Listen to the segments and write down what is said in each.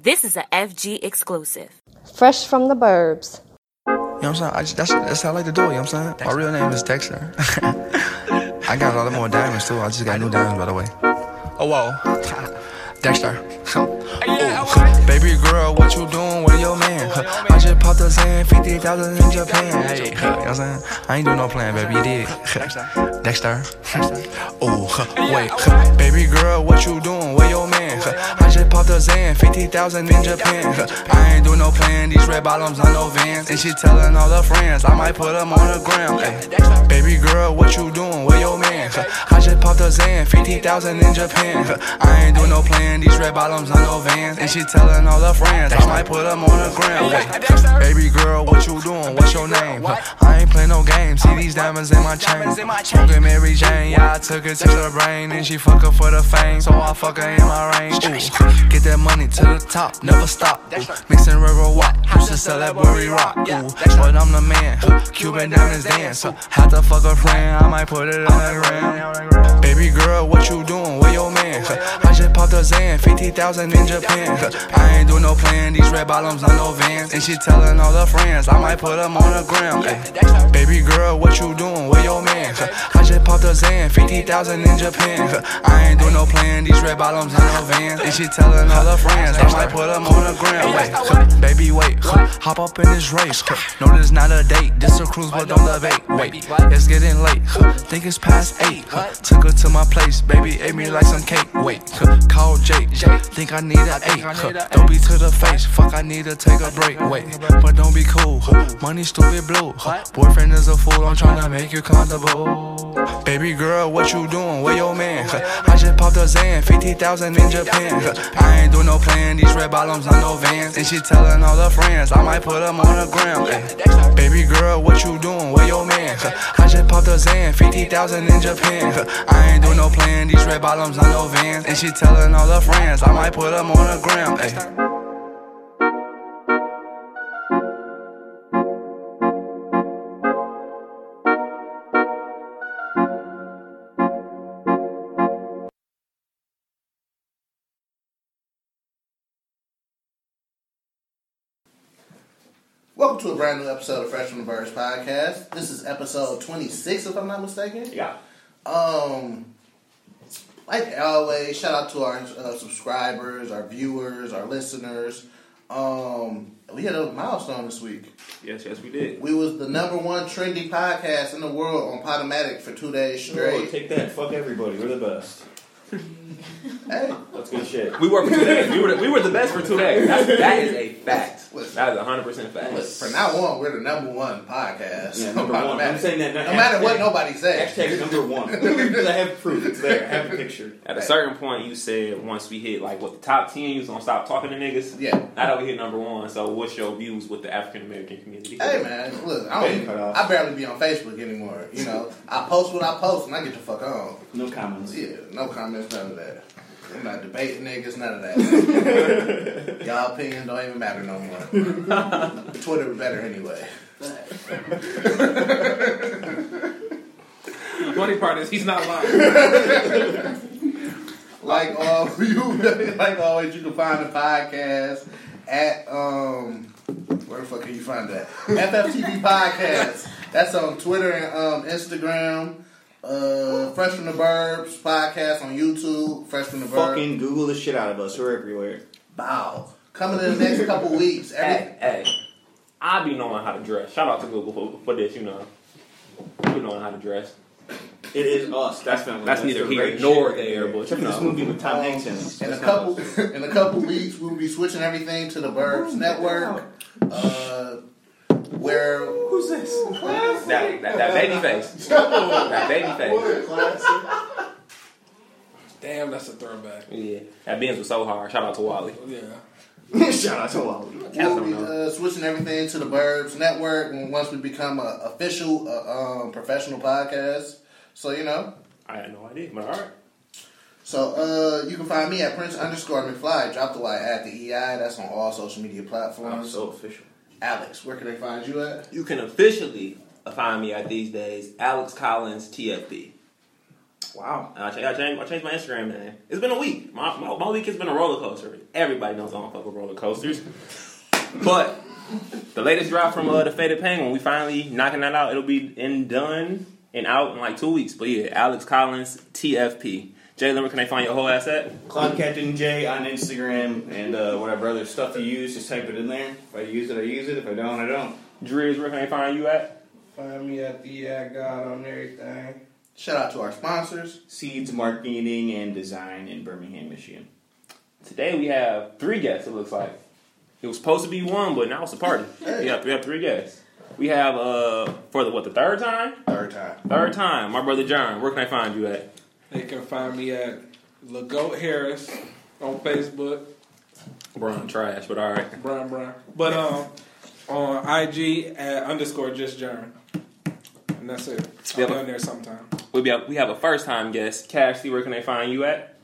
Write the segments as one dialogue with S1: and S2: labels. S1: This is a FG exclusive.
S2: Fresh from the burbs.
S3: You know what I'm saying? I just, that's, that's how I like to do it, you know what I'm saying? My real name is Dexter. I got a lot of more diamonds too. I just got new diamonds, by the way. Oh, whoa. Dexter. Ooh. Baby girl, what you doing with your man? I just popped a Zan, 50,000 in Japan. Hey, you know what I'm saying? I ain't do no plan, baby, you did. Dexter. Ooh, wait. Baby girl, what you doing with your man? I just popped a Zan, 50,000 in Japan. I ain't do no plan, these red bottoms on no vans. And she telling all her friends, I might put them on the ground. Ay. Baby girl, what you doing with your man? I just popped a Zan, 50,000 in Japan. I ain't do no plan, these red bottoms on no vans. And she telling all her friends, I might put them on the ground. Ay. Baby girl, what you doing? What's your name? I ain't play no games, see these diamonds in my chain. Smoking Mary Jane, yeah, I took her to the brain. And she fuck her for the fame, so I fuck her in my range. Ooh. Get that money to the top, never stop. Ooh. Mixing river walk, house to celebrity rock. Ooh. But I'm the man, Cuban diamonds dance. So have to fuck a friend, I might put it on the gram. Baby girl, what you doing with your man? I just popped a Zan, 50,000 in Japan. I ain't do no plan, these red bottoms on no vans. And she telling all her friends, I might put them on the gram. Ay. Baby girl, what you doing with your man? I just popped a Zan, 50,000 in Japan. I ain't do no plan, these red bottoms on no vans. And she telling all her friends, I might put them on the gram. Ay. Baby, wait, hop up in this race. No, this not a date, this a cruise, but don't elevate. Wait, it's getting late, think it's past eight. Took her to my place, baby, ate me like some cake. Wait, call Jake, think I need a eight. Don't be to the face, fuck, I need to take a break. Wait, but don't be cool, money stupid blue. Boyfriend is a fool, I'm tryna make you comfortable. Baby girl, what you doing? Where your man? I just popped a Zan, 50,000 in Japan. I ain't do no plan, these red bottoms on no vans. And she telling all her friends, I might put them on the gram. Ay. Baby girl, what you doing? Where your man? I just popped a Zan, 50,000 in Japan. I ain't do no plan, these red bottoms on no vans. And she telling all her friends, I might put them on the eh. gram. Ay.
S4: Welcome to a brand new episode of Fresh from the Birds podcast. This is episode 26, if I'm not mistaken.
S5: Yeah.
S4: Um, like always, shout out to our uh, subscribers, our viewers, our listeners. Um, we had a milestone this week.
S5: Yes, yes, we did.
S4: We was the number one trendy podcast in the world on Podomatic for two days
S5: Sure,
S4: straight.
S5: take that. Fuck everybody. We're the best.
S4: Hey,
S5: That's good shit.
S6: We were for two days. We were the, we were the best for two days. That's, that is a fact.
S4: Listen.
S6: That is hundred percent fact.
S4: from now on, we're the number one podcast
S5: Yeah,
S4: on
S5: number one. I'm
S4: Podomatic.
S5: saying that.
S4: no matter what
S5: hashtag-
S4: nobody says.
S5: Hashtag number one. Because I have proof. It's there. I have a picture.
S6: At a certain point, you said once we hit like what the top ten, you was gonna stop talking to niggas.
S4: Yeah.
S6: Not over here number one. So what's your views with the African American community?
S4: Hey man, look, I don't.
S5: Hey,
S4: even-
S5: cut off.
S4: I barely be on Facebook anymore. You know, I post what I post, and I get the fuck on.
S5: No comments.
S4: Yeah, no comments, none of that. I'm not debating niggas, none of that. Y'all opinions don't even matter no more. Twitter was better anyway.
S6: Funny part is he's not lying.
S4: Like all you, like always, you can find the podcast at um, where the fuck can you find that? FFTV podcast. That's on Twitter and um, Instagram. Uh, Fresh from the Burbs podcast on YouTube. Fresh from the Burbs.
S5: Fucking Google the shit out of us. We're everywhere.
S4: Bow. Coming in the next couple weeks. Every,
S6: hey, hey, I be knowing how to dress. Shout out to Google for, for this. You know, you knowing how to dress.
S5: It is us. That's family.
S6: That's neither
S5: the
S6: here
S5: great shit.
S6: nor there, but
S5: Except
S6: you
S5: for this
S6: know.
S5: movie with Tom Hanks in it.
S4: In a
S5: That's
S4: couple,
S5: not us.
S4: in a couple weeks, we'll be switching everything to the Burbs Network, uh, where
S5: Who's this?
S6: That that, that baby face. that baby face.
S7: Damn, that's a throwback.
S6: Yeah. That Benz was so hard. Shout out to Wally.
S7: Yeah.
S5: Shout out to Wally.
S4: we'll be uh, switching everything to the Burbs Network when, once we become an official uh, um, professional podcast. So you know,
S6: I had no idea, but all right.
S4: so uh, you can find me at Prince underscore McFly. Drop the Y at the EI. That's on all social media
S5: I'm
S4: platforms.
S5: Oh, so official.
S4: Alex, where can they find you at?
S6: You can officially find me at these days, Alex Collins TFB.
S5: Wow.
S6: And I, changed, I, changed, I changed my Instagram name. It's been a week. My, my, my week has been a roller coaster. Everybody knows I don't fuck with roller coasters. but the latest drop from uh, the Faded Penguin, we finally knocking that out. It'll be in done and out in like two weeks. But yeah, Alex Collins, TFP. Jalen, where can they find your whole ass at?
S5: Cloud Captain J on Instagram and uh, whatever other stuff you use, just type it in there. If I use it, I use it. If I don't, I don't.
S6: Dreers, where can they find you at?
S7: Find me at the uh, God on everything.
S4: Shout out to our sponsors.
S5: Seeds Marketing and Design in Birmingham, Michigan.
S6: Today we have three guests, it looks like. It was supposed to be one, but now it's a party. We have, we have three guests. We have, uh, for the, what, the third time?
S4: Third time.
S6: Third time, my brother John, where can I find you at?
S7: They can find me at LeGoat Harris on Facebook.
S6: Brian Trash, but alright.
S7: Brian Brian. But um on IG at underscore just Jaron. And that's it.
S6: Yeah,
S7: I'm
S6: but-
S7: down there sometime.
S6: We have, we have a first time guest. Cassie, where can they find you at?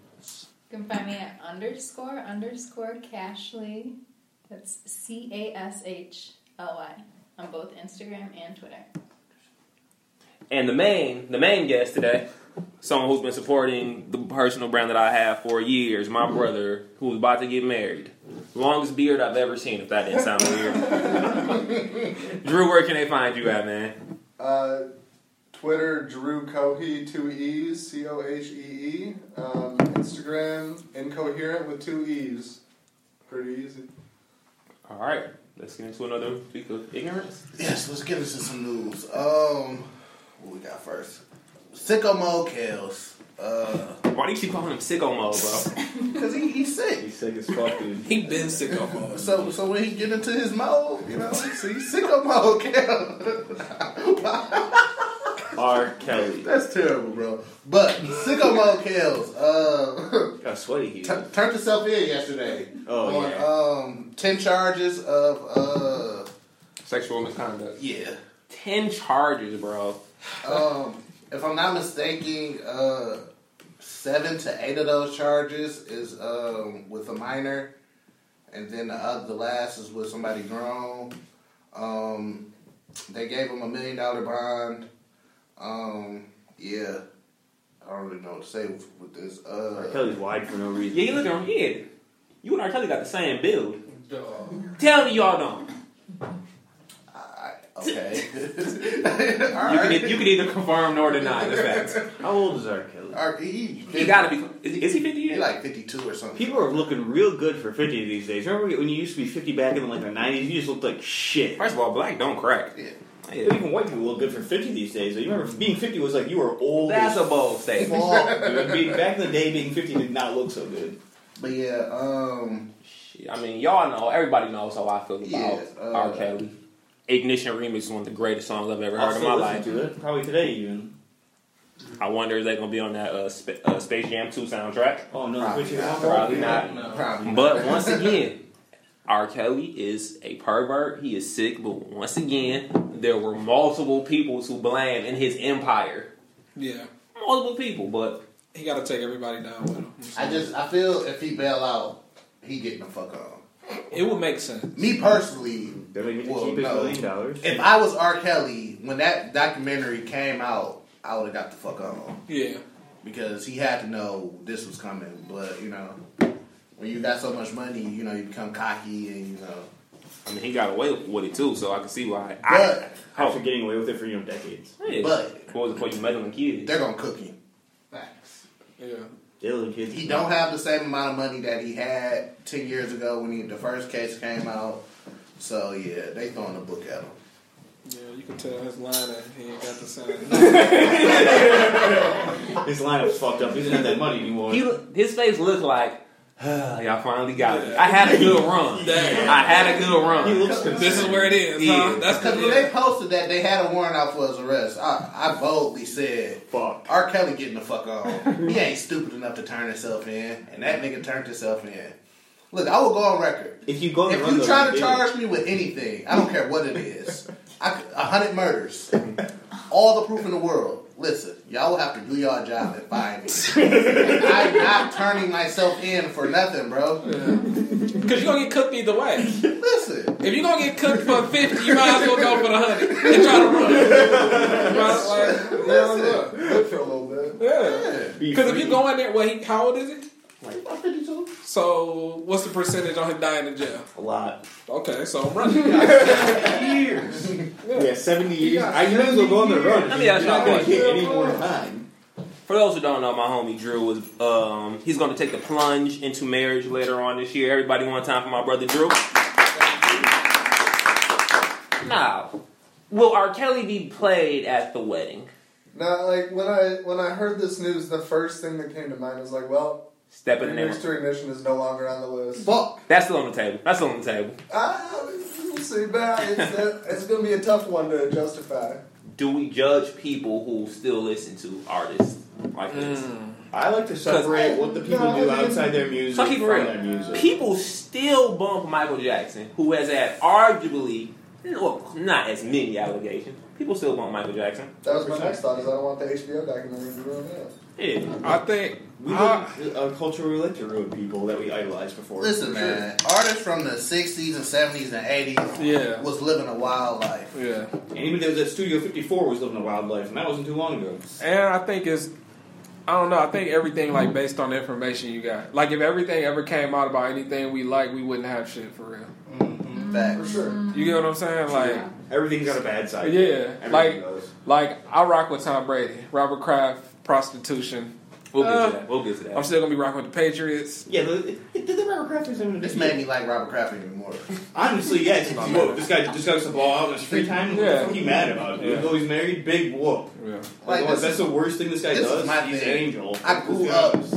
S8: You can find me at underscore underscore Cashley. That's C A S H L Y on both Instagram and Twitter.
S6: And the main, the main guest today, someone who's been supporting the personal brand that I have for years, my brother, who's about to get married. Longest beard I've ever seen, if that didn't sound weird.
S4: Uh,
S6: Drew, where can they find you at, man?
S9: Uh, Twitter, Drew Cohe, two E's, C O H E E. Um, Instagram, incoherent with two E's. Pretty easy.
S6: All right, let's get into another week of ignorance.
S4: Yes, let's get into some news. Um, what we got first? Sicko Mode kills. Uh,
S6: Why do you keep calling him sicko mode, bro?
S4: cause he, he's sick.
S5: He's sick as fuck, dude.
S7: He been sick of us.
S4: So so when he get into his mode, you know, see Sicko Mode kills.
S6: R. Kelly.
S4: That's terrible, bro. But Sicko Mode kills. Uh,
S5: Look how sweaty he is.
S4: t- turned himself in yesterday
S5: Oh,
S4: on
S5: yeah.
S4: um ten charges of uh
S6: Sexual misconduct.
S4: yeah
S6: Ten charges, bro.
S4: um, if I'm not mistaken, uh, seven to eight of those charges is um, with a minor, and then the other, the last is with somebody grown. Um, they gave him a million dollar bond. Um, yeah, I don't really know what to say with, with this.
S5: R.
S4: Uh,
S5: Kelly's wide for no reason.
S6: Yeah, you look at him. Yeah, you and R. Kelly got the same build.
S7: Dog.
S6: Tell me y'all don't.
S4: I, okay, all
S6: You can,
S4: right.
S6: e- you can either confirm nor deny the facts.
S5: How old is R. Kelly?
S4: All right, he,
S6: He gotta be. Is, he- is he fifty
S4: he
S6: yet?
S4: like fifty two or something.
S5: People are looking real good for 50 these days. Remember when you used to be 50 back in like the 90s? You just looked like shit.
S6: First of all, black don't crack.
S4: Yeah.
S5: Even white people look good for 50 these days. though. You remember being 50 was like you were old
S6: That's
S5: as
S6: a bold statement.
S5: fuck, dude. Being- Back in the day, being 50 did not look so good.
S4: But yeah, um,
S6: Shit, I mean, y'all know. Everybody knows how I feel about
S4: Yeah, uh,
S6: R. Kelly. Ignition Remix is one of the greatest songs I've ever
S5: I'll
S6: heard in
S5: still
S6: my
S5: listen
S6: life.
S5: to it. Probably today, even.
S6: I wonder is they gonna be on that uh, Sp- uh, Space Jam 2 soundtrack?
S5: Oh, no.
S4: Probably
S5: which you-
S4: not.
S6: Probably not.
S4: probably.
S6: But once again, R. Kelly is a pervert. He is sick. But once again, there were multiple people to blame in his empire.
S7: Yeah.
S6: Multiple people, but
S7: He gotta take everybody down with him.
S4: I just I feel if he bail out, he getting the fuck on.
S7: It would make sense.
S4: Me personally,
S5: They're going to get to
S4: Well,
S5: keep his
S4: no.
S5: million dollars.
S4: if I was R. Kelly when that documentary came out, I would have got the fuck on
S7: Yeah.
S4: because he had to know this was coming. But you know, when you got so much money, you know you become cocky and you know.
S6: I mean, he got away with it too, so I can see why.
S4: But
S6: I,
S5: After
S6: oh,
S5: getting away with it for, you know, decades.
S6: yeah.
S4: but-
S6: what was it for you meddling kids?
S4: they're gonna cook him.
S7: Yeah.
S5: Dylan kids.
S4: He don't have the same amount of money that he had ten years ago when he, the first case came out. So yeah, they throwing a book at him.
S7: Yeah, you can tell his line that he ain't got the same.
S5: His lineup's fucked up. He doesn't have that money anymore.
S6: He, look- his face looked like, "Ah, y'all finally got me. I had a good run. I had a good run.
S5: He looks
S7: this is where it is,
S6: Yeah.
S7: huh? That's
S4: Because
S7: the
S4: when they posted that they had a warrant out for his arrest, I, I boldly said,
S5: Fuck.
S4: R. Kelly getting the fuck on. he ain't stupid enough to turn himself in, and that nigga turned himself in. Look, I will go on record.
S5: If you go and
S4: If
S5: run
S4: you
S5: those
S4: try to
S5: videos-
S4: charge me with anything, I don't care what it is, I c- a hundred murders, all the proof in the world. Listen, y'all will have to do y'all job and find me. I'm not turning myself in for nothing, bro.
S7: Because you're gonna get cooked either way.
S4: Listen,
S7: If you're gonna get cooked for fifty, you might as well go for the hundred and try to run. You might as well-
S4: listen.
S9: Good for a little bit.
S7: Yeah.
S5: Be
S7: Because if
S5: free.
S7: you go in there, well, he, how old is he?
S4: About 52.
S7: So, what's the percentage on him dying in jail?
S5: a lot.
S7: Okay, so I'm running. Yeah.
S5: Years. Yeah, seventy years.
S4: got
S5: I knew this was going to run.
S6: Let me ask y'all
S5: You're not
S6: a
S5: gonna
S6: question.
S5: get any more time.
S6: For those who don't know, my homie Drew was um, he's going to take the plunge into marriage later on this year. Everybody, one time for my brother Drew. Now, will R. Kelly be played at the wedding?
S9: Now, like when I when I heard this news, the first thing that came to mind was like, well,
S6: Step in the name.
S9: Remix
S6: of-
S9: to Ignition is no longer on the list.
S4: Fuck.
S6: That's still on the table. That's still on the table.
S9: Ah, we'll see, but it's, uh, it's going to be a tough one to justify.
S6: Do we judge people who still listen to artists like this?
S5: I like to separate what the people
S9: No,
S5: do
S9: I mean-
S5: outside their music
S6: So keep it
S5: from
S6: real.
S5: their music.
S6: People still bump Michael Jackson, who has had arguably, well, not as many allegations. People still bump Michael Jackson.
S9: That was my next thought. Is I don't want the HBO documentary to ruin it.
S6: Yeah.
S7: I think.
S5: we
S7: I-
S5: live a culture we like to ruin people that we idolized before.
S4: Listen,
S5: For sure.
S4: man. Artists from the 60s and 70s and 80s
S7: Yeah.
S4: was living a wild life.
S7: Yeah.
S5: Anybody that was at Studio 54 was living a wild life, and that wasn't too long ago.
S7: And I think it's, I don't know. I think everything like based on the information you got. Like if everything ever came out about anything we like, we wouldn't have shit for real.
S9: Mm, For
S4: Facts.
S9: sure.
S7: You get what I'm saying? Like,
S5: Everything's got a bad side.
S7: Yeah,
S5: Everything
S7: like-
S5: does.
S7: like I rock with Tom Brady, Robert Kraft, prostitution.
S6: We'll get
S7: Uh,
S6: to that. We'll get to that.
S7: I'm still gonna be rocking with the Patriots.
S5: Yeah, the, the, the Robert Kraft is in
S4: This made me like Robert Kraft even more.
S5: Honestly, yeah, it's like, whoa, this guy just got the ball out in his free time. What
S7: Yeah.
S5: the fuck he mad about? Dude?
S7: Yeah.
S5: Though he's married, big whoop.
S7: Yeah.
S5: Like,
S4: Like,
S5: what,
S4: this
S5: that's
S4: is-
S5: the worst thing this guy
S4: this is
S5: does.
S4: my
S5: he's
S4: thing.
S5: an angel.
S4: I grew
S5: This guy
S4: up.
S5: is-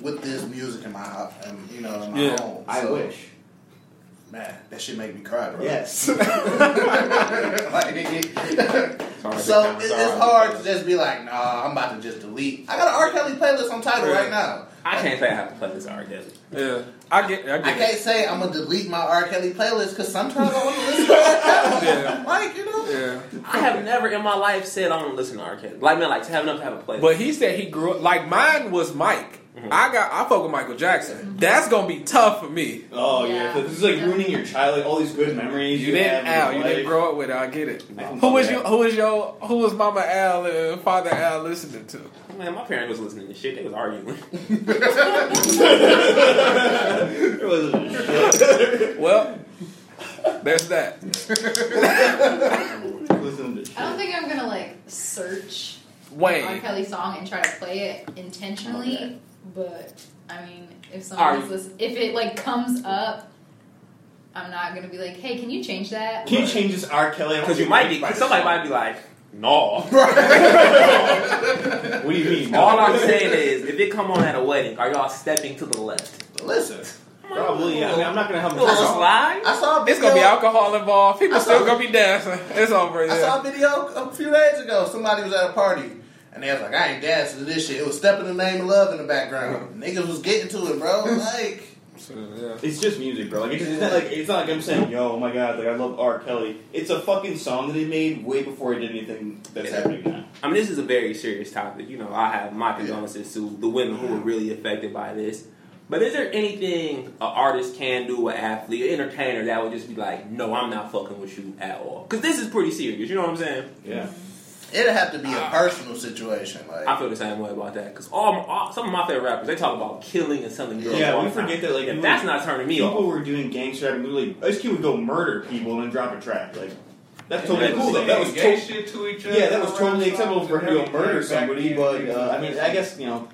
S4: With this music in my, house and, you know, in my
S7: Yeah.
S4: home.
S5: I
S4: So,
S5: wish.
S4: Man, that shit make me cry, bro.
S5: Yes.
S4: Like,
S6: Sorry,
S4: So
S6: Dick,
S4: it,
S6: sorry.
S4: it's hard to just be like, nah, I'm about to just delete. I got an R. Kelly playlist on title
S7: Yeah.
S4: right now.
S6: I can't say I have to play this R. Kelly.
S7: Yeah. I get. I
S4: I
S7: get.
S4: can't say I'm gonna delete my R. Kelly playlist because sometimes I want to listen to R. Kelly.
S7: Yeah.
S4: Like you know,
S7: Yeah.
S6: I have never in my life said I don't listen to R. Kelly. Like man, like to have enough to have a play.
S7: But he said he grew up like mine was Mike.
S5: Mm-hmm.
S7: I got I fuck with Michael Jackson. That's gonna be tough for me.
S5: Oh yeah,
S8: Yeah.
S5: so this is like ruining your child. Like all these good memories
S7: You,
S5: you,
S7: didn't
S5: have.
S7: Al,
S5: in
S7: you
S5: your
S7: didn't
S5: life.
S7: grow up with it. I get it.
S5: I can
S7: Who was
S5: fuck
S7: you?
S5: that.
S7: Who was your? Who was Mama Al and Father Al listening to?
S6: man, my parents was listening to shit. They was arguing.
S5: It wasn't shit.
S7: Well, there's that.
S5: Listen to shit.
S8: I don't think I'm gonna like search an R.
S7: Wayne.
S8: Kelly song and try to play it intentionally,
S6: Okay.
S8: but I mean, if
S6: Are
S8: someone's listen- if it like comes up, I'm not gonna be like, hey, can you change that?
S5: Can you change this R. Kelly? I don't
S6: Because you
S5: think
S6: might be.
S5: anybody-
S6: Somebody might be like, no.
S5: What do you mean? no?
S7: Oh,
S6: All I'm saying is, if it come on at a wedding, are y'all stepping to the left?
S4: listen.
S5: Probably. Yeah. I mean, I'm not gonna help him.
S6: Little slide.
S4: I saw a video.
S7: It's gonna be alcohol involved. People
S4: I saw-
S7: still gonna be dancing. It's over.
S4: I
S7: Yeah.
S4: saw a video a few days ago. Somebody was at a party and they was like, I ain't dancing to this shit. It was "Step in the Name of Love" in the background. Niggas was getting to it, bro. Like,
S7: So, yeah.
S5: It's just music, bro. Like it's, it's not like it's not like I'm saying, yo, oh my god, like I love R. Kelly. It's a fucking song that he made way before he did anything that's
S4: Yeah.
S5: happening now.
S6: I mean, this is a very serious topic. You know, I have my condolences to the women who were really affected by this. But is there anything an artist can do, an athlete, an entertainer that would just be like, no, I'm not fucking with you at all? Because this is pretty serious. You know what I'm saying?
S5: Yeah.
S4: it'd have to be
S7: Ah.
S4: a personal situation. Like,
S6: I feel the same way about that. Because all, my- all some of my favorite rappers, they talk about killing and selling drugs.
S5: Yeah,
S6: all
S5: we
S6: the time.
S5: forget that, like,
S6: If
S5: we-
S6: that's not turning me
S5: People
S6: off.
S5: were doing gangster rap. and Literally, Ice Cube would go murder people and then drop a track. Like that's totally
S6: Yeah,
S5: cool though. That was
S7: gay
S5: to-
S7: shit to each
S5: yeah, that was totally acceptable for him to go murder somebody. But uh, I mean, I guess you know,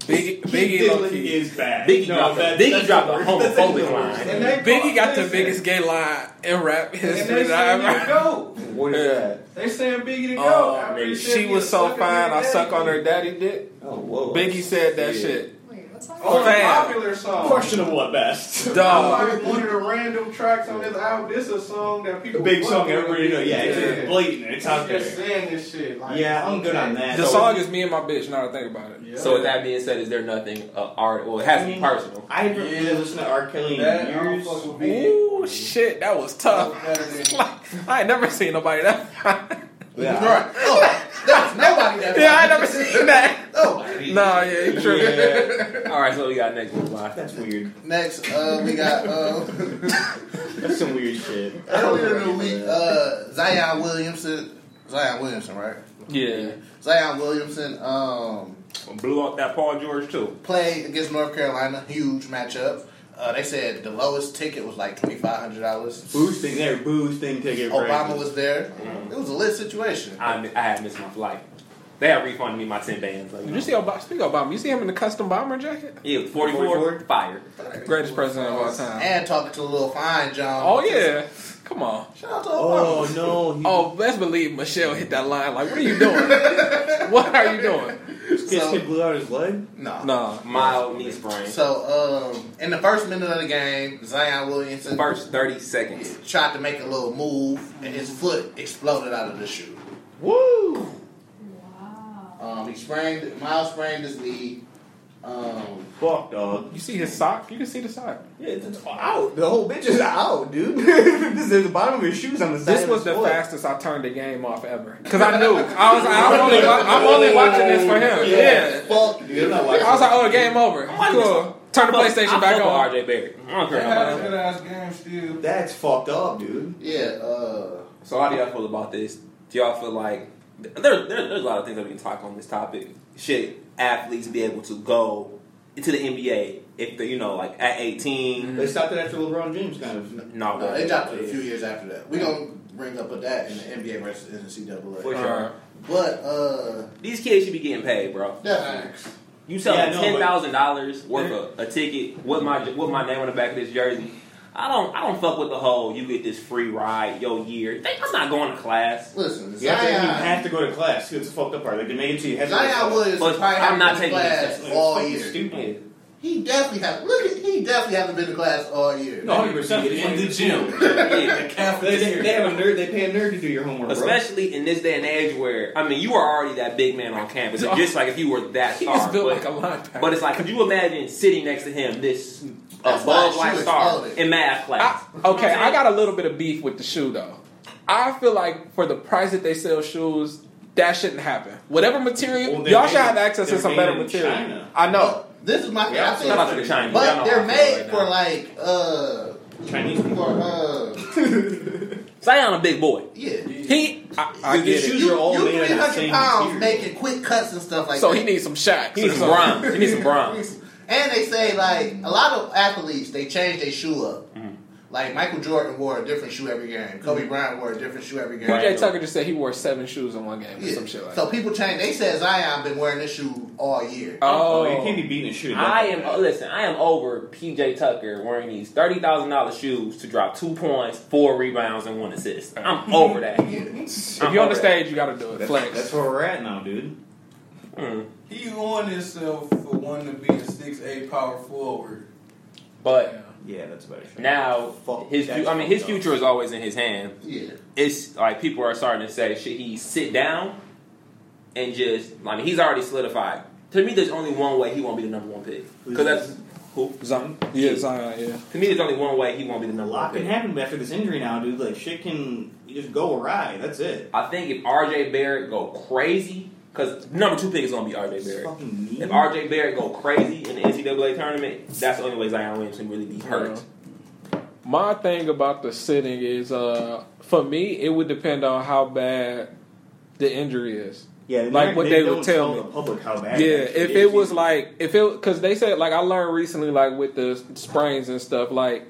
S7: Biggie,
S5: Keith
S7: Biggie, low
S5: Didley
S7: key.
S5: is bad.
S6: Biggie
S5: no,
S6: dropped,
S5: that-
S6: a, Biggie
S5: that's
S6: dropped
S5: the
S6: a
S5: worst. That's actually the
S6: homophobic
S5: worst.
S6: line.
S5: And that-
S7: Biggie got the biggest gay line in rap history that I ever.
S5: go. What is
S7: Yeah.
S5: that?
S9: They saying Biggie to
S7: Oh, nigga, she was so fine. I suck on her daddy dick.
S5: Oh, whoa.
S7: Biggie said that
S5: Yeah.
S7: shit.
S8: Wait, what's on
S7: Oh, Fam.
S9: song.
S5: Questionable at best.
S7: Dog.
S9: Like, one of the random tracks on this album. This is a song that
S5: The
S9: people
S5: big song
S9: fucking
S5: everybody
S9: with.
S5: knows. Yeah, it's just blatant. It's out
S9: Just
S5: there.
S9: saying this shit. Like,
S5: Yeah, I'm good on that.
S7: The song is me and my bitch. Now that I think about it.
S9: Yeah.
S6: So with that being said, is there nothing uh, art? Well, it has
S7: Mm-hmm.
S6: to be personal.
S5: I haven't really listened to R. Kelly in
S9: That I don't
S5: years.
S9: fuck with Biggie.
S7: Ooh, shit, that was tough.
S9: Better than-
S7: I ain't never seen nobody that.
S5: Yeah.
S4: Right. Oh, there's nobody that.
S7: yeah, I ain't never seen that.
S4: Oh,
S7: Nah, yeah, you tripping.
S5: Yeah,
S6: All right, so we got next one. Why?
S5: that's weird.
S4: next uh, we got um,
S5: That's some weird shit.
S4: earlier in the week. Uh, Zion Williamson, Zion Williamson, right?
S7: Yeah.
S4: Zion Williamson um,
S6: Blew out that Paul George too.
S4: Play against North Carolina, huge matchup. Uh, they said the lowest ticket was like twenty five hundred dollars.
S5: Boosting there, boosting ticket.
S4: Obama
S5: prices.
S4: was there. It was a lit situation.
S6: I I had missed my flight. They had refunded me my ten bands. Like,
S7: Did you see Obama? Speak of Obama. You see him in the custom bomber jacket?
S6: Yeah, forty four
S5: 44?
S6: fire.
S7: Greatest president of all time.
S4: And talking to a little fine John.
S7: Oh yeah. Come on.
S4: Shout out to Obama.
S5: Oh no! He
S7: Oh, best believe Michelle hit that line. Like, what are you doing? what are you doing?
S5: this kid blew out his leg.
S4: No.
S7: No.
S6: Mild knee sprain.
S4: So um, in the first minute of the game, Zion Williamson
S6: First thirty seconds.
S4: tried to make a little move, and his foot exploded out of the shoe.
S5: Woo!
S8: Wow.
S4: Um, he sprained, Miles sprained his knee. Um,
S5: Fuck, dog.
S7: You see his sock? You can see the sock.
S5: Yeah, it's, it's out. The whole bitch is out, dude. this is the bottom of his shoes on the side.
S7: This
S5: of
S7: was
S5: his
S7: the
S5: foot.
S7: fastest I turned the game off ever. Because I knew. I was like, I'm only, wa- I'm
S5: Oh,
S7: only watching this for him. Yeah.
S4: fuck, dude, I'm not watching.
S7: I was like, oh, game over. Cool. Turn the PlayStation back on.
S6: RJ Barrett. I don't care about that.
S9: Good ass game still.
S5: That's fucked up, dude.
S4: Yeah, uh,
S6: So how do y'all feel about this? Do y'all feel like there, there, there's a lot of things that we can talk on this topic? Should athletes be able to go into the NBA if they, you know, like at 18?
S5: They stopped it after LeBron James, kind of.
S6: No,
S4: no, they dropped it a few years after that. We gonna bring up with that in the NBA versus in the
S5: For
S4: NCAA.
S5: sure.
S7: Alright.
S4: But uh,
S6: These kids should be getting paid, bro.
S4: definitely.
S6: You selling
S5: Yeah, I know,
S6: ten thousand dollars worth of a ticket with my with my name on the back of this jersey. I don't I don't fuck with the whole you get this free ride your year. They, I'm not going to class.
S4: Listen,
S5: You have to, you
S4: Zion,
S5: have to go to class. too. It's a fucked up part. Like they made it to you. Have to go to
S4: Zion
S5: class.
S4: Williams
S6: But
S4: probably
S6: I'm
S4: haven't
S6: not
S4: been
S6: taking
S4: to class
S6: this.
S4: all
S5: It's fucking
S4: year.
S5: Stupid.
S4: He definitely has. Look, at, he definitely hasn't been to class all year.
S5: No, 100%.
S6: In the gym. Yeah.
S5: They, they, they have a nerd. They pay a nerd to do your homework,
S6: Especially in this day and age where I mean you are already that big man on campus. It's just like if you were that
S7: He
S6: star.
S7: just built
S6: But,
S7: like a linebacker.
S6: but it's like could you imagine sitting next to him, this
S4: That's
S6: above
S4: why she
S6: white
S4: was
S6: star
S4: talented.
S6: in math class?
S7: I, okay, I got a little bit of beef with the shoe though. I feel like for the price that they sell shoes, that shouldn't happen. Whatever material,
S5: Well, they're
S7: y'all should
S5: made-
S7: have access to
S5: they're
S7: some
S5: made
S7: better
S5: in
S7: material.
S5: China.
S7: I know.
S4: This is my.
S5: Yeah,
S4: I
S5: I'm
S4: think-
S6: Shout out to the Chinese. Y'all know
S4: but
S6: how
S4: they're
S6: I feel
S4: made
S6: right
S4: for
S6: now.
S4: like uh,
S5: bro. Chinese.
S4: for uh,
S6: Zion a big boy.
S4: yeah.
S7: He, I, I
S5: Dude, the
S7: get it.
S5: shoes are all
S4: you
S5: made out of the
S4: 300
S5: same
S4: pounds
S5: material.
S4: making quick cuts and stuff like
S7: So
S4: that.
S7: he needs some shots.
S6: He needs some bronze. He needs some bronze.
S4: And they say like a lot of athletes they change their shoe up. Like Michael Jordan wore a different shoe every game. Kobe Bryant wore a different shoe every game.
S7: PJ Tucker just said he wore seven shoes in one game or
S4: Yeah.
S7: some shit like
S4: so
S7: that.
S4: people change. They said Zion been wearing this shoe all year.
S5: Oh,
S7: Oh,
S5: you can't be beating a shooting.
S6: I am oh, listen. I am over PJ Tucker wearing these thirty thousand dollars shoes to drop two points, four rebounds, and one assist. I'm over that.
S7: if you're on the stage, you got to do it. Flex.
S5: That's where we're at now, dude.
S6: Mm.
S10: He on himself for wanting to be a six eight power forward.
S6: But
S5: Yeah, that's about it.
S6: now
S5: Fuck,
S6: his, fu-
S5: that's
S6: I mean, his
S5: fucked up.
S6: future is always in his hand.
S4: Yeah,
S6: It's like people are starting to say, should he sit down and just? I mean, he's already solidified. To me, there's only one way he won't be the number one pick. Because that's who.
S7: Zion. Yeah, Zion. Yeah.
S6: To me, there's only one way he won't be the
S5: A
S6: number one
S5: lot can
S6: pick.
S5: happen after this injury now, dude. Like shit can you just go awry. That's it.
S6: I think if RJ Barrett go crazy, because number two pick is gonna be RJ
S5: It's
S6: Barrett.
S5: fucking mean.
S6: If RJ Barrett go crazy in the NCAA tournament, that's the only way Zion Williams can really be hurt.
S7: My thing about the sitting is, uh, for me, it would depend on how bad the injury is.
S5: yeah,
S7: like what they
S5: don't
S7: would tell me.
S5: the public how
S7: Yeah,
S5: bad. that shit
S7: if
S5: is.
S7: it was like if it because they said like I learned recently like with the sprains and stuff like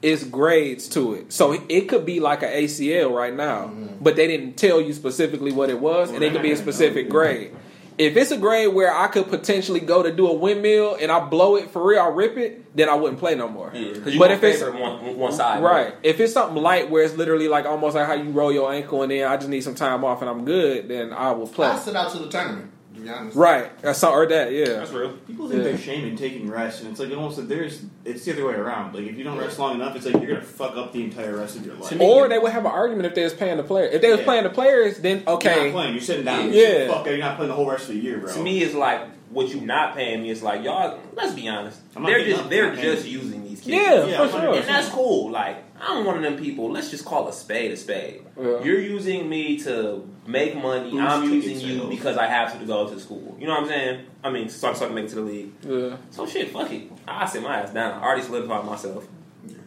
S7: it's grades to it, so it could be like an ACL right now, but they didn't tell you specifically what it was, and it could be a specific grade. If it's a grade where I could potentially go to do a windmill and I blow it for real, I rip it, then I wouldn't play no more.
S6: Because you
S7: But
S6: but
S7: if it's-
S6: one, one side,
S7: Right. If it's something light where it's literally like almost like how you roll your ankle and then I just need some time off and I'm good, then I will play.
S4: I sit out to the tournament. To be honest,
S7: Right. I saw or that, yeah.
S6: That's real.
S5: People think
S7: Yeah.
S5: there's shame in taking rest, and it's like almost like there's. It's the other way around. Like if you don't rest long enough, it's like you're gonna fuck up the entire rest of your life.
S6: To me,
S7: Or they would have an argument if they was paying the player. If they was
S5: Yeah.
S7: playing the players, then
S5: You're
S7: okay.
S5: not playing. You're sitting down.
S7: Yeah.
S5: Fuck. You're not playing the whole rest of the year, bro.
S6: To me, it's like what you not paying me. It's like y'all. Let's be honest.
S5: I'm not
S6: They're
S5: getting
S6: just
S5: up.
S6: they're
S5: I'm not
S6: just
S5: paying.
S6: using these kids.
S7: Yeah,
S5: Yeah,
S7: for
S5: hundred
S7: sure.
S6: And that's cool. Like I'm one of them people. Let's just call a spade a spade.
S7: Yeah.
S6: You're using me to make money.
S5: Boost
S6: I'm
S5: ticket
S6: using you
S5: sales.
S6: because I have to go to school. You know what I'm saying? I mean, so, so I can make it to the league.
S7: Yeah.
S6: So shit, fuck it. I sit my ass down. I already solidified myself.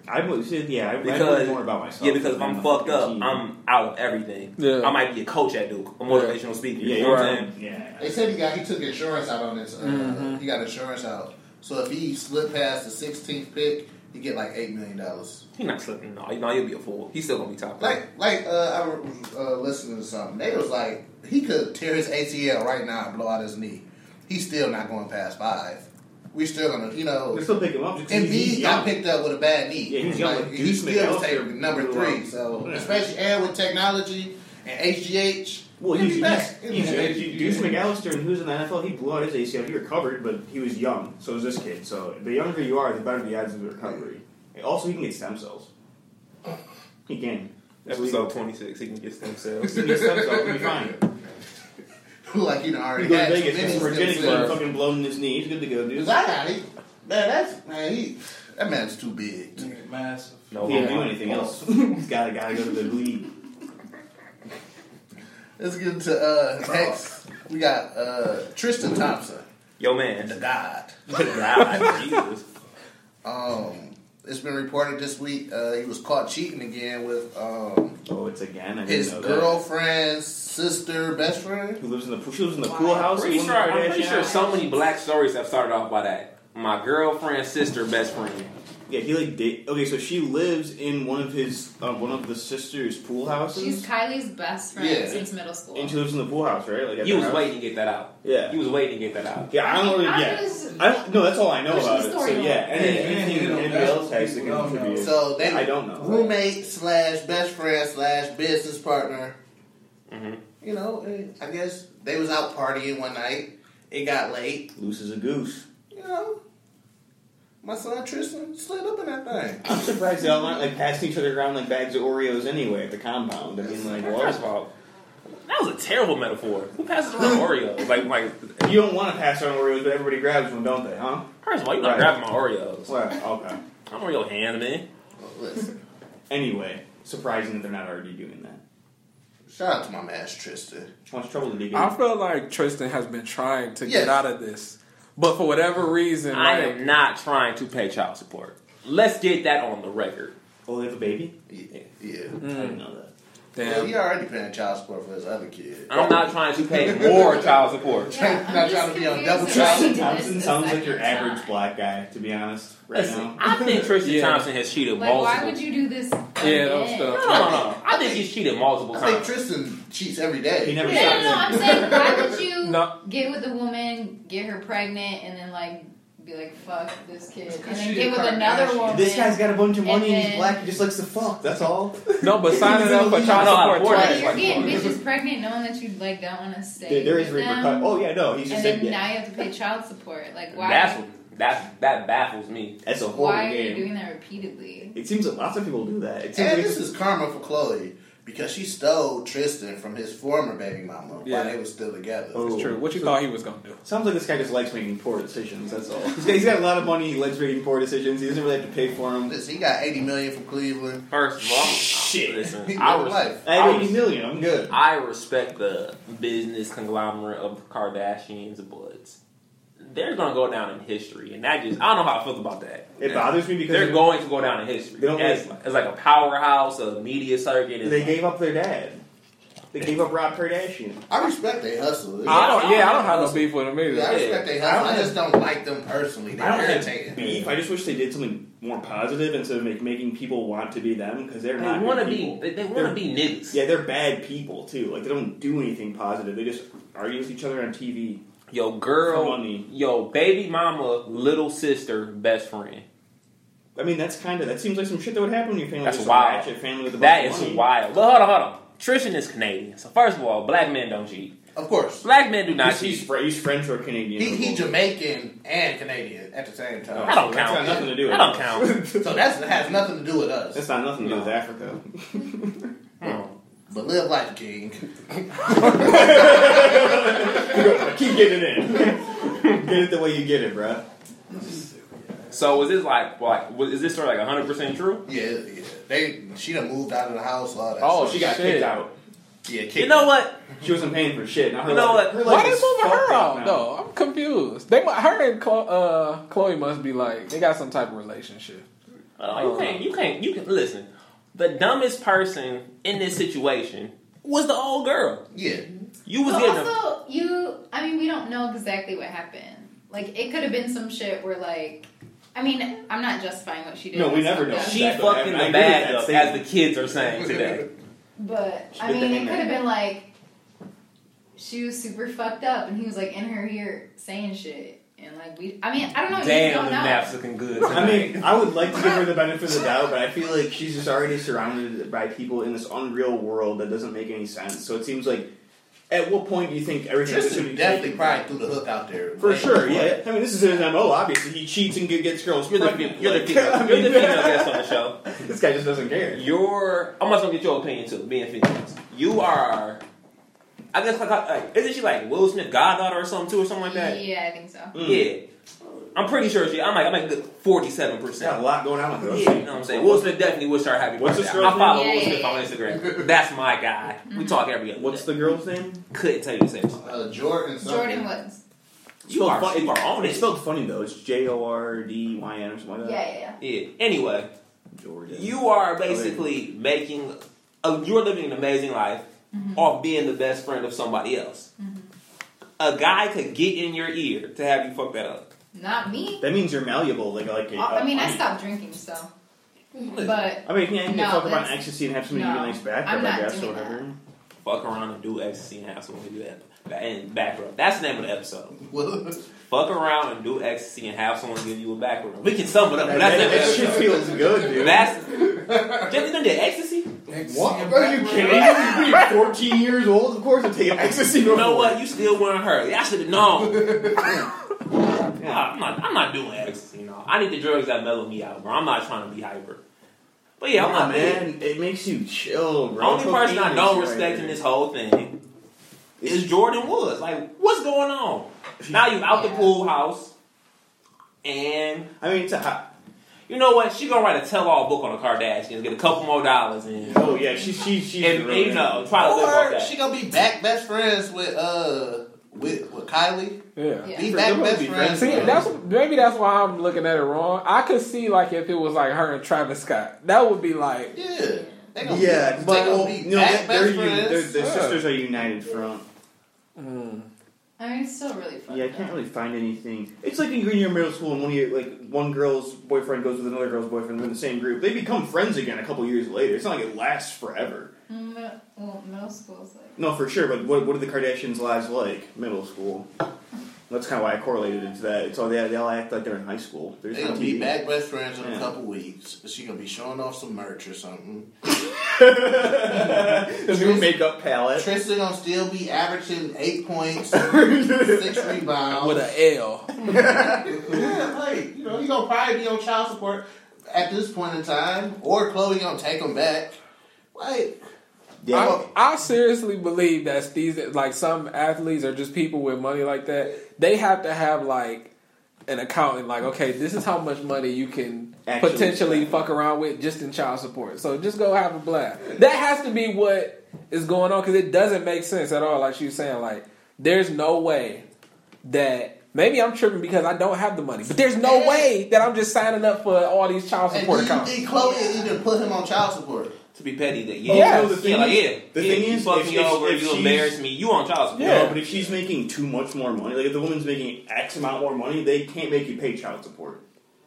S5: I would say, yeah, I, I
S6: Because-
S5: worry more about myself.
S6: Yeah, because if I'm
S5: than
S6: fucked
S5: the
S6: up,
S5: team.
S6: I'm out of everything.
S7: Yeah.
S6: I might be a coach at Duke, a motivational speaker.
S5: yeah,
S6: you know what I'm
S7: right.
S6: saying?
S5: yeah.
S4: They said he got he took insurance out on this. Uh,
S7: Mm-hmm.
S4: He got insurance out. So if he slipped past the 16th pick, he get like eight million dollars.
S6: He not slipping. No, no, he'll be a fool. He's still gonna be top.
S4: Like like uh, I was uh, listening to something. They was like he could tear his ACL right now and blow out his knee. He's still not going past five. We still gonna you know.
S5: They still pick him up. just 'cause
S4: And
S5: he's
S4: he got
S5: young.
S4: picked up with a bad knee.
S5: Yeah, he was young.
S4: like,
S5: He
S4: he
S5: was making
S4: still was
S5: out there.
S4: taking number three. So
S5: Yeah.
S4: especially and with technology and HGH,
S5: Well,
S4: he'll
S5: he's,
S4: be
S5: he's,
S4: back.
S5: he's,
S4: He'll be back.
S5: Deuce McAllister, who was in the NFL, he blew out his ACL. He recovered, but he was young. So was this kid. So the younger you are, the better the odds of the recovery. And also, he can get stem cells. He can. That's legal.
S6: Episode 26. He can get stem cells.
S5: He can get stem cells. He'll be fine.
S4: like you know
S5: He
S4: already
S5: goes
S4: had
S5: to
S4: too
S5: Vegas
S4: many
S5: for Virginia.
S4: stem
S5: got
S4: cells.
S5: fucking blown in his knee. He's good to go, dude.
S4: Cause I got it. Man, that's man. He that man's too big.
S10: Nigga, massive.
S6: No,
S5: He can't do
S6: homo.
S5: anything else. He's got to gotta go to the league.
S4: Let's get to uh, next. We got uh, Tristan Thompson,
S6: Yo,
S4: the
S6: man.
S4: God.
S6: God, Jesus.
S4: Um, it's been reported this week uh, he was caught cheating again with um,
S5: Oh, it's again. I didn't
S4: his
S5: know that.
S4: girlfriend's sister, best friend.
S5: Who lives in the pool? She lives in the pool house.
S6: Pretty
S5: One
S6: sure,
S5: of the
S6: I'm pretty
S5: Kardashians.
S6: sure so many black stories have started off by that. My girlfriend, sister, best friend.
S5: Yeah, he like date. Okay, so she lives in one of his, uh, one of the sisters' pool houses.
S8: She's Kylie's best friend
S4: Yeah.
S8: since middle school.
S5: and she lives in Mm-hmm. the pool house, right? Like at
S6: You
S5: the
S6: was
S5: house?
S6: waiting to get that out.
S5: Yeah.
S6: You was waiting to get that out.
S5: Yeah, I don't really.
S8: I
S5: Yeah,
S8: just-
S5: I don't. No, that's all I know
S8: Push the
S5: about it. So
S8: story on.
S5: yeah, anything,
S10: Yeah,
S5: anything
S10: yeah,
S5: anybody
S10: that's
S5: else
S10: what
S5: has to
S10: people don't know.
S5: contribute.
S4: So they
S5: I don't know.
S4: roommate slash best friend slash business partner.
S5: Mm-hmm.
S6: Mhm.
S4: You know, eh, I guess they was out partying one night. It got late.
S5: Loose as a goose.
S4: You know, my son Tristan slid up in that thing.
S5: I'm surprised they all aren't like passing each other around like bags of Oreos anyway at the compound. I mean, like
S6: First of
S5: what?
S6: all, that was a terrible metaphor. Who passes around Oreos? Like, like,
S5: You don't want to pass on Oreos, but everybody grabs one, don't they? Huh?
S6: first of all, you're not
S5: Right.
S6: grabbing my Oreos.
S5: Well, okay.
S6: I'm Oreo hand, man.
S4: Listen,
S5: Anyway, surprising that they're not already doing that.
S4: shout out to my man Tristan.
S5: How much trouble did he get?
S7: I feel like Tristan has been trying to
S4: Yes.
S7: get out of this, but for whatever reason,
S6: I
S7: like,
S6: am not trying to pay child support. Let's get that on the record.
S5: oh, they have a baby.
S4: Yeah, yeah.
S5: I didn't know that.
S4: Well,
S7: damn.
S4: he already paying child support for his other kid.
S6: I'm not trying to pay more child support.
S8: Yeah, I'm
S4: Not
S8: just
S4: trying to be on
S8: confused
S4: double
S8: that she
S4: Tristan
S8: did
S5: Tristan
S8: this
S5: Thompson
S8: the
S5: sounds like your
S8: second time.
S5: average black guy, to be honest, right
S6: Listen,
S5: now.
S6: I think Tristan
S7: Yeah.
S6: Thompson has cheated
S8: Like,
S6: multiple.
S8: why would you do this?
S7: Yeah,
S8: again?
S7: that was
S6: No,
S7: tough.
S6: no, no. I think he's cheated multiple
S4: I think
S6: times.
S4: Tristan cheats every
S5: He
S4: day.
S5: never
S8: No, no,
S5: stops.
S8: no. I'm saying, why would you
S7: No.
S8: get with a woman, get her pregnant, and then like be like, "Fuck this kid," and then
S10: she
S8: get
S10: a
S8: with another
S10: Kardashian.
S8: woman?
S5: This guy's got a bunch of money
S8: And
S5: and he's
S8: then-
S5: black. He just likes to fuck. That's all.
S7: No, but signing up for
S6: I
S7: child
S6: know how to
S7: support
S6: afford
S8: Like,
S6: that.
S8: you're getting
S6: Like,
S8: bitches pregnant, knowing that you like don't want to stay.
S5: There- there is
S8: with them,
S5: repercussions. Oh yeah, no, he's just
S8: and
S5: saying.
S8: then
S5: Yeah.
S8: now you have to pay child support. Like, why?
S6: That's what- that that baffles me.
S5: That's a horrible
S8: why are you
S5: game.
S8: doing that repeatedly?
S5: it seems that lots of people do that. It seems
S4: And
S5: like
S4: this is karma for Chloe because she stole Tristan from his former baby mama
S7: Yeah.
S4: while they were still together.
S5: Oh.
S7: It's true. What you thought he was gonna do?
S5: sounds like this guy just likes making poor decisions. That's all. He's got, he's got a lot of money. He likes making poor decisions. He doesn't really have to pay for them.
S4: Listen, he got eighty million from Cleveland.
S6: First of all,
S5: Shit.
S4: He
S6: listen, I,
S4: lived
S6: res-
S4: life.
S5: I have eighty million. I'm good.
S6: I respect the business conglomerate of Kardashians, but they're gonna go down in history, and that just I don't know how I feel about that.
S5: It bothers me because
S6: They're going to go down in history.
S5: They don't
S6: as,
S5: make-
S6: as like a powerhouse, a media circuit. and-
S5: they gave up their dad. They gave up Rob Kardashian.
S4: I respect they hustle. It's-
S7: I don't. Yeah, I don't have no beef with him either.
S4: Yeah, I respect they
S5: I
S4: hustle.
S5: don't
S4: I just don't like them personally.
S5: I
S4: They're
S5: don't have
S4: irritating.
S5: beef. I just wish they did something more positive instead of make, making people want to be them because they're
S6: They
S5: not.
S6: want to
S5: good
S6: be.
S5: people.
S6: They, they want to
S5: They're-
S6: be niggas.
S5: Yeah, they're bad people too. Like they don't do anything positive. They just argue with each other on TV.
S6: Yo, girl.
S5: For money.
S6: Yo, baby mama, little sister, best friend.
S5: I mean, that's kind of that seems like some shit that would happen when your family.
S6: That's
S5: just
S6: wild.
S5: A ratchet family with a
S6: That
S5: bunch
S6: is
S5: of money.
S6: wild. But hold on, hold on. Tristan is Canadian, so first of all, black men don't cheat.
S4: Of course,
S6: Black men do not
S5: He's, he's,
S6: cheat.
S5: Fr- he's French or Canadian.
S4: he, he Jamaican and Canadian at the same
S5: Oh,
S4: time.
S6: I don't
S5: so that's
S6: count.
S5: got nothing to do.
S6: I don't count.
S5: with
S4: So that's that has nothing to do with us.
S5: That's not nothing to do with
S6: No.
S5: Africa.
S4: But live life, King.
S5: Keep getting it in. get it the way you get it, bruh.
S6: So is this like like was, is this story like hundred percent true?
S4: Yeah, yeah. They she done moved out of the house. All that.
S7: Oh,
S5: She got
S7: Shit.
S5: kicked out.
S4: stuff. yeah. Kicked
S6: You know what?
S5: She wasn't paying for shit. Now her
S6: You know
S5: life-
S6: what?
S5: Her life
S7: Why they
S5: is
S7: moving
S5: fucked
S7: her
S5: up
S7: out
S5: now.
S7: though? I'm confused. They mu- her and Chloe, uh, Chloe must be like they got some type of relationship.
S6: Oh, you can't. You can't. You can listen. The dumbest person in this situation was the old girl.
S4: Yeah.
S6: You was
S8: But
S6: getting. a-
S8: also, you. I mean, we don't know exactly what happened. Like, it could have been some shit where, like, I mean, I'm not justifying what she did.
S5: No, we never know.
S6: She
S5: Exactly.
S6: fucked in
S5: I- I agree
S6: the
S5: with
S6: bag
S5: that
S6: up, as
S5: statement.
S6: the kids are saying today.
S8: But
S5: She
S8: I
S5: put
S8: mean,
S5: that
S8: it
S5: in
S8: could
S5: there.
S8: have been like she was super fucked up, and he was like in her ear saying shit, and like we. I mean, I don't know. you just
S6: Damn,
S8: don't
S6: the
S8: know.
S6: naps looking good.
S5: I mean, I would like to give her the benefit of the doubt, but I feel like she's just already surrounded by people in this unreal world that doesn't make any sense. So it seems like, at what point do you think everything
S4: Tristan
S5: should be
S4: definitely
S5: taken?
S4: probably threw the hook out there.
S5: For
S4: Like,
S5: sure, yeah. I mean, this is his MO, obviously. He cheats and gets girls
S6: you're the,
S5: pregnant.
S6: you're the
S5: Like,
S6: female,
S5: I
S6: you're the
S5: mean,
S6: female guest on the show.
S5: this guy just doesn't care.
S6: You're. I'm also gonna get your opinion too. Being females, you are. I guess like, like isn't she like Will Smith goddaughter or something too or something like that?
S8: Yeah, I think so.
S6: Yeah. I'm pretty sure she. I'm like I'm like good forty-seven
S5: Got a
S6: percent.
S5: lot going on
S6: Yeah,
S5: with
S6: you
S5: those.
S6: know what I'm saying. Will Smith definitely wished her happy
S5: What's
S6: birthday.
S5: this
S6: I
S5: girl's
S6: follow
S8: name?
S6: Will
S8: Yeah,
S6: Smith on
S8: yeah, Mm-hmm.
S6: Instagram. That's my guy. We talk every other
S5: What's
S6: day.
S5: the girl's name?
S6: Couldn't tell you the same.
S4: Uh, Jordan. something.
S8: Jordan Woods.
S6: You are,
S5: Spelled fu-
S6: you are on
S5: It's
S6: it.
S5: spelled funny though. It's J O R D Y N or something
S8: Yeah,
S5: like that.
S8: yeah, yeah.
S6: Yeah. Anyway,
S5: Jordan.
S6: you are basically making. A, you're living an amazing life
S8: Mm-hmm.
S6: off being the best friend of somebody else. A guy could get in your ear to have you fuck that up.
S8: Not me.
S5: That means you're malleable. Like like.
S8: I I mean, I
S5: uh,
S8: stopped drinking, so. But
S5: I mean, yeah, you can
S8: No,
S5: talk about
S8: that's-
S5: ecstasy and have somebody give you a
S8: no.
S5: nice back
S8: I'm
S5: rub, I
S8: not
S5: guess, or
S8: doing
S5: whatever.
S6: Fuck around and do ecstasy and have someone do that and back rub. That's the name of the episode.
S4: Well,
S6: fuck around and do ecstasy and have someone give you a back rub. We can sum it up. but That's
S5: that, that
S6: it.
S5: shit feels good, dude.
S6: That's Jeff, you done did ecstasy.
S10: What?
S5: Are you kidding? me? You're 14 years old. Of course, I take ecstasy.
S6: You know what? You still weren't her. I should have known. Nah, I'm not. I'm not doing ecstasy. No, I need the drugs that mellow me out, bro. I'm not trying to be hyper. But yeah,
S5: Yeah,
S6: I'm not man.
S5: man. It makes you chill,
S6: The
S5: bro.
S6: only person I
S5: Cocaine
S6: don't
S5: is right
S6: respect in
S5: there.
S6: this whole thing is Jordan Woods. Like, what's going on? Now you out the
S8: Yeah.
S6: pool house, and
S5: I mean, it's a hot.
S6: you know what? She gonna write a tell-all book on the Kardashians, get a couple more dollars in.
S5: Oh yeah, she she she's
S6: And,
S5: really
S6: you know, try to live off
S4: or
S6: that.
S4: she gonna be back best friends with uh with with Kylie.
S7: Yeah.
S8: Yeah.
S4: Be
S5: For
S4: back
S5: them,
S4: best
S5: it'd be
S4: friends.
S7: See,
S4: with-
S7: that's maybe that's why I'm looking at it wrong. I could see like if it was like her and Travis Scott, that would be like
S4: yeah. They gonna
S5: Yeah,
S4: be,
S5: it's
S4: they
S5: like,
S4: gonna
S5: well,
S4: be
S5: you know,
S4: back
S5: they're,
S4: best
S5: u-
S4: friends.
S5: they're, their
S7: Yeah.
S5: sisters are united front.
S8: I mean, it's still really fun.
S5: Yeah, I can't really find anything. It's like in junior middle school, and one of your, like one girl's boyfriend goes with another girl's boyfriend within the same group. They become friends again a couple years later. It's not like it lasts forever.
S8: Mid- Mm, well, middle school's like.
S5: No, for sure. But what what are the Kardashians' lives like? Middle school. That's kind of why I correlated it to that. It's all they they all act like they're in high school. They're just
S4: They
S5: on
S4: gonna be
S5: TV.
S4: back best friends in
S5: Yeah.
S4: a couple weeks. She gonna be showing off some merch or something.
S5: There's a new makeup palette.
S4: Tristan gonna still be averaging eight points, six rebounds.
S7: with a L.
S4: yeah, like you know, he gonna probably be on child support at this point in time, or Chloe gonna take him back. Like,
S5: Yeah.
S7: I, I seriously believe that these like some athletes or just people with money like that, they have to have like an accountant. Like, okay, this is how much money you can
S5: Actually,
S7: potentially
S5: yeah.
S7: fuck around with just in child support. So just go have a blast. That has to be what is going on because it doesn't make sense at all. Like she was saying, like there's no way that. Maybe I'm tripping because I don't have the money, but there's no
S4: Yeah.
S7: way that I'm just signing up for all these child
S4: and
S7: support
S4: do you
S7: accounts.
S4: think Chloe even put him on child support?
S6: to be petty that yeah,
S5: Oh,
S7: Yes.
S5: no, the thing
S6: yeah, like,
S5: is-
S6: yeah.
S5: the
S6: yeah,
S5: thing
S6: you
S5: is,
S6: fuck
S5: if
S6: me
S5: she's-
S6: over,
S5: if
S6: you
S5: she's-
S6: embarrass me, you on child support.
S5: No,
S7: Yeah.
S5: but if she's making too much more money, like if the woman's making X amount more money, they can't make you pay child support.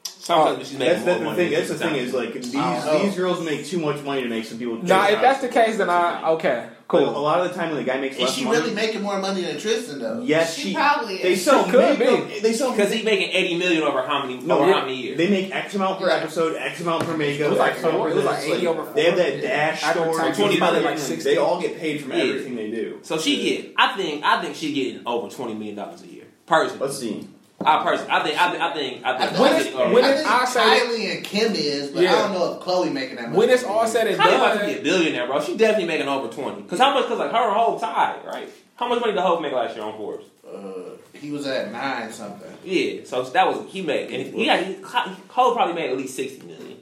S6: Sometimes she's making
S5: Oh, That's the,
S6: more
S5: the
S6: money
S5: thing.
S6: than
S5: That's the
S6: sometimes.
S5: thing is like these
S4: know.
S5: these girls make too much money to make some people.
S7: Oh. Nah,
S5: pay
S7: if that's the
S5: child
S7: case, then
S5: support. That's the
S7: I
S5: thing.
S7: okay,
S5: But
S7: cool.
S5: A lot of the time when the guy makes
S4: Is
S5: less
S4: she
S5: money,
S4: really making more money than Tristan though?
S5: yes,
S8: She
S5: she
S8: probably
S5: they
S8: is.
S5: sell
S7: She could
S5: makeup-
S7: be.
S5: They sell
S6: because he's making eighty million over how many
S5: No,
S6: over
S5: yeah,
S6: how many years?
S5: They make X amount per
S8: Right.
S5: episode, X amount per makeup.
S7: It was like
S5: X amount
S7: four-
S5: per
S7: it was
S5: this,
S7: like 80 over
S5: They have
S7: four.
S5: that dash
S7: After
S5: store.
S7: time,
S5: and
S6: twenty probably like
S5: They
S7: 60.
S5: all get paid from
S6: Yeah.
S5: everything they do.
S6: so she get. I think I think she getting over twenty million dollars a year. Personally,
S5: Let's see.
S6: I personally, I think I think I think I think.
S4: When
S6: I
S4: is-
S6: think- uh,
S7: when
S4: I
S7: is-
S4: think
S7: I say-
S4: Kylie and Kim is, but
S7: Yeah.
S4: I don't know if Chloe making that much.
S7: When it's
S4: money.
S7: all said and
S6: Kylie about to
S7: done,
S6: be a billionaire, bro. She definitely making over twenty. Cause how much? Cause like her whole tie, right? How much money did Hope make last year on Forbes?
S4: uh, he was at nine something.
S6: Yeah, so that was he made. And he got he, Hope probably made at least sixty million.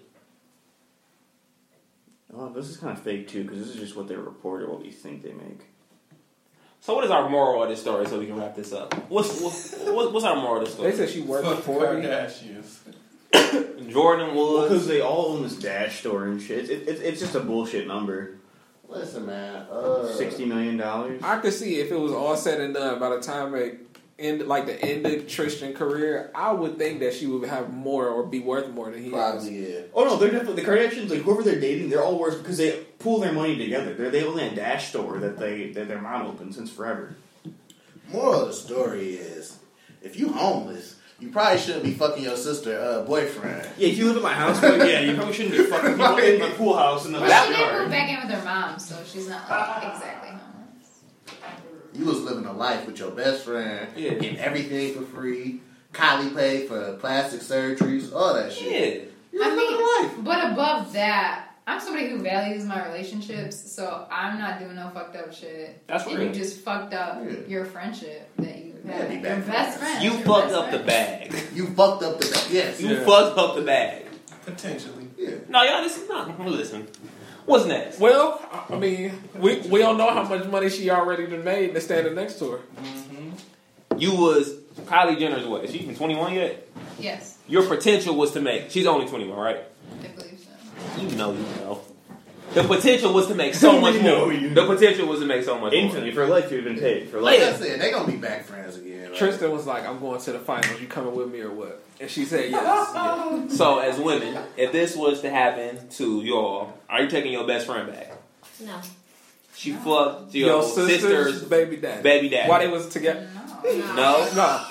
S5: Oh, this is kind of fake too, because this is just what they reported. What we think they make.
S6: So what is our moral of this story? So we can wrap this up. What's what's, what's our moral of this story?
S7: they said she worked
S10: Fuck
S7: for me.
S10: Kardashians.
S6: Jordan
S5: Because
S6: Woods.
S5: they all own this Dash store and shit. It, it, it's just a bullshit number.
S4: Listen, man. Uh,
S5: Sixty million dollars.
S7: I could see if it was all said and done by the time it end, like the end of Tristan career, I would think that she would have more or be worth more than he is.
S4: Probably, yeah.
S5: Oh no, they're definitely the Kardashians. Like whoever they're dating, they're all worse because they pool their money together. They're they own that Dash store that they that their mom opened since forever.
S4: Moral of the story is, if you homeless, you probably shouldn't be fucking your sister uh, boyfriend.
S5: Yeah, if you live in my house, but yeah, you probably shouldn't be fucking people in my pool house in the
S8: Well, she did
S5: backyard.
S8: move back in with her mom, so she's not like,
S7: Ah.
S8: exactly homeless.
S4: You was living a life with your best friend,
S6: Yeah.
S4: getting everything for free. Kylie paid for plastic surgeries, all that shit.
S6: Yeah.
S4: You
S8: I
S4: was living a life.
S8: mean, but above that, I'm somebody who values my relationships, so I'm not doing no fucked up shit.
S6: That's
S8: and
S6: real.
S8: you just fucked up
S4: Yeah.
S8: your friendship that you
S4: Yeah,
S8: had.
S4: be
S8: your
S4: back.
S8: best friend.
S6: You
S8: your
S6: fucked
S8: best
S6: up the
S8: friend.
S6: bag.
S4: You fucked up the yes.
S6: You fucked up the bag.
S10: Potentially.
S4: Yeah.
S6: No, y'all, this is not. Listen. What's next?
S7: Well, I- I mean, we we don't know how much money she already done made that's standing next to her.
S6: You was Kylie Jenner's what? Is she even 21 yet?
S8: Yes,
S6: Your potential was to make. She's only 21, right?
S8: I believe so.
S6: You know, you know. The potential was to make so much
S5: You know,
S6: more.
S5: you
S6: The potential was to make so much more.
S5: Infinitely for life, you've been paid for
S4: Like
S5: life.
S4: I said, they gonna be back friends again. Like,
S7: Tristan was like, "I'm going to the finals. You coming with me or what?" And she said, "Yes."
S6: So, as women, if this was to happen to y'all, are you taking your best friend back?
S1: No.
S6: She fucked your,
S7: Your
S6: sister's,
S7: sister's baby dad.
S6: baby dad.
S7: Why they was together?
S8: No.
S6: no,
S7: No,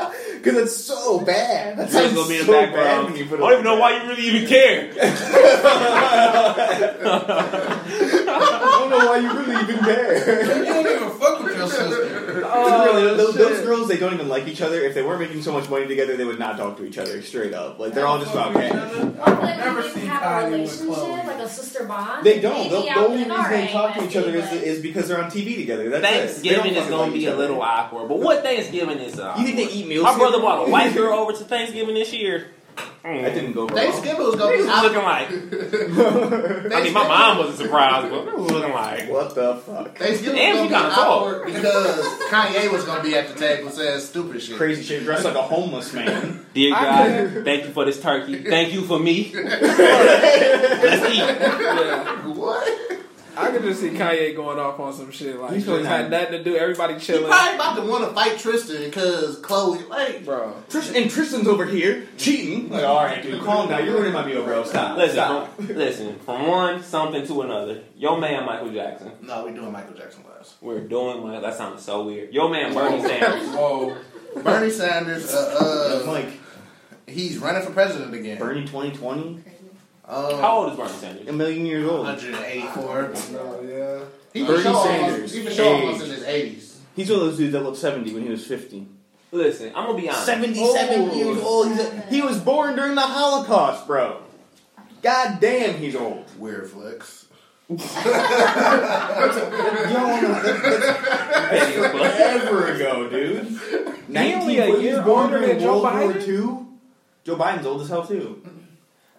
S4: Cause it's so bad.
S6: It's gonna be in the background. I don't even know why you really even care.
S5: I don't know why you really even care.
S10: You don't give a fuck with your sister.
S4: Oh,
S5: really, those, those girls, they don't even like each other. If they weren't making so much money together, they would not talk to each other straight up. Like they're all just about cash.
S10: I've never seen Kylie with Chloe.
S1: like a sister bond.
S5: They don't. The,
S1: Maybe
S5: the
S1: I'll
S5: only
S1: be like,
S5: reason they
S1: "Alright,
S5: talk to each other is,
S1: that's it,
S5: is because they're on TV together. That's it. They don't
S6: Thanksgiving is
S5: fucking
S6: gonna
S5: like
S6: be
S5: each
S6: a
S5: other.
S6: little awkward, but what Thanksgiving is uh
S5: You think they eat meals?
S6: My brother
S5: together?
S6: brought a white girl over to Thanksgiving this year.
S5: That didn't go well.
S4: Thanksgiving was gonna be
S6: was looking
S4: out.
S6: like. I mean, my mom wasn't surprised, but it was looking like.
S5: What the fuck?
S4: Thanksgiving
S6: And
S4: was
S6: she
S4: gonna be
S6: kinda tall.
S4: awkward because Kanye was gonna be at the table saying stupid shit.
S5: Crazy shit. Dressed like a homeless man.
S6: Dear
S7: I
S6: God, thank you for this turkey. Thank you for me. Let's eat.
S7: yeah.
S4: What?
S7: I could just see Kanye going off on some shit like
S5: He's
S7: just
S5: not.
S7: had nothing to do. Everybody
S4: He
S7: chilling,
S4: probably about to want to fight Tristan because Chloe. Like,
S7: bro.
S5: Trish, and Tristan's over here cheating. Like, all right, dude, calm down. You're ruining my meal, bro. Stop.
S6: Listen,
S5: Stop.
S6: from, listen. From one something to another. Your man Michael Jackson.
S4: no, we doing Michael Jackson last.
S6: We're doing my. That sounded so weird. Your man Bernie Sanders.
S10: Whoa.
S4: Bernie Sanders. Uh, uh,
S5: Mike,
S4: he's running for president again.
S5: Bernie 2020,
S4: Um,
S6: How old is
S5: a
S6: Bernie Sanders?
S5: million years old.
S4: 184.
S9: No, yeah.
S4: He
S5: Bernie
S4: was showing
S5: Sanders,
S4: Sanders. He was showing
S5: age.
S4: us in his 80s.
S5: He's one of those dudes that looked 70 when he was Oh. 50.
S6: Listen, I'm gonna be honest.
S5: 77 years old. He's a, he was born during the Holocaust, bro. God damn, he's old.
S4: Weird flex.
S5: Forever ago, dude. 19,
S7: only a
S5: he
S7: year
S5: was born
S7: older
S5: during
S7: than
S5: World
S7: Joe
S5: War
S7: Biden?
S5: II. Joe Biden's old as hell, too.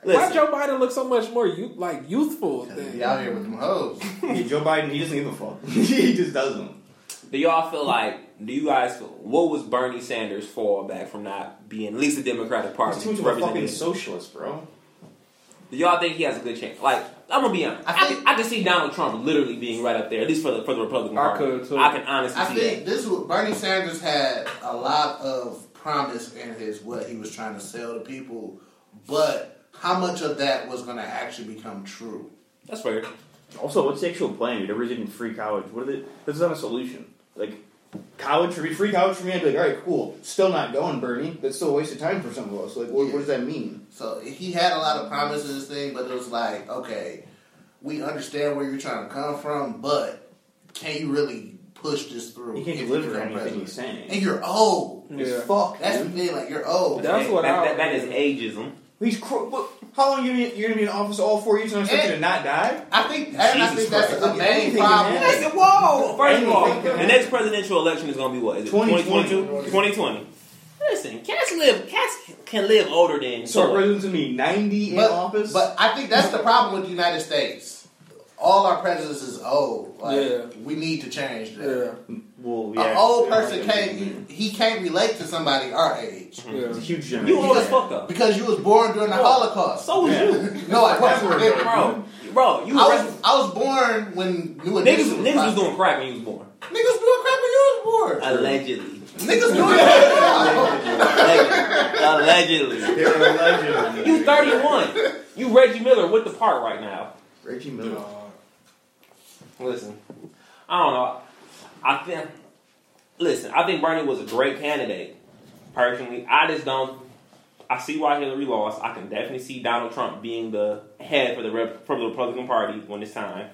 S7: Why
S6: Listen.
S7: Joe Biden look so much more youth, like youthful
S4: He
S7: than
S4: out here with them hoes.
S5: Yeah, Joe Biden, he doesn't give a fuck. he just doesn't.
S6: Do y'all feel like? Do you guys? Feel, what was Bernie Sanders' fallback from not being at least the Democratic
S5: He's
S6: Party
S5: too much of a fucking
S6: representative?
S5: socialist, bro.
S6: Do y'all think he has a good chance? Like, I'm gonna be honest. I,
S4: I think-
S6: can, I can see Donald Trump literally being right up there, at least for the for the Republican
S7: I
S6: Party.
S7: could, too.
S6: I can honestly
S4: I
S6: see
S4: think this was Bernie Sanders had a lot of promise in his what he was trying to sell to people, but how much of that was going to actually become true?
S6: that. That's fair.
S5: Also, what's the actual plan? You're never getting free college. What are they? This is not a solution. Like, college should be free college for me. I'd be like, all right, cool. Still not going, Bernie. That's still a waste of time for some of us. Like, what, what does that mean?
S4: So he had a lot of promise in this thing, but it was like, okay, we understand where you're trying to come from, but can you really push this through?
S5: He can't
S4: if
S5: deliver
S4: become
S5: anything
S4: president?
S5: he's saying.
S4: And you're old.
S7: Yeah.
S5: Fuck.
S4: That's the
S5: dude.
S4: thing. Like you're old.
S7: That's
S6: That-
S7: what
S6: that,
S7: I-
S6: that, that is ageism.
S5: He's cro- what, how long you gonna, you're gonna be in office all four years and I expect you to not die?
S4: I think, and I
S6: Jesus
S4: think that's
S6: Christ.
S4: the main
S5: Anything,
S4: problem.
S5: man.
S6: Listen, whoa! Oh, First of all,
S5: Anything.
S6: the next presidential election is gonna be what? Is it
S5: 2022?
S6: 2022? 2020. Listen, cats live. Cats can live older than.
S5: So our
S6: So
S5: president's gonna be ninety in
S4: Eh. but,
S5: office.
S4: But I think that's the problem with the United States. all our prejudice is old. Like
S7: Yeah.
S4: we need to change that.
S7: Yeah.
S5: Well,
S4: An
S5: yeah,
S4: old
S5: yeah,
S4: person
S5: yeah,
S4: can't
S5: yeah.
S4: you, he can't relate to somebody our age
S5: It's a
S7: Yeah.
S5: huge generation.
S6: You old as fuck though.
S4: because you was born during the
S6: Bro,
S4: Holocaust.
S6: So was you,
S4: no, I wasn't.
S6: bro. Bro, you
S4: I was I was born when new
S6: niggas.
S4: Edition was
S6: Niggas was
S4: popular.
S6: doing crack when you was born.
S4: niggas was doing crap when you was born.
S6: Allegedly.
S4: Niggas doing that.
S6: Allegedly. Allegedly.
S5: They're a legend.
S6: You 31. You Reggie Miller with the part right now.
S5: Reggie Miller.
S6: Listen, I don't know. I think. Listen, I think Bernie was a great candidate. Personally, I just don't. I see why Hillary lost. I can definitely see Donald Trump being the head for the Rep- for the Republican Party when it's time.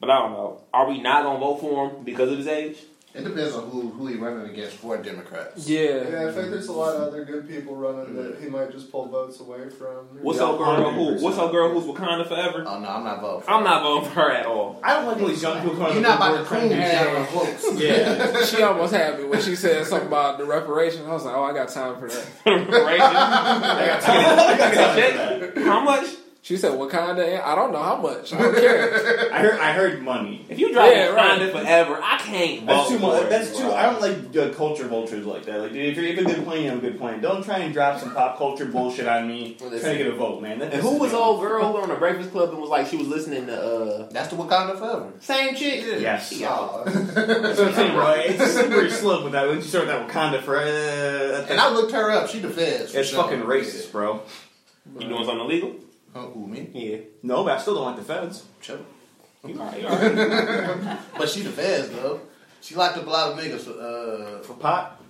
S6: But I don't know. Are we not gonna vote for him because of his age?
S4: It depends on who who he running against for Democrats.
S7: Yeah.
S9: Yeah, I think there's a lot of other good people running that he might just pull votes away from.
S6: What's
S5: Yeah,
S6: up, girl? Who?
S5: 100%.
S6: What's up, girl? Who's Wakanda forever?
S4: Oh no, I'm not voting.
S6: I'm not voting for her at all.
S5: I don't like when these young people come out
S4: You're
S5: of
S4: not
S5: the
S4: about to clean
S5: woodwork trying
S4: me
S5: to
S4: out of votes.
S5: be- Yeah.
S7: She almost had me when she said something about the reparations. I was like, oh, I got time for that.
S6: How much?
S7: She said Wakanda. and- I don't know how much. I don't care.
S5: I heard. I heard money.
S6: If you drive
S7: Yeah, right.
S6: Wakanda forever, I can't vote.
S5: That's too
S6: for
S5: much.
S6: it,
S5: That's too.
S6: bro.
S5: I don't like uh, culture vultures like that. Like, dude, if you're a good plan, you have a good plan. Don't try and drop some pop culture bullshit on me. Trying to get a vote, man. That
S6: And who
S5: pisses
S6: was
S5: me
S6: old
S5: off.
S6: girl who went on the Breakfast Club and was like she was listening to uh
S4: That's the Wakanda forever.
S6: same chick?
S5: Yes.
S6: She out.
S4: Oh.
S5: That's what I'm saying, bro. It's a slippery slope with that. Once you start that Wakanda for, uh, that-
S4: and I looked her up. She the feds. for
S5: it's
S4: sure.
S5: fucking racist, bro.
S6: You doing something illegal?
S4: Huh, who, me?
S6: Yeah.
S5: No, but I still don't like the feds.
S4: Chill.
S6: You alright, you alright.
S4: But she the feds though. She locked up a lot of niggas for uh
S5: For pot,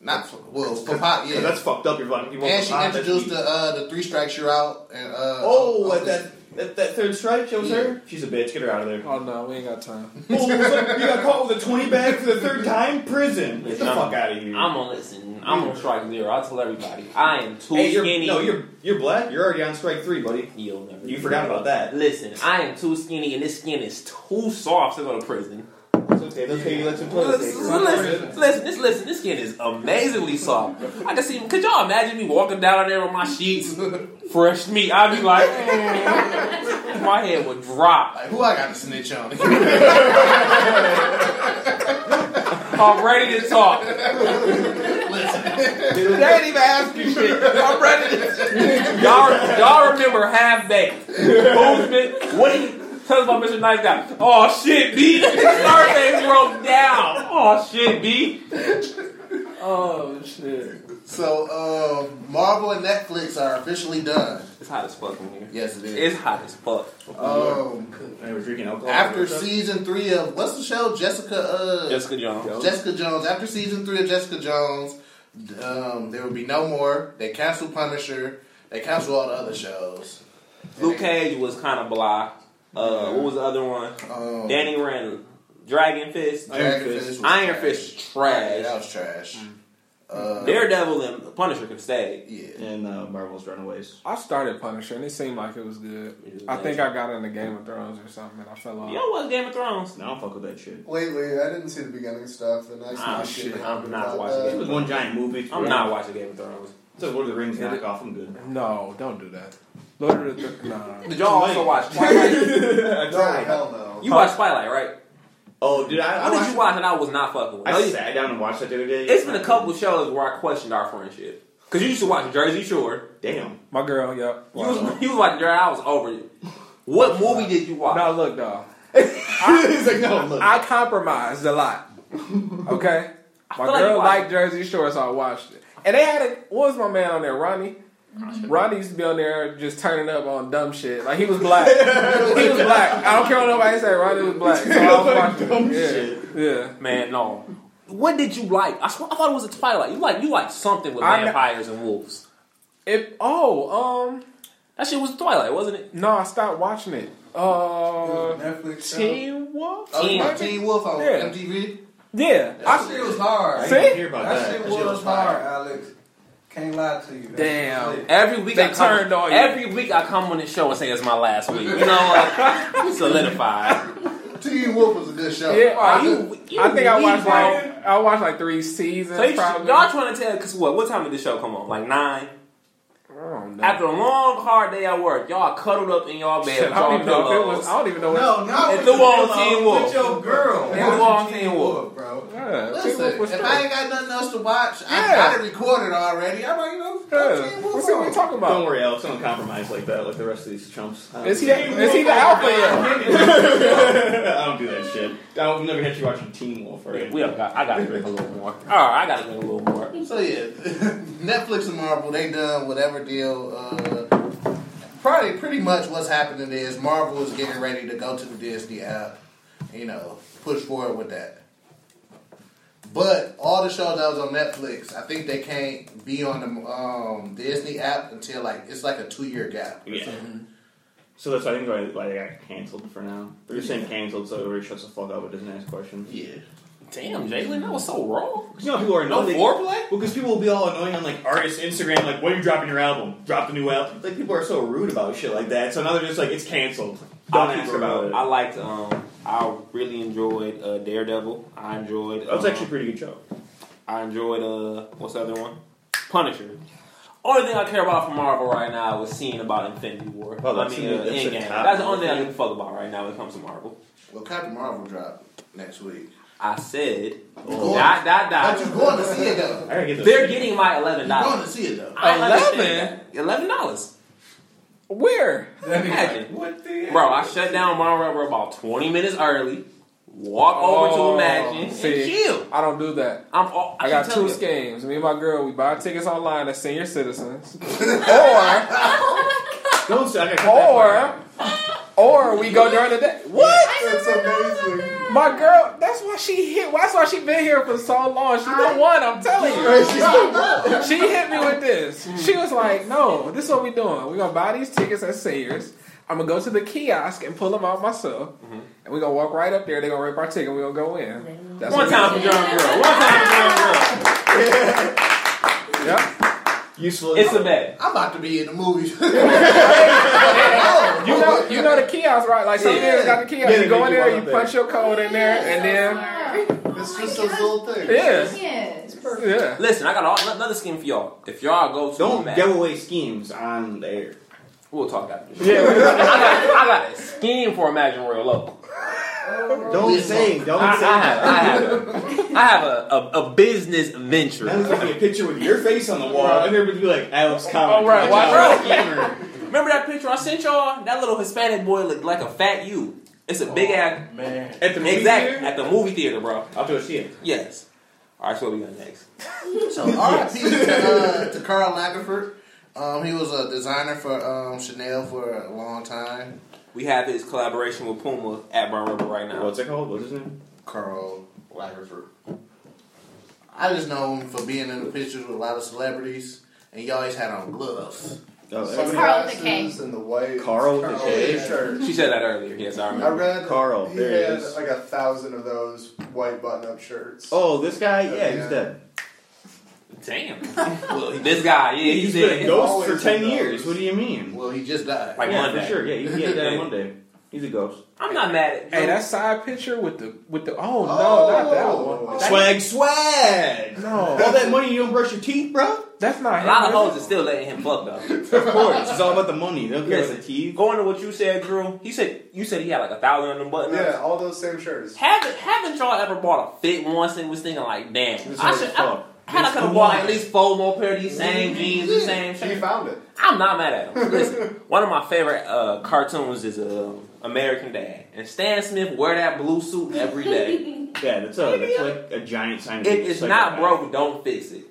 S4: not for well for pot
S5: 'Cause
S4: yeah.
S5: that's fucked up. You're fucking people.
S4: and
S5: for
S4: she
S5: pot, that's
S4: introduced
S5: weak.
S4: the uh the three strikes you're out and uh
S5: Oh,
S4: uh,
S5: at that, that that third strike shows her. She's a bitch. Get her out of there.
S7: Oh no, we ain't got time.
S5: Oh, what's up? you got caught with a 20 bag for the third time? Prison. Get the
S6: Listen,
S5: fuck out of here.
S6: I'm on listen. I'm on strike zero. I tell everybody I am too
S5: hey, you're,
S6: skinny.
S5: No, you're, you're black. You're already on strike three, buddy.
S6: You'll never
S5: You forgot about that.
S6: Listen, I am too skinny and this skin is too soft to go to prison.
S5: It's okay. That's okay. You let
S6: Oh,
S5: some
S6: Listen, listen, listen, this listen, this skin is amazingly soft. I can see. Could y'all imagine me walking down there with my sheets, fresh meat? I'd be like, mm. my head would drop.
S4: like who I got to snitch on?
S6: I'm ready to talk. They ain't even ask you shit. I'm ready. To, y'all, y'all remember half baked movement? What do you tell us about Mr. Nice Guy? Oh shit, B. Starface broke down. Oh shit, B.
S7: Oh shit.
S4: so um Marvel and Netflix are officially done.
S6: It's hot as fuck in here.
S4: Yes, it is.
S6: It's hot as fuck.
S4: um,
S5: I was drinking alcohol.
S4: after season three of what's the show? Jessica. Uh,
S6: Jessica Jones.
S4: Jessica Jones. After season three of Jessica Jones, um, there will be no more. They canceled Punisher. They canceled all the other shows.
S6: Luke Cage was kind of blah. Uh, what was the other one?
S4: Um,
S6: Danny Randall. Dragon Fist.
S4: Dragon Fist. was trash.
S6: Iron Fist
S4: Oh, Yeah, that
S6: trash.
S4: was trash. Uh,
S6: Daredevil and Punisher could stay.
S4: yeah.
S5: And uh, Marvel's Runaways.
S7: I started Punisher and it seemed like it was good.
S6: It was
S7: I think
S6: bad.
S7: I got into Game of Thrones or something and I fell off.
S6: You know what? Game of Thrones.
S5: No, I don't fuck with that shit.
S9: Lately, I didn't see the beginning stuff, and I
S6: Ah,
S9: just
S6: shit,
S9: getting
S6: I'm not
S9: about
S6: watching
S9: that.
S5: It was one giant movie.
S6: I'm not watching Game of Thrones.
S5: It's a Lord of the Rings
S7: It-
S5: knockoff. I'm good.
S7: No, don't do that. Lord of the Th- nah.
S6: Did y'all also watch Twilight?
S5: I
S9: No,
S5: tried.
S9: hell no.
S6: you watched Twilight, right?
S5: Oh, dude, I, I
S6: What did
S5: watched-
S6: you watch that I was not fucking with?
S5: I
S6: No, Oh, you-
S5: sat down and watched that the other day.
S6: It's been a couple shows where I questioned our friendship. Cause you used to watch Jersey Shore.
S5: Damn.
S7: My girl, yep.
S6: You was, you was watching Jersey. I was over it. What movie did you watch?
S7: Now look, dog.
S5: He's like, no, look.
S7: I compromised a lot. Okay? My
S6: feel like
S7: girl
S6: you
S7: liked Jersey Shore, so I watched it. And they had a what was my man on there, Ronnie?
S6: Mm-hmm.
S7: Ronnie used to be on there just turning up on dumb shit. Like he was black. he was black. I don't care what nobody said, Ronnie was black. So I was watching it.
S5: dumb
S7: yeah.
S5: shit.
S7: Yeah.
S6: Man, no. What did you like? I, sw- I thought it was a Twilight. You like you like something with
S7: I kn-
S6: vampires and wolves.
S7: It oh, um
S6: That shit was Twilight, wasn't it?
S7: no, I stopped watching it. Uh
S10: Netflix show.
S7: Teen Wolf?
S4: Oh,
S6: Teen-
S4: my Teen Wolf on
S7: Yeah.
S4: MTV.
S7: Yeah. I-
S10: That shit was hard.
S5: I
S7: See?
S5: didn't hear about
S10: That shit
S5: that.
S4: That shit was
S10: was
S4: fire.
S10: hard, Alex. Can't lie to you. That
S7: Damn.
S10: shit was lit.
S6: Every week
S7: They
S6: I come,
S7: turned on you.
S6: Every week I come on this show and say it's my last week. You know what? Solidified.
S4: Teen Wolf was a good show.
S7: yeah,
S6: Are
S7: I,
S6: you, you
S7: I think I
S6: weird,
S7: watched
S6: bro.
S7: like I watched like three seasons
S6: So you,
S7: probably.
S6: y'all trying to tell? Cause what? What time did this show come on? Like nine.
S7: don't know.
S6: After a long, hard day at work, y'all cuddled up in y'all bed
S7: Shit,
S6: with
S7: I don't
S6: y'all
S7: even know if it was.
S6: pillows.
S7: I don't even know. What,
S10: No, not
S6: And
S10: with
S6: threw
S10: the
S6: on
S10: pillow,
S6: Teen
S10: With
S6: Wolf.
S10: your girl.
S6: And
S10: Not
S6: threw on
S10: with
S6: Teen Wolf.
S10: bro.
S7: yeah,
S4: Listen, if I ain't got nothing else to watch, I
S7: Yeah.
S4: got it recorded already. I'm like, you know,
S7: yeah.
S4: Teen Wolf
S7: Let's see what
S4: on.
S7: we talking
S5: Don't
S7: about.
S5: worry, Alex. Don't compromise like that, like the rest of these chumps. I don't
S7: Is
S5: do
S7: he?
S5: that.
S7: Is he the alpha? yet?
S5: I don't do that shit. I don't, never had you watching Teen Wolf. Or
S6: We don't got, I gotta drink a little more. Alright, I gotta drink a little more.
S4: So yeah, Netflix and Marvel they done whatever deal. Uh, probably pretty much what's happening is Marvel is getting ready to go to the Disney app. You know, push forward with that. But all the shows that was on Netflix, I think they can't be on the um, Disney app until like it's like a two year gap.
S5: Yeah. So that's why I think why, why they got canceled for now. They're just saying canceled, so everybody shuts the fuck up and doesn't ask questions.
S4: Yeah.
S6: Damn, Jalen, that was so raw.
S5: Because you know people are
S6: No
S5: annoying.
S6: foreplay?
S5: because people will be all annoying on like artists Instagram, like when are you dropping your album? Drop the new album. Like people are so rude about shit like that. So now they're just like it's canceled. Don't
S6: I'll keep
S5: ask
S6: it
S5: about
S6: real.
S5: it.
S6: I liked. Um, I really enjoyed uh, Daredevil. I enjoyed.
S5: That's
S6: um,
S5: actually a pretty good show.
S6: I enjoyed. Uh, what's the other one? Punisher. Only thing I care about from Marvel right now is seeing about Infinity War.
S5: Oh,
S6: I
S5: that's
S6: mean,
S5: a-
S6: uh,
S5: that's a
S6: Endgame.
S5: top
S6: That's the only thing I
S5: thing.
S6: give a fuck about right now when it comes to Marvel.
S4: Well, Captain Marvel drop next week.
S6: I said,
S4: Oh.
S6: dot dot
S4: But you're
S6: dot.
S4: going to see it though.
S5: I gotta get those
S6: They're
S5: shit.
S6: getting my eleven
S4: You're going
S6: dollars.
S4: to see it though.
S7: Eleven?
S6: Eleven dollars.
S7: Where?
S10: That nigga like,
S6: Imagine.
S10: what the hell?
S6: Bro, I shut down Marvel Rubber about twenty minutes early. Walk
S7: Oh,
S6: over to Imagine
S7: see.
S6: and chill.
S7: I don't do that.
S6: I'm all, I,
S7: I got
S6: keep telling
S7: two
S6: you.
S7: schemes. Me and my girl, we buy tickets online as senior citizens, or
S5: Don't say I gotta cut that part out.
S7: or or we go during the day. What?
S9: That's amazing.
S7: My girl, that's why she hit. That's why she been here for so long. She the one. I'm telling you. She hit me with this. She was like, "No, this is what we doing. We gonna buy these tickets at Sears. I'm gonna go to the kiosk and pull them out myself, and we gonna walk right up there. They gonna rip our ticket. We gonna go in. That's
S6: One
S7: what
S6: time for John Girl. One time for John Girl.
S7: we- Yeah.
S5: Useful.
S6: It's a bet.
S4: I'm about to be in the movies.
S7: You know, you know the kiosk, right? Like some
S4: Yeah.
S7: years got the kiosk.
S5: Yeah,
S7: you go
S5: they
S7: in
S5: do
S7: there,
S5: one
S7: you
S5: up
S7: punch your code in there, and then
S8: then.
S9: It's just those little things.
S7: yeah,
S8: Yes.
S7: yeah.
S6: Listen, I got all, another scheme for y'all. If y'all go to
S5: Don't
S6: Mac,
S5: give away schemes on the air.
S6: we'll talk after this.
S7: Yeah,
S6: I, got, I got a scheme for Imagine Royal Local.
S5: Don't say. Don't
S6: I, I
S5: say.
S6: have,
S5: that.
S6: I have, a, I have a, a, a business venture.
S5: Now there's gonna be a picture with your face on the wall, and everybody's gonna be like, Alex Collins.
S7: Oh, right,
S5: watch
S7: why-
S5: out, gamer.
S6: Remember that picture I sent y'all? That little Hispanic boy looked like a fat you. It's a big ass.
S10: Man.
S5: At the movie
S6: Exactly.
S5: theater?
S6: At the movie theater, bro.
S5: I'll do a shit.
S6: Yes. All right, so what we got next?
S4: So R.I.P. to, uh, to Karl Lagerfeld. Um, he was a designer for um, Chanel for a long time.
S6: We have his collaboration with Puma at Bar Rubber right now.
S5: What's it called? What's his name?
S4: Karl Lagerfeld. I just know him for being in the pictures with a lot of celebrities, and he always had on gloves.
S5: Oh, that's-
S8: Carl with a K.
S9: Sunglasses and the white
S5: Carl with a
S9: Carl
S5: K.
S9: with a shirt.
S6: She said that earlier. Yes, I
S9: I
S6: remember.
S9: read
S5: Carl,
S9: He
S5: there it
S9: had
S5: is.
S9: like a thousand of those white button-up shirts.
S5: oh, this guy. Yeah,
S9: Yeah.
S5: he's dead.
S6: Damn. well, this guy, yeah,
S5: He's
S6: he's, dead.
S5: been a ghost
S9: Always
S5: for ten
S9: been a
S5: years.
S9: ghost.
S5: What do you mean?
S4: Well, he just died.
S6: Like
S5: yeah,
S6: Monday.
S5: for sure. Yeah, he, he died Monday. He's a ghost.
S6: I'm not mad at.
S7: Hey, that side picture with the with the oh no, not that one.
S9: Oh.
S5: Swag, swag. All
S7: No,
S5: that money, you don't brush your teeth, bro.
S7: that's not
S6: a
S7: him.
S6: lot of
S7: is it?
S6: hoes are still letting him fuck though.
S5: Of course, it's all about the money. They don't care about the
S6: Listen,
S5: teeth.
S6: going to what you said, Drew. He said you said he had like a thousand on them button.
S9: Yeah, all those same shirts.
S6: Haven't haven't y'all ever bought a fit once and was thinking like, damn,
S5: This
S6: I
S5: is
S6: should. I,
S5: fuck.
S6: had I could have bought at least four more pair of these same jeans, the same
S9: She
S6: shirt.
S9: found it.
S6: I'm not mad at him. Listen, one of my favorite uh, cartoons is uh, American Dad, and Stan Smith wear that blue suit every day.
S5: Yeah, that's a that's like a giant sign.
S6: if
S5: of
S6: it's not
S5: psychopath.
S6: broke, don't fix it.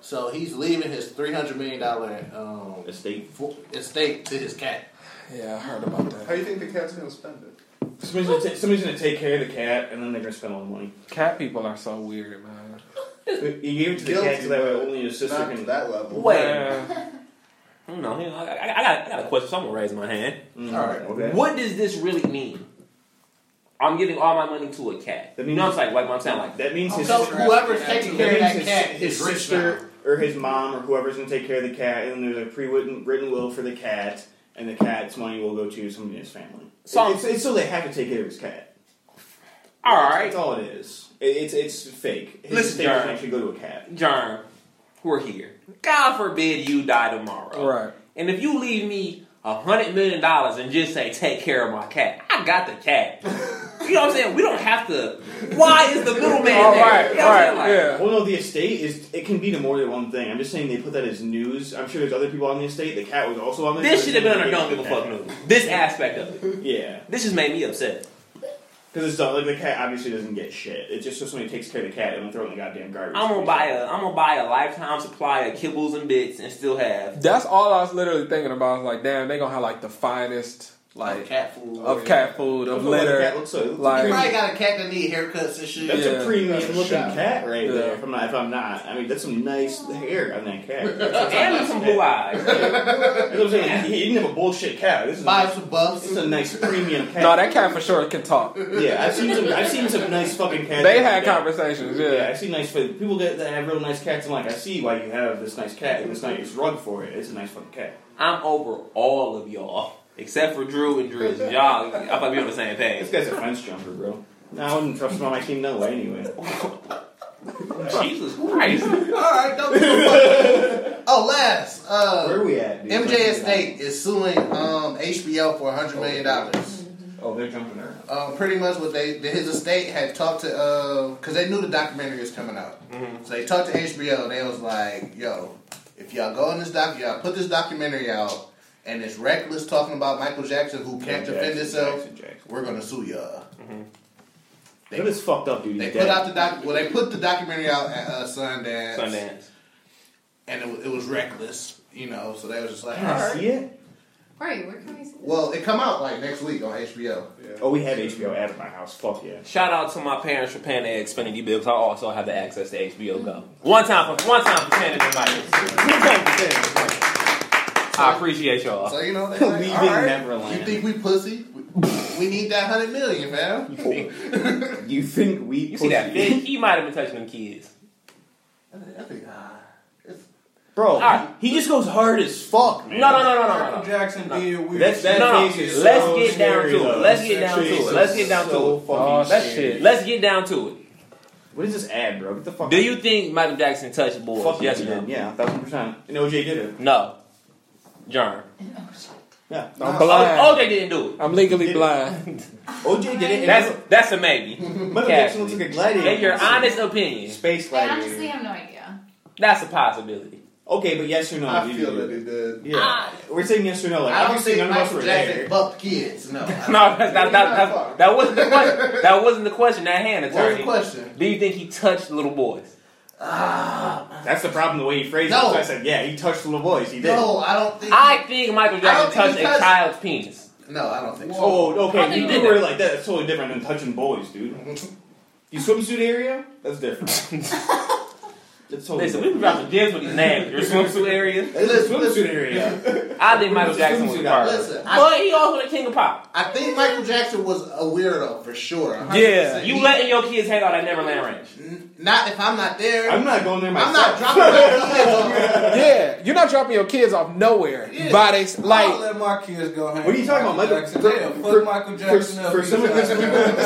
S4: So he's leaving his three hundred million dollar um,
S5: Estate.
S4: fo- estate to his cat.
S7: Yeah, I heard about that.
S9: How do you think the cat's gonna spend it?
S5: Somebody's gonna, ta- somebody's gonna take care of the cat, and then they're gonna spend all the money.
S7: Cat people are so weird, man.
S5: You gave it to the
S9: Guilty,
S5: cat so that way
S9: but
S5: only your sister
S9: Not to
S5: can.
S9: that level.
S6: Wait.
S7: Yeah.
S6: You know, you know, I, I, I got I got a question. So I'm gonna raise my hand.
S5: Mm,
S4: All right.
S5: Okay.
S6: What does this really mean? I'm giving all my money to a cat.
S5: That
S6: you know,
S5: means-
S6: it's like like what I'm saying, like
S5: That means his.
S4: So
S5: that
S4: whoever's taking care of that
S5: means
S4: cat
S5: his,
S4: is
S5: his
S4: rich now.
S5: sister or his mom or whoever's gonna take care of the cat, and then there's a pre-written written will for the cat, and the cat's money will go to somebody in his family.
S6: So-
S5: So it's, it's so they have to take care of his cat.
S6: all
S5: That's-
S6: right,
S5: That's all it is. It, it's it's fake. His
S6: Listen,
S5: estate doesn't
S6: Jared.
S5: actually go to a cat.
S6: John. who are here. God forbid you die tomorrow.
S7: Right.
S6: And if you leave me a hundred million dollars and just say, take care of my cat, I got the cat. you know what I'm saying? We don't have to. Why is the middleman there?
S7: All right,
S6: You know what I'm
S7: right,
S6: saying? Like,
S7: yeah.
S5: Well, no, the estate is it can be to more than one thing. I'm just saying they put that as news. I'm sure there's other people on the estate. The cat was also on there.
S6: This should have been under don't give a fuck news. This aspect of it.
S5: Yeah,
S6: This just made me upset.
S5: because it's not- like the cat obviously doesn't get shit. It's just so somebody takes care of the cat and then throw it in the goddamn garbage.
S6: I'm gonna buy a I'm gonna buy a lifetime supply of kibbles and bits and still have
S7: That's all I was literally thinking about. I was like, damn, they gonna have like the finest like
S4: cat food.
S7: of cat food,
S5: Look
S7: of
S5: at what the cat
S7: litter.
S5: looks like. It looks
S4: You
S7: Like
S4: probably got a cat that need haircuts and shit.
S5: That's
S7: Yeah.
S5: a premium looking
S4: Shot.
S5: cat right
S7: Yeah.
S5: there. If I'm, not, if I'm not, I mean, that's some nice hair on that cat.
S6: and some blue eyes.
S5: That's what I'm saying. He, he didn't have a bullshit cat. This is
S4: Buy
S5: a,
S4: some buffs.
S5: this is a nice premium cat.
S7: no, that cat for sure can talk.
S5: Yeah, I've seen some. I've seen some nice fucking cats.
S7: They had
S5: Yeah.
S7: conversations.
S5: Yeah,
S7: Yeah,
S5: I see nice people that, that have real nice cats. I'm like, I see why you have this nice cat and this nice rug for it. It's a nice fucking cat.
S6: I'm over all of y'all. Except for Drew and Driz. Y'all I thought we on the same
S5: This
S6: page.
S5: guy's a fence jumper, bro. No, I wouldn't trust him on my team no way. Anyway,
S6: Jesus Christ.
S4: Alright, don't give a fuck. Oh, last.
S5: where are
S4: Uh,
S5: we at? Dude?
S4: MJ Estate is suing um, HBO for $100 million.
S5: Oh, they're jumping there.
S4: Um, pretty much what they the- his estate had talked to because they knew the documentary was coming out, so they talked to HBO. They was like, "Yo, if y'all go on this doc, y'all put this documentary out, and it's reckless talking about Michael Jackson who can't defend himself. We're gonna sue y'all." They-
S5: That is fucked up, dude.
S4: They
S5: He's
S4: put
S5: dead.
S4: out the doc. Well, they put the documentary out at uh, Sundance,
S6: Sundance.
S4: and it, wa- it was reckless, you know. So they was just like,
S5: Can I
S4: "All right."
S5: see it?
S8: Right, where can we see
S4: Well, it come out like next week on HBO.
S5: Oh, we have HBO ad at my house. Fuck yeah.
S6: Shout out to my parents for paying their Xfinity bills. I also have the access to HBO Go. One time for one time for paying them money. I appreciate y'all.
S4: So you know, they like,
S5: Leaving
S4: "All right,
S5: Neverland.
S4: You think we pussy? We, we need that hundred million, fam."
S5: You think we?
S6: You see that
S5: pussy-
S6: man? He might have been touching them kids.
S4: I think- I think, ah,
S5: bro?
S6: Alright.
S5: He just goes hard as fuck, man.
S6: No, no, no, no, no, no,
S10: Michael
S6: no.
S10: Jackson did weird.
S5: That's-
S10: shit.
S5: that
S6: No, no.
S5: case is
S6: Let's
S5: so
S6: get down
S5: scary,
S6: to it.
S5: though.
S6: Let's get
S5: That
S6: down
S5: shit
S6: to
S5: is
S6: it. Let's get down
S5: so
S6: to it.
S5: fucking
S7: Oh,
S5: scary.
S7: shit.
S6: Let's get down to it.
S5: What is this ad, bro? Get the fuck.
S6: Do you think Michael Jackson touched boys?
S5: Fuck
S6: yes
S5: yes,
S6: or no?
S5: man. Yeah, thousand percent. And OJ did it.
S6: No. John.
S5: Yeah.
S7: I'm
S6: Oh,
S7: blind.
S6: OJ didn't do it.
S7: I'm legally blind.
S5: OJ did it. And
S6: That's that's a maybe.
S5: Michael
S6: Cassidy.
S5: Jackson looks like a gladiator.
S6: In your honest opinion,
S5: space
S8: I
S5: gladiator.
S8: honestly have no idea.
S6: that's a possibility.
S5: okay, but yes or no?
S9: I
S5: you
S9: feel
S5: do
S9: that
S5: it.
S9: it did.
S5: Yeah. We're saying yes or no. Like,
S4: I don't
S5: obviously
S4: think
S5: none of us
S4: Michael
S5: were
S4: Jackson
S5: there.
S4: bumped kids. No.
S6: No, that's not, that, that, that wasn't the question. That wasn't the question at
S4: What
S6: hand,
S4: was the
S6: attorney.
S4: question?
S6: Do you think he touched little boys?
S5: That's the problem. The way he phrased
S4: No.
S5: it. So I said, yeah, he touched the little boys. He did.
S4: No, I don't think.
S6: I think Michael
S4: I don't
S6: Jackson
S4: think
S6: touched
S4: he
S6: a
S4: touched-
S6: child's penis.
S4: no, I don't think so.
S5: Oh,
S6: I think
S5: okay. You,
S6: he
S5: you
S6: did
S5: were
S6: it.
S5: like that. That's totally different than touching boys, dude. You swimsuit area? That's different. That's totally
S6: Listen, we
S5: different.
S6: can drop the gems with these names. Your swimsuit area.
S5: That's
S4: Listen,
S5: the
S4: listen,
S5: swimsuit area.
S6: I think Michael Jackson was a
S5: Swimsuit
S6: part of it.
S4: listen, I,
S6: But he also the king of pop.
S4: I think Michael Jackson was a weirdo for sure. 100%.
S7: Yeah,
S6: You letting your kids hang out at Neverland Ranch.
S4: Not if I'm not there.
S5: I'm
S4: I'm,
S5: not going there myself.
S4: not dropping my
S7: yeah, you're not dropping your kids off nowhere.
S4: Yeah.
S7: By they
S10: I don't
S7: like,
S10: let my kids go hang.
S5: What are you talking about, Michael?
S10: Jackson?
S5: For-
S10: yeah, fuck
S5: for-
S10: Michael
S5: For,
S10: Jackson up.
S5: for
S10: you
S5: some of these
S10: guys.
S5: people,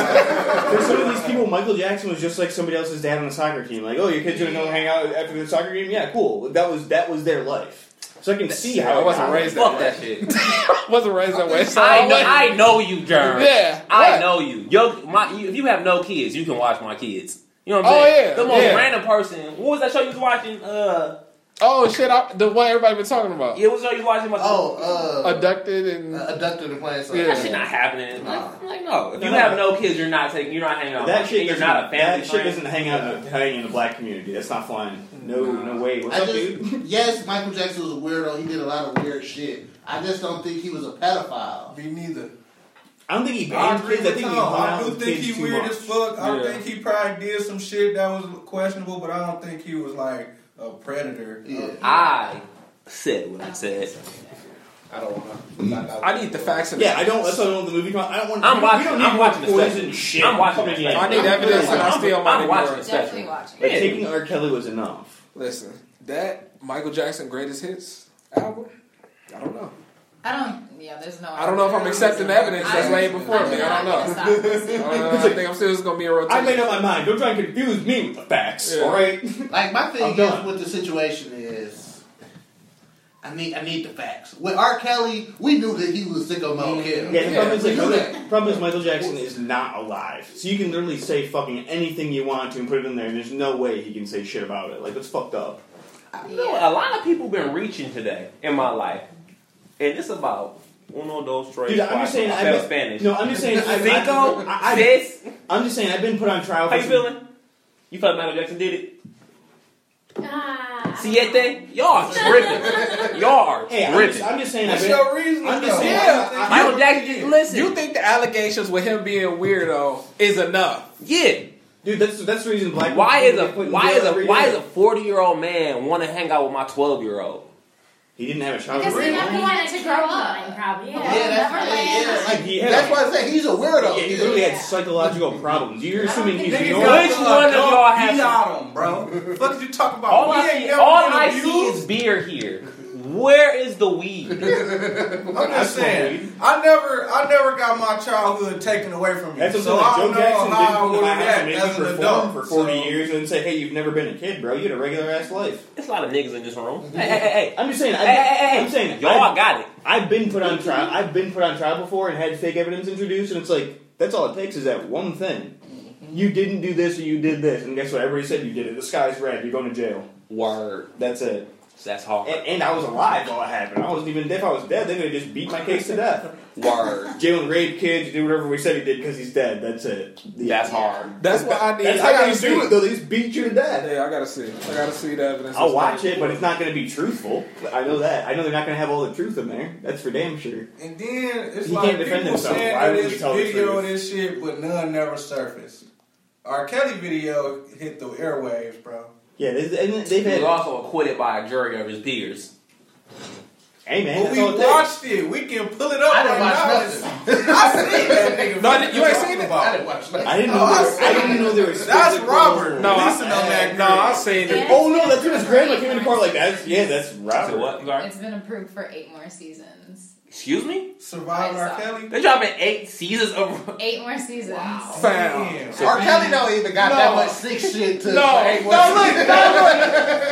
S5: for some of these people, Michael Jackson was just like somebody else's dad on the soccer team. Like, oh, your kids gonna go hang out after the soccer game? Yeah, cool. That was that was their life. So I can see how
S7: I
S5: it
S7: wasn't
S5: got
S7: raised
S5: there.
S6: Fuck that shit.
S7: wasn't raised that way. So
S6: I
S7: I'm
S6: know,
S7: like,
S6: I know you, Jerm.
S7: Yeah,
S6: I
S7: what?
S6: know you. Yo, my, you. If you have no kids, you can watch my kids. You know what I'm
S7: Oh,
S6: saying?
S7: yeah,
S6: The most
S7: yeah.
S6: random person. What was that show you was watching? Uh,
S7: Oh shit! I, the one everybody been talking about,
S6: yeah, what show you was watching? About
S4: Oh, uh,
S7: abducted and
S4: abducted and playing something.
S7: Yeah.
S6: that shit not happening. Like, like no. If
S5: No,
S6: you
S5: no,
S6: have
S5: no.
S6: no kids, you're not taking. You're not hanging out.
S5: That
S6: with
S5: shit.
S6: them. You're
S5: doesn't-
S6: not a family.
S5: That shit
S6: friend.
S5: doesn't hang out in the, hang in the black community. That's not flying. No, no way. What's
S4: I
S5: up,
S4: just,
S5: dude?
S4: yes, Michael Jackson was a weirdo. He did a lot of weird shit. I just don't think he was a pedophile.
S10: Me neither.
S5: I don't think he
S10: I
S5: banned
S10: agree
S5: kids. I
S10: with
S5: think he
S10: Tom.
S5: hung
S10: I
S5: out
S10: do
S5: with
S10: think
S5: kids
S10: he
S5: too
S10: weird
S5: much.
S10: as fuck. I
S7: Yeah.
S10: think he probably did some shit that was questionable, but I don't think he was like a predator. Uh,
S4: Yeah.
S6: I said what I said.
S4: I don't want to.
S7: I need the facts. and-
S5: Mm. Yeah, I don't. That's why I don't want the movie. Come out. I don't want.
S6: I'm
S5: we
S6: watching.
S5: don't
S6: I'm
S5: need
S6: watching the
S5: poison
S6: special.
S5: shit.
S6: I'm watching
S5: coming
S6: the
S5: in.
S6: special.
S7: I need evidence that I
S6: I'm-
S7: steal my
S6: I'm watching
S7: ignorance.
S6: the special.
S8: Definitely watching.
S5: Like
S6: Yeah.
S5: taking R. Kelly was enough.
S7: Listen, that Michael Jackson greatest hits album. I don't know.
S8: I don't. Yeah, there's no.
S7: I don't know if I'm accepting evidence that's laid before me. I don't know. Uh, I think I'm still just gonna be in rotation.
S5: I made up my mind. Don't try and confuse me with the facts.
S7: Yeah.
S5: All right.
S4: Like my
S5: I'm
S4: thing is
S5: done.
S4: with the situation is, I need I need the facts. With R. Kelly, we knew that he was sicko mode kid.
S5: Yeah, the problem, is, like,
S4: we knew
S5: Michael-
S4: that.
S5: problem is Michael Jackson is not alive. So you can literally say fucking anything you want to and put it in there, and there's no way he can say shit about it. Like, that's fucked up.
S6: You know, a lot of people been reaching today in my life, and it's about uno, dos, tres.
S5: Dude, I'm
S6: cuatro.
S5: just saying.
S6: I
S5: I've
S6: felt
S5: been,
S6: Spanish.
S5: No, I'm just saying. I,
S6: Cinco,
S5: I, I,
S6: sis,
S5: I'm just saying. I've been put on trial.
S6: how
S5: For
S6: you
S5: some-
S6: feeling? You felt Michael Jackson did it.
S8: Ah.
S6: Siete, y'all tripping. Y'all are
S5: Hey, I'm
S6: tripping.
S5: just, I'm just saying. I've
S10: What's
S5: been,
S10: your reason?
S5: I'm just saying. I- I-
S6: Michael Jackson, listen.
S7: You think the allegations with him being weirdo is enough?
S6: yeah.
S5: dude, that's that's the reason black.
S6: Why
S5: people
S6: is a
S5: get put in
S6: why
S5: jail
S6: is a
S5: every
S6: why
S5: day.
S6: is a forty year old man want to hang out with my twelve year old?
S5: he didn't have a childhood?
S8: Because he never wanted to grow up.
S11: probably.
S8: Yeah,
S4: Yeah, that's,
S8: Neverland.
S4: yeah, like,
S5: Yeah.
S4: that's why I say he's a weirdo.
S5: Yeah, he
S4: Yeah.
S5: literally had psychological problems. You're assuming he's
S10: Niggas
S5: normal.
S10: got
S6: Which
S10: the
S6: one of
S10: adult
S6: y'all has-
S10: beat on 'em, bro? Fuck you talking
S5: Oh,
S10: about?
S6: All
S10: We
S6: I
S10: ain't
S6: see,
S10: never
S6: all
S10: been
S6: I see
S10: abused.
S6: is beer here. Where is the weed?
S10: I'm just saying. I never, I never got my childhood taken away from me.
S5: That's what
S10: so
S5: I'm
S10: I
S5: saying.
S10: don't know
S5: Like, Joe Jackson didn't
S10: how I
S5: come to
S10: would
S5: my
S10: have
S5: house
S10: acted
S5: and make
S10: as an
S5: me perform
S10: adult
S5: for 40
S10: so-
S5: years and say, hey, you've never been a kid, bro. You had a regular ass life.
S6: There's a lot of niggas in this room. Hey, hey, hey, hey.
S5: I'm just saying. I,
S6: Hey, hey, hey, hey.
S5: I'm saying.
S6: Y'all
S5: I've,
S6: got it.
S5: I've been put on trial. I've been put on trial before and had fake evidence introduced, and it's like that's all it takes is that one thing.
S7: Mm-hmm.
S5: You didn't do this or you did this, and guess what? Everybody said you did it. The sky's red. You're going to jail.
S6: Word.
S5: That's it.
S6: That's hard.
S5: And, and I was alive while it happened. I wasn't even. If I was dead, they would have just beat my case to death.
S6: Word.
S5: Jalen raped kids. Did whatever we said he did because he's dead. That's it.
S6: That's hard.
S7: That's what I need.
S5: That's
S7: I
S5: how
S7: gotta
S5: you
S7: see.
S5: do it, though. They just beat you to death.
S7: Yeah, I gotta see. I gotta see the evidence.
S5: I'll watch it, but it's not going to be truthful. I know that. I know they're not going to have all the truth in there. That's for damn sure.
S10: And then it's
S5: He
S10: like
S5: can't defend
S10: people
S5: himself.
S10: saying
S5: Why
S10: that
S5: would we
S10: this
S5: tell the
S10: video
S5: truth?
S10: and this shit, but none never surfaced. R. Kelly video hit the airwaves, bro.
S5: Yeah, they, and they've
S6: He was
S5: had.
S6: also acquitted by a jury of his peers.
S5: Hey man,
S10: But
S5: that's
S10: we
S5: all it takes.
S10: watched it. We can pull it up
S4: I
S10: right
S4: didn't watch
S10: now.
S4: nothing.
S10: I seen that nigga.
S7: No, you ain't seen it?
S4: I didn't watch nothing.
S5: I didn't know.
S10: Oh, I
S5: there were, I, didn't know there was.
S10: That's
S5: physical-
S10: Robert.
S7: No,
S10: Lisa
S7: I, no, I seen it.
S5: Oh no, that's when his grandma came in the car like that's yeah, that's
S6: I said,
S5: Robert.
S6: what? You all right?
S8: It's been approved for eight more seasons.
S6: Excuse me?
S10: Surviving R. Kelly.
S6: They're dropping eight seasons of.
S8: Eight more seasons.
S7: Found.
S10: Damn.
S4: R. Kelly don't even got
S7: No.
S4: that much sick shit to
S7: No, no,
S4: say.
S7: look, no, look,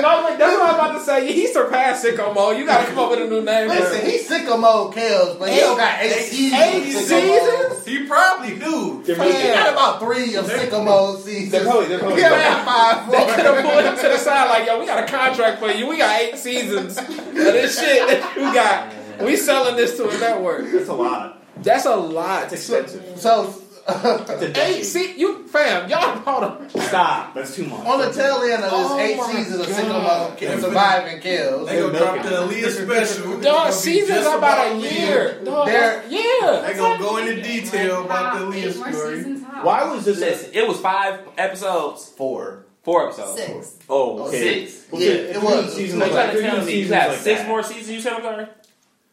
S7: no, look. That's what I'm about to say. He surpassed sicko mode. You gotta come up with a new name.
S4: Listen, he's sicko mode kills, but he don't got eight seasons. of
S7: eight
S4: sicko mode.
S7: seasons?
S10: He probably do.
S5: They're
S4: Man, he
S5: making-
S4: got about three of sicko mode seasons.
S5: They're probably they're
S4: He
S5: probably.
S4: got five
S7: They could have
S4: more.
S7: pulled him to the side like, yo, we got a contract for you. We got eight seasons of this shit that you got. We selling this to a network.
S5: That's a lot.
S7: That's a lot.
S5: That's expensive.
S4: So
S5: That's a
S7: Eight
S5: decade.
S7: see you fam, y'all bought him.
S5: Stop. That's too much.
S4: on the tail end of this
S7: Oh
S4: eight
S7: my
S4: seasons of
S7: God.
S4: sicko mode kills, surviving kills.
S10: They gonna drop
S5: milking
S10: the
S5: it.
S10: Aaliyah special. It's gonna
S7: Dog,
S10: be
S7: seasons
S10: just
S7: about a
S10: Aaliyah.
S7: year. Dog,
S4: They're-
S7: yeah.
S10: They gonna go into detail about the Aaliyah
S8: Eight more
S10: story.
S8: seasons. How?
S5: Why was this?
S6: Listen, it was five episodes.
S4: Four.
S6: Four episodes.
S8: six?
S5: oh, okay.
S4: Six.
S5: Okay,
S4: Yeah,
S5: if
S4: it
S5: you're
S4: was.
S5: doing Seasons
S6: They
S5: like,
S6: trying
S5: if
S6: to
S5: you're
S6: tell
S5: doing
S6: me you
S5: seasons
S6: got
S5: like
S6: six
S5: that,
S6: more seasons, you said, I'm sorry?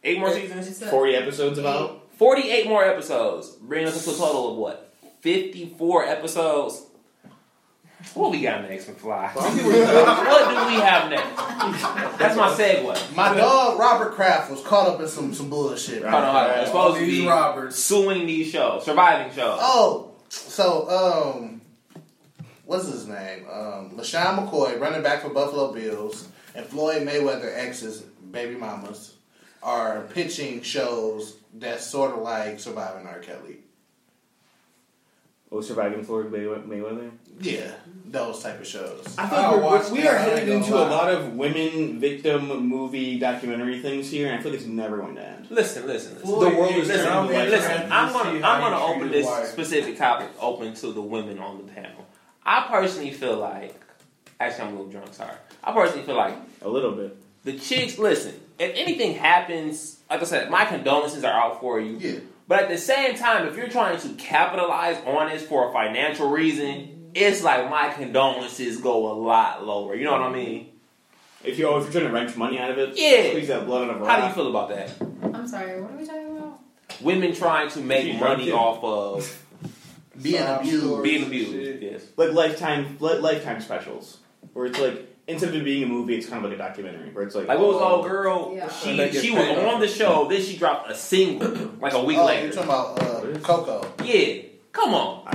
S6: Eight more seasons?
S8: It's a-
S5: forty episodes about.
S6: 48 more episodes. Bringing us to a total of what? 54 episodes. What we got next, McFly? what do we have next? That's my segue.
S4: My dog Robert Kraft was caught up in some some bullshit.
S5: Right.
S6: Hold on, hold on. It's supposed to
S10: These
S6: be
S10: Roberts.
S6: suing these shows, surviving shows.
S4: Oh, so um, what's his name? Um, LaShawn McCoy, running back for Buffalo Bills, and Floyd Mayweather ex's baby mamas are pitching shows that's sort of like Surviving R. Kelly.
S5: Oh, surviving Floyd Maywe- Mayweather.
S4: Yeah, those type of shows.
S5: I think
S10: I'll
S5: we're,
S10: watch
S5: we
S10: that.
S5: are
S10: I ain't
S5: headed
S10: gonna
S5: into a
S10: lie.
S5: lot of women victim movie documentary things here, and I feel like it's never going to end.
S6: Listen, listen, listen.
S10: Floyd
S5: world is
S10: is
S6: Listen,
S5: I'm
S10: trying
S5: like,
S6: listen. I'm gonna
S10: to see
S6: I'm
S10: how
S6: gonna
S10: he
S6: open
S10: treated
S6: this
S10: wife.
S6: specific topic open to the women on the panel. I personally feel like, actually, I'm a little drunk. Sorry. I personally feel like
S5: A little bit.
S6: the chicks. Listen, if anything happens, like I said, my condolences are out for you.
S4: Yeah.
S6: But at the same time, if you're trying to capitalize on this for a financial reason, it's like my condolences go a lot lower. You know what I mean?
S5: If you oh, if you're trying to wrench money out of it,
S6: Yeah.
S5: squeeze that blood out of a
S6: How do you
S5: rock.
S6: feel about that?
S8: I'm sorry. What are we talking about?
S6: Women trying to make
S5: She's
S6: money
S5: drunk,
S6: off of
S4: Being
S10: Sob
S4: abused.
S10: story.
S6: being abused.
S10: Shit.
S6: Yes.
S5: Like lifetime, li- lifetime specials, where it's like instead of it being a movie, it's kind of like a documentary where it's like,
S6: Like what was
S5: oh,
S6: all girl?
S8: Yeah.
S6: She
S7: And they get
S6: she was
S7: paid off.
S6: on the show, then she dropped a single like a week
S4: Oh, you're
S6: later.
S4: talking about uh, Coco.
S6: Yeah, come on.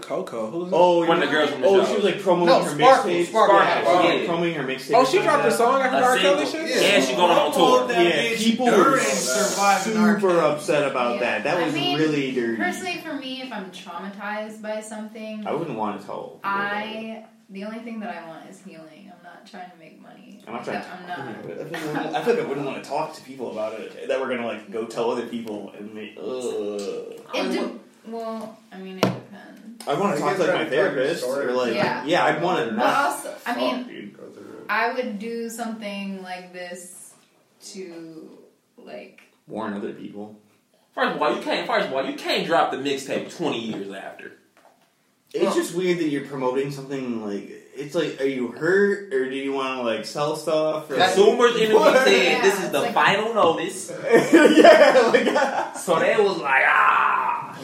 S7: Coco, who's
S5: Oh,
S6: One
S5: you're-
S6: of the girls from the
S5: Oh,
S6: show.
S5: she was like promoting
S4: No,
S5: her
S4: Sparkle,
S5: mixtape.
S4: Sparkle,
S6: Sparkle,
S5: yeah,
S6: yeah.
S5: promoting her mixtape.
S7: Oh, she
S5: and
S7: dropped a
S5: that.
S7: song after
S6: A
S7: R. Kelly
S6: single.
S7: shit.
S6: Yeah, she going on tour.
S10: that
S5: Yeah,
S10: bitch
S5: people were
S10: during
S5: super
S10: surviving R. Kelly.
S5: upset about
S8: Yeah.
S5: that. That
S8: I
S5: was
S8: mean,
S5: really dirty.
S8: Personally, for me, if I'm traumatized by something,
S5: I wouldn't want to tell.
S8: I the only thing that I want is healing. I'm not trying to make money.
S5: I'm not trying. To,
S8: I'm not.
S5: I feel like I wouldn't want to talk to people about it. That we're gonna like go tell other people and make. Ugh.
S8: It de- well, I mean, it depends.
S5: I want to
S9: You
S5: talk
S9: guys
S5: to like
S9: try
S5: my
S9: to tell your
S5: therapist
S9: story.
S5: or like
S8: Yeah.
S5: yeah, I'd want to.
S8: But
S5: not
S8: also, I mean,
S5: dude.
S9: Go through it.
S8: I would do something like this to like.
S5: warn other people.
S6: First of all, you can't. First of all, you can't drop the mixtape twenty years after.
S5: It's just weird that you're promoting something like it's like, are you hurt or do you want to like sell stuff? Or,
S4: That's-
S6: Consumers interview
S5: What?
S6: said
S8: Yeah,
S6: this is the
S8: it's like-
S6: final notice,
S5: yeah, like
S6: so they was like ah.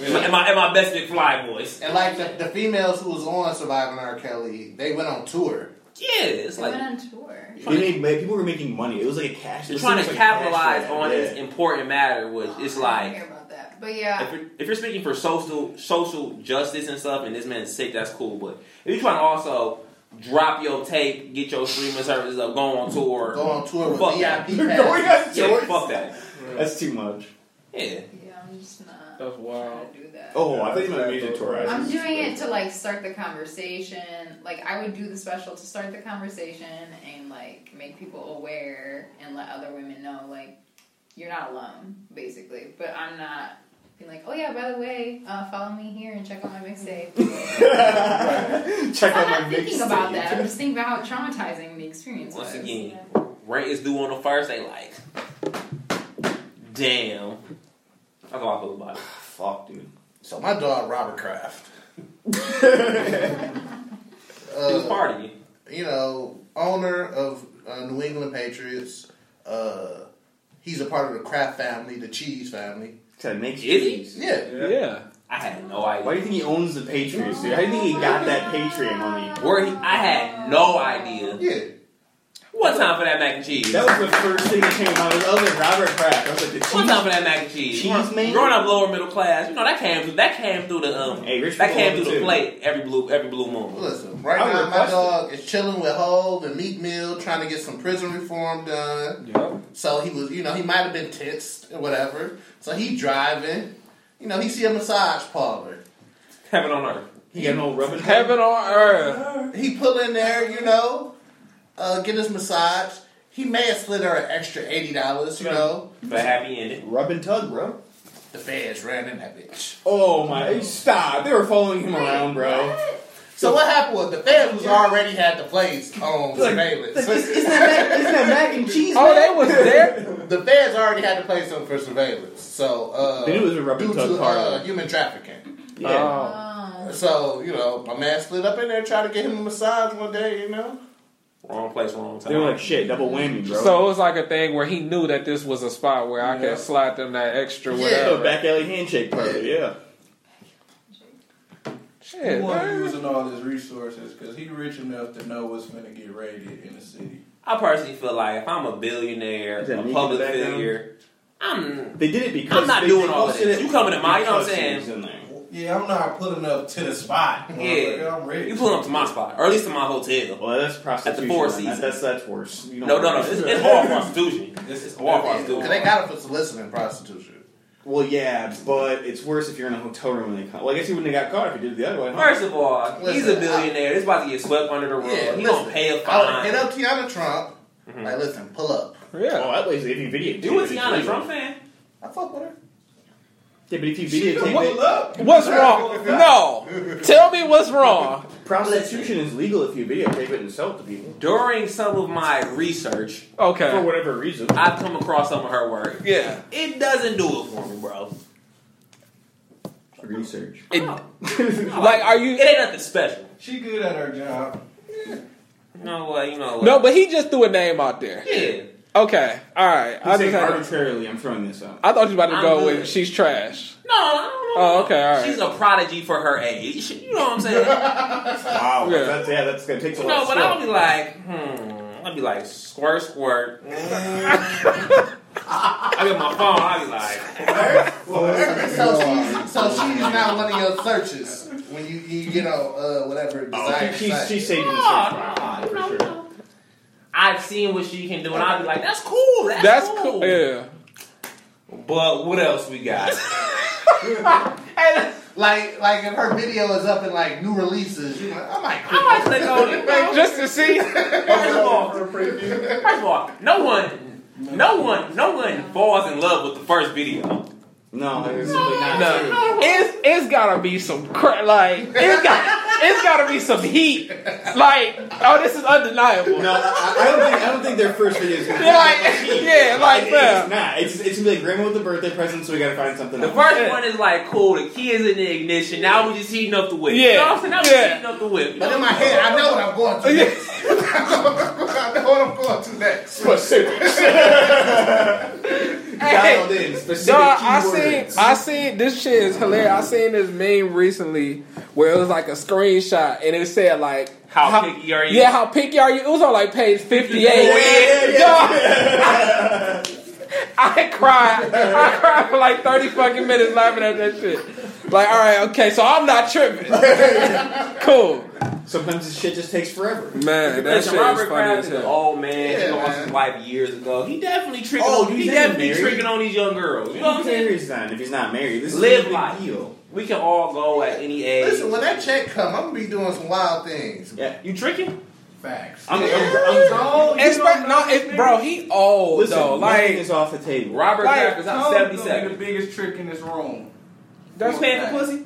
S6: In my in my best McFly voice.
S4: And like the, the females who was on Surviving R. Kelly, they went on tour.
S6: Yeah, it's
S8: They
S6: like
S8: went on tour.
S5: they made ma- people were making money. It was like a cash.
S6: they're
S5: it
S6: trying
S5: was
S6: to
S5: like a cash
S6: capitalize
S5: grab,
S6: on
S5: yeah.
S6: this important matter, which it's
S8: I don't
S6: like
S8: care about that, but
S6: if
S8: yeah,
S6: you're, if you're speaking for social social justice and stuff, and this man's sick, that's cool. But if you're trying to also drop your tape, get your streaming services up, go on tour,
S4: Go on tour with
S6: Fuck
S4: VIP
S5: They're
S4: pass.
S5: going on
S6: yeah,
S5: tour.
S6: fuck that.
S5: That's too much.
S6: Yeah,
S8: yeah, I'm just not
S7: That's
S8: trying
S7: wild.
S8: to do that.
S5: Oh, I thought you meant a music tour. I was
S8: I'm
S5: just-
S8: doing it to like start the conversation. Like I would do the special to start the conversation and like make people aware and let other women know like you're not alone, basically. But I'm not being like, oh yeah, by the way, uh, follow me here and check out my mixtape.
S5: Check
S8: I'm
S5: out my
S8: not thinking
S5: mixtape.
S8: about that. I'm just thinking about how traumatizing the experience
S6: Once
S8: was.
S6: again. rent is due on the first. They like, damn. That's how I feel about it.
S5: Fuck, dude.
S4: So my dog Robert Kraft.
S6: He was
S4: Uh,
S6: partying.
S4: you know, owner of uh, New England Patriots. Uh, he's a part of the Kraft family, the Cheese family.
S5: To make
S6: Is he?
S5: cheese.
S4: Yeah.
S7: Yeah.
S6: I had no idea.
S5: Why do you think he owns the Patriots, dude? How do you think he got that Patriot money?
S6: Where he, I had no idea.
S4: Yeah.
S6: One time for that mac and cheese.
S5: That was the first thing that came out. I was like Robert Kraft. I was like the
S6: One time
S5: cheese.
S6: for that mac and cheese.
S5: Cheese
S6: Growing-
S5: man?
S6: Growing up lower middle class, you know that came through. That came through the um.
S5: Hey, rich
S6: that
S5: people
S6: came
S5: love it
S6: through the
S5: too.
S6: plate every blue every blue moon.
S4: Listen, right
S5: I would
S4: now my
S5: request it.
S4: dog is chilling with Hove and Meat Mill, trying to get some prison reform done.
S7: Yep.
S4: So he was, you know, he might have been tensed or whatever. So he driving. You know, he see a massage parlor.
S6: Heaven on earth.
S5: He got no rubber.
S7: Heaven on earth.
S4: He pull in there, you know, uh, get his massage. He may have slid her an extra eighty dollars, you know.
S6: But happy ending.
S5: Rub and tug, bro.
S4: The feds ran in that bitch.
S5: Oh my! Stop! They were following him around, bro.
S4: So what happened was the feds was already had the place on surveillance.
S5: Isn't that, mac, isn't that mac and cheese?
S7: Oh, they was there.
S4: the feds already had the place on for surveillance. So uh,
S5: They knew it was a rub and
S4: due
S5: tug
S4: to
S5: car.
S4: uh, human trafficking.
S5: Yeah.
S7: Oh.
S8: Oh.
S4: So you know, my man slid up in there trying to get him a massage one day. You know,
S6: Wrong place, wrong time.
S5: They were like, shit, double whammy, bro.
S7: So it was like a thing where he knew that this was a spot where I
S5: Yeah.
S7: could slide them that extra
S4: Yeah.
S5: The
S7: whatever.
S5: back alley handshake party, yeah.
S7: Shit.
S10: He wasn't
S7: man.
S10: using all his resources because he rich enough to know what's gonna get raided in the city.
S6: I personally feel like if I'm a billionaire,
S5: Is that
S6: a
S5: Nika
S6: public
S5: back down?
S6: figure, I'm
S5: They did it because
S6: I'm not
S5: they,
S6: doing
S5: they
S6: all
S5: posted
S6: this.
S5: it
S6: You coming to my- you know what I'm
S5: because
S6: saying?
S5: she was in there.
S10: Yeah, I'm not pulling up to the spot.
S6: Yeah.
S10: I'm ready.
S6: you pulling up to my spot, or at least to my hotel.
S5: Well, that's prostitution.
S6: Four
S5: man.
S6: Seasons.
S5: That's that's worse. You don't
S6: No, no, no.
S5: want
S6: It's,
S5: that.
S6: it's all prostitution.
S10: This is
S6: All
S4: because they
S6: prostitution.
S4: got him for soliciting prostitution.
S5: Well, yeah, but it's worse if you're in a hotel room when they come. Well, I guess he wouldn't have got caught if he did it the other way. Huh?
S6: First of all, he's a
S4: Listen, I-
S6: billionaire. This about to get swept under the rug.
S4: Yeah,
S6: he
S4: listen,
S6: gonna pay a
S4: I would hit
S6: fine. Mm-hmm.
S4: up Tiana Trump. Like, listen, pull up.
S5: Oh,
S7: Yeah.
S5: that way, if you videotape,
S6: You a
S5: it, it's
S6: Tiana
S5: legal.
S6: Trump fan?
S4: I fuck with her.
S5: Yeah, but if you
S10: She can
S5: videotape
S10: pull
S5: it,
S10: up.
S7: What's wrong? No. Tell me what's wrong.
S5: prostitution is legal if you videotape it and sell it to people
S6: During some of my research,
S5: for
S7: Okay.
S5: whatever reason.
S6: I've come across some of her work.
S7: Yeah.
S6: It doesn't do it for me, bro.
S5: Research.
S7: It, like, are you?
S6: It ain't nothing special.
S10: She good at her job.
S6: You know what? You know what?
S7: No, but he just threw a name out there.
S6: yeah.
S7: Okay, all right. I
S5: I'm
S7: just
S5: saying
S7: had to,
S5: arbitrarily, I'm throwing this out.
S7: I thought you were about to
S6: I'm
S7: go
S6: good.
S7: with she's trash.
S6: No, I don't know.
S7: Oh, okay, all right.
S6: She's a prodigy for her age. You know what I'm saying?
S5: Wow,
S7: Yeah.
S5: that's yeah, that's gonna take a lot.
S6: no,
S5: of
S6: but
S5: skill.
S6: I'll be like, hmm. I'll be like, squirt, squirt. I get my phone. I'll be like,
S4: So she's, so she's not one of your searches when you, you get on uh, whatever
S5: Oh,
S4: desire
S5: she- she's,
S4: site.
S5: she's saving this
S6: No,
S5: for
S6: no,
S5: sure.
S6: no. I've seen what she can do, and I'll be like, that's cool. That's,
S7: That's
S6: cool.
S7: cool. Yeah.
S6: But what else we got?
S4: And, like like if her video is up in like new releases, you know, I might click.
S6: I might click on it. bro.
S7: Just to see.
S6: First of all,
S9: For a preview.
S6: First of all, no one, no one, no one falls in love with the first video.
S5: No, it's simply not true.
S7: it's it's gotta be some cra- like it's got it's gotta be some heat. Like oh, this is undeniable.
S5: No, I, I don't think I don't think their first video is gonna be
S7: Yeah, like yeah, like
S5: It's
S7: man.
S5: not. It's it's gonna be like grandma with the birthday present, so we gotta find something.
S6: The
S5: else.
S6: first one is like, cool, the key is in the ignition. Now we just heating up the whip. You know what I'm saying? Now we
S7: Yeah.
S6: just heating up the whip.
S4: But in my head, I know what I'm going to next. I know what I'm going to next.
S5: dialed in specific
S7: No, I seen
S5: keywords.
S7: I seen this shit is hilarious. I seen this meme recently where it was like a screenshot and it said like
S6: How picky are you?
S7: Yeah, how picky are you? It was on like page fifty
S5: Yeah,
S7: eight.
S5: yeah, yeah.
S7: I cried. I cried for like thirty fucking minutes laughing at that shit. Like, all right, okay, so I'm not tripping. cool,
S5: Sometimes this shit just takes forever.
S7: man. That shit
S6: Listen,
S7: is
S6: Robert
S7: funny
S6: Kraft
S7: as
S6: is an
S7: hell.
S6: old man.
S4: Yeah,
S6: he lost
S4: man.
S6: his wife years ago. He definitely tricking.
S5: Oh,
S6: on,
S5: you
S6: he
S5: think
S6: definitely
S5: married?
S6: tricking on these young girls. You know what
S5: Who
S6: I'm saying?
S5: cares then if he's not married? This
S6: Live
S5: is a big
S6: life.
S5: deal.
S6: We can all go at any age.
S4: Listen, when that check come, I'm gonna be doing some wild things.
S5: Yeah,
S6: you tricking?
S4: Facts.
S5: I'm. I'm, I'm
S7: Expert, no, it, bro, he old
S5: listen,
S7: though.
S5: nothing
S7: Like,
S5: is off the table.
S6: Robert
S7: Like,
S6: Kraft is
S10: Cole's
S6: out
S10: gonna be
S6: 77.
S10: the biggest trick in this room.
S6: you paying for pussy?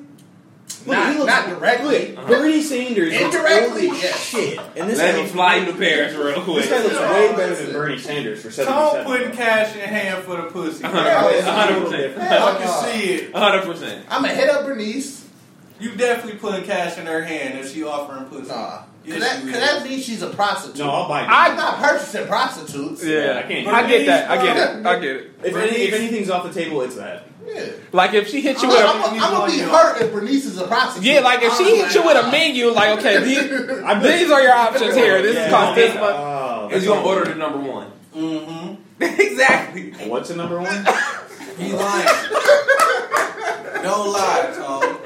S5: Look,
S4: Not-
S5: he looks,
S4: not directly.
S5: Look, Bernie Sanders looks
S4: Indirectly,
S5: old as
S4: yes.
S5: shit. And this
S6: Let
S5: guy
S6: me
S5: looks
S6: fly
S5: way-
S6: you to Paris real quick.
S5: This guy looks
S4: No,
S5: way better
S4: listen.
S5: than Bernie Sanders for
S10: Tom
S5: 77.
S10: putting cash in hand for the pussy.
S4: Yeah,
S5: It's
S4: it's
S5: a little
S6: 100%.
S5: different.
S10: I
S4: Hell no.
S10: can see it.
S6: hundred percent.
S4: I'm gonna hit up Bernice.
S10: You definitely putting cash in her hand if she offering pussy.
S4: Nah.
S10: Yes,
S4: Cause that,
S10: you
S4: cause
S10: is.
S4: that means she's a prostitute.
S5: No, I'll buy.
S4: I'm not purchasing prostitutes.
S7: yeah,
S6: I can't.
S7: I get that. I get it. I get it.
S5: If, any, if anything's off the table, it's that.
S4: Yeah.
S7: Like, if she hit
S4: I'm,
S7: you with
S4: I'm,
S7: a
S4: I'm gonna be hurt if Bernice is a prostitute.
S7: yeah, like if she
S4: I'm
S7: hit you with a menu, like okay, these,
S5: I bet-
S7: these are your options here. This is cost this much.
S5: Oh,
S6: Is you gonna order the number one?
S10: Mm-hmm.
S6: exactly.
S5: What's the number one?
S10: He lying. Don't lie, Tom.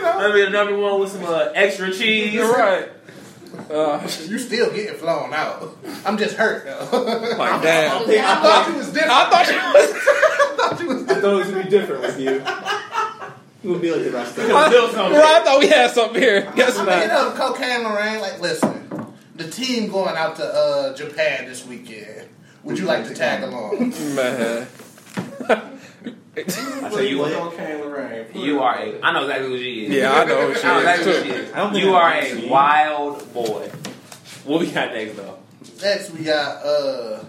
S6: Maybe the number one with some uh, extra cheese.
S7: You're right. Uh,
S4: You still getting flown out. I'm just hurt. though.
S7: like, damn.
S4: I thought you was different.
S7: I thought you was.
S5: I thought it was gonna be different with you. You would be like the rest of us.
S7: I, right, I thought we had something here. Guess
S4: I'm gonna hit up
S7: not.
S4: Cocaine Lorraine. Like, listen, the team going out to uh, Japan this weekend. Would you like to tag along?
S7: Man.
S6: I tell you what,
S10: Okay, Lorraine.
S6: you are a. I know exactly who she is.
S7: Yeah, I know what
S6: I know exactly who
S7: she
S6: she
S7: is.
S6: is.
S5: I don't think
S6: you
S5: I've
S6: are
S5: ever
S6: a
S5: seen.
S6: wild boy. What we got next though?
S4: Next, we got uh,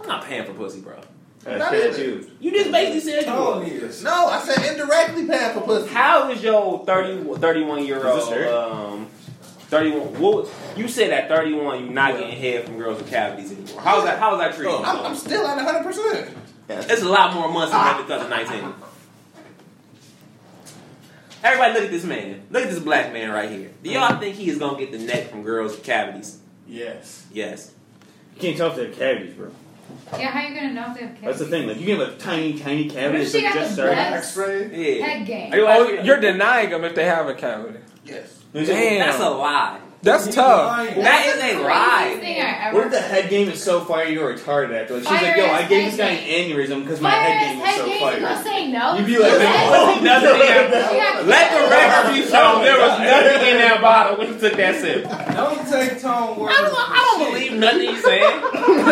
S6: I'm not paying for pussy, bro.
S5: That's it, too.
S6: You just basically said you.
S10: Tom
S6: were.
S10: is.
S4: no. I said indirectly paying for pussy.
S6: How is your 30, 31 year
S5: Is this
S6: old
S5: her?
S6: um thirty one? What you said at thirty one, you're not getting head from girls with cavities anymore. How's that? How's that treating? you?
S4: I'm, I'm still at 100. percent
S6: It's a lot more months than
S8: Ah.
S6: 2019. Everybody, look at this man. Look at this black man right here. Do y'all think he is gonna get the neck from girls with cavities?
S5: Yes.
S6: Yes.
S5: You can't tell if they have cavities, bro.
S8: Yeah, how you gonna know if they have
S5: That's
S8: kids?
S5: the thing. Like you can have a tiny, tiny
S8: What
S5: cavity
S8: if
S5: that's
S8: she
S5: like
S8: got
S5: just
S8: the
S5: starting.
S8: best
S9: X-ray.
S6: Yeah.
S8: Head game.
S6: Are you-
S7: Oh, you're denying them if they have a cavity.
S4: Yes.
S7: Damn.
S6: That's a lie.
S7: That's tough.
S10: Lying.
S6: That is a
S8: the craziest
S6: lie.
S8: thing I ever.
S5: What if the head game is so fire you're retarded after? Like she's like,
S8: Fire
S5: yo,
S8: is
S5: I gave this guy
S8: head
S5: an aneurysm because my
S8: Fire
S5: head game
S8: is
S5: is
S8: head
S5: so
S8: game. You gonna
S5: fire.
S8: say no?
S5: You'd be like,
S8: Yes.
S5: oh,
S6: Nothing in that-
S8: Yeah.
S6: Let the record be shown. There was nothing in that bottle when you took that sip. I
S10: Don't take Tom word.
S6: don't, I don't believe nothing he's saying.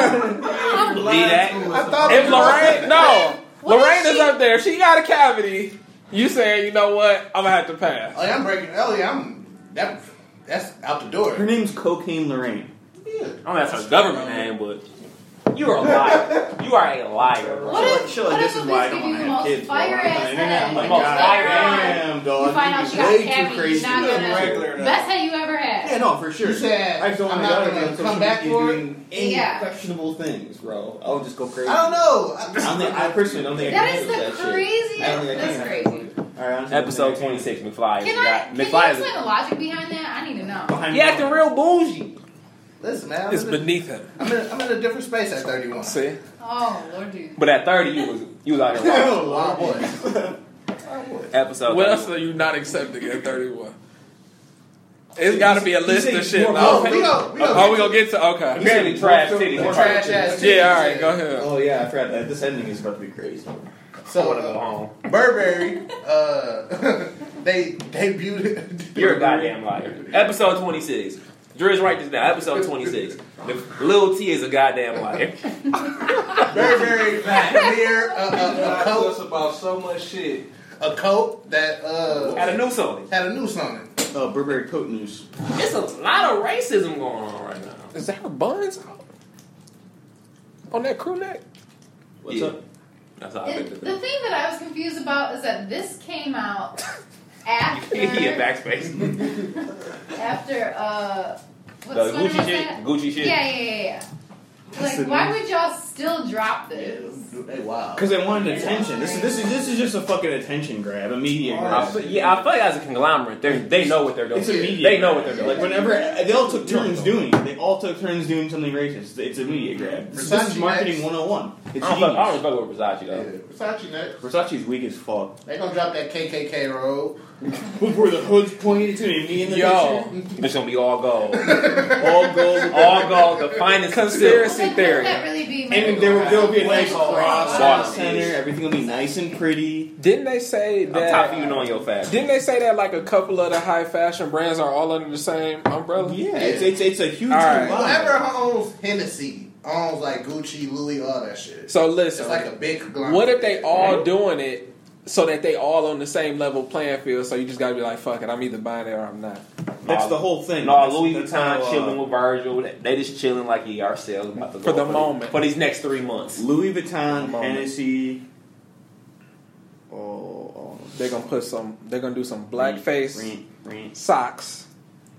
S6: I don't believe that.
S4: I thought
S7: If Lorraine, no,
S8: What if
S7: Lorraine is
S8: she-
S7: up there. If she got a cavity. You saying, you know what? I'm gonna have to pass.
S4: Like, I'm breaking. Oh yeah, I'm. That, that's out the door.
S5: Her name's Cocaine Lorraine.
S6: I don't know if that's her government name, but you are a liar. You are a liar.
S8: What if-
S5: Shit like
S8: what
S5: this
S8: if
S5: is why I
S8: it's
S5: don't
S8: giving
S5: want to have
S8: you most
S5: kids. bro.
S8: fire
S5: I'm like,
S8: ass
S5: man, I'm like,
S8: head?
S6: Most
S5: God
S6: fire ass
S5: damn, dog.
S8: You find out
S5: is
S8: she got
S5: way
S8: cavities,
S5: too crazy.
S8: you're not
S5: now.
S8: gonna-
S10: regular.
S8: Best head you ever had.
S5: yeah, no, for sure.
S4: You said,
S5: I don't
S4: "I'm
S5: want
S4: not gonna
S5: to be on social
S4: come back
S5: media
S4: for it?"
S5: doing any
S8: Yeah.
S5: questionable things, bro. I would just go crazy.
S10: I don't know.
S5: I, don't think, I personally don't think I
S8: That
S5: can
S8: is
S5: handle that
S8: the
S5: shit.
S8: craziest.
S5: I don't think I
S8: That's
S5: can.
S8: crazy.
S5: All right, honestly,
S6: Episode
S5: I don't think
S6: 26, McFly.
S8: Can
S6: got-
S8: I? Can you
S6: McFly is
S8: explain the logic behind that? I need to know.
S5: I can.
S6: he acting real bougie.
S4: Listen, man, I'm
S7: It's
S4: in, a,
S7: beneath him.
S4: I'm, in, I'm in a different space at 31.
S7: See?
S8: Oh Lord, dude.
S6: But at 30, you was you was out here wild.
S7: Oh,
S4: Wild boys. Oh,
S6: Episode
S7: What else
S6: 31.
S7: are you not accepting at 31? It's got to be a list of shit.
S4: Oh,
S7: No.
S4: we go, we go.
S7: Oh, we going to get to. Okay.
S6: Apparently trash titties.
S4: More trash ass.
S7: Yeah, all right, go ahead.
S5: Oh yeah, I forgot that. This ending is about to be crazy.
S6: I
S4: So,
S6: want to go
S4: uh,
S6: home.
S4: Burberry, uh, they debuted.
S6: You're a goddamn liar. Episode 26. Driz, write this down. Episode 26. The, Lil T is a goddamn liar.
S4: Burberry clear a, uh, a, a
S10: Tell
S4: coat,
S10: us about so much shit.
S4: a coat that uh,
S6: Had a noose on it.
S4: had a noose on it.
S5: Uh, Burberry coat news.
S6: It's a lot of racism going on right now.
S7: Is that her buns out? On that crew neck?
S5: What's
S6: Yeah.
S5: up?
S6: That's how I
S8: It-
S6: picked it
S8: the
S6: up.
S8: thing that I was confused about is that this came out after
S6: He a backspace.
S8: after uh,
S6: The
S8: what Spider-Man
S6: Gucci
S8: was
S6: shit.
S8: that?
S6: Gucci
S8: Yeah,
S6: shit.
S8: yeah, yeah, yeah. Like,
S5: the
S8: why would y'all still drop this?
S4: They wild.
S5: Because they wanted attention. This is this is this is just a fucking attention grab, a media
S6: I
S5: grab.
S6: feel, yeah, I feel like as a conglomerate, they they know what they're doing.
S5: It's a media.
S6: They know what they're
S5: grab.
S6: doing.
S5: Like whenever they all took turns doing, it. they all took turns doing something racist. It's a media grab. This
S4: Versace
S5: is marketing
S4: next.
S5: 101. It's
S6: I don't, fuck, I
S5: genius.
S6: don't fuck with Versace
S4: Yeah.
S6: though.
S4: Versace next.
S5: Versace's weak as fuck.
S4: They gonna drop that KKK robe.
S5: Before the hood's pointed to me in the
S7: Yo. Oh,
S6: It's gonna be all gold,
S5: picture, all gold.
S6: all gold, the finest
S7: Conspiracy
S8: Like,
S7: theory.
S8: Wouldn't that really be
S5: And there will, there will be a nice cross
S6: Bottom
S5: on center. Everything will be nice and pretty.
S7: Didn't they say
S6: I'm top
S7: that?
S6: of you knowing your fashion.
S7: Didn't they say that like a couple of the high fashion brands are all under the same umbrella?
S5: Oh, Yeah, it's it's, it's a huge
S7: All right.
S5: combine.
S4: Whoever owns Hennessy owns like Gucci, Louis, all that shit.
S7: So listen,
S4: it's like a big conglomerate.
S7: what if they all doing it so that they all on the same level playing field? So you just gotta be like, fuck it, I'm either buying it or I'm not.
S5: That's the whole thing.
S6: No,
S5: That's-
S6: Louis
S5: that's
S6: Vuitton
S5: how, uh,
S6: chilling with Virgil. They just chilling like he ourselves about to go
S7: For the
S6: up
S7: moment.
S6: for these next three months.
S5: Louis Vuitton,
S7: Come on.
S5: Hennessy. Oh, oh,
S7: They're gonna put some. They're gonna do some blackface
S5: Rent, rent.
S7: socks,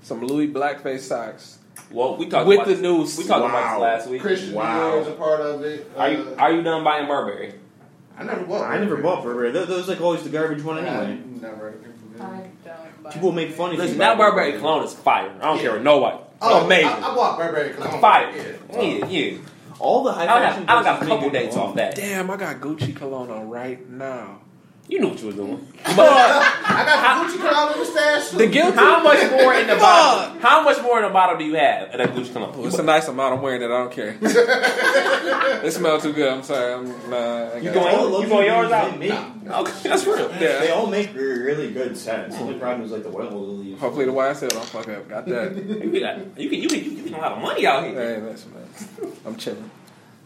S7: some Louis blackface socks
S6: Well, we talked
S7: with
S6: about
S7: the
S6: this-
S7: news.
S6: We talked
S5: Wow.
S6: about this last week.
S4: Christian
S5: Wow.
S4: Dior is a part of it.
S6: Are you
S4: Uh,
S6: are you done buying Burberry?
S4: I never bought.
S5: I never bought Burberry. Tho- Those like always the garbage one
S4: I
S5: anyway.
S4: never.
S8: I don't buy
S5: People make fun of
S6: Listen,
S5: you.
S6: that Burberry clone is fire. I don't
S4: Yeah.
S6: care what nobody.
S4: Oh,
S6: Amazing.
S4: I, I bought Burberry cologne.
S6: fire.
S4: Yeah.
S6: Yeah, yeah.
S5: All the high
S6: I got,
S5: fashion.
S6: I got a
S5: places
S6: couple
S5: make it
S6: dates
S5: all.
S6: off that.
S7: Damn, I got Gucci cologne on right now.
S6: You knew what you was doing.
S4: I got the Gucci cologne in the stash. too.
S7: The guilty.
S6: How much more in the bottle? How much more in the bottle do you have at that Gucci
S7: Oh,
S6: cologne?
S7: it's a nice amount. I'm wearing it. I don't care. it smells too good. I'm sorry. I'm nah. I
S6: You
S7: got it.
S6: going?
S5: All the
S6: You going yours
S5: luxury
S6: out?
S5: brands they make.
S6: Okay, that's real.
S5: They
S7: Yeah.
S5: all make re- really good sense. The only problem is like the oil lilies.
S7: Hopefully the YSL don't fuck up. Got that.
S6: You got, you can, you can, you can get a lot of money out here.
S7: hey, listen, man. I'm chilling.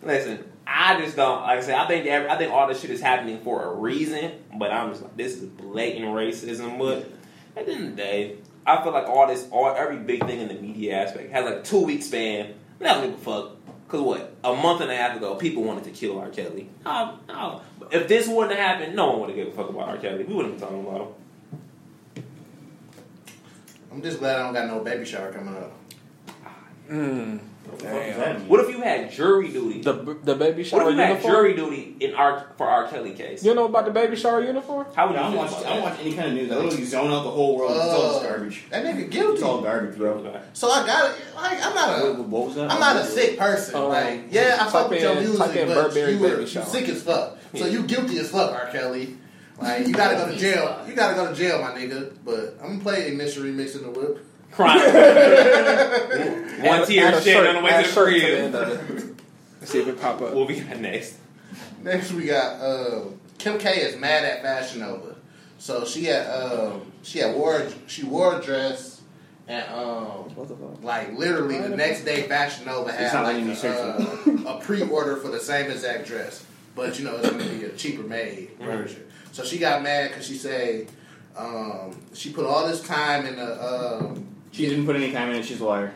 S6: Listen, I just don't like I said. I think every, I think all this shit is happening for a reason, but I'm just like this is blatant racism. But at the end of the day, I feel like all this, all every big thing in the media aspect has like a two week span. We don't give a fuck because what a month and a half ago, people wanted to kill R. Kelly. Oh, oh. If this wouldn't have happened, no one would have given a fuck about R. Kelly. We wouldn't be talking about him.
S4: I'm just glad I don't got no baby shower coming up.
S7: Mm.
S6: Oh,
S5: What the fuck does that mean?
S6: What if you had jury duty?
S7: The the baby
S6: what
S7: shower
S6: if you had
S7: uniform.
S6: jury duty in our for R. Kelly case?
S7: You know about the baby shower uniform?
S5: I
S6: How would you
S5: don't
S6: feel
S5: watch.
S6: about
S5: I don't
S6: that?
S5: watch any kind of news. I literally zone out the whole world. It's all just garbage.
S4: Uh, That nigga
S5: It's all
S4: guilty.
S5: garbage, bro.
S6: Okay.
S4: So I got it. Like I'm not
S5: What,
S4: a.
S5: what was that?
S4: I'm not a sick person.
S7: Um,
S4: like, yeah, I
S7: type
S4: fuck with your
S7: in-
S4: music,
S7: type in
S4: but
S7: Burberry
S4: you were
S7: baby
S4: you
S7: shower.
S4: sick as fuck. So
S6: Yeah.
S4: you guilty as fuck, R. Kelly. Like, you gotta go to jail. You gotta go to jail, my nigga. But I'm gonna play Ignition Remix in the Whip.
S6: Crime. One
S7: Add-
S6: tear
S7: add a
S6: shed
S7: shirt-
S6: on the way
S7: add
S6: to
S7: a
S6: the
S7: shirt
S6: crib.
S7: end of it. Let's see if it pop up.
S6: What we got next?
S4: Next we got uh, Kim K is mad at Fashion Nova. So she had um, she had wore she wore a dress and um,
S7: What the fuck?
S4: like literally the next day Fashion Nova
S5: It's
S4: had
S5: not
S4: like
S5: letting me
S4: a,
S5: search
S4: uh, a pre order for the same exact dress, but you know it's gonna be a cheaper made
S5: Mm-hmm.
S4: version. So she got mad because she said um, she put all this time in the um,
S5: She didn't put any time in it. She's a liar.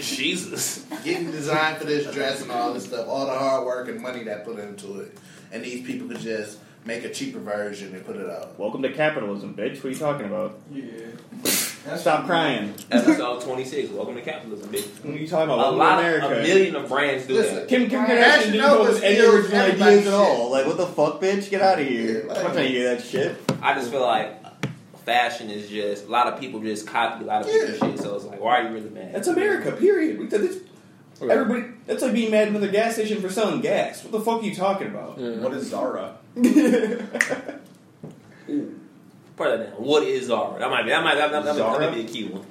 S6: Jesus.
S4: getting designed for this dress and all this stuff, all the hard work and money that put into it, and these people could just make a cheaper version and put it out.
S5: Welcome to capitalism, bitch. What are you talking about?
S10: Yeah.
S5: Stop crying.
S6: Episode 26. Welcome to capitalism, bitch.
S5: What are you talking
S6: A
S5: about?
S6: lot
S5: America.
S6: of a million of brands do
S4: Listen,
S6: that.
S5: Kim, Kim
S4: Right.
S5: Kardashian
S4: Ashton
S5: didn't come up with any
S4: Oba's
S5: original
S4: feels
S5: ideas at
S4: everybody's
S5: all. Like, what the fuck, bitch? Get out of here.
S4: Yeah, like-
S5: I'm not trying to hear that shit.
S6: I just feel like fashion is just a lot of people just copy a lot of people's shit. So it's like, why are you really mad?
S5: That's America, period. We- that's-
S7: Yeah.
S5: Everybody, that's like being mad at another gas station for selling gas. What the fuck are you talking about?
S10: What is Zara?
S6: Put that down. What is Zara? That might be. That might. That, that, that, that
S5: Zara?
S6: might be a key one.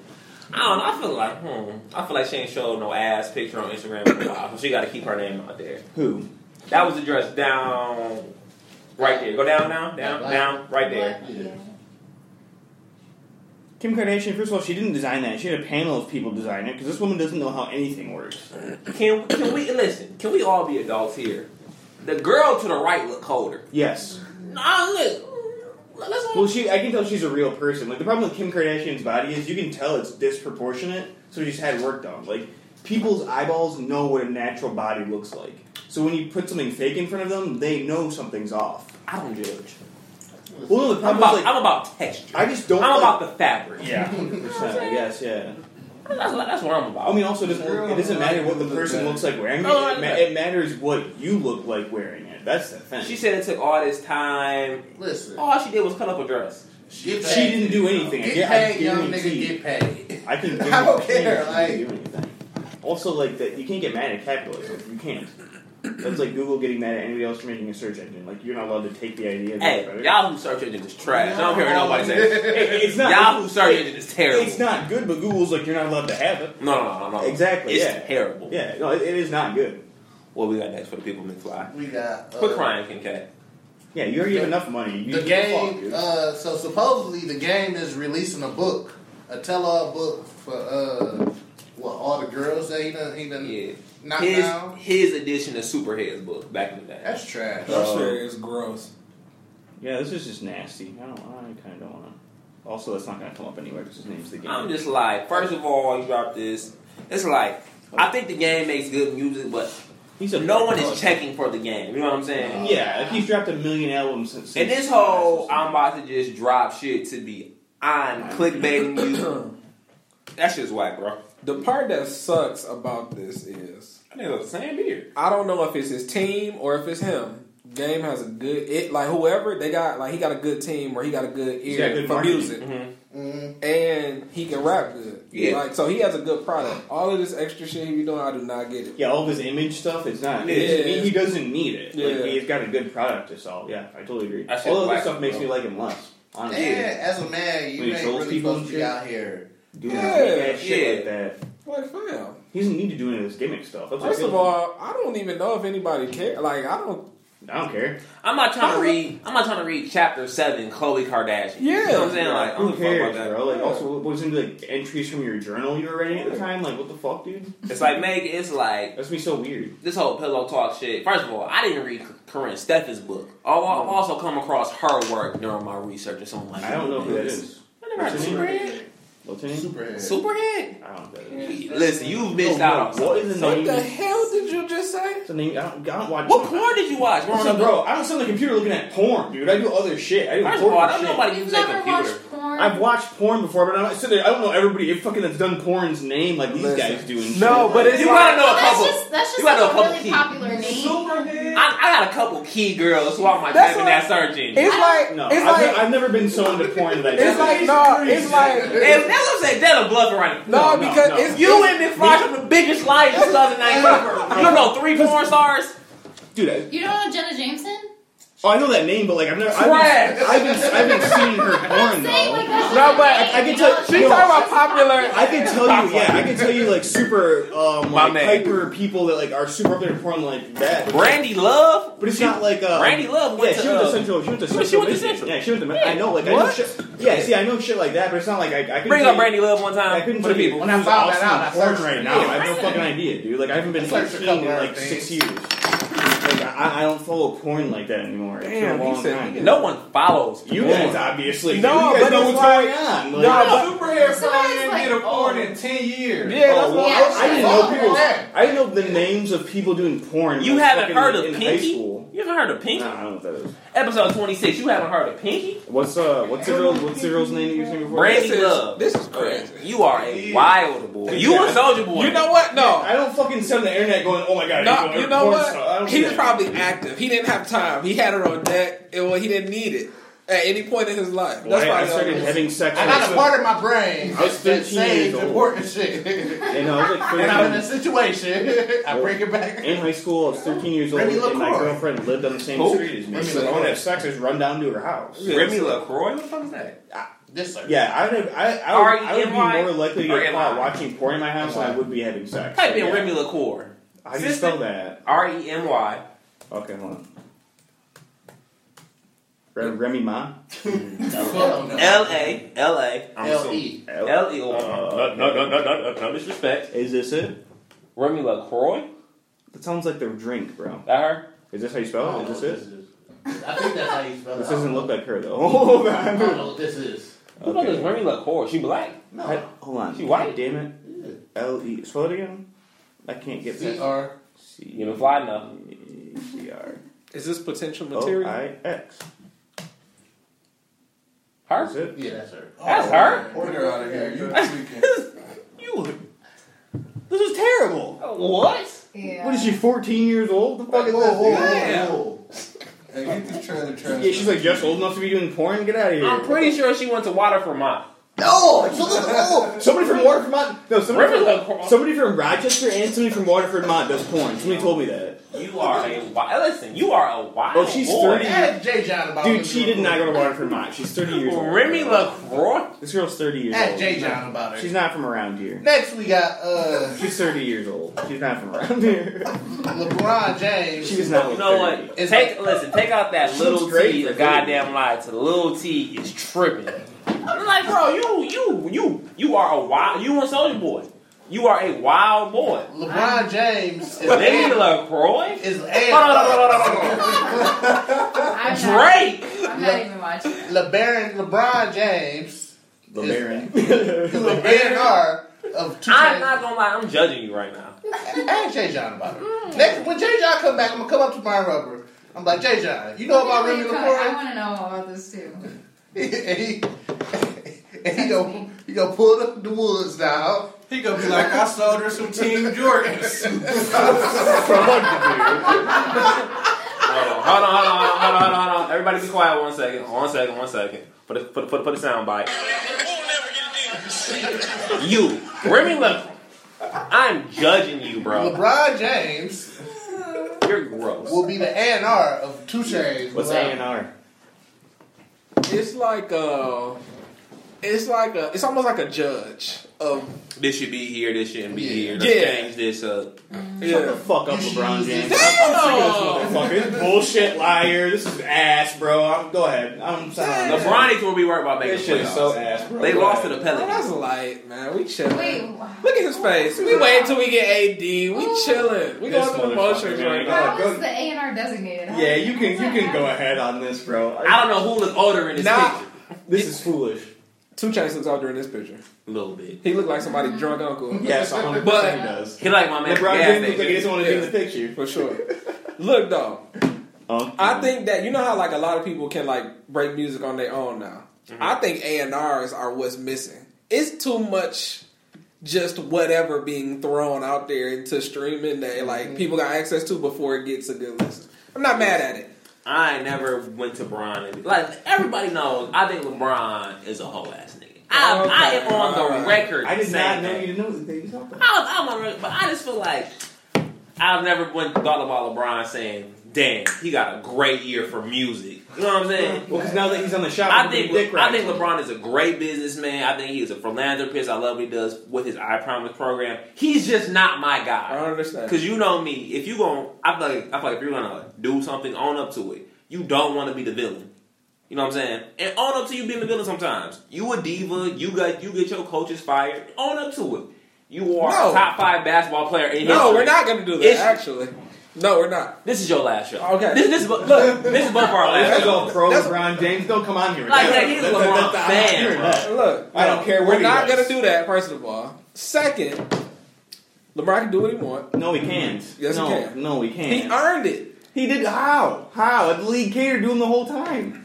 S6: I don't. know. I feel like. Hmm. I feel like she ain't showed no ass picture on Instagram in a while, so she got to keep her name out there.
S5: Who?
S6: That was the dress down. Right there. Go down, down, down, down. Right there.
S8: But, yeah.
S5: Kim Kardashian, first of all, she didn't design that. She had a panel of people design it because this woman doesn't know how anything works.
S6: Can Can we listen? Can we all be adults here? The girl to the right look colder.
S5: Yes.
S6: Nah, look. Let's
S5: Well, she I can tell she's a real person. Like the problem with Kim Kardashian's body is you can tell it's disproportionate, so she's had work done. Like people's eyeballs know what a natural body looks like. So when you put something fake in front of them, they know something's off.
S6: I don't judge.
S5: Well, no, the problem
S6: I'm about,
S5: is like
S6: I'm about texture.
S5: I just don't.
S6: I'm
S5: like-
S6: about the fabric.
S5: yeah, 100%, I guess yeah.
S6: That's, that's what I'm about.
S5: I mean, also it doesn't it doesn't matter what the person looks like wearing it.
S6: Oh, I
S5: It, ma-
S6: know.
S5: it matters what you look like wearing it. That's the thing.
S6: she said it took all this time.
S4: Listen,
S6: All she did was cut up a dress.
S4: she
S5: she didn't do anything. I,
S4: Get
S5: gu- I
S4: paid, young
S5: guarantee.
S4: nigga. Get paid.
S5: I can.
S4: I don't care,
S5: I can't do anything. Also, like that, you can't get mad at capitalism. You can't. That's like Google getting mad at anybody else for making a search engine. Like you're not allowed to take the idea. Of
S6: Hey,
S5: the credit.
S6: Yahoo search engine is trash. I don't care what nobody says.
S5: It- it's not.
S6: Yahoo search engine is terrible.
S5: It's not good, but Google's like you're not allowed to have it.
S6: No, no, no, no. no.
S5: Exactly,
S6: It's
S5: yeah.
S6: terrible.
S5: Yeah, no, it, it is not good.
S6: What we got next for the people, McFly?
S4: We got uh,
S6: Quit crying, Kincaid.
S5: Yeah, you already have enough money. You
S4: The
S5: you fuck,
S4: game.
S5: dude.
S4: Uh, so supposedly the game is releasing a book, a tell-all book for uh, what all the girls that he done he done
S6: Yeah.
S4: knocked
S6: His
S4: down.
S6: his edition of Superheads book back in the day.
S4: That's trash.
S5: Uh,
S10: That shit is gross.
S5: yeah, this is just nasty. I don't. I kind of don't want to. Also, that's not going to come up anywhere because his name's the game.
S6: I'm just like, first of all, you dropped this. It's like I think the game makes good music, but
S5: He's a
S6: no one is checking for the game. You know what I'm saying?
S5: Yeah, like he's dropped a million albums since.
S6: And this whole I'm about to just drop shit to be on clickbaiting you. That shit's whack, bro.
S7: The part that sucks about this is
S6: I think it's the same beer.
S7: I don't know if it's his team or if it's him. Game has a good it like whoever they got like he got a good team or he got a good
S5: He's got
S7: ear
S5: good
S7: for
S5: marketing.
S7: music
S4: Mm.
S7: and he can rap good.
S6: Yeah.
S7: Like so he has a good product. All of this extra shit he be doing, I do not get it.
S5: Yeah, all of his image stuff is not.
S7: Yeah.
S5: it's- he- He doesn't need it. Like,
S7: Yeah.
S5: he's got a good product to sell. Yeah, I totally agree.
S6: That shit's
S5: All of
S6: whack,
S5: this stuff makes
S6: bro.
S5: me like him less.
S4: And
S5: Honestly,
S4: as a man, you
S5: When he
S4: ain't
S5: trolls
S4: really
S5: people
S4: supposed
S5: and
S4: to be
S5: shit.
S4: out here.
S5: do
S7: Yeah.
S5: not need that shit like
S6: Yeah.
S5: that.
S7: Like fam.
S5: He doesn't need to do any of this gimmick stuff. That's
S7: First
S5: like,
S7: of all, I don't even know if anybody care. Like I don't.
S5: I don't care.
S6: I'm not trying to read. I'm not trying to read chapter seven, Khloe Kardashian. you
S7: Yeah.
S6: know what I'm saying like, I
S5: Who
S6: don't give a fuck about
S5: cares,
S6: that.
S5: bro? Like,
S7: Yeah.
S5: also, what was into like entries from your journal you were writing at the time? Like, what the fuck, dude?
S6: It's like Meg. It's like
S5: That's me so weird.
S6: this whole pillow talk shit. First of all, I didn't read Corinne Steffens' book. Oh, I've also come across her work during my research or something like
S5: Mm. I
S6: that.
S5: don't know who that is.
S6: I never heard of Superhead.
S5: What's her name?
S4: Superhead.
S6: Superhead.
S5: I don't know who that is.
S6: Listen, you missed
S5: Oh,
S6: out
S5: no,
S6: on
S5: What
S6: something.
S5: is the
S7: What
S5: name?
S7: the hell did you just say?
S5: What's the name? I don't, I don't watch.
S6: What porn did you watch? Growing
S5: Listen,
S6: up,
S5: bro, I don't sit on the computer looking at porn, dude. I do other shit. I do
S6: First of all,
S5: important
S6: I don't
S5: shit.
S6: know nobody
S8: You've
S6: uses a
S8: never
S6: computer.
S8: watched porn.
S5: I've watched porn before, but I'm not sit there. I don't know everybody if fucking that's done porn's name like these
S7: Listen.
S5: guys do. And
S7: No,
S5: shit.
S7: but it's
S6: You
S7: like,
S6: gotta know a
S8: that's
S6: couple.
S8: just that's just
S6: you gotta
S8: like
S6: know a
S8: a
S6: couple
S8: really
S6: key.
S8: popular name.
S10: Superhead.
S6: I, I got a couple key girls who I might
S7: That's
S6: type in
S7: what-
S6: that search engine.
S7: it's like
S5: no,
S7: it's
S5: I've,
S7: like
S5: ne- I've never been so into porn that. I
S7: it's
S5: just-
S7: like no, it's like
S6: And that's what I'm saying. That'll bluff it right now.
S7: no
S5: no,
S7: because
S5: no.
S7: it's
S6: You and Miss Flash are the biggest liars in Southern Night. You don't know three porn stars?
S5: dude. I,
S8: You don't know Jenna Jameson?
S5: oh, I know that name, but like I've never. I've
S6: Trash.
S5: been, I've been, I've been seeing her porn
S8: Say, like,
S5: though.
S8: that's
S7: No,
S8: just
S7: but
S8: her
S5: I- I can
S8: name.
S5: tell-
S8: You know,
S5: she
S7: She's
S5: No.
S7: talking about popular.
S5: I can tell you, yeah, I can tell you like super, um,
S6: My
S5: like
S6: man.
S5: hyper people that like are super up there in porn like that.
S6: Brandy Love?
S5: But it's not like uh,
S6: Brandy Love
S5: Yeah,
S6: went
S5: she
S6: to,
S5: went to
S6: uh,
S5: Central. She went to
S6: she
S5: Central.
S6: went to
S5: Michigan.
S6: Central.
S5: Yeah, she went to. I know, like I know
S6: What?
S5: shit. Yeah, see, I know shit like that, but it's not like I. I couldn't
S6: Bring
S5: tell
S6: up
S5: you-
S6: Brandy Love one
S5: I
S6: time
S5: couldn't
S6: for the
S5: tell you
S6: people.
S5: when I was
S4: Found that
S5: awesome
S4: out, I
S5: porn
S4: searched
S5: right
S4: it.
S5: now. I have no fucking idea, dude. Like I haven't been
S4: I searched a
S5: 16 in
S4: couple
S5: like
S4: other
S5: six
S4: things.
S5: years. Like I, I don't follow porn like that anymore. It's been
S7: Damn,
S5: a
S7: he
S5: long
S7: said
S5: time.
S7: he
S6: No one follows.
S5: you
S6: porn.
S5: guys obviously.
S7: No,
S5: do. you guys
S7: but
S5: know
S7: it's
S5: what's
S7: like-
S5: going on. Like,
S7: No, but-
S10: Superhead probably
S8: Somebody's
S10: ain't
S8: like,
S10: did a porn
S8: oh.
S10: in ten years.
S7: yeah, that's
S5: Oh, well,
S7: what
S8: Yeah,
S5: I, I didn't
S8: that's
S5: know people.
S4: right.
S5: I didn't know the names of people doing porn.
S6: You
S5: like,
S6: haven't
S5: fucking,
S6: heard
S5: like,
S6: of
S5: in high
S6: Pinky?
S5: school.
S6: You ever heard of Pinky?
S5: Nah, I don't know what that is.
S6: Episode 26, you haven't heard of Pinky?
S5: What's uh what's the girl what's the girl's name that you were singing before?
S6: Brandy
S7: This is-
S6: Love.
S7: this is crazy.
S6: You are a wild boy. You a soldier boy.
S7: You know what? No.
S5: I don't fucking sit on the internet going, oh my god,
S7: No,
S5: you're
S7: you know
S5: porn star." I
S7: what?
S5: don't
S7: He
S5: do
S7: was
S5: that.
S7: probably active. He didn't have time. He had her on deck, and well, he didn't need it at any point in his life.
S5: Well,
S7: That's
S5: I, I
S7: probably
S5: started
S7: all it is.
S5: having sex.
S4: I
S5: when
S4: got a part of my brain
S5: I was
S4: that
S5: 13 years
S4: saves
S5: old.
S4: important shit. and
S5: And I was like,
S4: I'm in a
S5: 13.
S4: situation. I bring it back.
S5: in high school, I was 13 years old,
S4: Remy
S5: and my
S4: LaCroix.
S5: girlfriend lived on the same street as me.
S4: Remy
S5: So if I want
S4: LaCroix.
S5: to have sex, I just run down to her house. Yeah,
S6: Remy LaCroix? What the fuck is that?
S4: This sir.
S5: I would, have, I, I would, I would
S6: R E
S5: be
S6: M Y?
S5: more likely to get
S6: R E M
S5: caught
S6: Y.
S5: watching porn in my house than I would be having sex.
S6: Type
S5: So,
S6: in
S5: yeah.
S6: Remy LaCroix.
S5: How do you spell that?
S6: R E M Y.
S5: Okay, hold on. Re- Remy Ma?
S4: Hell no.
S6: L A. L A. I'm
S4: L
S6: assuming.
S4: E.
S6: L E. No,
S5: Uh,
S6: no, no, no, no, no disrespect.
S5: E. Is this it?
S6: Remy LaCroix?
S5: That sounds like the drink, bro.
S6: That her?
S5: Is this how you spell it? Is Oh, this it?
S4: I think that's how you spell it.
S5: This doesn't look like her though. Hold
S4: I
S5: on.
S4: don't know what this is.
S6: Who the fuck is Remy LaCroix? She black?
S5: I- hold on.
S6: She white?
S5: Damn it. L E. Spell it again. I can't get
S4: C
S5: that.
S4: R.
S5: C
S6: You know, fly enough.
S5: C R
S7: Is this potential
S5: O
S7: material?
S5: I X.
S6: Her?
S5: Is it?
S4: Yeah, that's her.
S6: That's her?
S10: Order out of here. You tweaking.
S6: You. This is terrible. What?
S8: Yeah.
S5: What is she? 14 years old? The fuck is
S10: Whoa, whoa,
S5: this?
S10: whoa, whoa. Hey, get this trailer trash.
S5: dude? Yeah, she's like just old enough to be doing porn. Get out of here.
S6: I'm pretty sure she went to Waterford Mott.
S5: No, no. Somebody from Waterford, Mont. No, somebody
S6: River
S5: from,
S6: Lacrosse.
S5: somebody from Rochester and somebody from Waterford, Mont does porn. Somebody told me that.
S6: You are a wild. Listen, you are a wild.
S5: Oh, she's
S6: boy.
S5: 30.
S4: Ask Jay John about
S5: Dude,
S4: Remy
S5: she did
S4: LaCroix.
S5: not go to Waterford, Mont. She's 30 years old.
S6: Remy LaCroix?
S5: This girl's 30 years
S4: Ask
S5: old.
S4: Jay
S5: She's
S4: John
S5: not-
S4: about her.
S5: She's not from around here.
S4: Next, we got uh,
S5: She's 30 years old. She's not from around here.
S4: LeBron James.
S5: She was not.
S6: You know
S5: 30.
S6: what? Take listen, take out that
S5: She
S6: little
S5: looks great
S6: T,
S5: for
S6: the
S5: thirty.
S6: goddamn lie to little T is tripping. I'm like, bro, you you you you are a wild you a soldier boy. You are a wild boy.
S4: LeBron James is
S6: Lady LaCroix?
S4: is
S6: Hold on, hold on, hold on,
S4: and
S6: hold on.
S8: I'm not,
S6: Drake!
S8: I'm not even watching. it.
S4: LeBaron LeBron James
S5: LeBaron.
S4: is the A&R of two
S6: I'm not gonna lie, I'm judging you right now.
S4: Ask Jay John about it. Next when Jay John come back, I'm gonna come up to my rubber. I'm like, Jay John, you know about Remy
S8: I
S4: LaCroix?
S8: want to know about this too.
S4: and he and he gonna he gonna pull up the woods now.
S10: He gonna be like, I sold her some Team Jordans.
S6: Hold on, hold on, hold on, hold on, hold on, hold on. Everybody be quiet one second. One second, one second. Put a, put a, put a, put a sound bite. You, Remy LaCroix. I'm judging you, bro.
S4: LeBron James
S6: You're gross.
S4: will be the A&R of Two Chainz.
S5: What's A and R?
S7: It's like a, it's like a, it's almost like a judge of
S6: This should be here. This shouldn't be
S4: Yeah.
S6: here. Let's
S7: Yeah.
S6: change this up.
S5: Shut the
S7: yeah.
S5: fuck up,
S4: You should
S5: LeBron
S4: use
S5: James.
S4: this.
S5: I'm sick of this motherfucker. This bullshit liar. This is ass, bro. I'm, go ahead. I'm sorry.
S6: LeBron's will be worried about making
S5: This
S6: the
S5: shit is
S6: playoffs.
S5: so ass, bro.
S6: they
S5: Go
S6: lost to
S5: ahead.
S6: the
S7: Bro, that's
S6: Pelicans.
S7: light, man. We
S8: Wait,
S7: chilling.
S8: wow.
S7: Look at his face. Oh. We wait until we get AD. We chilling. We
S5: This
S7: going through
S5: motherfucker,
S7: emotions
S5: man.
S7: right now.
S8: How is the A and R designated? How-
S5: Yeah, you can
S8: how's that
S5: you can go
S8: happening?
S5: ahead on this, bro.
S6: I don't know who looks older in this
S7: Nah.
S6: picture.
S5: This is foolish.
S7: Two Chainz looks older in this picture.
S6: A little bit.
S7: He looked like somebody's drunk uncle.
S5: Yes, 100
S7: But-
S5: percent does.
S6: He like my man.
S5: LeBron
S6: gas
S5: James looks like he doesn't want to be in the picture.
S7: For sure. Look though,
S5: Okay.
S7: I think that you know how like a lot of people can like break music on their own now. I think A and R's are what's missing. It's too much just whatever being thrown out there into streaming that like people got access to before it gets a good listen. I'm not mad at it.
S6: I never went to Bron. and- Like everybody knows, I think LeBron is a whole ass nigga. I, I am
S7: Okay,
S6: on the
S7: alright.
S6: record.
S5: Oh I did not
S6: saying
S5: know
S6: that.
S5: you knew that you thought that.
S6: I was, I'm on record, but I just feel like I've never went thought about LeBron saying, "Damn, he got a great year for music." You know what I'm saying?
S5: Well, because now that he's on the shop,
S6: I
S5: he's
S6: think
S5: a dick rat.
S6: I think LeBron is a great businessman. I think he is a philanthropist. I love what he does with his I Promise program. He's just not my
S7: I
S6: guy.
S7: don't understand.
S6: Because you know me, if you going I feel like I feel like if you're gonna do something, own up to it. You don't want to be the villain. You know what I'm saying? And own up to you being the villain sometimes. You a diva. You got you get your coaches fired. Own up to it. You are
S7: No.
S6: a top five basketball player in
S7: No,
S6: history.
S7: we're not gonna do that.
S6: It's-
S7: actually, no, we're not.
S6: This is your last show.
S7: Okay.
S6: This, this is bo- look. This is both our last
S5: Let's
S6: show.
S5: go pro
S7: That's-
S5: LeBron James. Don't come on here.
S6: Like, like, he's a
S5: That- that-
S6: LeBron
S5: that-
S6: fan,
S5: you're
S6: bro.
S5: not.
S7: Look,
S5: I don't
S7: no,
S5: care what
S7: We're
S5: he
S7: not
S5: does.
S7: gonna do that. First of all, second, LeBron can do what he want.
S5: No, he can't.
S7: Yes, he
S5: no,
S7: can.
S5: No, he can't.
S7: He earned it.
S5: He did how? How? The league catered to him the whole time.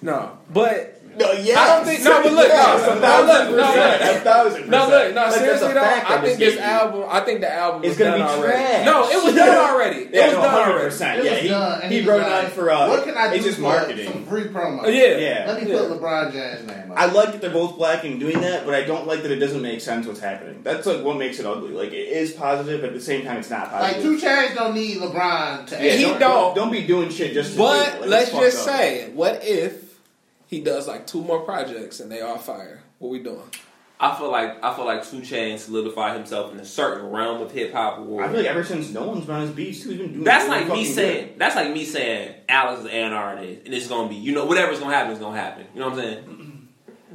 S7: No, but
S5: No, yeah.
S7: I don't think. No, but look, no,
S5: a
S7: no, look, no, look.
S5: thousand percent.
S7: No, look, no,
S5: That's just
S7: seriously
S5: a
S7: though,
S5: fact
S7: I
S5: just
S7: think this
S5: gave you.
S7: album, I think the album is
S5: It's gonna
S7: done
S5: be
S7: already.
S5: trash.
S7: No, it was done already. It
S5: Yeah,
S7: was
S5: no,
S7: done
S5: 100%.
S7: already.
S4: It was done,
S5: Yeah,
S4: and
S5: he, he
S4: was
S5: wrote it
S4: like,
S5: on for uh,
S4: what can I do
S5: it's just
S4: for Some
S5: marketing. Oh,
S4: free promo.
S7: Yeah.
S5: Yeah.
S4: Let me put LeBron James' name on.
S5: I like that they're both black and doing that, but I don't like that it doesn't make sense what's happening. That's like what makes it ugly. Like it is positive, but at the same time, it's not
S4: like
S5: positive.
S4: two chains don't need LeBron to.
S5: Yeah,
S7: He
S5: don't,
S7: don't.
S5: don't be doing shit just. To do it.
S7: But
S5: Like,
S7: let's
S5: it's fucked
S7: just
S5: up.
S7: say, what if he does like two more projects and they are fire? What we doing?
S6: I feel like I feel like Two Chainz solidified himself in a certain realm of hip hop.
S5: I feel like ever since no one's been on his beats, too, he's been doing.
S6: That's
S5: really
S6: like me
S5: fucking
S6: saying that's like me saying Alex is an artist and it's gonna be you know whatever's gonna happen is gonna happen. You know what I'm saying?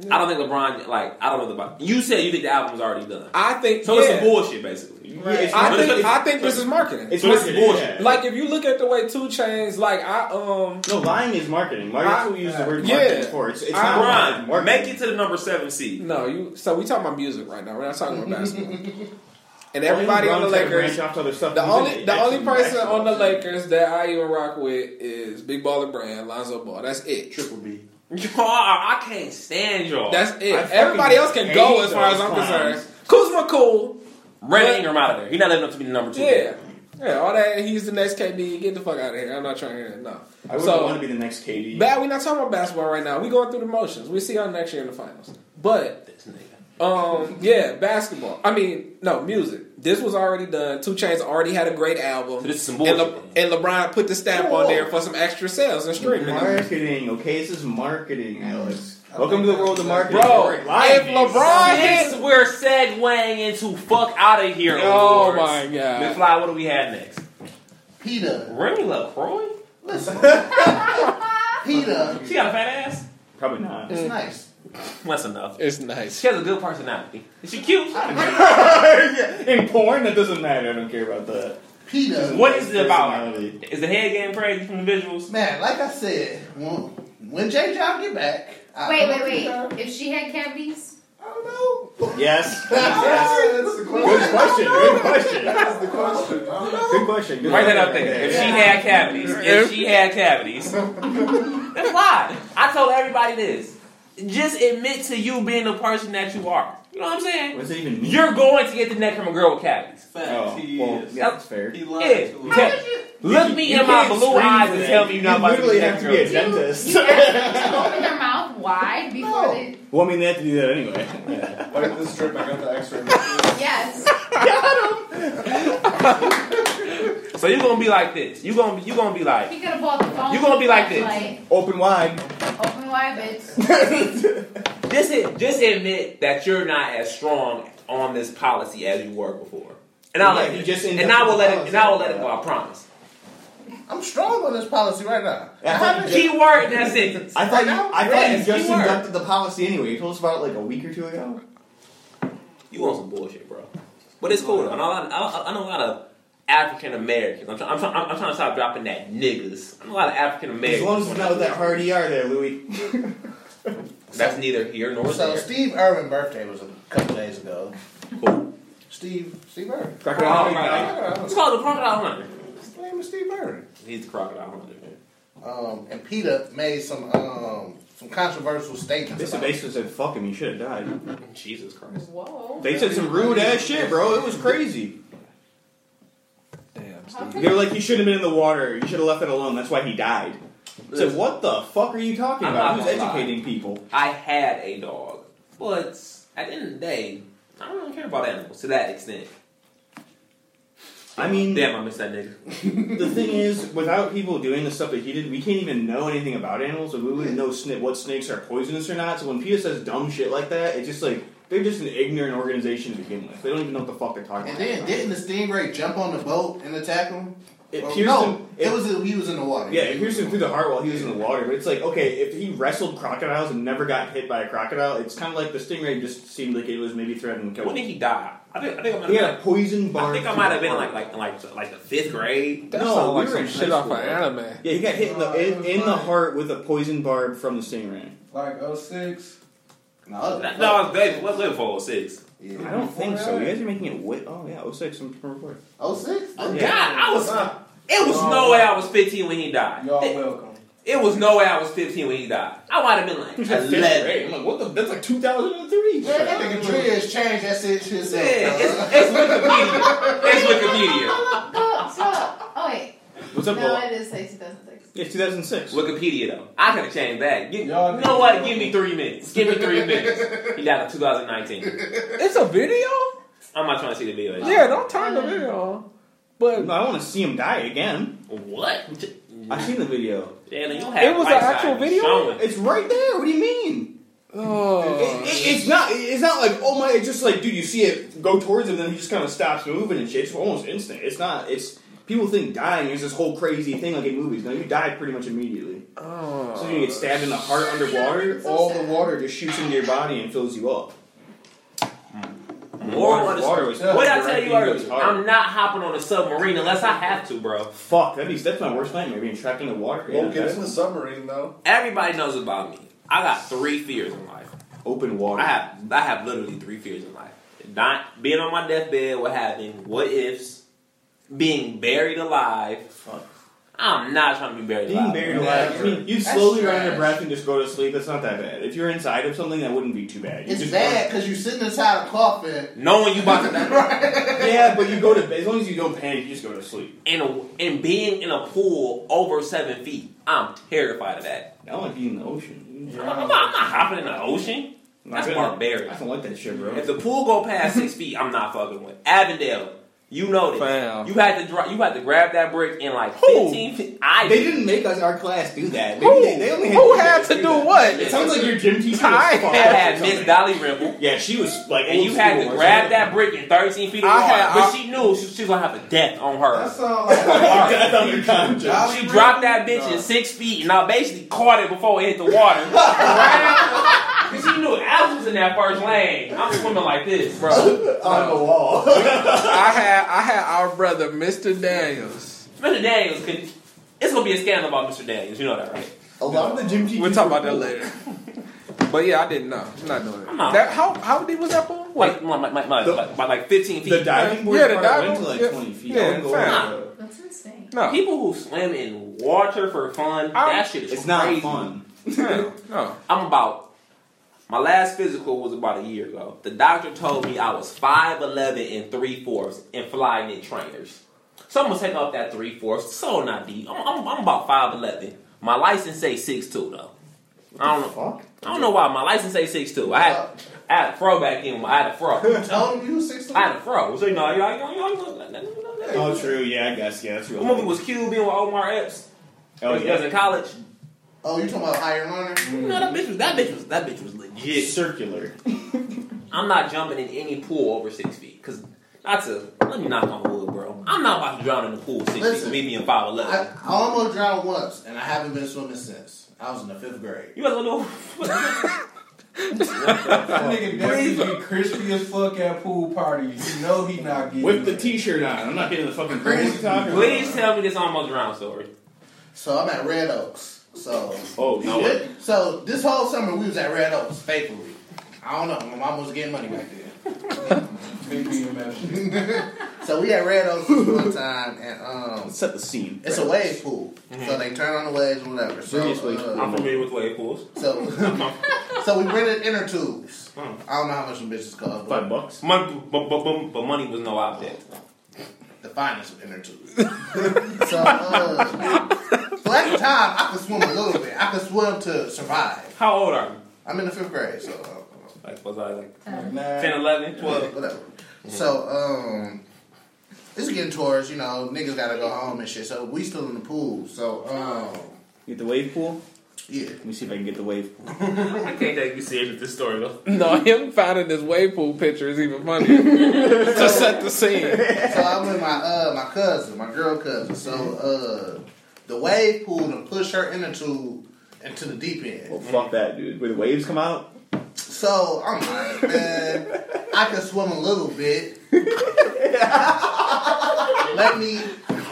S6: I don't think LeBron like I don't know about you said you think the album's already done.
S7: I think
S6: So
S7: yeah.
S6: it's some bullshit basically.
S5: Good. Yeah, it's
S7: I
S5: not-
S7: think
S5: it's-
S7: I think this is marketing.
S5: it's
S6: so this is
S5: marketing,
S6: bullshit.
S5: yeah.
S7: like if you look at the way Two Chains, like I um
S5: no lying is marketing. Why
S7: I-
S5: do people use the word
S7: yeah.
S5: marketing for it? It's, it's not lying,
S6: LeBron,
S5: marketing.
S6: make it to the number seven seed.
S7: no you so we talking about music right now. We're not talking about basketball. And
S5: Only
S7: everybody on the
S5: LeBron's gotta
S7: Lakers.
S5: branch off to other stuff.
S7: The
S5: He's
S7: only
S5: an
S7: the only
S5: actual
S7: person on
S5: basketball
S7: the
S5: player.
S7: Lakers that I even rock with is Big Baller Brand, Lonzo Ball. That's it.
S9: Triple B.
S6: Y'all, I can't stand y'all.
S7: That's it.
S5: I fucking
S7: Everybody else can go
S5: hate
S7: as far as
S5: those
S7: I'm
S5: clowns.
S7: concerned. Kuzma cool.
S6: Brandon
S7: But-
S6: Ingram out of there. He's not living up to be the number two.
S7: Yeah. Yeah, all that he's the next KD. Get the fuck out of here. I'm not trying to hear it. No.
S5: I wouldn't
S7: so
S5: want to be the next KD.
S7: bad we're not talking about basketball right now. we going through the motions. We see y'all next year in the finals. But
S6: This nigga.
S7: um yeah, basketball. I mean, no, music. This was already done. Two Chains already had a great album.
S6: So this is some
S7: and,
S6: bullshit.
S7: and LeBron put the stamp on there for some extra sales and streaming.
S5: marketing, okay? This is marketing, Alex. Welcome to the world of marketing.
S7: Bro,
S5: We're live,
S7: if
S5: dude.
S7: LeBron
S6: This
S7: hit
S6: we're segueing into fuck out of here.
S7: Oh
S6: awards.
S7: my God.
S6: McFly, what do we have next?
S4: Peta.
S6: Remy LaCroix?
S4: Listen. Peta.
S6: She got a fat ass?
S5: Probably not.
S4: It's nice.
S6: That's enough.
S7: it's nice.
S6: She has a good personality. Is she cute?
S5: In porn, that doesn't matter. I don't care about that.
S4: Peta.
S6: What is it about?
S5: Personality.
S6: Is the head game crazy from the visuals?
S4: Man, like I said, when, when J. John get back, I
S8: Wait, wait, wait. If she had cavities,
S4: I don't know.
S5: Yes.
S9: Yeah,
S5: yes.
S9: that's the
S5: Good
S9: question.
S5: question. Good question.
S9: That's the question. I don't know.
S5: Good question. Good
S6: Write that up
S5: question.
S6: there. If she had cavities, if she had cavities, that's why I told everybody this. Just admit to you being the person that you are. You know what I'm saying?
S5: What's that even mean?
S6: You're going to get the neck from a girl with cavities.
S5: Oh, well, yeah, that's fair. You
S6: Yeah. Tell- Look me
S5: You
S6: in my
S5: can't
S6: blue
S5: scream
S6: eyes
S5: for
S6: and
S5: that.
S6: tell me you're not about to
S5: literally
S6: get the
S5: have
S6: neck from
S5: to
S6: a
S5: be
S6: girl.
S5: a
S8: do you, you ask
S5: dentist.
S8: them to open their mouth wide before
S4: No.
S8: they?
S5: well, I mean, they have to do that anyway. Yeah.
S9: Like this trip, I got the X-ray.
S8: Yes.
S6: So you're gonna be like this. You're gonna be, you're gonna be like
S8: He could have bought the phone.
S6: You gonna be like this.
S8: Like,
S5: Open wide.
S8: open wide, bitch.
S6: just ad- just admit that you're not as strong on this policy as you were before. And I'll
S5: Yeah,
S6: let
S5: you
S6: it,
S5: just end
S6: and
S5: up
S6: I will
S5: with
S6: let
S5: the
S6: it and I will let
S5: policy.
S6: it go. I promise.
S4: I'm strong on this policy right now. I haven't
S6: Key word in that sentence.
S5: I thought you. I thought
S6: Yes,
S5: you just
S6: you were.
S5: inducted the policy anyway. You told us about it like a week or two ago.
S6: You want some bullshit, bro? But it's cool. though. And I, I, I know a lot of African Americans. I'm, try, I'm, try, I'm, I'm trying to stop dropping that niggas. I know a lot of African
S5: As
S6: Americans.
S5: long as it's not with that hard ER there, Louis.
S6: That's neither here nor
S4: So
S6: there.
S4: Steve Irwin's birthday was a couple days ago.
S6: Cool.
S4: Steve Steve Irwin.
S6: Crocodile Hunter. It's
S4: His
S6: called the Crocodile Hunter.
S4: name is Steve Irwin.
S6: He's the Crocodile Hunter. Man.
S4: Um, and Peter made some um, some controversial statements.
S5: This
S4: about it.
S5: basically said, "Fuck him. He should have died."
S6: Jesus Christ.
S8: Whoa.
S5: They said some rude ass shit, bro. It was crazy.
S7: Damn.
S8: How
S5: They
S8: could-
S5: were like, "You should have been in the water. You should have left it alone. That's why he died." I said, "What the fuck are you talking
S6: I'm
S5: about?
S6: not
S5: Who's
S6: gonna lie.
S5: educating people?"
S6: I had a dog, but at the end of the day, I don't really care about animals to that extent.
S5: I mean,
S6: Damn, I miss that nigga.
S5: the thing is, without people doing the stuff that he did, we can't even know anything about animals. So we wouldn't know sni what snakes are poisonous or not. So when PETA says dumb shit like that, it's just like they're just an ignorant organization to begin with. They don't even know what the fuck they're talking
S4: And then
S5: about.
S4: didn't the stingray jump on the boat and attack him?
S5: It
S4: Or-
S5: pierced
S4: no,
S5: him-
S4: it, was he was in the water.
S5: Yeah, it pierced him through the heart while he was in the water. But it's like, okay, if he wrestled crocodiles and never got hit by a crocodile, it's kind of like the stingray just seemed like it was maybe threatening to kill
S6: When did
S5: him.
S6: he die? I think I think I might
S5: He
S6: have
S5: had a poison
S6: been,
S5: bar.
S6: I think I might have been like like in like like the fifth grade.
S7: That
S5: No,
S7: sound
S5: we
S7: like
S5: were
S7: some
S5: in
S7: shit
S5: high
S7: off
S5: school.
S7: an anime.
S5: Yeah, he got hit in the in, in the heart with a poison barb from the stingray.
S10: Like oh, 06.
S4: No, it was-
S6: That, no, it was baby. What's it for? Six.
S4: Yeah.
S5: I oh don't think so. You guys are making it wit. Oh yeah, 06, I'm from Florida.
S4: Oh six?
S6: God, I was. It was no way I was 15 when he died.
S10: Y'all
S6: It,
S10: welcome.
S6: it was no way I was 15 when he died. I might have been like
S5: That's fifth
S6: 11.
S5: grade. I'm like, what the? That's like 2003.
S4: Man, that nigga Trey has changed that shit shit.
S6: Yeah, it's, it's Wikipedia. It's Wikipedia.
S8: Oh, so, oh wait.
S5: What's up,
S8: No,
S5: Bola?
S8: it is like 2006.
S5: It's 2006.
S6: Wikipedia though. I could have changed that. Give, you
S10: Y'all
S6: know what?
S10: niggas-
S6: Give me three minutes. Give me three minutes. He died in 2019.
S7: It's a video?
S6: I'm not trying to see the video.
S7: Yeah, don't turn the video on. But
S5: No, I want to see him die again.
S6: What?
S5: I've seen the video.
S6: Yeah, then you don't
S7: It
S6: have
S7: was an
S6: lights
S7: actual
S6: out.
S7: video?
S6: Show it.
S5: It's right there. What do you mean? It-
S7: oh,
S5: it- it's not. It's not like oh my. It's just like dude, you see it go towards him, then he just kind of stops moving and shit. It's almost instant. It's not. It's people think dying is this whole crazy thing like in movies. No, you die pretty much immediately.
S7: oh.
S5: So you get stabbed in the heart underwater.
S8: So
S5: all
S8: sad.
S5: the water just shoots into your body and fills you up.
S6: Moral of the
S5: water was
S6: What I tell
S5: directly
S6: you
S5: into
S6: earlier,
S5: his heart.
S6: I'm not hopping on a submarine unless I have to, bro.
S5: Fuck, that'd be, that's my worst nightmare, being trapped in the water. in a
S9: Won't get in
S5: vessel.
S9: the submarine though.
S6: Everybody knows about me. I got three fears in life.
S5: Open water.
S6: I have I have literally three fears in life. Not being on my deathbed, what happened, what ifs, being buried alive. I'm not trying to be buried
S5: Being
S6: alive.
S5: buried
S9: Yeah,
S5: alive, I
S9: bro.
S5: mean, you
S4: That's
S5: slowly run
S4: trash.
S5: your breath and just go to sleep. It's not that bad. If you're inside of something, that wouldn't be too bad. You
S4: It's
S5: just
S4: bad because you sitting inside a coffin.
S6: Knowing you about to die
S5: Yeah, but you go to bed. As long as you don't panic, you just go to sleep.
S6: and, a- and being in a pool over seven feet, I'm terrified of that.
S5: I don't like being in the ocean.
S6: I'm, not- I'm not hopping in the ocean. That's
S5: Not
S6: barbaric.
S5: I don't like that shit, bro.
S6: If the pool go past six feet, I'm not fucking with. Avondale, you know this.
S7: Fam.
S6: You had to dri you had to grab that brick in like
S7: Who?
S6: 15 feet. I
S5: They
S6: did.
S5: didn't make us our class do that. Maybe
S7: Who,
S5: They, they only had
S7: who
S5: you
S7: had
S5: guys
S7: to do
S5: that.
S7: what?
S5: It sounds like your gym teacher. was
S7: I
S5: fucked
S6: I
S5: or
S6: had Miss
S5: something.
S6: Dolly Rimble,
S5: Yeah, she was like,
S6: and
S5: old
S6: you had to
S5: school or
S6: grab
S5: something.
S6: that brick in 13 feet of
S7: I
S6: water.
S7: had-
S6: but
S7: I-
S6: she knew she, she was gonna have a death on her.
S10: That sounds like
S5: That's on your conscience.
S10: Dolly
S6: she Oh, dropped that
S10: Parton?
S6: bitch in six feet, and I basically caught it before it hit the water. Right? 'Cause she knew I was in that first lane. I'm swimming like this, bro.
S9: On the
S5: Oh.
S9: wall.
S7: I had I had our brother Mr. Daniels.
S6: Mr. Daniels, could, it's gonna be a scandal about Mr. Daniels. You know that, right?
S5: A lot of the gym teachers.
S7: We'll talk about
S5: were
S7: that
S5: cool.
S7: later. But yeah, I didn't know. I'm not doing it.
S6: not.
S7: That how how deep was that pool?
S6: Like, my, my, my, my,
S5: The-
S6: like- by like 15 feet.
S5: The diving board
S7: Yeah, the
S5: part
S7: diving-
S5: went to like
S7: yeah,
S5: 20 feet.
S7: yeah,
S5: I wouldn't go over
S7: fam.
S5: that.
S8: That's insane.
S7: No,
S6: People who swim in water for fun,
S7: I-
S6: that shit is
S5: It's not
S6: crazy.
S5: fun.
S7: no, no.
S6: I'm about my last physical was about a year ago. The doctor told me I was 5'11 and 3 fourths and flying in trainers. So I'm gonna take off that 3 fourths. So not deep. I'm, I'm, I'm about 5'11. My license say 6'2 though. I don't know.
S5: Fuck.
S6: I don't know why. My license say 6'2. I had, I had a fro back in. I had a fro.
S4: Tell him you was 16.
S6: I had a fro. So you know, you know, you know, you know, you know, you know.
S5: Oh, true. Yeah, I guess. Yeah, that's real.
S6: What movie was Q being with Omar Epps?
S5: Oh,
S6: When he was
S5: yeah.
S6: in college.
S4: Oh, you talking about higher learner?
S6: No, that bitch was that bitch was that bitch was legit.
S5: It's circular.
S6: I'm not jumping in any pool over six feet. Cause not to let me knock on wood, bro. I'm not about to drown in the pool six
S4: Listen,
S6: feet. Me being five
S4: I,
S6: eleven.
S4: I almost drowned once, and I haven't been swimming since. I was in the fifth grade.
S6: You guys want to know?
S10: That nigga definitely be crispy as fuck at pool parties. You know he not getting
S5: With the
S10: it.
S5: t-shirt on. I'm not getting the fucking crazy talk.
S6: Please tell me this almost drown story.
S4: So I'm at Red Oaks. So
S5: Oh, no way.
S4: So this whole summer we was at Red Oaks faithfully. I don't know. My mom was getting money back then.
S10: Big BMF shit.
S4: So we at Red Oaks one time, and um,
S5: Set the scene.
S4: it's a wave pool. So they turn on the waves and whatever. So,
S5: Serious Mm-hmm. wave pool.
S4: uh,
S6: I'm familiar with wave pools.
S4: so, so we rented inner tubes. I don't know how much them bitches cost, but
S5: Hmm. Five bucks.
S6: Money, but, but, but, but money was no object.
S4: the finest inner tubes. so, uh, so at the time I could swim a little bit. I could swim to survive.
S6: How old are you?
S4: I'm in the fifth grade, so uh,
S6: Like was I like
S10: Nah.
S6: 10, 11, 12?
S4: whatever. So um, it's getting towards you know niggas gotta go home and shit. So we still in the pool. So um,
S5: Get the wave pool.
S4: yeah.
S5: Let me see if I can get the wave pool.
S6: I can't take you serious with this story though.
S7: No, him finding this wave pool picture is even funnier to set the scene.
S4: So I'm with my uh my cousin, my girl cousin. So uh, the wave pool to push her inner tube into the deep end.
S5: Well, Oh, fuck that, dude. Where the waves come out.
S4: So I'm like, man, I can swim a little bit. let me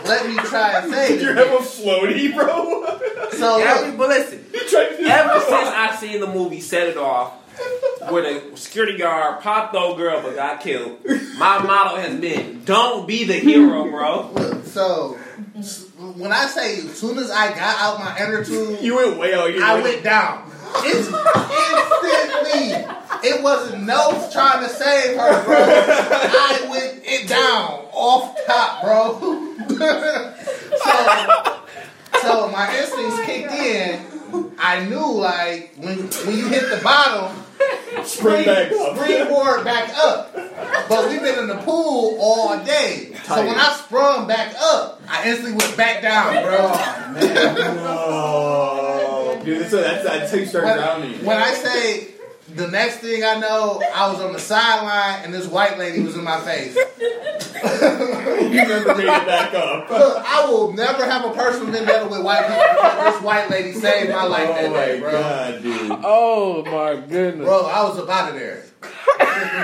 S4: let me try and save
S5: You
S4: it.
S5: have a floaty, bro.
S4: So
S6: Every,
S4: look,
S6: but listen,
S5: you tried to do
S6: Ever since I seen the movie Set It Off, where the security guard popped old girl but got killed, my motto has been "Don't be the hero, bro."
S4: look, so when I say as soon as I got out my inner tube,
S5: You went way out here.
S4: I went down. It's instantly. It wasn't no trying to save her, bro. I went it down off top, bro. so, so my instincts kicked in. I knew like when when you hit the bottom,
S5: Spring back up.
S4: springboard back up. But we've been in the pool all day. So when I sprung back up, I instantly went back down, bro.
S5: Oh, dude, so that's that's how you start drowning.
S4: When, when I say the next thing I know, I was on the sideline and this white lady was in my face.
S5: you never made it back up.
S4: Look, I will never have a personal vendetta with white people because this white lady saved my life
S5: Oh
S4: that day,
S5: my
S4: bro.
S5: god, dude.
S7: Oh my goodness.
S4: Bro, I was up out of there.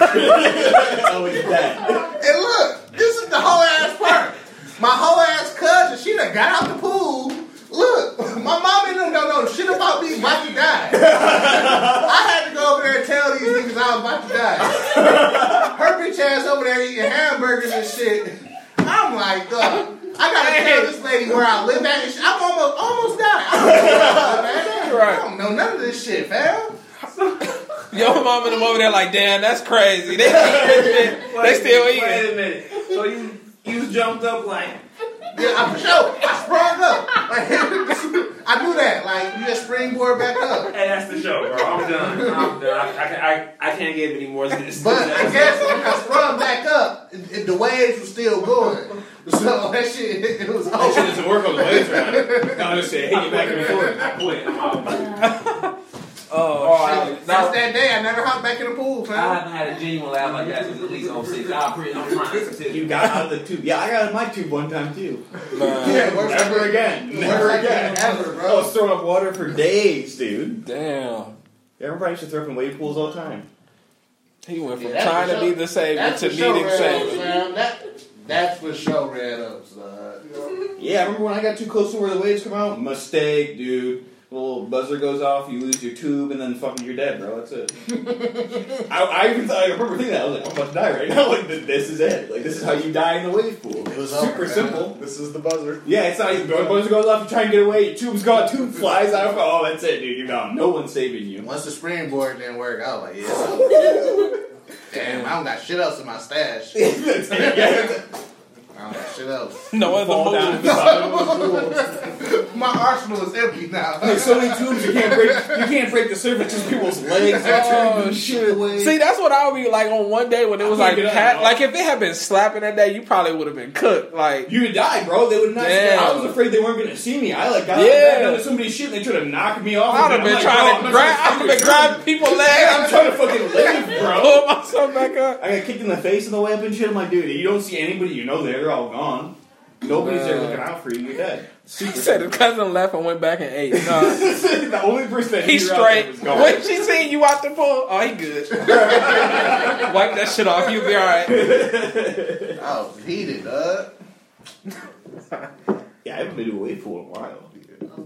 S5: How was that?
S4: And look, this is the whole ass part. My whole ass cousin, she done got out the pool. Look, my mom and them don't know shit about me about to die. I had to go over there and tell these niggas I was about to die. Her bitch ass over there eating hamburgers and shit. I'm like, dog, I gotta tell this lady where I live at. And shit. I'm almost almost died. I don't, know, man. I don't know none of this shit, fam.
S7: Yo, mom and them over there like, damn, that's crazy. They, they still eating.
S6: Wait a minute. So you you jumped up like
S4: Yeah, I, for sure. I sprung up. Like, I do that. Like, you just springboard back up.
S6: Hey, that's the show, bro. I'm done. I'm done. I, I, can- I, I can't give any more than this.
S4: But I guess when I sprung back up, it, it- the waves were still going. So that shit, it, was
S5: That shit
S4: over.
S5: doesn't work on the waves right now. No, just say, hey, get back in the pool.
S6: I quit. I'm out.
S7: Oh,
S4: Since uh, that day, I never hopped back in the pool,
S10: I
S4: fam.
S10: haven't had a genuine laugh like that since at least 06. I'm pretty, I'm trying to tell you.
S5: You got out of the tube. Yeah, I got out of my tube one time too.
S4: Yeah, worst
S5: Never
S4: idea-
S5: again. Never
S4: worst idea
S5: again.
S4: ever, bro.
S5: I was throwing up water for days, dude.
S7: damn.
S5: Everybody should throw up in wave pools all the time.
S7: He went from
S4: Yeah, that's
S7: trying to
S4: for
S7: be
S4: sure.
S7: the savior
S4: That's
S7: to
S4: for sure
S7: needing
S4: red ups,
S7: saving.
S4: fam. That, that's for sure red ups, dog.
S5: Yeah, I remember when I got too close to where the waves come out. Mistake, dude. Little buzzer goes off, you lose your tube, and then fucking you're dead, bro. That's it. I, I even I remember thinking that I was like, I'm about to die right now. Like th- this is it. Like this is how you die in the wave pool. It
S4: was over,
S5: super
S4: man.
S5: simple.
S9: This is the buzzer.
S5: Yeah, it's not even the buzzer goes off. You try and get away. Your tube's gone. Tube flies out. Oh, that's it, dude. You're gone. No one's saving you.
S4: Once the springboard didn't work, I was like, yeah. so- Damn, I don't got shit else in my stash. I
S5: That's it. Yeah.
S4: don't got shit else.
S7: No
S5: Fall down
S7: other
S5: at
S7: move.
S5: the bottom of the pool.
S4: My arsenal is empty now.
S5: There's so many tubes you can't break. You can't break the surface of people's legs.
S7: Oh shit! See, that's what I would be like on one day when it was
S5: can't
S7: like,
S5: get up,
S7: pat,
S5: no.
S7: like if it had been slapping that day, you probably would have been cooked. Like,
S5: You would die, bro. They would not.
S7: Damn.
S5: I was afraid they weren't going to see me. I like got
S7: Yeah.
S5: yeah. into somebody's shit and they tried to knock me off.
S7: I'd have
S5: I'm
S7: been
S5: like,
S7: trying
S5: bro,
S7: to
S5: I'm not
S7: grab,
S5: trying
S7: I'd
S5: to
S7: have been Oh grabbing people's legs.
S5: I'm trying to fucking live, bro.
S7: pull myself back up.
S5: I got kicked in the face in the way up and shit. I'm like, dude, you don't see anybody you know there. They're all gone. Nobody's there looking out for you. You're dead.
S7: She said her cousin left and went back and ate. Nah,
S5: the only person that
S7: he's
S5: knew you out there
S7: straight.
S5: was gone.
S7: When she seen you out the pool, oh, he good. Wipe that shit off. You'll be all right.
S4: I was heated, dog.
S5: Yeah, I haven't been to a wave pool in a while.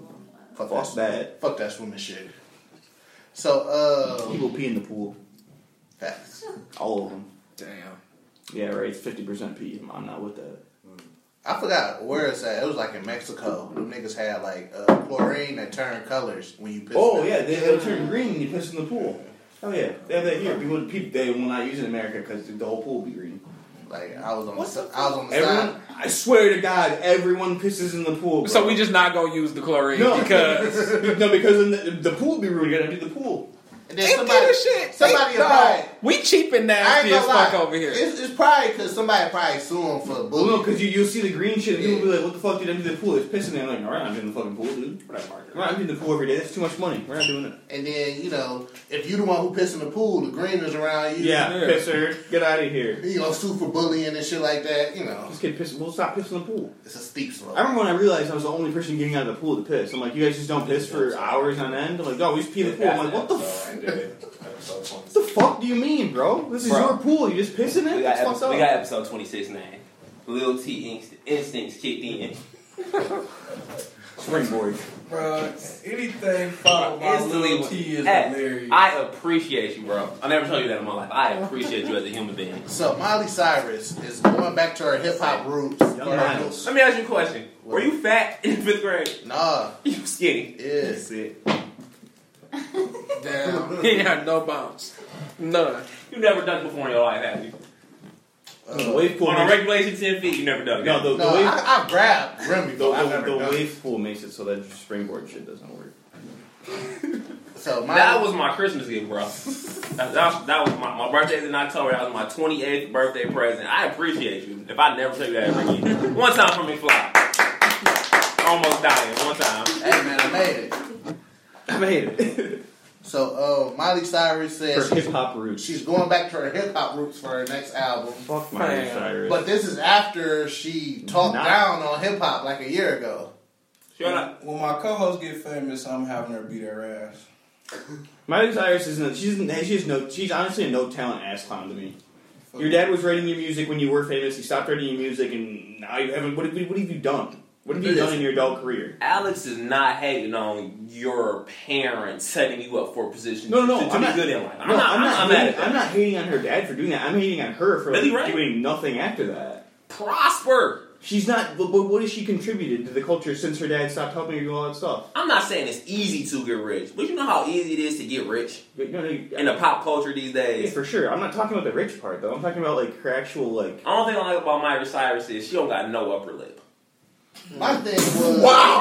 S4: Fuck that
S5: Fuck that.
S4: Fuck that swimming shit. So, uh,
S5: People pee in the pool.
S4: facts.
S5: All of them.
S7: Damn.
S5: Yeah, right. It's fifty percent pee. I'm- I'm not with that.
S4: I forgot where it's at. It was like in Mexico. Them niggas had like uh, chlorine that turned colors when you piss.
S5: Oh
S4: in it.
S5: yeah, they, they'll turn green when you piss in the pool. Oh yeah, they have that here. People, people they will not use it in America because the whole pool will be green.
S4: Like I was on
S5: What
S4: the,
S5: the
S4: I was on the side.
S5: Everyone, I swear to God, everyone pisses in the pool. Bro.
S7: So we just not gonna use the chlorine
S5: no
S7: because
S5: no because in the, the pool will be ruined. You gotta do the pool.
S4: And
S7: Ain't
S4: then
S7: that
S4: somebody,
S7: a shit.
S4: somebody
S7: Ain't-
S4: applied.
S7: dawg, We cheap and
S4: I ain't
S7: nasty as
S4: gonna lie.
S7: fuck over here.
S4: It's, it's probably because somebody probably suing for
S5: Well, no,
S4: bullying.
S5: because you you'll see the green shit and you'll be like, what the fuck did I do the pool? It's pissing. there. I'm like, all right, I'm in the fucking pool, dude. We're not- We're not doing the pool every day. That's too much money. We're not doing it.
S4: And then you know, if you the one who piss in the pool, the green is around you.
S5: Yeah,
S7: Yeah.
S5: pisser, get out of here.
S4: You gonna sue for bullying and shit like that. You know,
S5: This kid pissing. We'll stop pissing in the pool.
S4: it's a steep slope.
S5: I remember when I realized I was the only person getting out of the pool to piss. I'm like, you guys just don't piss for hours on end. I'm like, no, we just pee in the pool. I'm like, what the, f- what the fuck do you mean, bro? This is
S6: Bro.
S5: your pool. You just pissing in
S6: We
S5: it.
S6: got,
S5: That's fucked
S6: episode, we
S5: up.
S6: got episode 26 now. Lil T inst- instincts kicked in.
S5: springboard.
S10: Bro, anything followed by
S6: Instantly,
S10: little T is
S6: Hey,
S10: hilarious.
S6: I appreciate you, bro. I'll never tell you that in my life. I appreciate you as a human being.
S4: So Miley Cyrus is going back to her hip hop roots.
S5: Miles.
S6: Let me ask you a question. Were you fat in fifth grade?
S4: Nah,
S6: You skinny.
S4: yeah.
S6: That's it.
S4: Damn.
S7: He ain't had no bounce. None.
S6: You never done it before in your life, have you?
S4: Uh,
S5: wave pool.
S6: On a
S5: Makes,
S6: regulation ten feet, you never done it.
S5: no, the,
S4: no,
S5: the wave.
S4: I, I grabbed rim
S5: the,
S4: before. I
S5: the,
S4: never
S5: the
S4: done it.
S5: wave pool makes it so that your springboard shit doesn't work.
S4: So my
S6: That was my Christmas gift, bro. That, that- that was my, my birthday's in October. That was my 28th birthday present. I appreciate you. If I never tell you that ever again, one time for McFly, almost dying. One time.
S4: Hey man, I made it.
S5: I made it.
S4: So uh, Miley Cyrus says
S5: For hip
S4: she's,
S5: hop roots.
S4: she's going back to her hip hop roots for her next album.
S5: Fuck Miley
S7: Fam.
S5: Cyrus.
S4: But this is after she talked
S5: Nah.
S4: down on hip hop like a year ago.
S6: Shut up.
S10: When my co-hosts get famous, I'm having her beat their ass.
S5: Miley Cyrus is no, she's she's no she's honestly a no talent ass clown to me. Your dad was writing your music when you were famous. He stopped writing your music, and now you haven't. What have you, what have you done? What have you done in your adult career?
S6: Alex is not hating on your parents setting you up for a position
S5: No, no,
S6: to,
S5: no,
S6: to
S5: I'm
S6: be
S5: not-
S6: good in life. I'm
S5: No,
S6: not.
S5: I'm not.
S6: mad at
S5: hating,
S6: that.
S5: I'm not hating on her dad for doing that. I'm hating on her for like,
S6: Really, right?
S5: doing nothing after that.
S6: prosper.
S5: She's not. But, but what has she contributed to the culture since her dad stopped helping her do all that stuff?
S6: I'm not saying it's easy to get rich, but you know how easy it is to get rich
S5: But, no, no, you-
S6: in the pop culture these
S5: Yeah,
S6: days.
S5: for sure. I'm not talking about the rich part though. I'm talking about like her actual like.
S6: I don't think I like about Miley Cyrus is she don't got no upper lip.
S4: My thing was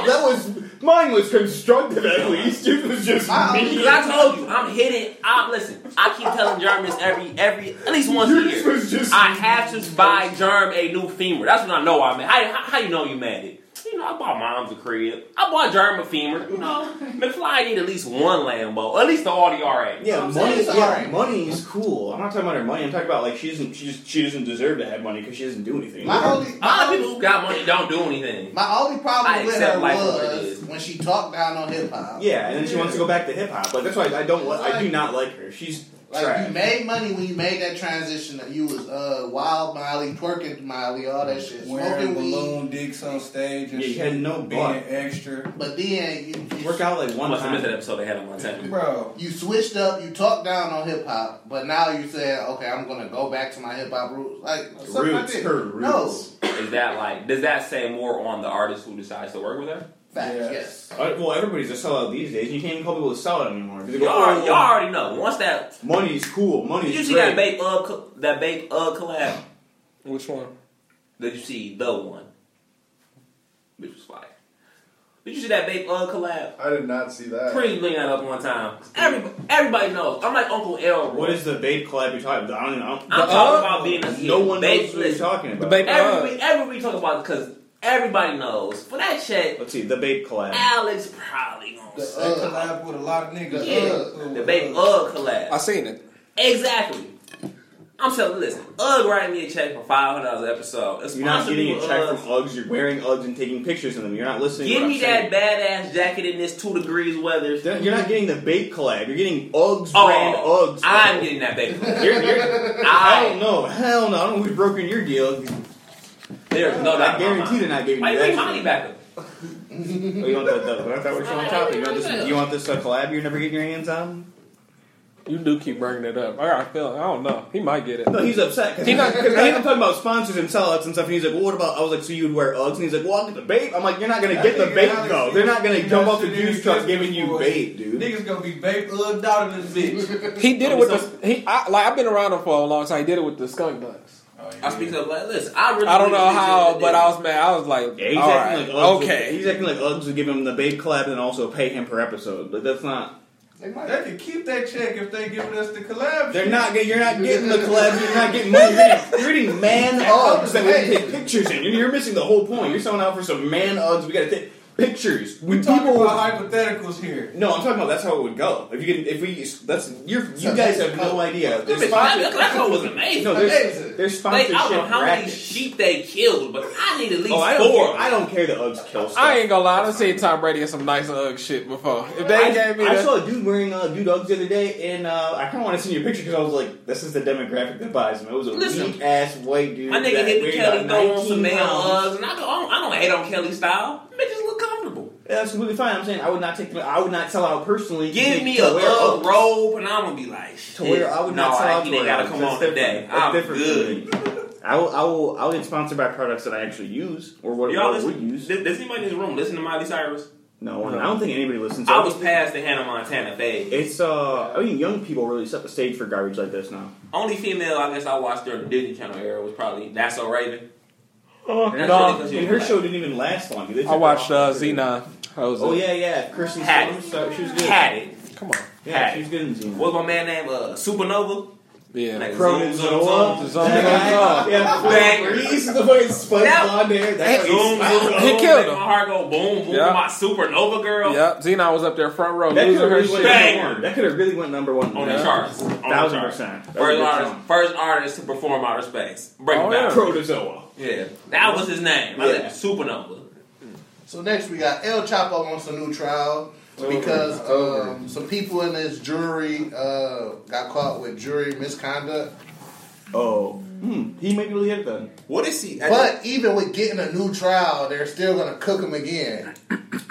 S5: that was mine was constructive at least. It was just
S4: Wow.
S6: Because I told you, I'm hitting. I listen. I keep telling Germ this every every at least once a year.
S5: just
S6: I have to buy Germ a new femur. That's when I know I'm mad. How, how, how you know you mad? At? You know, I bought mom's a crib. I bought Germ a femur. You know, McFly need at least one Lambo, at least the Audi R8.
S5: yeah,
S4: I'm saying
S5: money.
S4: it's
S5: Yeah,
S4: alright.
S5: money is cool. I'm not talking about her money. I'm talking about like she doesn't. She just she doesn't deserve to have money because she doesn't do anything.
S4: my only
S6: A lot
S4: my
S6: of
S4: only,
S6: people who got money don't do anything.
S4: my only problem
S6: I
S4: with
S6: accept
S4: her
S6: life for what it
S4: was
S6: is.
S4: when she talked down on hip hop.
S5: yeah, and then she wants to go back to hip hop. Like that's why I don't. Like, I do not like her. She's
S4: Like you
S5: trash.
S4: made money when you made that transition that you was uh wild Miley, twerking Miley, all that shit,
S10: Wearing
S4: smoking weed.
S10: balloon dicks on stage and
S5: Yeah, you
S10: shit,
S5: had no
S10: being
S5: butt.
S10: extra,
S4: But then you you,
S5: Work out like
S6: I
S5: one
S6: must have missed that
S5: time.
S6: episode they had on Montana.
S10: bro.
S4: you switched up, you talked down on hip hop, but now you said, okay, I'm gonna go back to my hip hop roots. Like suck my
S5: Roots,
S4: dick.
S5: her roots.
S4: No,
S6: Is that like? Does that say more on the artist who decides to work with her?
S4: facts.
S10: Yeah.
S4: Yes.
S5: Uh, well, everybody's a sellout these days. You can't even call people a sellout anymore. 'Cause they go,
S6: Y'all, already-
S5: "Oh,
S6: y'all already know. Once that
S5: money's cool. Money's
S6: Did you see
S5: great.
S6: that Bape uh co- that Bape uh collab?
S7: Which one?
S6: Did you see the one? Which was fire. Did you see that Bape uh collab?
S9: I did not see that.
S6: Pretty bring that up one time. Everybody, Uh, everybody knows. I'm like Uncle Elroy.
S5: What is the vape collab you're talking about? I don't even. I don't,
S6: I'm
S5: the- uh,
S6: talking about being a
S5: no one
S6: vape
S5: knows what you're
S6: listen.
S5: talking about.
S7: The vape-
S6: Every week, every week talk about because everybody knows. For that shit,
S5: Let's see the vape collab.
S6: Alex probably gonna
S4: The,
S6: say
S10: That
S4: uh,
S10: collab with a lot of niggas.
S4: Yeah.
S10: Uh,
S6: the
S10: uh,
S6: Bape uh collab.
S7: I seen it.
S6: Exactly. I'm telling you, listen, Ugg writing me a check for five hundred dollars an episode. It's
S5: You're not
S6: sponsored
S5: getting a
S6: with
S5: check
S6: Uggs.
S5: from Uggs. You're wearing Uggs and taking pictures of them. You're not listening. to
S6: uh, Give
S5: what
S6: me
S5: I'm
S6: that
S5: saying.
S6: badass jacket in this two degrees weather.
S5: Then You're not getting the vape collab. You're getting Uggs brand
S6: Oh,
S5: Uggs.
S6: I'm getting that baby.
S5: You're, you're, I don't
S6: I,
S5: know. Hell no. I don't know who's broken your deal.
S6: there's no doubt.
S5: I guarantee they're not giving
S6: Why
S5: you
S6: you
S5: that.
S6: bring
S5: shit.
S6: money back up?
S5: Oh, you want the, the, that was your own topic. You want this, you want this uh, collab you're never getting your hands on?
S7: You do keep bringing it up. I got a feeling. I don't know. He might get it.
S5: No, he's upset. Cause,
S7: He's not-
S5: cause I even talking about sponsors and sellouts and stuff. And he's like, well, what about? I was like, so you would wear Uggs? And he's like, well, I'll get the vape. I'm like, you're not going to get the
S10: nigga
S5: vape,
S10: Alex,
S5: though. They're not going
S10: he
S5: to jump
S10: done
S5: off the
S10: shit
S5: juice
S10: in
S5: truck
S10: his
S5: giving you
S10: business
S5: vape, dude.
S10: Niggas gonna be vape little daughter this bitch.
S7: He did it with the. He I, like I've been around him for a long time. He did it with the skunk bucks.
S6: I speak up like, listen, I really
S7: I don't
S6: believe this
S7: know
S6: is
S7: how,
S6: the
S7: but
S6: day.
S7: I was mad. I was like,
S5: Yeah, he's
S7: all
S5: acting
S7: right,
S5: like Uggs Would,
S7: okay.
S5: he's acting like Uggs would give him the vape collab and also pay him per episode. But that's not.
S4: they might-
S10: They can keep that check if they giving us the collab.
S5: They're not. get- You're not getting the collab. You're not getting money. You're getting, you're getting man Uggs that we can take pictures in. You're, you're missing the whole point. You're selling out for some man Uggs. We got to take pictures.
S10: We
S5: When
S10: talking
S5: people would-
S10: about hypotheticals here.
S5: No, I'm talking about that's how it would go. If you can, if we, that's you're, you
S4: So
S5: guys
S4: that's-
S5: have no idea.
S6: That
S5: There's
S6: bitch- That that show was amazing.
S5: no, there's, there's
S6: like,
S5: sponsorship
S6: I don't know how many
S5: racket.
S6: sheep they killed, but I need at least
S5: Oh, I don't,
S6: four.
S5: care. I don't care the Uggs kill stuff.
S7: I ain't gonna lie. I've seen Tom Brady in some nice Ugg shit before. If they
S5: I,
S7: gave me
S5: I
S7: that,
S5: saw a dude wearing uh, dude Uggs the other day, and uh, I kind of want to send you a picture because I was like, this is the demographic that buys them. It was a
S6: Listen.
S5: weak ass white dude.
S6: My nigga
S5: that
S6: hit the
S5: weighed
S6: Kelly,
S5: about
S6: throw on
S5: 19
S6: some male
S5: pounds.
S6: Uggs, and I don't, I don't- I don't hate on Kelly style. Bitches look comfortable.
S5: Yeah, That's completely fine. I'm saying I would not take. I would not sell out personally.
S6: Give
S5: to-
S6: me
S5: to
S6: a
S5: wear
S6: Ugg
S5: Uggs.
S6: robe, and I'm gonna be like,
S5: To
S6: shit.
S5: where I would
S6: no,
S5: not sell
S6: I
S5: out
S6: ain't
S5: to
S6: gotta
S5: her.
S6: come
S5: That's
S6: on
S5: different.
S6: today.
S5: That's
S6: I'm
S5: different
S6: good.
S5: for me. I will, I will, I'll get sponsored by products that I actually use or what,
S6: Y'all
S5: what we
S6: listen.
S5: use.
S6: Does, does anybody in this room listen to Miley Cyrus?
S5: No, I don't think anybody listens. to
S6: I
S5: it.
S6: was past the Hannah Montana phase.
S5: It's uh, I mean, young people really set the stage for garbage like this now.
S6: Only female I guess I watched during the Disney Channel era was probably That's So Raven.
S5: And,
S6: no.
S5: that's really 'cause Oh, and her show didn't even last long. They took
S7: I
S5: her
S7: watched uh,
S5: off for-
S7: Xenon. Hose
S5: Oh
S7: it.
S5: yeah, yeah, Kristen
S6: Had
S5: Stewart.
S6: it.
S5: so she was good.
S6: Had it.
S7: Come on.
S5: Yeah, she was good in Xena.
S6: What's my man name? Uh, Supernova.
S7: Yeah.
S6: Like,
S5: Cronin
S6: zoom, zoom,
S7: The
S6: zoom.
S7: zombie on top.
S5: Yeah,
S6: Bang.
S5: He's the fucking sponge
S6: That-
S5: blonde hair. That's
S6: Zoom, zoom,
S5: how
S7: He
S6: zoom,
S7: killed
S6: make
S7: him.
S6: My heart go boom, boom.
S7: Yeah.
S6: My supernova girl
S7: Yep, Xenon was up there front row
S5: That
S7: losing
S5: could
S7: her
S5: really
S7: shit.
S5: went number one. That could have really went number one
S6: on
S5: Yeah.
S6: the charts. On
S5: Thousand
S6: the charts.
S5: percent. That was a
S6: First
S5: good
S6: artist,
S5: song.
S6: first artist to perform outer space. Break
S7: Oh,
S6: it down.
S5: Protozoa.
S6: Yeah, that was his name. I
S5: Yeah.
S6: think Supernova.
S4: So next we got El Chapo wants a new trial because um, some people in his jury uh, got caught with jury misconduct.
S5: Oh, hmm. He might really hit then.
S6: What is he?
S4: But even with getting a new trial, they're still gonna cook him again.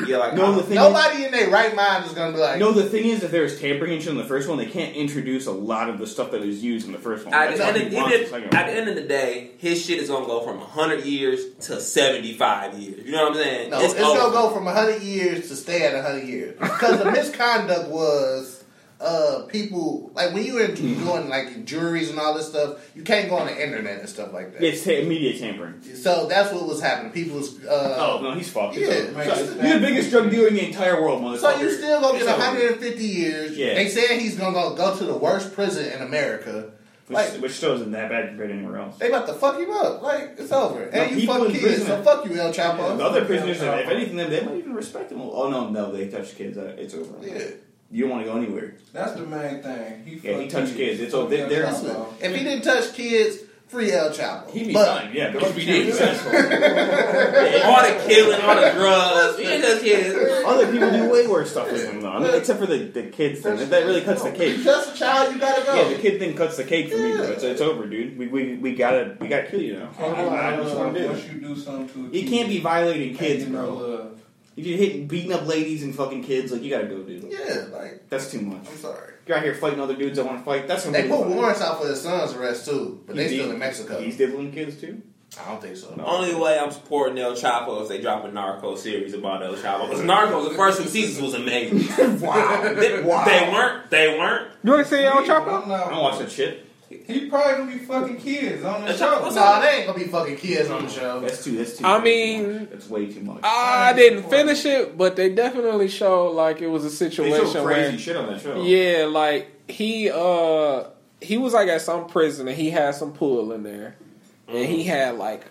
S6: yeah, like
S5: No, the thing
S4: Nobody in their right mind is gonna be like,
S5: is, no, the thing is, if there's tampering and shit in the first one, they can't introduce a lot of the stuff that was used in the first one.
S6: At
S5: That's
S6: the,
S5: why
S6: end
S5: he
S6: of,
S5: wants
S6: even-
S5: the second one.
S6: at the end of the day, his shit is gonna go from 100 years to 75 years. You know what I'm saying?
S4: No, it's, gonna
S6: over.
S4: go from 100 years to stay at 100 years because the misconduct was uh people like when you were doing like juries and all this stuff, you can't go on the internet and stuff like that.
S5: It's ta- media tampering.
S4: So that's what was happening. People was uh,
S5: Oh no, he's fucked.
S4: yeah.
S5: It's over.
S4: Right.
S5: So, You're the biggest drug dealer in the entire world, motherfucker.
S4: so you still gonna get
S5: It's over.
S4: 150 years.
S5: Yeah.
S4: They said he's gonna go, go to the worst prison in America.
S5: Which,
S4: Like-
S5: which still isn't that bad compared to anywhere else.
S4: They about to fuck him up. Like it's over, and you
S5: people
S4: fuck
S5: in
S4: kids.
S5: prison-
S4: So fuck you, El
S5: Yeah,
S4: Chapo.
S5: the other prisoners, if anything, they, they might even respect him. Oh no, no, they touch kids. Uh, it's over.
S4: Yeah.
S5: You don't want to go anywhere.
S10: That's the main thing. He
S5: Yeah, he
S10: fucked
S5: touched
S10: you.
S5: kids. It's all- they- they're-
S10: That's
S4: Listen,
S10: all.
S4: if he didn't touch kids, free El Chapo.
S5: He'd be
S4: But-
S5: fine. Yeah, there must be
S6: all the killing, all the drugs. You ain't just kids.
S5: Other people do way worse stuff than him, though. I mean, except for the, the kids thing. That, that really cuts the cake.
S4: Just a child, you gotta go.
S5: Yeah, the kid thing cuts the cake for me, bro. It's, it's over, dude. We, we, we gotta we gotta kill you now. I
S10: Can't
S5: don't know
S10: allow
S5: what you
S10: love
S5: want to do.
S10: Once you do something to a uh,
S5: You can't be violating kids,
S10: give no
S5: bro.
S10: love.
S5: You just hitting, beating up ladies and fucking kids. Like you gotta go, dude.
S4: Yeah, like
S5: That's too much.
S4: I'm sorry.
S5: You're out here fighting other dudes that want to fight. That's
S4: They
S5: completely
S4: put
S5: fine.
S4: warrants out for his son's arrest too, but they
S5: He's
S4: still
S5: de-
S4: in Mexico.
S5: He's dealing with kids too.
S4: I don't think so.
S5: Oh,
S6: Only way I'm supporting El Chapo is they drop a Narco series about El Chapo. Because Narcos, the first two seasons was amazing.
S5: Wow.
S6: They, they weren't. They weren't.
S7: You ain't seen El Chapo?
S10: I'm
S5: I
S10: not-
S5: don't watch that shit.
S10: He probably gonna be fucking kids on the
S6: That's
S10: show.
S6: what's
S4: No, they ain't gonna be fucking kids on the show.
S5: That's too. That's too.
S7: I
S5: that's
S7: mean-
S5: too much. that's way too much.
S7: I didn't finish it, but they definitely showed like it was a
S5: they
S7: situation
S5: show
S7: where
S5: crazy shit on that show.
S7: Yeah, like he uh he was like at some prison and he had some pool in there. And he
S5: Mm-hmm.
S7: had like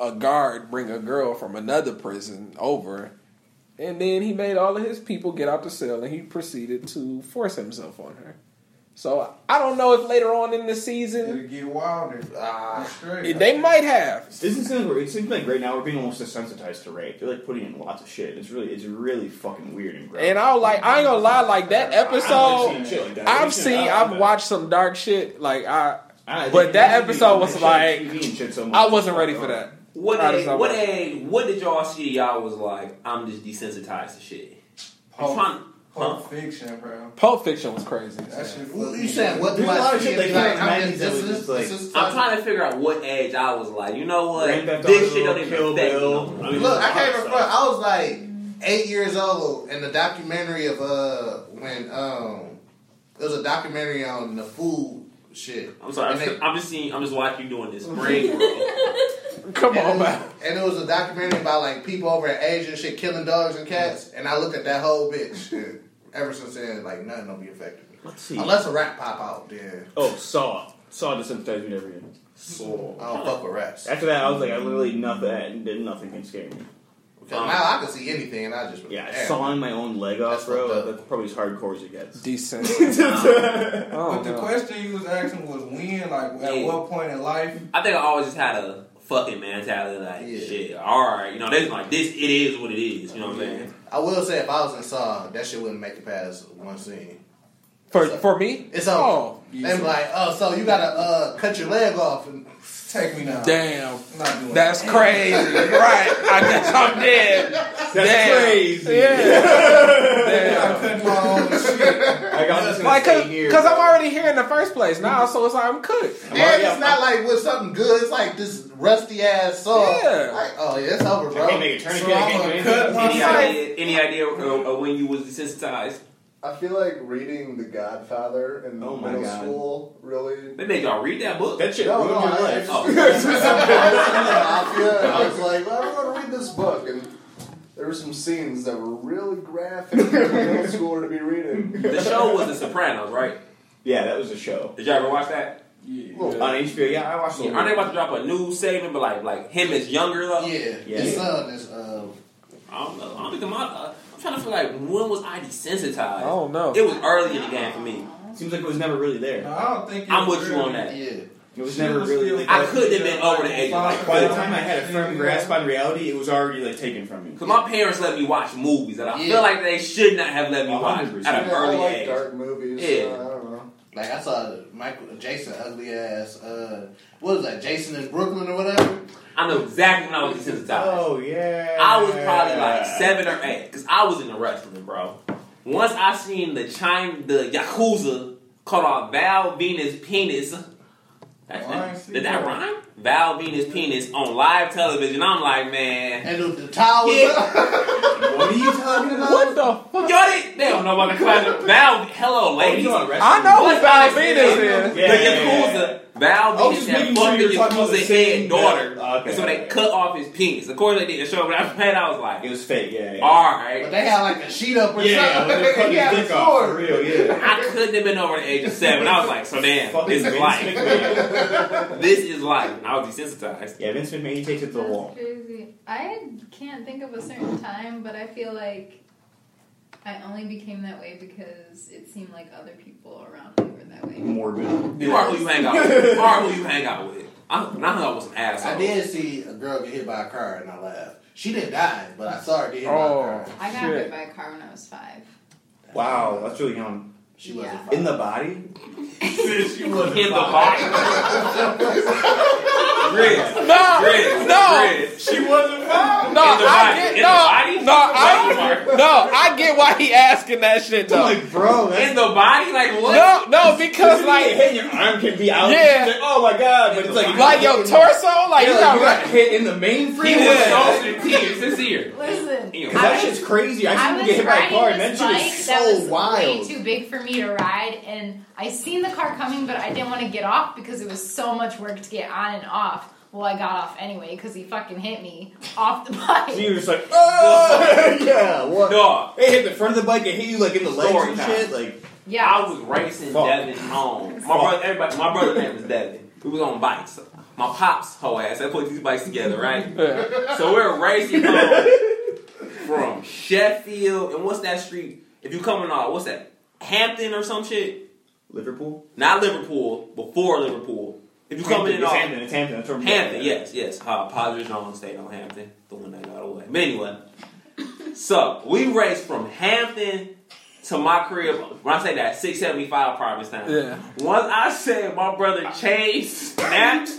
S7: a guard bring a girl from another prison over. And then he made all of his people get out the cell and he proceeded to force himself on her. So I don't know if later on in the
S10: It'll
S7: season
S10: get wilder. That's straight.
S7: they might have.
S5: Isn't something where it seems like right now we're being almost desensitized to rape. They're like putting in lots of shit. It's really, it's really fucking weird and gross.
S7: And I was like I ain't gonna lie, like that
S5: I've
S7: episode
S5: seen shit like that.
S7: I've
S5: shit-
S7: seen
S5: I-
S7: I've watched some dark shit. Like I
S5: I- they-
S7: but that
S5: they-
S7: episode
S5: they
S7: was
S5: show
S7: like-
S5: TV and shit so much.
S7: I wasn't ready for that.
S6: What
S7: I just
S6: a,
S7: don't
S6: what
S7: know.
S6: a, what did y'all see? Y'all was like, I'm just desensitized to shit. I'm trying,
S10: Pulp,
S6: huh?
S10: Pulp Fiction, bro.
S7: Pulp Fiction was crazy.
S10: That shit.
S4: Well,
S10: fucking-
S4: you saying what do
S5: There's a lot
S4: I
S5: of
S4: see?
S5: shit they
S4: Like,
S5: can't
S4: I'm
S5: imagine that
S4: just-
S5: was just,
S4: this
S5: like-
S4: is-
S6: I'm trying to figure out what age I was like. You know what?
S5: Grand Theft
S6: This
S5: Auto,
S6: shit don't even
S5: Kill
S6: affect me.
S5: Bill.
S6: no more.
S5: I mean,
S4: Look, I
S5: there's a lot of
S4: came from.
S5: stuff.
S4: I was like eight years old, and the documentary of uh when um it was a documentary on the food shit.
S6: I'm sorry. I'm,
S4: And they-
S6: I'm just seeing. I'm just watching you doing this spring roll.
S4: and,
S7: Come on,
S4: it was,
S7: man.
S4: and it was a documentary about like people over in Asia and shit killing dogs and cats, and I looked at that whole bitch. and Ever since then, like nothing will be affected me.
S5: Let's see.
S4: Unless a rat pop out, then
S5: oh, Saw. Saw desensitized me to everything.
S4: I don't fuck with rats.
S5: After that, I was like, I literally nothing, did nothing can scare me.
S4: Because now I can see anything, and I just
S5: Yeah,
S4: Damn.
S5: sawing my own leg off,
S4: That's
S5: bro.
S4: fucked up.
S5: That's probably as hardcore as it gets.
S7: Decent. Oh,
S10: But the question you was asking was when, like, at
S6: Yeah.
S10: what point in life?
S6: I think I always just had a fucking mentality like,
S4: Yeah.
S6: shit, alright, you know, this like this it is what it is, you know what I'm saying?
S4: I will say, if I was in Saw, that shit wouldn't make it past one scene.
S7: For for me,
S4: It's over.
S7: Oh,
S4: They be like, oh, so you gotta uh, cut your leg off and
S10: Take me now.
S7: damn,
S10: I'm not doing
S7: that's crazy, right? I guess I'm dead. damn.
S5: crazy.
S7: Yeah,
S10: that. I
S7: damn.
S10: cut my own shit.
S5: Like, I'm just gonna
S7: Like,
S5: stay
S7: cause,
S5: here.
S7: 'cause I'm
S5: bro.
S7: already here in the first place now, so it's like I'm cooked.
S4: And it's not like with something good. It's like this rusty ass saw.
S7: Yeah.
S4: Like, oh yeah, it's over, bro.
S5: I can't make a tourniquet.
S10: So
S5: I
S10: I'm
S5: can't do
S10: gonna
S5: anything.
S10: cut
S4: Uh,
S10: my-
S6: Any idea, any idea of, of when you was desensitized?
S9: I feel like reading The Godfather in
S6: Oh my
S9: middle
S6: God.
S9: school really
S6: They made y'all read that book.
S5: That shit
S9: No,
S5: ruined
S9: no,
S5: your
S9: I-
S5: life.
S9: I
S6: Oh.
S9: was in the mafia, and I was like, well, I'm going to read this book. And there were some scenes that were really graphic for a middle schooler to be reading.
S6: The show was The Sopranos, right?
S5: Yeah, that was a show.
S6: Did y'all ever watch that?
S5: On HBO, yeah, I watched it.
S6: Aren't they about to drop a new segment, but like like him is younger though?
S4: Yeah,
S5: Yeah.
S4: his son is. Uh,
S6: I don't know. I don't think I'm. Uh, I'm trying to feel like when was I desensitized?
S7: I don't know.
S6: It was early in the game for me.
S5: Seems like it was never really there.
S10: No, I don't think. it
S6: I'm
S10: was
S6: with you
S10: really-
S6: on that.
S4: yeah,
S5: It was
S10: She
S5: never
S10: was
S5: really.
S10: still
S6: I couldn't have been over the age.
S10: Like,
S5: By the time I had a firm grasp on reality, it was already like taken from me.
S6: Cause my parents let me watch movies that I
S4: Yeah.
S6: feel like they should not have let me watch
S5: 100%.
S6: at
S9: Yeah,
S6: an
S9: I
S6: early
S9: like
S6: age.
S9: dark movies. so
S6: Yeah.
S9: I don't know.
S4: like I saw Michael Jason ugly ass. Uh, what was that? Jason in Brooklyn or whatever.
S6: I know exactly when I was desensitized.
S5: Oh yeah.
S6: I was probably like seven or eight, cause I was in the wrestling, bro. Once I seen the chime, the yakuza called off Val Venus penis. That's-
S10: I ain't seen
S6: did that
S10: that.
S6: rhyme? Val Venus penis on live television. I'm like, man,
S4: And the, the towel was
S6: Yeah.
S4: up.
S5: What are you talking about?
S7: What the fuck?
S6: y'all did, they don't know about the classic Val. Hello,
S5: Hey,
S6: ladies.
S5: you on
S7: I know who
S6: What's
S7: Val
S6: the-
S7: Venus is.
S5: Yeah,
S6: the
S5: yeah, yeah,
S6: Yakuza, Val
S5: I was
S6: Venus
S5: Oh, just
S6: that
S5: making
S6: fucked
S5: sure
S6: the
S5: you were talking about the
S6: Yakuza's
S5: same-
S6: head daughter.
S5: Yeah. Okay.
S6: And so they cut off his penis. Of course they did the show, but I played, I was like,
S5: It was fake. Yeah. yeah.
S4: But
S6: alright.
S4: they had like a sheet up or
S5: yeah, when
S4: something.
S5: they cut
S4: He
S5: his
S4: had a
S5: dick off, for
S4: sword.
S5: real, yeah.
S6: I couldn't have been over the age of seven. I was like, so damn,
S5: Fucking
S6: this is
S5: Vince
S6: life.
S5: McMahon.
S6: This is life. And I was desensitized.
S5: Yeah, Vince McMahon, he takes it to the
S8: That's
S5: wall.
S8: Crazy. I can't think of a certain time, but I feel like I only became that way because it seemed like other people around me were that way.
S5: Morbid.
S6: You are who you hang out with. You are who you hang out with. I, when I hung out with some assholes.
S4: I did see a girl get hit by a car and I laughed. She didn't die, but I saw her get hit
S7: Oh.
S4: by a car.
S8: I got
S7: Shit.
S8: hit by a car when I was five.
S5: Wow, that's really young.
S4: She wasn't.
S8: Yeah.
S4: fine.
S5: In the body?
S6: In the box. Grizz.
S7: No,
S6: Grizz.
S7: no,
S6: Grizz. She wasn't
S7: no.
S6: found. In the
S7: I
S6: body.
S7: get
S6: in
S7: no,
S6: the body?
S7: no,
S6: Question
S7: I
S6: mark.
S7: no, I get why he asking that shit though.
S5: Like, bro, that's.
S6: In the body? Like what?
S7: No, no, because like,
S5: hit your arm can be out.
S7: Yeah.
S5: It's like, oh my god, but it's like.
S7: like your torso, like
S5: Yeah,
S7: you
S5: like, Oh, you
S7: got.
S5: hit in the mainframe?
S6: He
S5: Yeah.
S6: was so sincere. Sincere.
S8: Listen,
S6: Ew.
S5: 'Cause that shit's crazy. I
S8: I
S5: seen
S8: was
S5: you get hit by a car, and
S8: riding
S5: that
S8: this
S5: shit
S8: bike
S5: is
S8: that
S5: so
S8: was way
S5: wild.
S8: too big for me to ride, and I seen the car coming, but I didn't want to get off because it was so much work to get on and off. Well, I got off anyway because he fucking hit me off the bike.
S5: So you're just like, oh! yeah, what?
S6: Dog.
S5: They hit the front of the bike and hit you like in the legs
S6: Story
S5: and
S6: time.
S5: shit. Like,
S8: yeah,
S6: I was racing
S5: Fuck.
S6: Devin home. My brother, everybody, my brother's name was Devin. We was on bikes. My pops, whole ass, I put these bikes together, right?
S7: Yeah.
S6: So we're racing home from Sheffield, and what's that street? If you coming off, what's that? Hampton or some shit?
S5: Liverpool?
S6: Not Liverpool, before Liverpool. If you coming in
S5: it's
S6: off
S5: Hampton, it's Hampton. That's where I'm
S6: Hampton, yes, yes. Uh, Padres Jones stayed on Hampton, the one that got away. But anyway, so we raced from Hampton to my crib. When I say that, 675 Province Town.
S7: Yeah.
S6: Once I said my brother changed, snapped,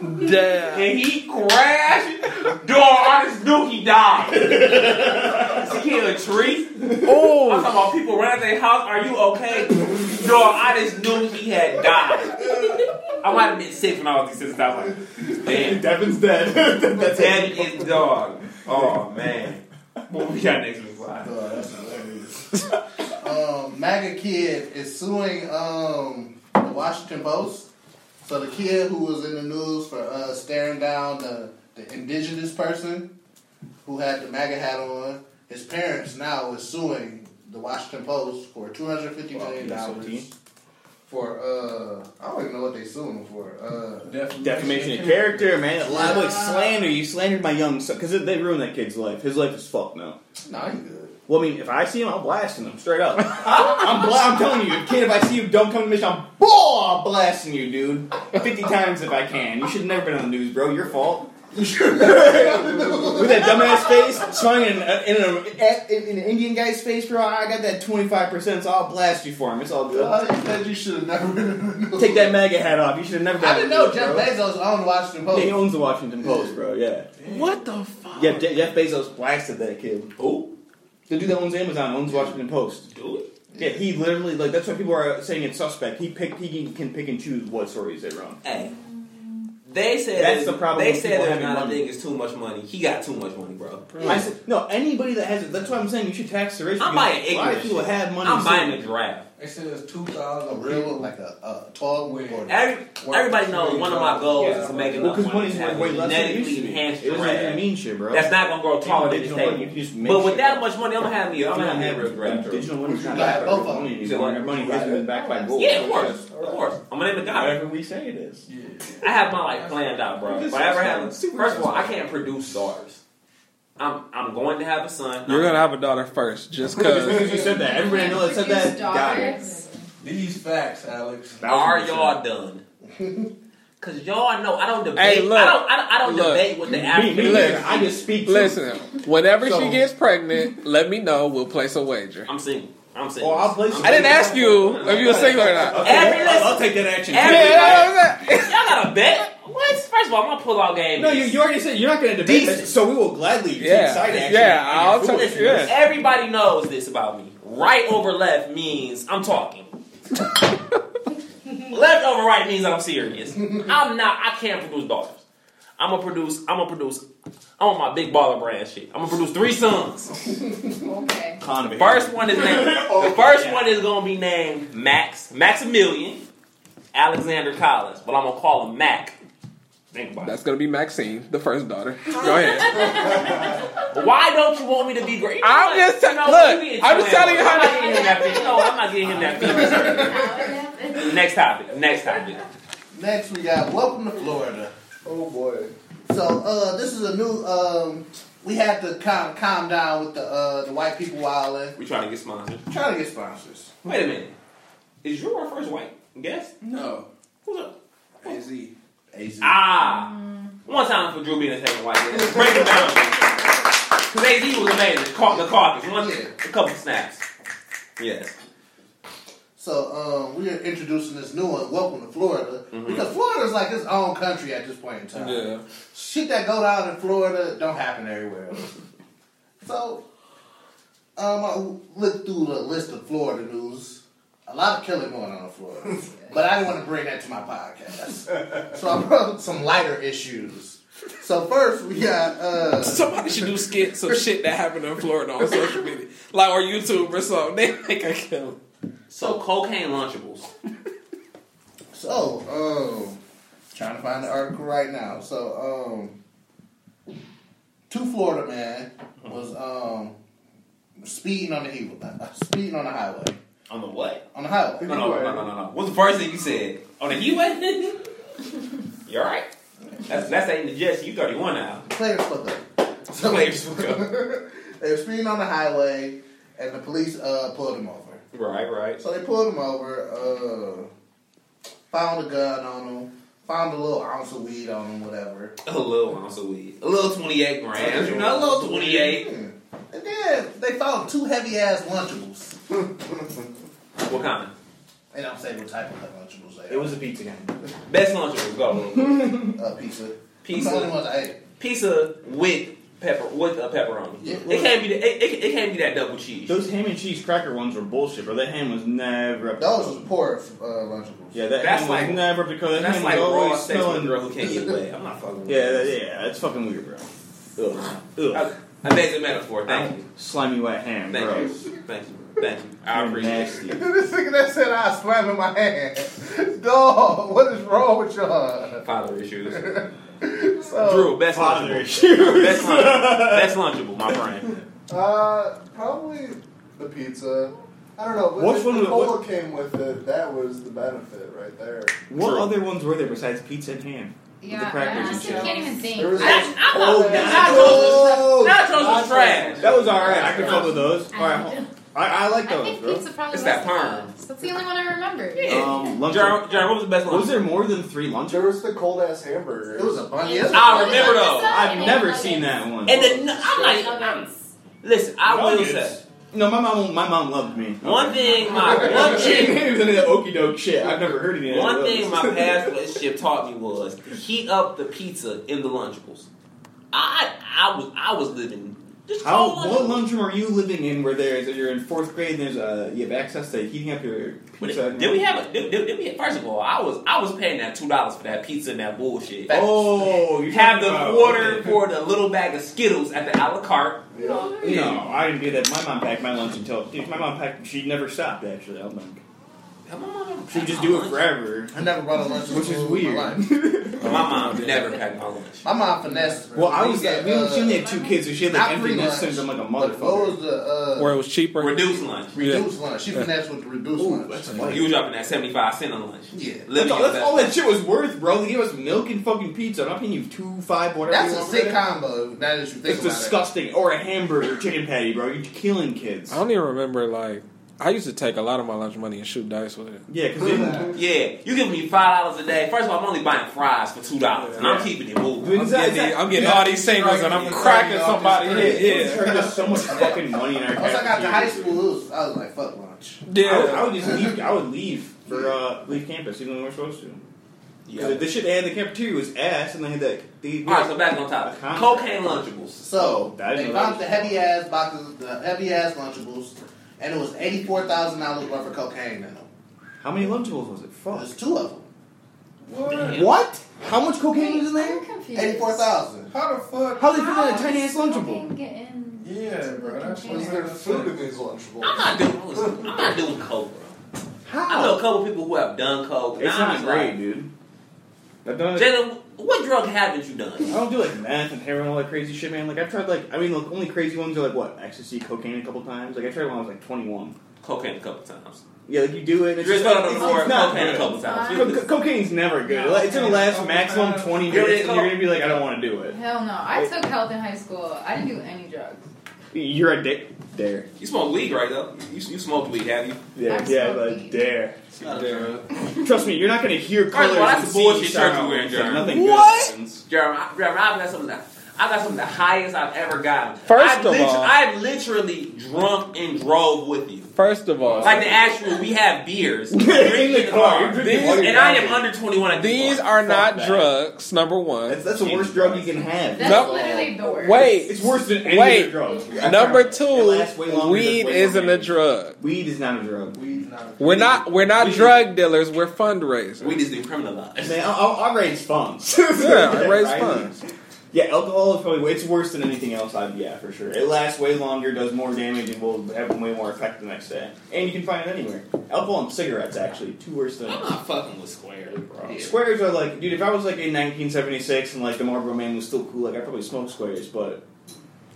S7: Damn.
S6: and he crashed, door on this dookie died. He hit a tree. I'm
S7: Oh,
S6: talking about people around their house. Are you okay? Yo, I just knew he had died. I might have been sick when I was these sisters. I was like, damn,
S5: Devin's dead. That's it.
S6: that is dog. Oh man, what we got next week? Why?
S4: Oh, that's hilarious. um, MAGA kid is suing um, the Washington Post. So the kid who was in the news for uh, staring down the, the indigenous person who had the MAGA hat on, his parents now is suing the Washington Post for two hundred fifty million dollars for uh, I don't even know what they suing him for. Uh,
S5: Defamation of character, man. A lot of like
S4: Yeah.
S5: slander. You slandered my young son. Because they ruined that kid's life. His life is fucked now.
S4: no, he good.
S5: Well, I mean, if I see him, I'm blasting him straight up. I'm, bla- I'm telling you, kid, if I see you, don't come to mission. I'm boy, I'm blasting you, dude. 50 times if I can. You should have never been on the news, bro. Your fault. With that dumbass face, swung in, uh, in, an, at- in, in an Indian guy's face, bro. I got that 25%, so I'll blast you for him. It's all
S4: Uh,
S5: good.
S12: I said you should have never been in the news.
S5: Take that MAGA hat off. You should have never
S4: I
S5: gotten
S4: didn't know
S5: it,
S4: Jeff
S5: bro.
S4: Bezos owned Washington Post.
S5: Yeah, he owns the Washington Post, bro. Yeah.
S13: What the fuck?
S5: Yeah, Je- Jeff Bezos blasted that kid.
S6: Who?
S5: The dude that owns Amazon owns Washington Post.
S6: Oh, Do it.
S5: Yeah, he literally like that's why people are saying it's suspect. He pick he can pick and choose what stories they run.
S6: Hey. They said
S5: That's the problem
S6: They
S5: with
S6: said
S5: people
S6: there's
S5: having
S6: not
S5: money.
S6: a thing is too much money. He got too much money, bro.
S5: I said, no, anybody that has it. That's why I'm saying you should tax the rich.
S6: I'm
S5: because
S6: buying
S5: A lot of
S6: ignorant
S5: people
S6: shit.
S5: have money.
S6: I'm buying a
S5: saved.
S6: draft.
S14: They said it's two
S4: a
S14: thousand
S4: real like a, a twelve
S14: Wait.
S4: or
S6: Every, everybody knows one of my goals is to make
S5: Well,
S6: enough
S5: because
S6: money
S5: money's
S6: to
S5: worth
S6: have
S5: way
S6: a
S5: less than it used
S6: genetically
S5: to be. It
S6: enhanced
S5: doesn't even
S6: draft.
S5: mean shit, bro.
S6: That's not gonna grow taller than this
S5: digital money. You
S6: table.
S5: can just make
S6: But with
S5: shit
S6: that
S5: up.
S6: much money, I'm gonna have me. I'm
S5: You
S6: gonna
S5: don't
S6: have
S5: have
S6: me a real draft.
S5: Digital money's not
S4: You got
S5: backed by
S4: both of
S5: money
S4: them.
S5: anymore. Your money hasn't been backed by gold.
S6: Yeah, of course, of course. I'm gonna name a guy.
S5: Whatever we say it is.
S6: I have my life planned out, bro.
S5: This
S6: If I ever
S5: is
S6: have,
S5: fun. Super
S6: first of all,
S5: fun.
S6: I can't produce stars. I'm I'm going to have a son.
S7: You're gonna have a daughter first, just
S5: Because
S7: cause.
S5: you said that, everybody I know that said that. Got it.
S8: Daughters.
S14: These facts, Alex.
S6: Are y'all done? Cause y'all know I don't debate.
S7: Hey, look.
S6: I don't. I don't, I don't
S7: Look.
S6: debate with the
S5: Me, me,
S6: African.
S7: Listen.
S5: I just speak. truth.
S7: Listen, whenever
S5: So-
S7: she gets pregnant, let me know. We'll place a wager.
S6: I'm single. I'm single.
S5: Or Oh, I'll play.
S6: I'm
S7: I didn't ask you if you were single or not.
S6: Every
S5: I'll, I'll
S6: listen-
S5: take that action.
S6: every-
S7: Yeah, that's what I'm saying.
S6: Y'all got to bet? What? First of all, my pull out game.
S5: No, you,
S6: is-
S5: you already said you're not going to debate
S6: Decent.
S5: this, so we will gladly take side
S7: Yeah,
S5: action.
S7: yeah. I'll
S5: and
S7: tell
S5: foolishness.
S7: yeah.
S6: Everybody knows this about me. Right over left means I'm talking. left over right means I'm serious. I'm not. I can't produce daughters. I'm gonna produce. I'm gonna produce. I'm on my big baller brand shit. I'm gonna produce three sons.
S8: Okay.
S5: Economy.
S6: First one is named. The first one is gonna be named Max Maximilian Alexander Collins, but I'm gonna call him Mac. Think about it.
S7: That's gonna be Maxine, the first daughter. Go ahead.
S6: Why don't you want me to be great? You know
S7: I'm
S6: what?
S7: just
S6: You know
S7: te-
S6: what?
S7: look,
S6: You need to
S7: I'm just
S6: chill out.
S7: telling you
S6: I'm
S7: how to-
S6: not getting him that fee. No, I'm not getting him that fee. Next topic. Next topic.
S4: Next, we got Welcome to Florida.
S12: Oh boy.
S4: So, uh, this is a new. Um, we had to calm, calm down with the uh, the white people wilding.
S6: We trying to get sponsored.
S4: Trying to get sponsors.
S6: Wait a minute. Is your first white guest?
S12: No.
S6: Who's up?
S12: AZ.
S4: AZ.
S6: Ah. One time for Drew being a second white guest. Break it down. Because AZ was amazing. Caught the caucus. One,
S4: Yeah.
S6: a couple snaps. Yes.
S4: So um, we're introducing this new one, Welcome to Florida, because Florida's like its own country at this point in time. Shit that go down in Florida don't happen everywhere else. so um, I looked through the list of Florida news. A lot of killing going on in Florida, but I didn't want to bring that to my podcast. so I brought some lighter issues. So first we got uh,
S7: Somebody should do skits of shit that happened in Florida on social media, like or YouTube or something. They make a kill.
S6: So cocaine lunchables.
S4: So, um, trying to find the article right now. So, um, two Florida man was um speeding on the he- uh, speeding on the highway
S6: On the what?
S4: on the highway.
S6: No, no, no, no, no, no. What's the first thing you said? On the heatwave? you alright? That's, that's ain't the Jets. You 31 now.
S4: Players fuck up. So
S6: Players fuck up.
S4: they were speeding on the highway, and the police uh pulled him over.
S6: Right, right.
S4: So they pulled him over. Uh, found a gun on him. Found a little ounce of weed on him. Whatever.
S6: A little ounce of weed. A little 28 grams. You know, a little 28.
S4: Hmm. And then they found two heavy ass lunchables.
S6: What kind?
S4: And I'm saying what type of Lunchables they are.
S5: It was a pizza game.
S6: Best lunchables. Go.
S4: uh, pizza.
S6: Pizza.
S4: It's the only ones I ate.
S6: Pizza with pepper with a pepperoni.
S4: Yeah.
S6: It can't be that, it, it, it can't be that double cheese.
S5: Those ham and cheese cracker ones were bullshit, bro. That ham was never up to
S4: Those
S5: code.
S4: was poor uh, Lunchables.
S5: Yeah, that
S6: That's
S5: ham
S6: like-
S5: was never up to code. That
S6: That's
S5: ham
S6: like
S5: was
S6: raw
S5: always
S6: sex with a
S5: smelling.
S6: girl who can't get wet. I'm not fucking with
S5: Yeah, that-
S6: this.
S5: yeah, that's fucking weird, bro. Ugh. Ugh.
S6: Amazing metaphor. Thank you.
S5: Slimy wet ham,
S6: Thank
S5: bro.
S6: you. Thank you. Thank you. I
S5: You're
S6: appreciate it.
S5: nasty.
S4: this nigga that said I slam in my hand. Dog, what is wrong with y'all?
S6: Father issues.
S4: So,
S6: Drew, best
S5: Father
S6: lunchable.
S5: issues.
S6: Best lunchable. Best lunchable, my friend.
S12: Uh, probably the pizza. I don't know. but
S5: Which
S12: if
S5: one
S12: the
S5: was-
S12: cola came with it? That was the benefit right there.
S5: What
S6: True.
S5: other ones were there besides pizza and ham?
S8: Yeah,
S5: The crackers
S8: I
S5: and
S8: honestly
S5: shit.
S8: can't even
S12: There was
S8: think.
S12: a-
S8: I,
S6: I'm
S12: Oh,
S6: nachos was trash. Nachos was trash.
S5: That was alright. I could fuck with those. Alright, I, I like
S8: I
S5: those,
S8: think
S5: bro.
S8: pizza probably
S6: It's
S8: was
S6: that
S8: the
S6: perm.
S8: best. That's It's the only one I remember.
S6: Um, Jared, Jared, what was the best lunch?
S5: Was there more than three lunches?
S15: There was the cold ass hamburger.
S4: It was a bunch.
S8: Yeah.
S6: I remember though.
S5: I've never seen that one.
S6: And then no, I'm like, listen, I will
S5: Nuggets.
S6: say
S5: No, my mom, my mom loved me.
S6: one thing. My one
S5: She
S6: thing.
S5: names any of that okey doke shit. I've never heard any of that.
S6: One thing my past relationship taught me was to heat up the pizza in the Lunchables. I I was I was living just
S5: How
S6: cold
S5: what lunchroom are you living in where there's you're in fourth grade and there's uh you have access to heating up your
S6: But
S5: pizza?
S6: Did we have a? Did, did, did we? First of all, I was I was paying that two dollars for that pizza and that bullshit.
S5: Oh, you
S6: Have the order for the little bag of Skittles at the a la carte.
S5: No, I didn't do that. My mom packed my lunch until dude, my mom packed. She never stopped actually. I'm like,
S6: Come on,
S5: she would just do it forever,
S4: I never brought a lunch to
S5: which is
S4: school in
S5: weird.
S4: My, life.
S6: My mom never packed my lunch.
S4: my mom finessed.
S5: well, I was
S4: We
S5: like,
S4: got,
S5: we only- she only
S4: uh,
S5: had two kids, so she had
S4: not
S5: like empty
S4: free
S5: nest
S4: lunch.
S5: syndrome like a
S4: What was
S5: motherfucker.
S4: the uh,
S7: Where it was cheaper.
S6: Reduced lunch.
S4: reduced lunch? She finessed with the reduced lunch.
S6: You was up in that seventy five cent on lunch.
S4: Yeah.
S5: That's
S6: Living
S5: all,
S6: your
S5: that's all
S6: best.
S5: that shit was worth, bro. They gave us milk and fucking pizza. I'm not paying you two, five, whatever.
S4: That's
S5: you
S4: a
S5: want
S4: sick
S5: for that.
S4: combo. Now that you think
S5: It's
S4: about
S5: disgusting. Or a hamburger, chicken patty, bro. You're killing kids.
S7: I don't even remember like I used to take a lot of my lunch money and shoot dice with it.
S5: Yeah, because
S6: Yeah, you giving me five dollars a day. First of all, I'm only buying fries for two dollars, and I'm keeping it moving.
S7: I'm getting, I'm getting all these singles and I'm cracking somebody's head.
S5: yeah,
S7: Yeah,
S5: charged us so much fucking money in our.
S4: it. Once I got to
S5: cafeteria.
S4: high school, it was, I was like, fuck lunch.
S5: I would, I
S7: yeah.
S5: would just leave. I would leave for uh, leave campus even when we were supposed to. Yeah. The shit they had in the cafeteria was ass, and they had that. The,
S6: All right, so back on topic.
S5: A contract.
S6: Cocaine Lunchables.
S4: So
S5: Oh, That is
S4: they
S5: what I was-
S4: found the heavy ass boxes, the heavy ass Lunchables, and it was eighty four thousand dollars worth of cocaine in them.
S5: how many lunchables was it? Fuck.
S4: There's two of them.
S5: What? How much cocaine
S8: Wait,
S5: was in there?
S8: I'm confused.
S4: Eighty four thousand.
S3: How the fuck?
S5: How they fit in a tiny ass lunchable?
S3: Yeah, bro. That's
S15: Was there food in these lunchables?
S6: I'm not doing. listen, I'm not doing coke, bro. I know a
S5: How?
S6: couple people who have done coke. and
S5: It's
S6: I'm
S5: not
S6: just
S5: great, dude. I've done
S6: Like,
S5: it.
S6: Jalen, what drug haven't you
S5: I
S6: done?
S5: don't do like meth and heroin, all that crazy shit, man. Like I've tried like I mean, the only crazy ones are like what ecstasy, cocaine, a couple times. Like I tried when I was like 21.
S6: Cocaine a couple times.
S5: Yeah, like you do it.
S6: You
S5: It's just,
S6: just fell on the
S5: it's,
S6: floor.
S5: it's not
S6: Cocaine a
S5: good.
S6: couple times.
S5: Co- co- cocaine's never good. Like, it's gonna last maximum 20
S6: Here it
S5: minutes,
S6: is.
S5: and you're gonna be like, I don't want to do it.
S8: Hell no. I took health in high school. I didn't do any drugs.
S5: You're a dick. Dare.
S6: You smoke weed, right? Though you, you smoke weed, have you?
S5: Yeah,
S8: I've
S5: yeah,
S8: smoked
S5: like
S8: weed.
S5: dare.
S7: Yeah.
S5: Trust me, you're not gonna hear
S6: First
S5: colors.
S6: of all, that's
S5: and
S6: bullshit
S5: see
S6: shirt you
S5: sounds,
S6: wearing,
S5: and
S6: Jeremy.
S5: Nothing
S7: What?
S5: good happens.
S6: Jeremy, I, Jeremy, I've got some of the, I got some of the highest I've ever gotten.
S7: First
S6: I've
S7: of all-
S6: I've literally drunk and drove with you.
S7: First of all,
S6: Like the actual, we have beers
S5: In the car, you're drinking
S7: These-
S5: while you're
S6: and I am
S5: driving.
S6: under twenty one.
S7: these are not
S5: that.
S7: drugs. Number one.
S5: That's, that's the worst drug you can have.
S8: That's
S7: No.
S8: literally the worst.
S5: it's
S7: Wait,
S5: worse than any
S7: Wait.
S5: other drug. I
S7: number
S5: promise. It lasts way
S7: two,
S5: longer,
S7: weed
S5: that's way
S7: isn't
S5: longer.
S7: a drug.
S5: Weed is not a drug.
S4: Weed's not.
S7: We're not we're not
S5: Weed-
S7: drug dealers. We're fundraisers.
S6: We just decriminalized.
S5: Man, I, I, I raise funds.
S7: Yeah, I raise
S5: Right?
S7: funds.
S5: Yeah, alcohol is probably it's worse than anything else. I'd yeah for sure. It lasts way longer, does more damage, and will have way more effect the next day. And you can find it anywhere. Alcohol and cigarettes actually two worse than
S6: I'm not fucking with squares, bro.
S7: Oh.
S5: squares are like dude. If I was like in 1976 and like the Marlboro Man was still cool, like I probably smoked squares, but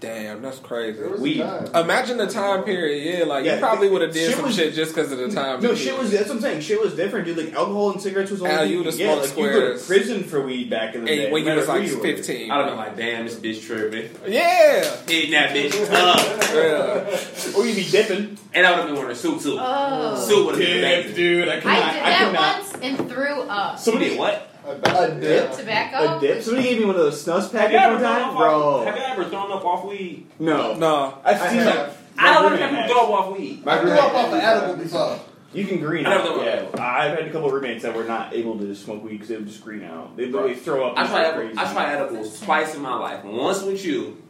S7: Damn, that's crazy.
S15: There was
S5: Weed.
S15: A time.
S7: Imagine the time period. Yeah, like
S5: Yeah,
S7: you probably would have did
S5: shit
S7: some
S5: was-
S7: shit just because of the time.
S5: no
S7: period.
S5: shit was that's what I'm saying. Shit was different, dude. Like alcohol and cigarettes was
S7: Al,
S5: only
S7: you
S5: could
S7: would've
S5: get.
S7: smoked
S5: like, You go to
S7: squares.
S5: prison for weed back in the day.
S7: And when
S5: no
S7: you was
S5: matter
S7: like
S5: who you were.
S7: fifteen.
S6: I'd have been like, damn, this bitch tripping.
S7: Yeah.
S6: Hitting that bitch up.
S7: yeah.
S5: or you'd be dipping.
S6: And I would have been wearing a suit, too.
S8: Oh.
S6: Suit would have been amazing.
S5: dude, I could
S8: I
S5: not.
S8: did
S5: I
S8: that
S5: could not.
S8: once and threw up.
S6: Somebody
S5: Somebody
S6: did what?
S15: I bet
S5: A
S15: you
S5: dip?
S15: did.
S8: Tobacco?
S5: A dip? Somebody gave me one of those snus packets one time,
S6: Have you
S5: bro.
S6: ever thrown up off weed?
S5: No,
S7: No.
S5: I've seen
S15: have.
S5: that.
S6: I don't want to have people throw up off weed.
S5: My
S4: I grew up
S5: roommate,
S4: off an edible before.
S5: you can green
S6: I
S5: out.
S6: don't know
S5: yeah,
S6: about
S5: I've had a couple of roommates that were not able to smoke weed because they would just green out. They literally throw up.
S6: I
S5: and
S6: tried,
S5: go crazy.
S6: edible, I tried edibles twice in my life. Once with you.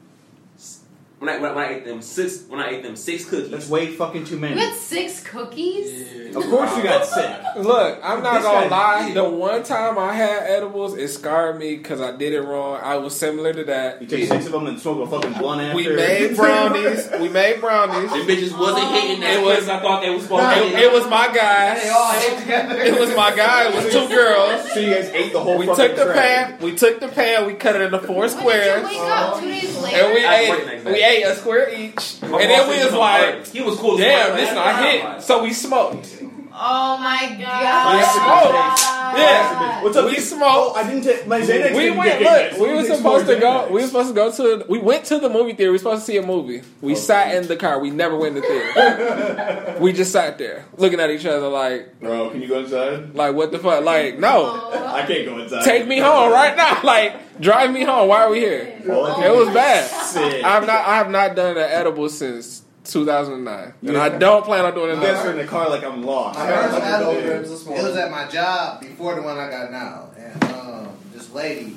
S6: When I, when, I- when I ate them six, when I ate them six
S5: That's
S6: cookies,
S5: way fucking too
S8: You
S5: many.
S8: had six cookies?
S5: Of course you got sick.
S7: Look, I'm not
S5: This
S7: gonna
S5: guy-
S7: lie. The one time I had edibles, it scarred me because I did it wrong. I was similar to that.
S5: You take six of them and smoke a fucking blunt after.
S7: We made brownies. We made brownies.
S6: them bitches wasn't hitting that.
S7: It
S6: quick
S7: was-
S6: I thought they was supposed to.
S7: It, it was my
S4: They all
S7: guys.
S4: hang together.
S7: It was my guy. It was two girls.
S5: So you guys ate the whole.
S7: We
S5: fucking
S7: took the
S5: tray.
S7: pan. We took the pan. We cut it into four
S8: When did you
S7: squares.
S8: wake up two days later?
S7: Uh-huh. And we
S6: I was working
S7: ate
S6: next
S7: it.
S6: day.
S7: We ate a square each.
S6: My
S7: and
S6: boss
S7: then we
S6: said
S7: was
S6: he
S7: like,
S6: early. he was cool. as
S7: damn,
S6: fuck.
S7: this
S6: I
S7: not
S6: had
S7: hit. So we smoked.
S8: Oh my
S7: We
S8: god.
S7: smoked. Yeah.
S5: What's up? Oh,
S7: We smoked.
S5: I didn't take my Xanax.
S7: We
S5: didn't
S7: went.
S5: get
S7: Look,
S5: Xanax.
S7: we were
S5: Didn't
S7: supposed to
S5: explore
S7: go.
S5: Xanax.
S7: We were supposed to go to. We went to the movie theater. We were supposed to see a movie. We sat in the car. We never went to the theater. we just sat there looking at each other like,
S5: Bro, can you go inside?
S7: like what the fuck? Like, no,
S8: Oh.
S5: I can't go inside.
S7: take me home right now. Like, drive me home. Why are we here? It was bad.
S5: Sick.
S7: I've not. I have not done an edible since 2009, and I don't plan on doing
S5: You
S7: it
S5: guys
S7: next
S5: were
S7: year.
S5: in the car like I'm lost.
S4: I
S16: heard
S4: heard
S16: about
S4: about
S16: the
S4: it.
S16: Williams this
S4: It was
S16: morning.
S4: at my job before the one I got now, and um, this lady,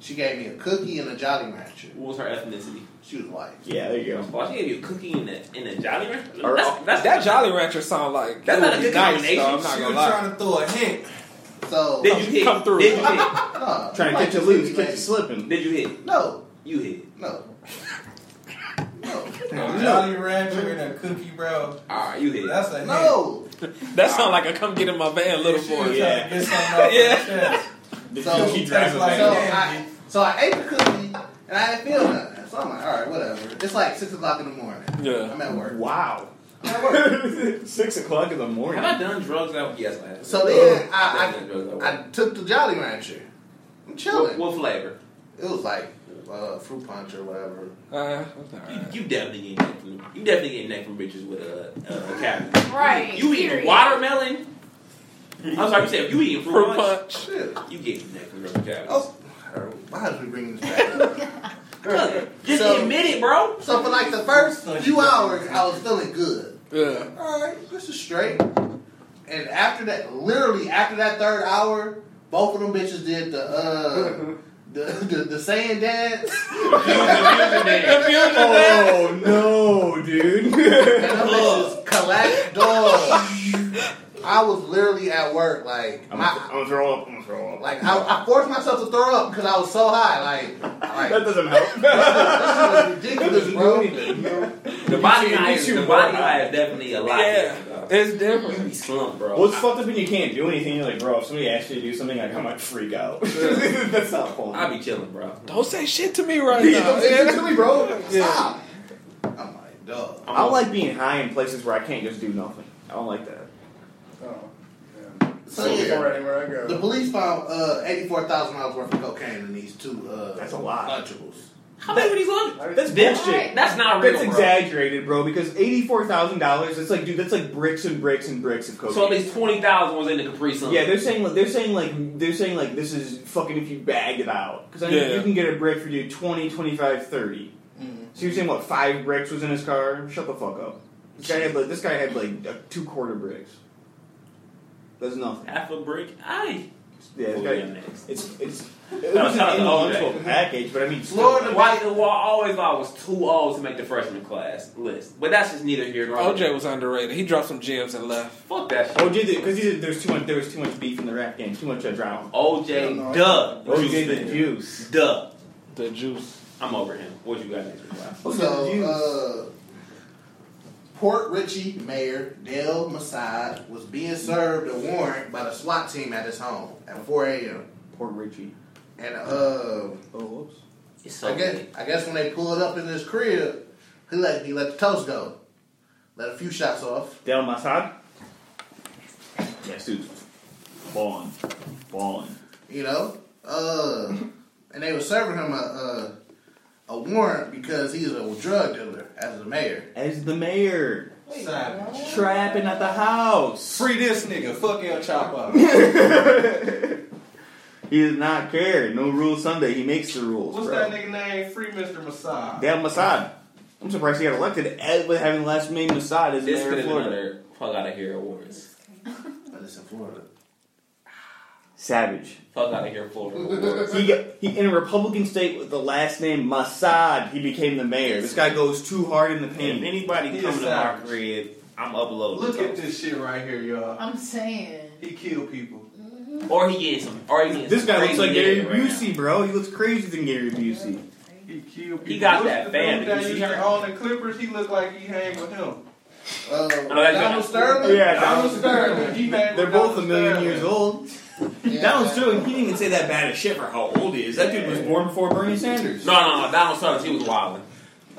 S4: she gave me a cookie and a Jolly Rancher.
S6: What was her ethnicity?
S4: She was white.
S5: Yeah, there you go.
S6: Why she gave you a cookie in a, in a Jolly Rancher?
S5: Or-
S6: That's, that's,
S7: That Jolly Rancher sound like
S6: That's
S7: it
S6: not a
S7: would be
S6: good combination.
S7: though, I'm not
S3: She
S7: gonna
S3: was
S7: lie.
S3: trying to throw a hint.
S4: So
S6: Did you hit?
S5: Come through.
S6: Did you hit?
S4: no,
S5: Trying to
S4: like
S5: catch you
S4: this
S5: loose,
S4: cookie
S5: catch you
S4: lady.
S5: slipping.
S6: Did you hit?
S4: No,
S6: You hit.
S4: no, no,
S3: Jolly Rancher and a cookie, bro.
S6: All right, you hit.
S3: That's a hint.
S4: no.
S7: That sound like a come get in my van, little
S3: She was
S7: boy.
S3: trying
S5: Yeah.
S3: to get something off her
S7: Yeah.
S3: chest.
S5: Did
S4: So-
S5: you keep driving
S3: That's like-
S5: back?
S4: So I, so I ate the cookie and I didn't feel nothing. So I'm like, all right, whatever. It's like six o'clock in the morning.
S7: Yeah.
S4: I'm at work.
S5: Wow.
S4: I'm at work.
S5: Six o'clock in the morning.
S6: Have I done drugs that? Yes, I have.
S4: So then
S6: I've
S4: I,
S6: done drugs that
S4: I, I took the Jolly Rancher. I'm
S6: what,
S4: chilling.
S6: what flavor?
S4: It was like uh, fruit punch or whatever.
S7: Uh, that's all right.
S6: You, you definitely get neck from you definitely get neck from bitches with a, a cabbage.
S8: Right.
S6: You eating
S8: period.
S6: watermelon? I'm sorry, you said if you eating fruit,
S7: Fruit
S6: punch,
S7: punch.
S4: Shit.
S6: you get neck from a cabbage.
S4: Oh, why is we bringing this back? up?
S6: Look, just
S4: So-
S6: admit it, bro.
S4: So for like the first few hours, I was feeling good.
S7: Yeah.
S4: All right, this is straight. And after that, literally after that third hour, both of them bitches did the uh, the, the the saying dance.
S5: Oh no, dude.
S4: And them bitches collapsed doors. I was literally at work, like
S5: I'm
S4: my,
S5: gonna throw up. I'm gonna throw up.
S4: like I, I forced myself to throw up because I was so high. Like,
S5: that
S4: like
S5: doesn't help.
S4: this is ridiculous, bro.
S6: The body
S5: You
S6: high, is-
S5: shoot
S6: the
S5: more
S6: body
S5: high.
S6: high is definitely a lot.
S7: Yeah.
S6: different,
S7: It's
S6: dog. You
S7: different.
S6: be slumped, bro.
S5: What's fucked up when you can't do anything? You're like, bro, if somebody asks you to do something, like, I might freak out. That's not fun.
S6: I, I be chilling, bro.
S7: Don't say shit to me right
S5: Yeah,
S7: now.
S5: don't say shit to me, bro.
S4: Stop. I'm like, dog.
S5: I don't like being high in places where I can't just do nothing. I don't like that.
S16: Oh,
S4: So
S16: so
S4: yeah,
S16: before anywhere I
S4: The
S16: go.
S4: police found uh, eighty-four thousand dollars worth of cocaine in these two. Uh,
S5: That's a lot.
S4: Lunchables.
S6: How many of these lunch?
S5: That's bullshit.
S6: That's not real,
S5: That's
S6: bro.
S5: exaggerated, bro. Because eighty-four thousand dollars. It's like, dude, that's like bricks and bricks and bricks of cocaine.
S6: So at least twenty thousand was in the Capri Sun.
S5: yeah, they're saying like they're saying like they're saying like this is fucking if you bag it out because I mean,
S7: Yeah.
S5: you can get a brick for dude 20, 25, 30. So you're saying what five bricks was in his car? Shut the fuck up. This guy had like this guy had like uh, two quarter bricks. That's nothing.
S6: half a brick. Aye.
S5: Yeah, this
S6: We'll
S5: guy,
S6: get next.
S5: it's it's it
S6: Shout
S5: was
S6: out
S5: an
S6: to OJ.
S5: intellectual package, but I mean, still,
S6: Florida White the wall always thought I was too old to make the freshman class list, but that's just neither here nor there.
S7: OJ was underrated. He dropped some gems and left.
S6: fuck that shit.
S5: Oh, did because there was too much. There was too much beef in the rap game. Too much uh, drama.
S6: OJ, duh. What you
S5: did the
S6: spinning?
S5: juice.
S6: Duh.
S7: The juice.
S6: I'm over him. What you got next for class?
S4: So, uh, Port Richey Mayor Dale Massad was being served a warrant by the SWAT team at his home at 4 a.m.
S5: Poor Richie.
S4: And uh,
S5: Oh, whoops.
S6: It's so
S4: I guess
S6: good.
S4: I guess when they pulled up in his crib, he let he let the toast go, let a few shots off.
S5: Del Masad. Yes, dude. Ballin'. Ballin'.
S4: you know. Uh, and they were serving him a, a a warrant because he's a drug dealer as the mayor.
S5: As the mayor.
S16: Savage.
S5: Trapping at the house.
S3: Free this nigga. Fuck El Chapo.
S5: He does not care. No rules Sunday. He makes the rules.
S3: What's
S5: bro.
S3: that nigga name? Free Mr. Massad.
S5: Del Masad. I'm surprised he got elected as, with having the last name Masad as
S6: This
S5: mayor
S6: could
S5: of
S6: have
S5: Florida.
S6: another fuck out of here awards.
S4: But it's in Florida. Uh,
S5: Savage.
S6: Fuck out of here Florida awards.
S5: He, got, he in a Republican state with the last name Masad, he became the mayor. This guy goes too hard in the
S6: If
S5: paint.
S6: anybody
S3: He
S6: coming
S3: is
S6: to my
S3: savage.
S6: crib, I'm uploading.
S3: Look at
S6: something.
S3: this shit right here, y'all.
S8: I'm saying.
S3: He killed people.
S6: Or he getting some. Or he getting
S5: This
S6: some
S5: guy looks
S6: crazy
S5: like Gary
S6: nigga right now.
S5: Busey, bro. He looks crazier than Gary Busey.
S3: He killed people.
S6: He got
S3: What's
S6: that
S3: the
S6: fan.
S3: dude
S6: Did you
S3: That
S6: see
S3: you
S6: that?
S3: on the Clippers, he looked like he hang with him.
S4: Uh,
S6: that's-
S4: Donald Sterling.
S3: Donald Sterling. He hang
S5: They're
S3: with
S5: both a
S3: Donald
S5: million
S3: Sterling.
S5: years old.
S4: Yeah.
S5: Donald Sterling, he didn't even say that bad a shit for how old he is. That dude was born before Bernie Sanders.
S6: No, no, no. Donald Sutton, he was wilding.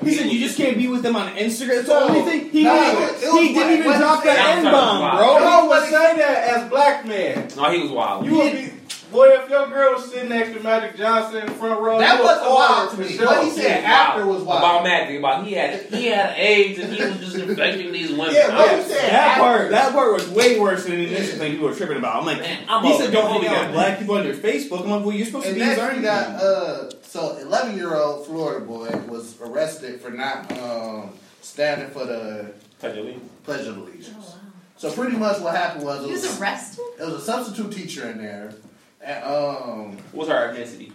S5: He said you just can't be with them on Instagram. It's
S4: No.
S5: the only thing he
S4: No,
S5: did.
S4: it was
S5: He didn't
S4: black-
S5: even
S4: what
S5: drop
S4: he said.
S5: that
S6: I'm
S5: N
S6: talking
S5: bomb,
S6: about-
S5: bro.
S3: No would say that as black man.
S6: No, he was wild.
S3: You would be. Boy, if your girl was sitting next to Magic Johnson in the front row,
S4: That
S3: you
S4: wasn't
S3: would
S4: wild to
S3: for
S4: me.
S3: sure.
S4: What he said after was
S6: About
S4: wild.
S6: Magic, about he had he had AIDS and he was just infecting these women.
S4: Yeah,
S6: I
S4: what
S6: was-
S4: you said
S5: That
S4: after-
S5: part, that part was way worse than the initial thing people were tripping about. I'm like,
S6: Man, I'm
S5: he
S6: over
S5: said
S6: it.
S5: don't hang
S6: Hold
S5: out
S6: on.
S5: with black people on your Facebook. I'm like, well, you're supposed to
S4: And
S5: be his
S4: next we
S5: army.
S4: got uh, so eleven year old Florida boy was arrested for not um, standing for the
S6: Touch your leaf.
S4: Pledge of Allegiance. So pretty much what happened was it
S8: He
S4: was,
S8: was arrested?
S4: it was a substitute teacher in there, and, um,
S6: What's her ethnicity?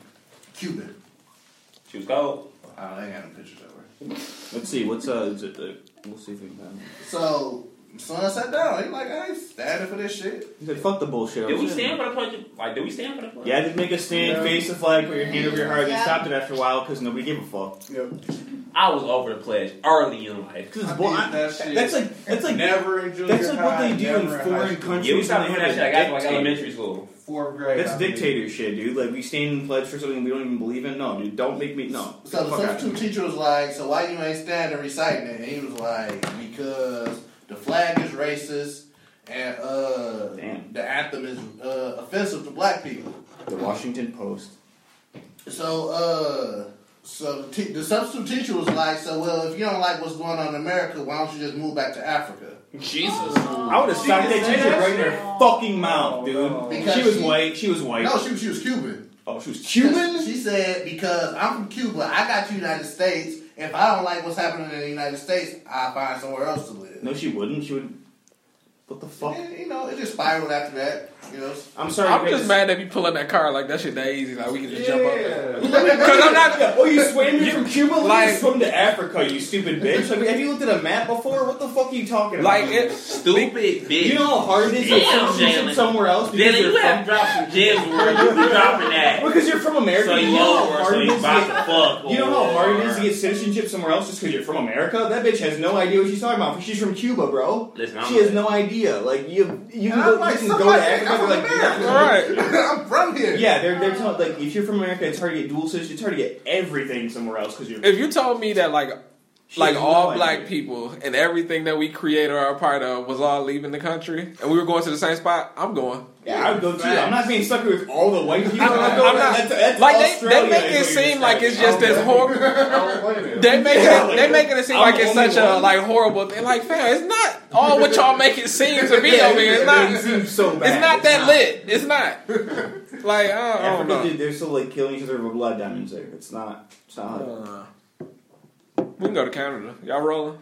S4: Cuban. Oh,
S6: She was cold.
S4: I ain't got no pictures of her.
S5: Let's see, what's uh, is it the, we'll see if we can find it.
S4: So son sat down. He like I ain't standing for this shit.
S5: He said, fuck the bullshit.
S6: Did we stand for the pledge? of- Like, did we stand for the pledge?
S5: Yeah, just make a stand, face the flag, put your hand over your heart. They
S8: Yeah.
S5: stopped it after a while because nobody gave a fuck.
S17: Yep.
S6: I was over the pledge early in life.
S5: Because it's
S17: I
S5: bull-
S17: did
S5: I-
S17: that shit.
S5: That's like that's like
S3: Never in junior
S5: that's like what
S3: high,
S5: they do
S3: never
S5: in
S3: high
S5: foreign
S3: school.
S5: countries.
S6: Yeah, we
S5: when
S6: stopped
S5: they
S6: doing
S5: have
S6: that
S5: a
S6: shit. Like, after like
S5: dictator.
S6: elementary school.
S3: Fourth grade.
S5: That's
S3: I believe.
S5: dictator shit, dude. Like we stand and pledge for something we don't even believe in. No, dude, don't make me. No.
S4: So the
S5: Fuck outta here.
S4: substitute teacher was like, "So why you ain't standing reciting it?" And he was like, "Because the flag is racist." And uh,
S5: Damn.
S4: the anthem is uh, offensive to black people.
S5: The Washington Post.
S4: So, uh, so the, te- the substitute teacher was like, "So, well, if you don't like what's going on in America, why don't you just move back to Africa?"
S6: Jesus.
S5: I would have stopped
S3: can
S5: that
S3: say
S5: teacher
S3: that
S5: right in her fucking mouth, dude.
S3: no.
S5: She
S4: Because
S5: was
S4: she-
S5: white. She was white.
S4: No, she she was Cuban.
S5: oh, she was Cuban.
S4: She said, "Because I'm from Cuba, I got to the United States. If I don't like what's happening in the United States, I will find somewhere else to live."
S5: No, she wouldn't. She would. What the fuck?
S4: And, you know, it just spiraled after that. You know,
S5: I'm sorry.
S7: I'm
S5: you
S7: just
S5: guys-
S7: mad that be pulling that car like that shit that easy. Like we can just jump up. there.
S3: Yeah.
S7: Cause I'm not.
S5: Oh, you swam you, from Cuba? Like,
S7: like-
S5: you swam to Africa, you stupid bitch. Like, have you looked at a map before? What the fuck are you talking about?
S7: Like it.
S6: Stupid bitch.
S5: you know how hard it is to
S6: Damn,
S5: send you
S6: Jalen.
S5: somewhere else because
S6: Dylan,
S5: you're
S6: you have
S5: from,
S6: to drop some gems where you be dropping that.
S5: because you're from America.
S6: So
S5: you,
S6: you
S5: know how
S6: over,
S5: hard
S6: so
S5: it
S6: you
S5: is to
S6: about to
S5: get,
S6: fuck.
S5: you know how hard it is to
S6: or-
S5: get citizenship somewhere else just because you're from America. That bitch has no idea what she's talking about. She's from Cuba, bro.
S6: Listen, I'm
S5: she has no idea. Like you, you can
S4: And
S5: go,
S4: I'm like,
S5: you can go
S4: somebody-
S5: to Africa.
S4: I'm from
S5: like,
S4: America.
S5: yeah.
S7: Right.
S4: I'm from here.
S5: Yeah, they're they're telling like if you're from America, it's hard to get dual citizenship. It's hard to get everything somewhere else because you're.
S7: If you told me that like
S5: She
S7: like
S5: has
S7: all
S5: no
S7: black
S5: idea.
S7: people and everything that we create or are a part of was all leaving the country and we were going to the same spot, I'm going.
S5: Yeah, I would go too. I'm not being sucker with all the white people.
S7: I'm
S5: go,
S7: not-
S5: that's, that's
S7: Like they,
S5: Australia
S7: they make it
S5: is what you're
S7: seem like it's
S5: describing.
S7: just this horrible.
S17: I don't blame you.
S7: They make
S5: Yeah,
S7: it, they making it seem
S5: I'm
S7: like
S5: the
S7: it's
S5: only
S7: such a
S5: one.
S7: like horrible thing. Like fam, it's not all what y'all make it seem to be over here. It's not.
S5: It
S7: It's
S5: seems so bad.
S7: not that lit. It's not. Like I don't
S5: Africa,
S7: know.
S5: dude, they're still like killing each other with blood diamonds there. It's not. It's not.
S7: Uh, we can go to Canada. Y'all rolling?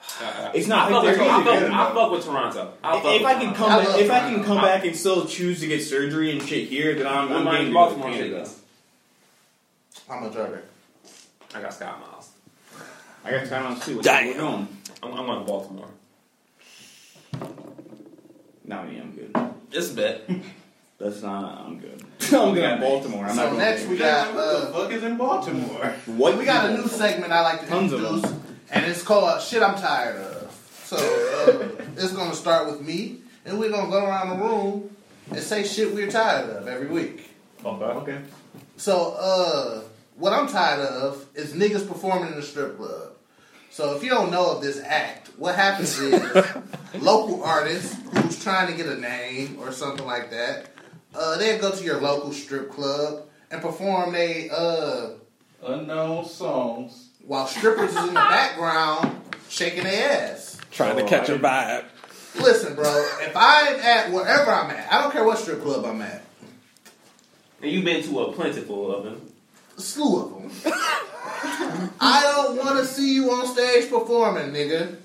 S5: it's
S6: Uh-uh. I
S5: not.
S6: fuck,
S5: they're
S6: with, I,
S5: either
S6: fuck,
S5: good
S6: I
S5: enough.
S6: fuck with Toronto. I fuck
S5: If
S6: with
S5: I can
S6: Toronto.
S5: come,
S4: I
S5: back,
S4: love
S5: if I can
S4: Toronto.
S5: come back and still choose to get surgery and shit here, then I'm,
S6: I'm
S5: I'm
S6: buying
S5: getting
S6: Baltimore shit though.
S4: I'm a driver.
S6: I got Scott Miles.
S5: I got time on too.
S7: Damn.
S5: We're going.
S6: I'm, I'm going to Baltimore.
S5: Not me. I'm good.
S6: It's a bet.
S5: That's not. I'm good. I'm good at Baltimore. I'm not
S4: So
S5: going
S4: next
S5: there.
S4: we
S3: Yeah,
S4: got
S3: what the
S4: uh,
S3: fuck is in Baltimore?
S5: White
S4: we got a
S5: people.
S4: new segment I like to
S5: Tons of
S4: introduce, and it's called "Shit I'm Tired of." So uh, it's gonna start with me, and we're gonna go around the room and say shit we're tired of every week.
S5: Okay.
S4: So uh, what I'm tired of is niggas performing in the strip club. So if you don't know of this act, what happens is local artists who's trying to get a name or something like that, uh, they'll go to your local strip club and perform they uh.
S3: Unknown songs.
S4: while strippers is in the background shaking their ass.
S7: Trying to catch a vibe.
S4: Listen, bro, if I'm at wherever I'm at, I don't care what strip club I'm at,
S6: And you've been to a plentiful of them.
S4: a slew of them. I don't want to see you on stage performing, nigga.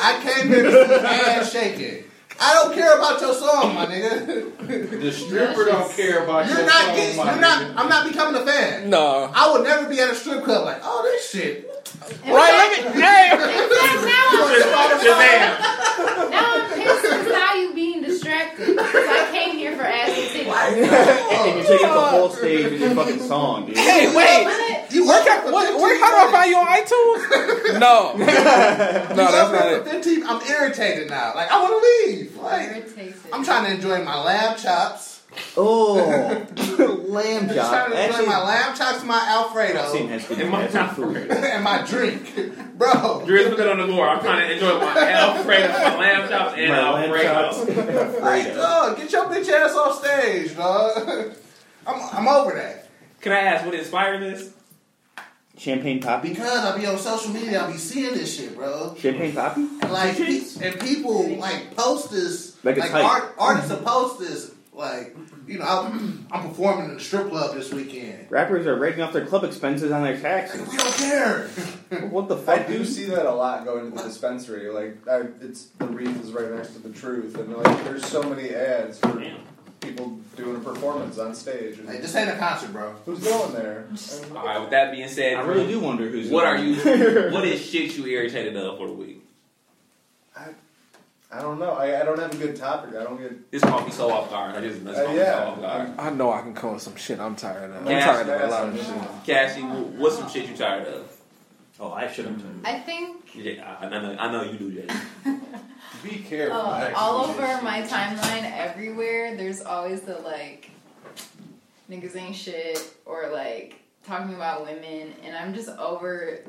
S4: I came here to see ass shaking. I don't care about your song, my nigga.
S3: The stripper don't care about
S4: You're
S3: your
S4: not
S3: song,
S4: getting.
S3: my
S4: You're not.
S3: nigga.
S4: I'm not becoming a fan.
S7: No.
S4: I would never be at a strip club like, oh, this shit.
S7: Right? Let me. Hey.
S8: Because now I'm
S6: Shazam!
S8: now I'm pissed because now you being distracted. 'Cause I came here for ass and titties.
S5: And you're taking up the whole stage with your fucking song, dude.
S7: Hey. Wait.
S8: But
S4: You
S7: Where,
S4: work
S7: can, what, where how do I find you on iTunes? No. No, that's not it.
S4: 15, I'm irritated now. Like I want to leave. Like
S8: irritates it.
S4: I'm trying to enjoy my lab chops.
S5: Oh, lamb
S4: I'm
S5: chop.
S4: trying to
S5: Actually,
S4: enjoy my lamb chops, my Alfredo,
S5: I've seen that speaking
S6: And my
S5: of that,
S6: Alfredo.
S4: and my drink, bro.
S6: Drew, look on the board. I'm trying to enjoy my Alfredo, my lamb chops, and
S5: My lamb
S6: Alfredo.
S4: Like, dog, get your bitch ass off stage, dog. I'm, I'm over that.
S6: Can I ask what inspired this?
S5: Champagne poppy.
S4: Because I be on social media, I be seeing this shit, bro.
S5: Champagne poppy.
S4: And like, pe- and people like post this,
S5: Like
S4: like,
S5: it's hype. Mm-hmm.
S4: art, artists will post this, like, you know, I'm, I'm performing in the strip club this weekend.
S5: Rappers are raking off their club expenses on their taxes.
S4: Like, we don't care.
S5: What the
S18: I
S5: fuck?
S18: do see that a lot going to the dispensary. Like, I, it's the wreath is right next to the truth, and like, there's so many ads for
S6: Damn.
S18: people doing a performance on stage. And
S4: Like, this ain't a concert, bro.
S18: who's going there?
S6: All right. With that being said,
S5: I really do wonder who's.
S6: What are
S5: doing
S6: you?
S5: it.
S6: what is shit you irritated of for the week?
S18: I don't know. I, I don't have a good topic. I don't get.
S6: This caught me so off guard. I just this
S18: Uh,
S6: caught me so
S18: yeah.
S6: off guard.
S7: I know I can come with some shit. I'm tired of. I'm
S6: Yeah.
S7: tired of a lot of shit.
S6: Cassie, wh- what's some shit you tired of?
S5: Oh, I should have.
S8: I think
S6: Yeah, I, I know, I know you do that.
S3: Be careful.
S8: uh,
S3: actually.
S8: all over my timeline, everywhere, there's always the like niggas ain't shit or like talking about women, and I'm just over.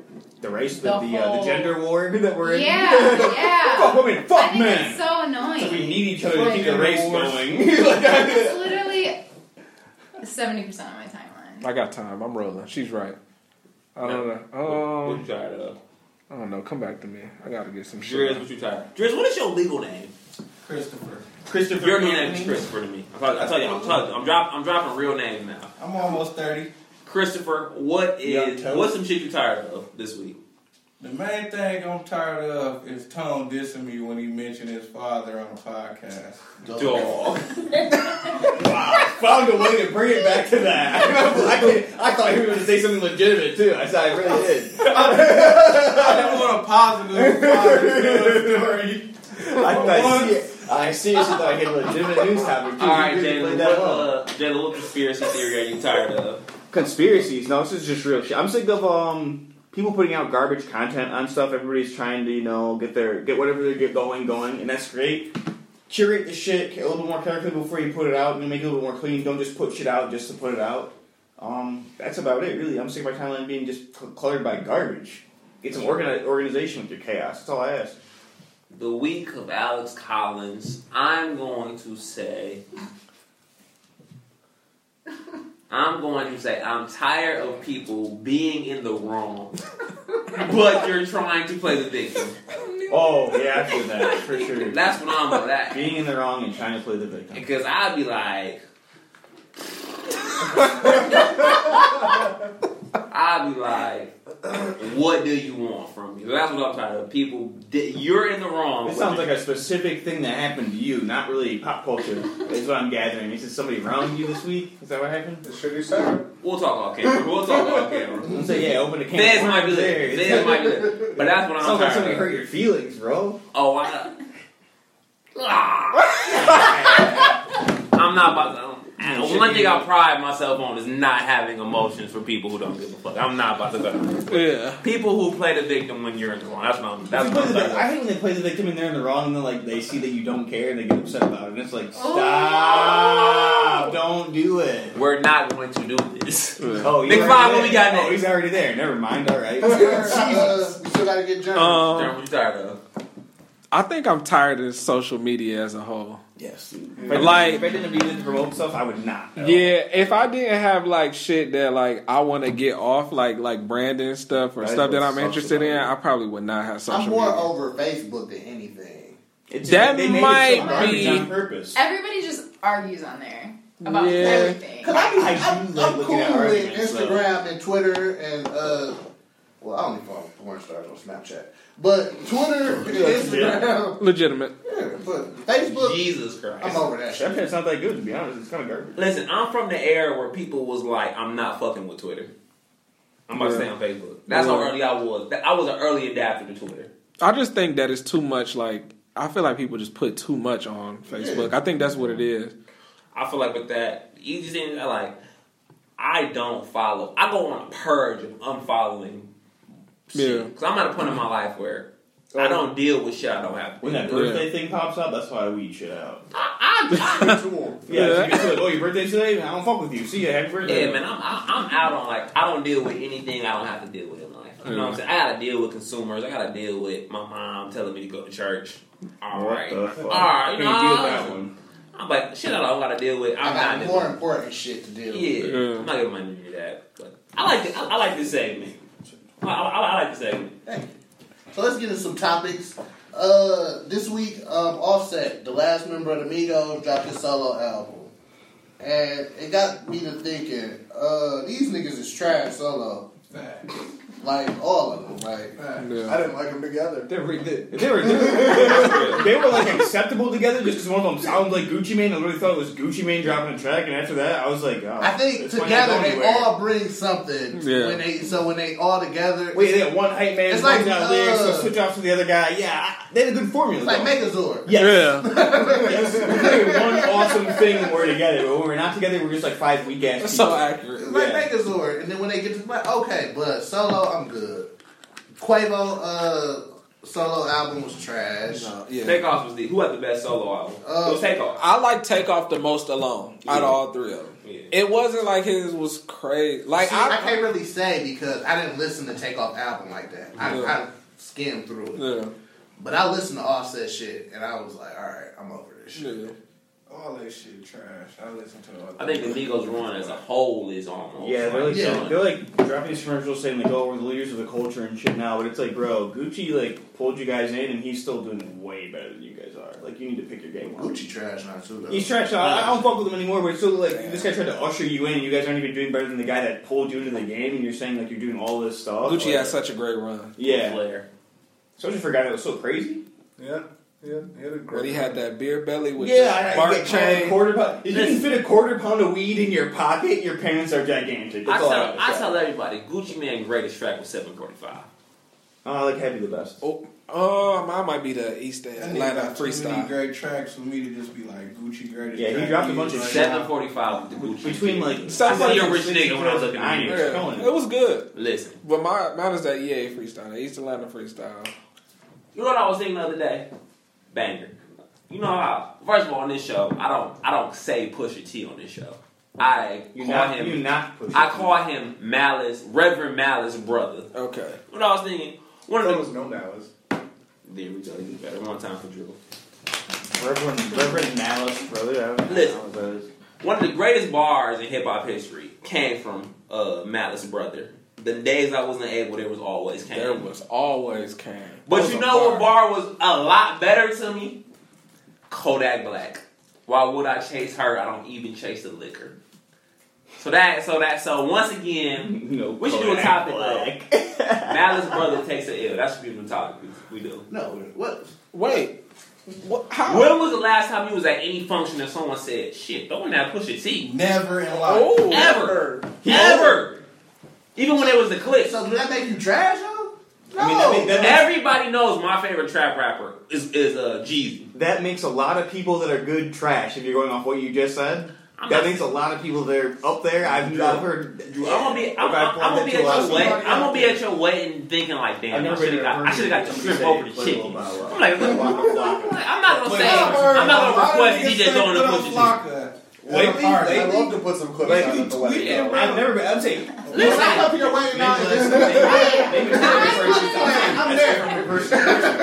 S5: The race, the
S8: The
S5: the, uh, the
S8: whole-
S5: gender war that we're
S8: Yeah,
S5: in.
S8: yeah.
S5: fuck women,
S8: I
S5: fuck
S8: think
S5: men.
S8: it's so
S5: So we
S8: annoying.
S5: need each other to keep the race going.
S8: It's literally seventy percent of my timeline.
S7: I got time. I'm rolling. She's right. I don't
S6: What,
S7: know.
S6: what
S7: Um,
S6: you tired of?
S7: I don't know. Come back to me. I gotta get some
S6: Driz,
S7: shit.
S6: what you tired? of? Driz, what is your legal name?
S3: Christopher.
S5: Christopher,
S6: Your real name is Christopher to me. I tell, I tell you, I'm, tell, I'm, drop, I'm dropping real names now.
S3: I'm almost 30.
S6: Christopher, what is
S5: Young Toad.
S6: what's some shit you tired of this week?
S3: The main thing I'm tired of is Tone dissing me when he mentioned his father on the podcast.
S6: Dog.
S5: Found a way to bring it back to that. I, can't- I thought he was going to say something legitimate too. I said I really did.
S3: I just want a positive father story.
S5: I, thought I, see, I seriously thought he had a legitimate news topic too.
S6: All right,
S5: You really
S6: Jalen,
S5: played
S6: what,
S5: that well.
S6: uh, Jalen, what conspiracy theory are you tired of?
S5: conspiracies. No, this is just real shit. I'm sick of um people putting out garbage content on stuff. Everybody's trying to you know get their get whatever they get going going, and that's great. Curate the shit a little bit more carefully before you put it out, and make it a little more clean. Don't just put shit out just to put it out. Um, that's about it, really. I'm sick of my timeline being just cl- cluttered by garbage. Get some organi- organization with your chaos. That's all I ask.
S6: The week of Alex Collins, I'm going to say. I'm going to say I'm tired of people being in the wrong, but you're trying to play the victim.
S5: Oh yeah, I feel that for sure.
S6: That's what I'm with that.
S5: Being in the wrong and trying to play the victim.
S6: Because I'd be like, I'd be like, what do you want from me? That's what I'm tired of. People, di- you're in the wrong.
S5: This sounds like a specific thing that happened to you, not really pop culture. is what I'm gathering. Is this somebody around you this week? Is that what happened?
S18: It should be
S4: Uh,
S18: separate.
S6: we'll talk off camera. We'll talk off camera.
S5: I'm say yeah, open the can.
S6: Feds might be
S5: there.
S6: there. Feds might be there. But that's what I'm
S5: Sounds like somebody
S6: tired of.
S5: hurt your feelings, bro.
S6: Oh, I know. Ah. I'm not about to.
S5: shit,
S6: one thing
S5: you
S6: I
S5: know.
S6: pride myself on is not having emotions for people who don't give a fuck. I'm not about to go. down.
S7: Yeah.
S6: People who play the victim when you're in the wrong. That's what I'm. That's
S5: You
S6: what
S5: play
S6: I'm
S5: the vic-
S6: talking
S5: I
S6: about.
S5: hate when they play the victim and they're in the wrong, and then like they see that you don't care and they get upset about it. And it's like,
S6: Oh,
S5: stop! Don't do it.
S6: We're not going to do this.
S5: Oh, already
S6: Big Five,
S5: there.
S6: what we got next?
S5: Oh, he's already there. Never mind. All right.
S4: Uh, we still gotta get drunk.
S7: Um,
S6: Darren, what you tired of?
S7: I think I'm tired of social media as a whole.
S5: yes.
S7: Like-
S5: if I didn't need to promote stuff, I would not. at all.
S7: Yeah, if I didn't have like shit that like I want to get off, like like branding stuff or
S5: Right,
S7: stuff that
S5: with
S7: I'm
S5: social
S7: interested in,
S5: media.
S7: I probably would not have social
S4: I'm more
S7: media.
S4: over Facebook than anything.
S5: It's
S7: That
S5: they made it so
S7: might
S5: garbage
S7: be-
S5: on purpose.
S8: Everybody just argues on there about
S7: Yeah.
S8: everything.
S4: Cause I be,
S5: I
S4: I am
S5: do like
S4: I'm
S5: looking
S4: cool
S5: at
S4: with
S5: arguments, though.
S4: Instagram and Twitter and uh, well, I only follow porn stars on Snapchat, but Twitter and Instagram,
S7: Legitimate.
S4: yeah, but Facebook,
S6: Jesus
S4: I'm
S6: Christ.
S4: over that shit.
S5: Snapchat's not that good, to be honest. It's kind of garbage.
S6: Listen, I'm from the era where people was like, I'm not fucking with Twitter. I'm about to stay on Facebook. That's how
S7: Yeah.
S6: early I was. That- I was an early adapter to Twitter.
S7: I just think that it's too much. Like I feel like people just put too much on Facebook. I think that's what it is.
S6: I feel like with that, the easiest thing, I like, I don't follow. I go on a purge of unfollowing
S7: Yeah. Oh.
S6: shit. Because I'm at a point in my life where I don't deal with shit I don't have to
S5: When that
S6: deal with.
S5: birthday thing pops up, that's why I weed shit out.
S6: I,
S8: Ritual.
S5: Yeah, so you can be like, oh, your birthday today? I don't fuck with you. See ya, happy birthday.
S6: Yeah, man, I'm, I- I'm out on like I don't deal with anything I don't have to deal with in life. You know what I'm saying? I gotta deal with consumers. I gotta deal with my mom telling me to go to church. All
S5: What
S6: right,
S5: the fuck?
S6: all
S5: How
S6: right,
S5: do you
S6: nah.
S5: deal with that one?
S6: I'm like shit. I don't gotta deal with.
S4: I
S6: I'm
S4: got
S6: not
S4: more important shit to deal with.
S6: Yeah,
S7: Yeah.
S6: I'm not giving my energy to that. But I like it. I, I like this segment. I, I, I like this segment.
S4: So let's get into some topics. Uh, this week, um, Offset, the last member of the Migos, dropped his solo album, and it got me to thinking: uh, these niggas is trash solo,
S3: Facts.
S4: like all of them. Like
S3: Facts.
S7: Yeah.
S8: I didn't like them together.
S3: They're redid.
S5: They were, they, were, they were like acceptable together just because one of them sounded like Gucci Mane. I literally thought it was Gucci Mane dropping a track, and after that, I was like, oh,
S4: I think
S5: this might not
S4: together
S5: go
S4: they
S5: anywhere.
S4: all bring something.
S7: Yeah.
S4: When they so when they all together,
S5: Wait, they got one hype man,
S4: It's
S5: it's
S4: like,
S5: like, out lyrics,
S4: uh,
S5: so switch off to the other guy. Yeah, I, they had a good formula.
S4: it's like
S5: though.
S4: Megazord.
S5: Yes.
S7: Yeah.
S5: yes. We're one awesome thing when we're together, but when we're not together, we're just like five weak ass people.
S7: That's so accurate.
S4: It's like
S5: Yeah.
S4: Megazord, and then when they get to like, okay, but solo, I'm good. Quavo uh, solo album was trash.
S7: No, yeah.
S6: Takeoff was the who had the best solo album?
S4: Uh,
S6: it was Takeoff.
S7: I like Takeoff the most alone out
S6: Yeah.
S7: of all three of them.
S6: Yeah.
S7: It wasn't like his was crazy. Like
S4: See, I,
S7: I,
S4: can't really say because I didn't listen to Takeoff album like that. I,
S7: Yeah.
S4: I skimmed through it,
S7: yeah,
S4: but I listened to Offset shit, and I was like, all right, I'm over this shit.
S7: yeah.
S3: All that shit trash. I listen to all
S6: I think the Migos run as a whole is almost
S5: Yeah, they're like
S4: Yeah.
S5: they're like dropping these commercials saying like, "Oh, we're the leaders of the culture and shit now," but it's like, bro, Gucci like pulled you guys in, and he's still doing way better than you guys are. Like, you need to pick your game up.
S4: Gucci trash now too. Though.
S5: He's trash. I, I don't fuck with him anymore. But it's still like this guy tried to usher you in, and you guys aren't even doing better than the guy that pulled you into the game, and you're saying like you're doing all this stuff.
S7: Gucci
S5: like,
S7: had such a great run.
S5: yeah.
S6: Flair.
S5: Especially for a guy that was so crazy.
S8: Yeah, yeah, he had a great.
S7: But he had that beer belly with
S5: Yeah,
S7: the
S5: I, I
S7: bark
S5: get a
S7: chain.
S5: quarter pound. If you can fit a quarter pound of weed in your pocket, your pants are gigantic.
S6: I
S5: That's all I
S6: tell,
S5: gotta
S6: I
S5: say.
S6: tell everybody, Gucci Man greatest track was 745.
S5: Oh, I like heavy the best.
S7: Oh, oh, mine might be the East End Atlanta
S3: Many
S7: freestyle.
S3: great tracks for me to just be like Gucci greatest.
S5: Yeah, he
S3: track
S5: dropped a
S3: is,
S5: bunch of
S3: like,
S5: shit.
S6: 745 with the Gucci.
S5: Between like
S7: Sounds
S6: I
S7: like
S6: see
S7: a
S6: a rich nigga when I was looking at
S5: Nine
S6: you.
S5: years.
S7: Yeah, it was good.
S6: Listen,
S7: But my mine is that EA freestyle, that East Atlanta freestyle.
S6: you know what I was thinking the other day? Banger. You know how? First of all, on this show, I don't, I don't say Pusha T on this show. I
S5: You
S6: call
S5: not,
S6: him.
S5: you not push.
S6: I call him Malice, Reverend Malice brother.
S7: Okay.
S6: What I was thinking, one
S8: That
S6: of the
S8: was no malice.
S6: there we go, you better one time for Drew.
S5: Reverend Reverend Malice brother. I don't know
S6: Listen.
S5: what that is.
S6: One of the greatest bars in hip hop history came from uh, Malice brother. The days I wasn't able, there was always came.
S7: There was always Kane.
S6: But you know what bar was a lot better to me? Kodak Black. Why would I chase her? I don't even chase the liquor. So that, so that, so once again,
S5: No,
S6: We should do a topic, Malice brother takes an ill. That should be the topic we, we do.
S4: no, what?
S7: Wait. What how
S6: When was the last time you was at any function and someone said, "Shit, don't that push your teeth
S3: Never in life.
S7: Oh
S6: ever, ever"? Even when it was the clip.
S4: So did that make you trash though? No.
S5: I mean, I mean, that,
S6: Everybody knows my favorite trap rapper is is uh, Jeezy.
S5: that makes a lot of people that are good trash. If you're going off what you just said,
S6: I'm
S5: that
S6: not-
S5: makes a lot of people that are up there. I've never.
S6: I'm gonna be I'm,
S5: I've
S6: I'm, I'm gonna be
S5: pointed to
S6: at your
S5: us.
S6: wedding. I'm gonna be at your wedding thinking like,
S5: I've
S6: damn, I
S5: never
S6: should
S5: been
S6: have got I should have got the shrimp over the chicken. I'm
S5: chicken.
S6: like, look, I'm like, I'm not gonna say I'm not gonna request DJ going to push your teeth.
S8: Wait,
S3: Wait,
S8: they,
S3: hard.
S8: they love to put some clips
S5: Like,
S8: out at the wedding.
S5: Yeah, I've never been. I'm saying.
S8: Listen, I'm up your wedding night. I'm there.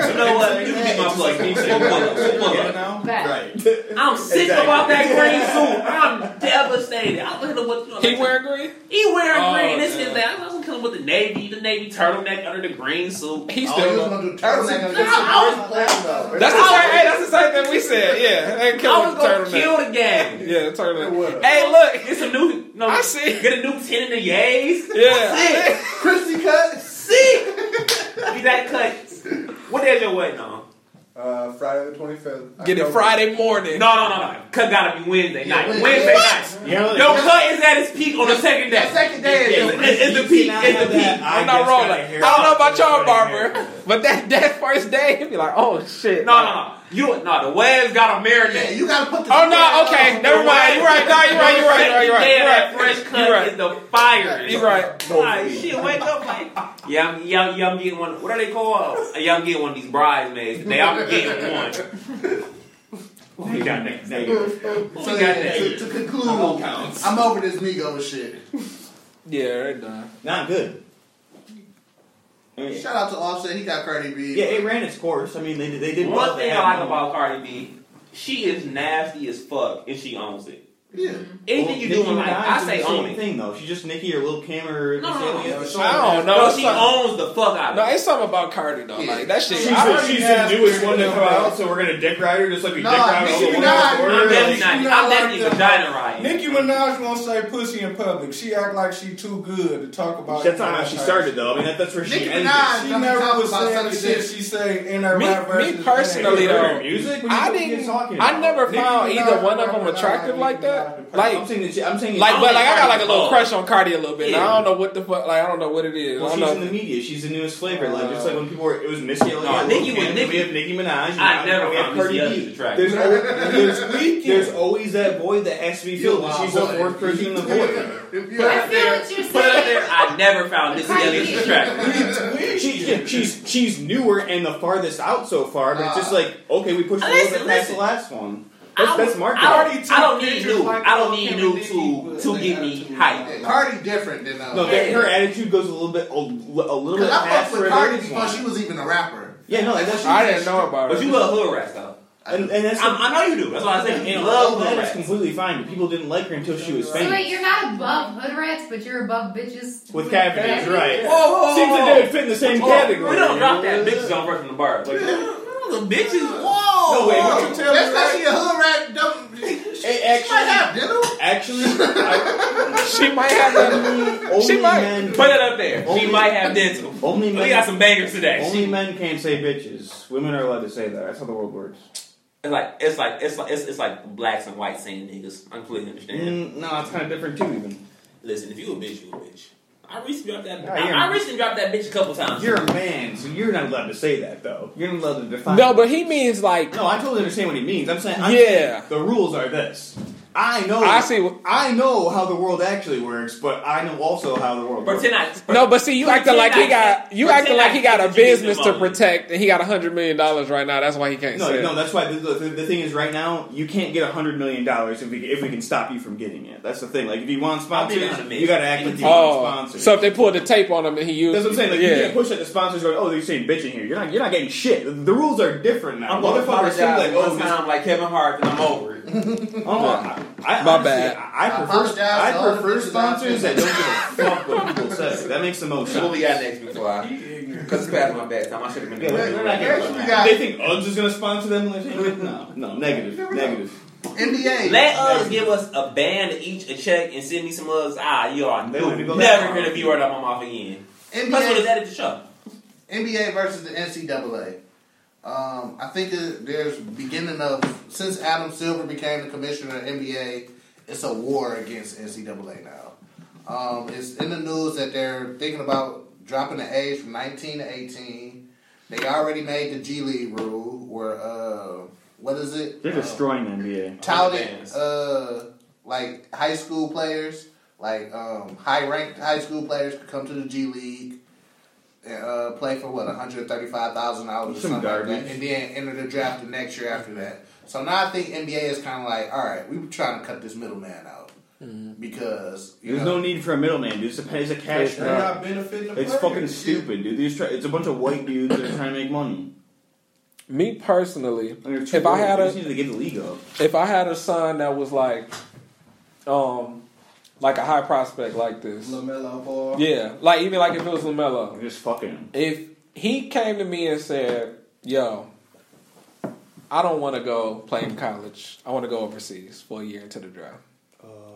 S6: You know what? You can be my plug. You can pull up. We'll pull up.
S19: Back.
S5: Right.
S6: I'm sick
S5: Exactly.
S6: about that green suit. I'm devastated. I look at him with you know,
S7: He
S6: like,
S7: wearing green?
S6: he wearing
S7: Oh,
S6: green. This
S7: damn.
S6: is that. I was killing with the navy, the navy turtleneck under the green suit.
S7: He
S4: Oh, you
S7: still
S4: was gonna do turtleneck under
S6: No, I
S7: That's the same hey, that's the same thing we said. Yeah. Hey,
S6: I
S7: kill
S6: was
S7: him
S6: gonna
S7: turtleneck.
S6: kill the game.
S7: Yeah, the turtleneck.
S8: would've.
S7: Hey look.
S6: Get some new. No,
S7: I see.
S6: Get a new ten in the yays.
S7: Yeah.
S8: Christy cut.
S6: Sick. Be that cut. What day is your wedding on?
S8: Uh, Friday the twenty fifth.
S7: Get it Friday morning.
S6: No, no, no, no. Cut gotta be Wednesday night.
S4: Wednesday.
S6: Wednesday night.
S5: You know,
S6: Your cut is at its peak on the second day.
S4: Second day is
S6: It's- it's the peak. It's the peak.
S7: I'm not wrong. Like, I don't know about y'all, Barber, but that that first day, he'd be like, "Oh shit!"
S6: No, no, no. You no. The web's got a
S4: Yeah,
S6: marinade.
S4: you gotta put the.
S7: Oh no. Okay, never
S6: The
S7: mind. You're right. No, you're right. You're right. You're right. You're
S6: Yeah, that
S7: right.
S6: fresh cut
S7: You're right.
S6: is the fire.
S7: You're right.
S6: Like, shit, wake up, like. Yeah, I'm, yeah, I'm- yeah, I'm getting one. What are they called? Yeah, I'm getting one of these bridesmaids today. I'm getting one.
S5: We got ne- negative. We
S4: So
S5: got
S4: yeah, to,
S5: negative.
S4: to
S5: I'm on
S4: conclude,
S5: counts.
S4: I'm over this Migos shit.
S7: Yeah, they're done.
S5: Not good. I mean,
S4: Shout out to Offset, he got Cardi B.
S5: yeah, it ran its course. I mean, they did. They did well.
S6: One
S5: They
S6: thing
S5: had
S6: I like
S5: no-
S6: about Cardi B, she is nasty as fuck and she owns it.
S4: Yeah.
S6: Anything you do in life, I say own it.
S5: Thing though, she's just Nicki or Lil Kim or
S6: No, no, no.
S5: Miss Elliott.
S7: I don't know.
S6: No,
S7: it's
S6: she
S7: something-
S6: owns the fuck out
S7: no,
S6: of it.
S7: it's something about Cardi though. Like that shit.
S3: She's
S7: I
S3: the,
S7: don't-
S3: she's the newest one to
S20: Yeah.
S3: come out, so we're gonna dick ride her just like we
S4: Nah,
S3: dick ride all
S4: Nicki
S3: the women
S4: Minaj,
S3: in the
S6: I'm
S3: world.
S6: definitely not.
S3: She's
S6: I'm
S3: like
S6: definitely
S3: that.
S6: vagina riding.
S3: Nicki Minaj won't say pussy in public. She act like she too good to talk about.
S5: That's
S3: it.
S5: not how she started though. I mean, that, that's where she
S4: Nicki
S5: ended.
S4: Minaj.
S5: She-
S3: She
S4: Nothing
S3: never
S4: talking
S3: was
S4: about
S3: saying the
S4: sucking
S3: shit
S4: dick.
S3: she say in her
S7: Me-
S3: rap
S7: me
S3: verses.
S7: personally,
S3: Her
S7: though,
S3: music. What
S7: I
S5: you
S7: didn't.
S5: talking
S7: I
S5: about?
S7: never
S3: Nicki
S7: found
S3: Minaj,
S7: either one of
S3: Nicki
S7: them
S3: Minaj,
S7: attractive like
S3: Nicki
S7: that.
S3: Minaj.
S7: Like,
S5: I'm saying that she, I'm saying
S7: like,
S5: I'm
S7: but like I got like a
S6: Cardi
S7: little
S6: love.
S7: crush on Cardi a little bit. And
S6: Yeah.
S7: I don't know what the fuck. Like I don't know what it is.
S5: Well,
S7: I
S5: she's
S7: don't
S5: in
S7: know.
S5: the media. She's the newest flavor. Like it's like when people were, it was Missy Elliott.
S6: No,
S5: Lil
S6: Nicki was
S5: Kim,
S6: Nicki.
S5: We have Nicki Minaj. now
S6: I never
S5: we
S6: found
S5: have Cardi
S6: Missy Elliott
S5: B.
S6: attractive.
S5: There's, always, there's, there's always that void that has to be filled. and
S4: wild
S5: she's the
S4: boy.
S5: fourth person in the void.
S4: If you
S6: Put
S4: have
S6: it
S8: I feel
S6: there.
S8: what you're
S6: Put it there.
S8: saying.
S6: I never found Missy
S8: Cardi
S6: Elliott
S8: B.
S6: attractive.
S5: She, yeah, she's she's newer and the farthest out so far, but it's
S4: Ah.
S5: just like okay, we pushed a little bit
S6: Listen,
S5: past the
S6: listen.
S5: last one. That's,
S6: I
S5: that's
S6: would-
S5: marketing.
S6: I
S5: Already
S6: don't, I don't need new. I don't need new to to get me hype.
S4: Cardi different than uh,
S5: No, that- her attitude goes a little bit a, a little
S4: Cause
S5: bit
S4: I
S5: past
S4: fucked
S5: where
S4: with
S5: it
S4: Cardi
S5: is
S4: before
S5: one.
S4: she was even a rapper.
S5: Yeah, no, like that's
S7: I didn't know about
S6: But
S7: it.
S6: you love hood rats though.
S5: and, and that's
S6: I, I know you do. That's why I said you
S5: and
S6: love
S5: all
S6: hood
S5: that is
S6: rats.
S5: completely fine. But people didn't like her until she was
S8: So wait,
S5: famous.
S8: you're not above hood rats, but you're above bitches
S5: With cavities, right?
S6: Whoa, whoa, whoa,
S5: Seems
S6: whoa.
S5: that they would fit in the same category.
S6: We don't drop that. Bitches don't work in the bar. Like, the bitches.
S4: Whoa!
S5: No, wait, what you tell
S4: That's because
S5: me,
S4: she a hood rat. Don't, she
S5: Hey,
S4: might
S5: actually,
S4: have dental.
S5: actually, I,
S7: She might have that.
S5: only
S7: She might-
S5: men,
S6: Put it up there. She
S5: Only-
S6: might have dental.
S5: only
S6: We got
S5: men,
S6: some bangers today.
S5: only
S6: She-
S5: men can't say bitches. Women are allowed to say that. That's how the world works.
S6: It's like it's like it's like it's, it's like blacks and whites saying niggas. I completely understand.
S5: Mm, no, it's kind of different too. Even
S6: Listen, if you a bitch, you a bitch. I recently dropped that.
S5: Nah,
S6: I,
S5: you're-
S6: I recently dropped that bitch a couple times.
S5: you're a man, so you're not allowed to say that though. You're not allowed to define.
S7: No, but he means like.
S5: No, I totally understand what he means. I'm saying, I'm
S7: Yeah.
S5: saying the rules are this. I know.
S7: I see what-
S5: I know how the world actually works, but I know also how the world
S6: pretend
S5: works.
S6: I
S7: No, but see, you acting
S6: Pretend
S7: like he
S6: I-
S7: got you
S6: pretend
S7: acting like he
S6: I
S7: got a
S6: think that you need
S7: business to
S6: money.
S7: protect, and he got a hundred million dollars right now. That's why he can't
S5: No,
S7: say.
S5: no,
S7: it.
S5: that's why the, the, the thing is right now you can't get a hundred million dollars if we if we can stop you from getting it. That's the thing. Like if you want
S6: I'll be
S5: sponsors,
S6: down to me.
S5: you got to act like you want
S7: Oh,
S5: sponsors.
S7: so if they pulled the tape on him and he used,
S5: that's what I'm saying. Like you
S7: yeah,
S5: can't push at the sponsors going, "Oh, they're saying bitch in here." You're not. You're not getting shit. The, the rules are different now.
S6: I'm gonna
S5: Motherfuckers
S6: apologize
S5: think like, "Oh,
S6: one
S5: this-
S6: time like Kevin Hart, and I'm over it.
S5: Oh, I, I,
S7: My
S5: honestly,
S7: bad.
S5: I, I
S4: apologize
S5: prefer,
S4: to all
S5: I
S4: the
S5: prefer
S4: bitches
S5: sponsors
S4: out
S5: that don't give a fuck what people say. That makes the most
S6: what we
S5: sense.
S6: got next before I? Because it's past my bedtime. I should have been
S5: Yeah,
S6: there.
S5: we're not
S4: Next
S5: gonna-
S4: we got-
S5: They think Uggs is going to sponsor them when they say No, no, negative, negative.
S4: NBA.
S6: Let us give us a band each a check and send me some Uggs. Ah, you are
S5: They wouldn't go that
S6: never
S5: far.
S6: hear the B word out my mouth again. Plus, what is
S4: NBA,
S6: that at the show?
S4: NBA versus the NCAA. Um, I think it, there's beginning of since Adam Silver became the commissioner of NBA, it's a war against NCAA now. Um, it's in the news that they're thinking about dropping the age from 19 to 18. They already made the G League rule where uh, what is it?
S5: They're
S4: Uh,
S5: destroying the NBA.
S4: touted
S6: Fans.
S4: uh like high school players, like um high ranked high school players could come to the G League and uh play for what, hundred and thirty five thousand dollars or
S5: Some
S4: something like
S5: garbage.
S4: that and then enter the draft the next year after that. So now I think NBA is kinda like, all right, we were trying to cut this middleman out. Because you
S5: There's
S4: know,
S5: no need for a middleman, dude. It's a, it's a cash
S3: They're
S5: grab.
S3: not benefiting the
S5: It's
S3: players.
S5: fucking stupid, dude. They're just try- it's a bunch of white dudes that are trying to make money.
S7: me personally,
S5: And they're too
S7: if I
S5: old.
S7: had
S5: They
S7: a
S5: just need to get the league up.
S7: if I had a son that was like, um, like a high prospect like this,
S3: Lamelo Ball.
S7: yeah, like even like if it was Lamelo,
S5: They're just fucking them.
S7: if he came to me and said, "Yo, I don't want to go play in college. I want to go overseas for a year into the draft.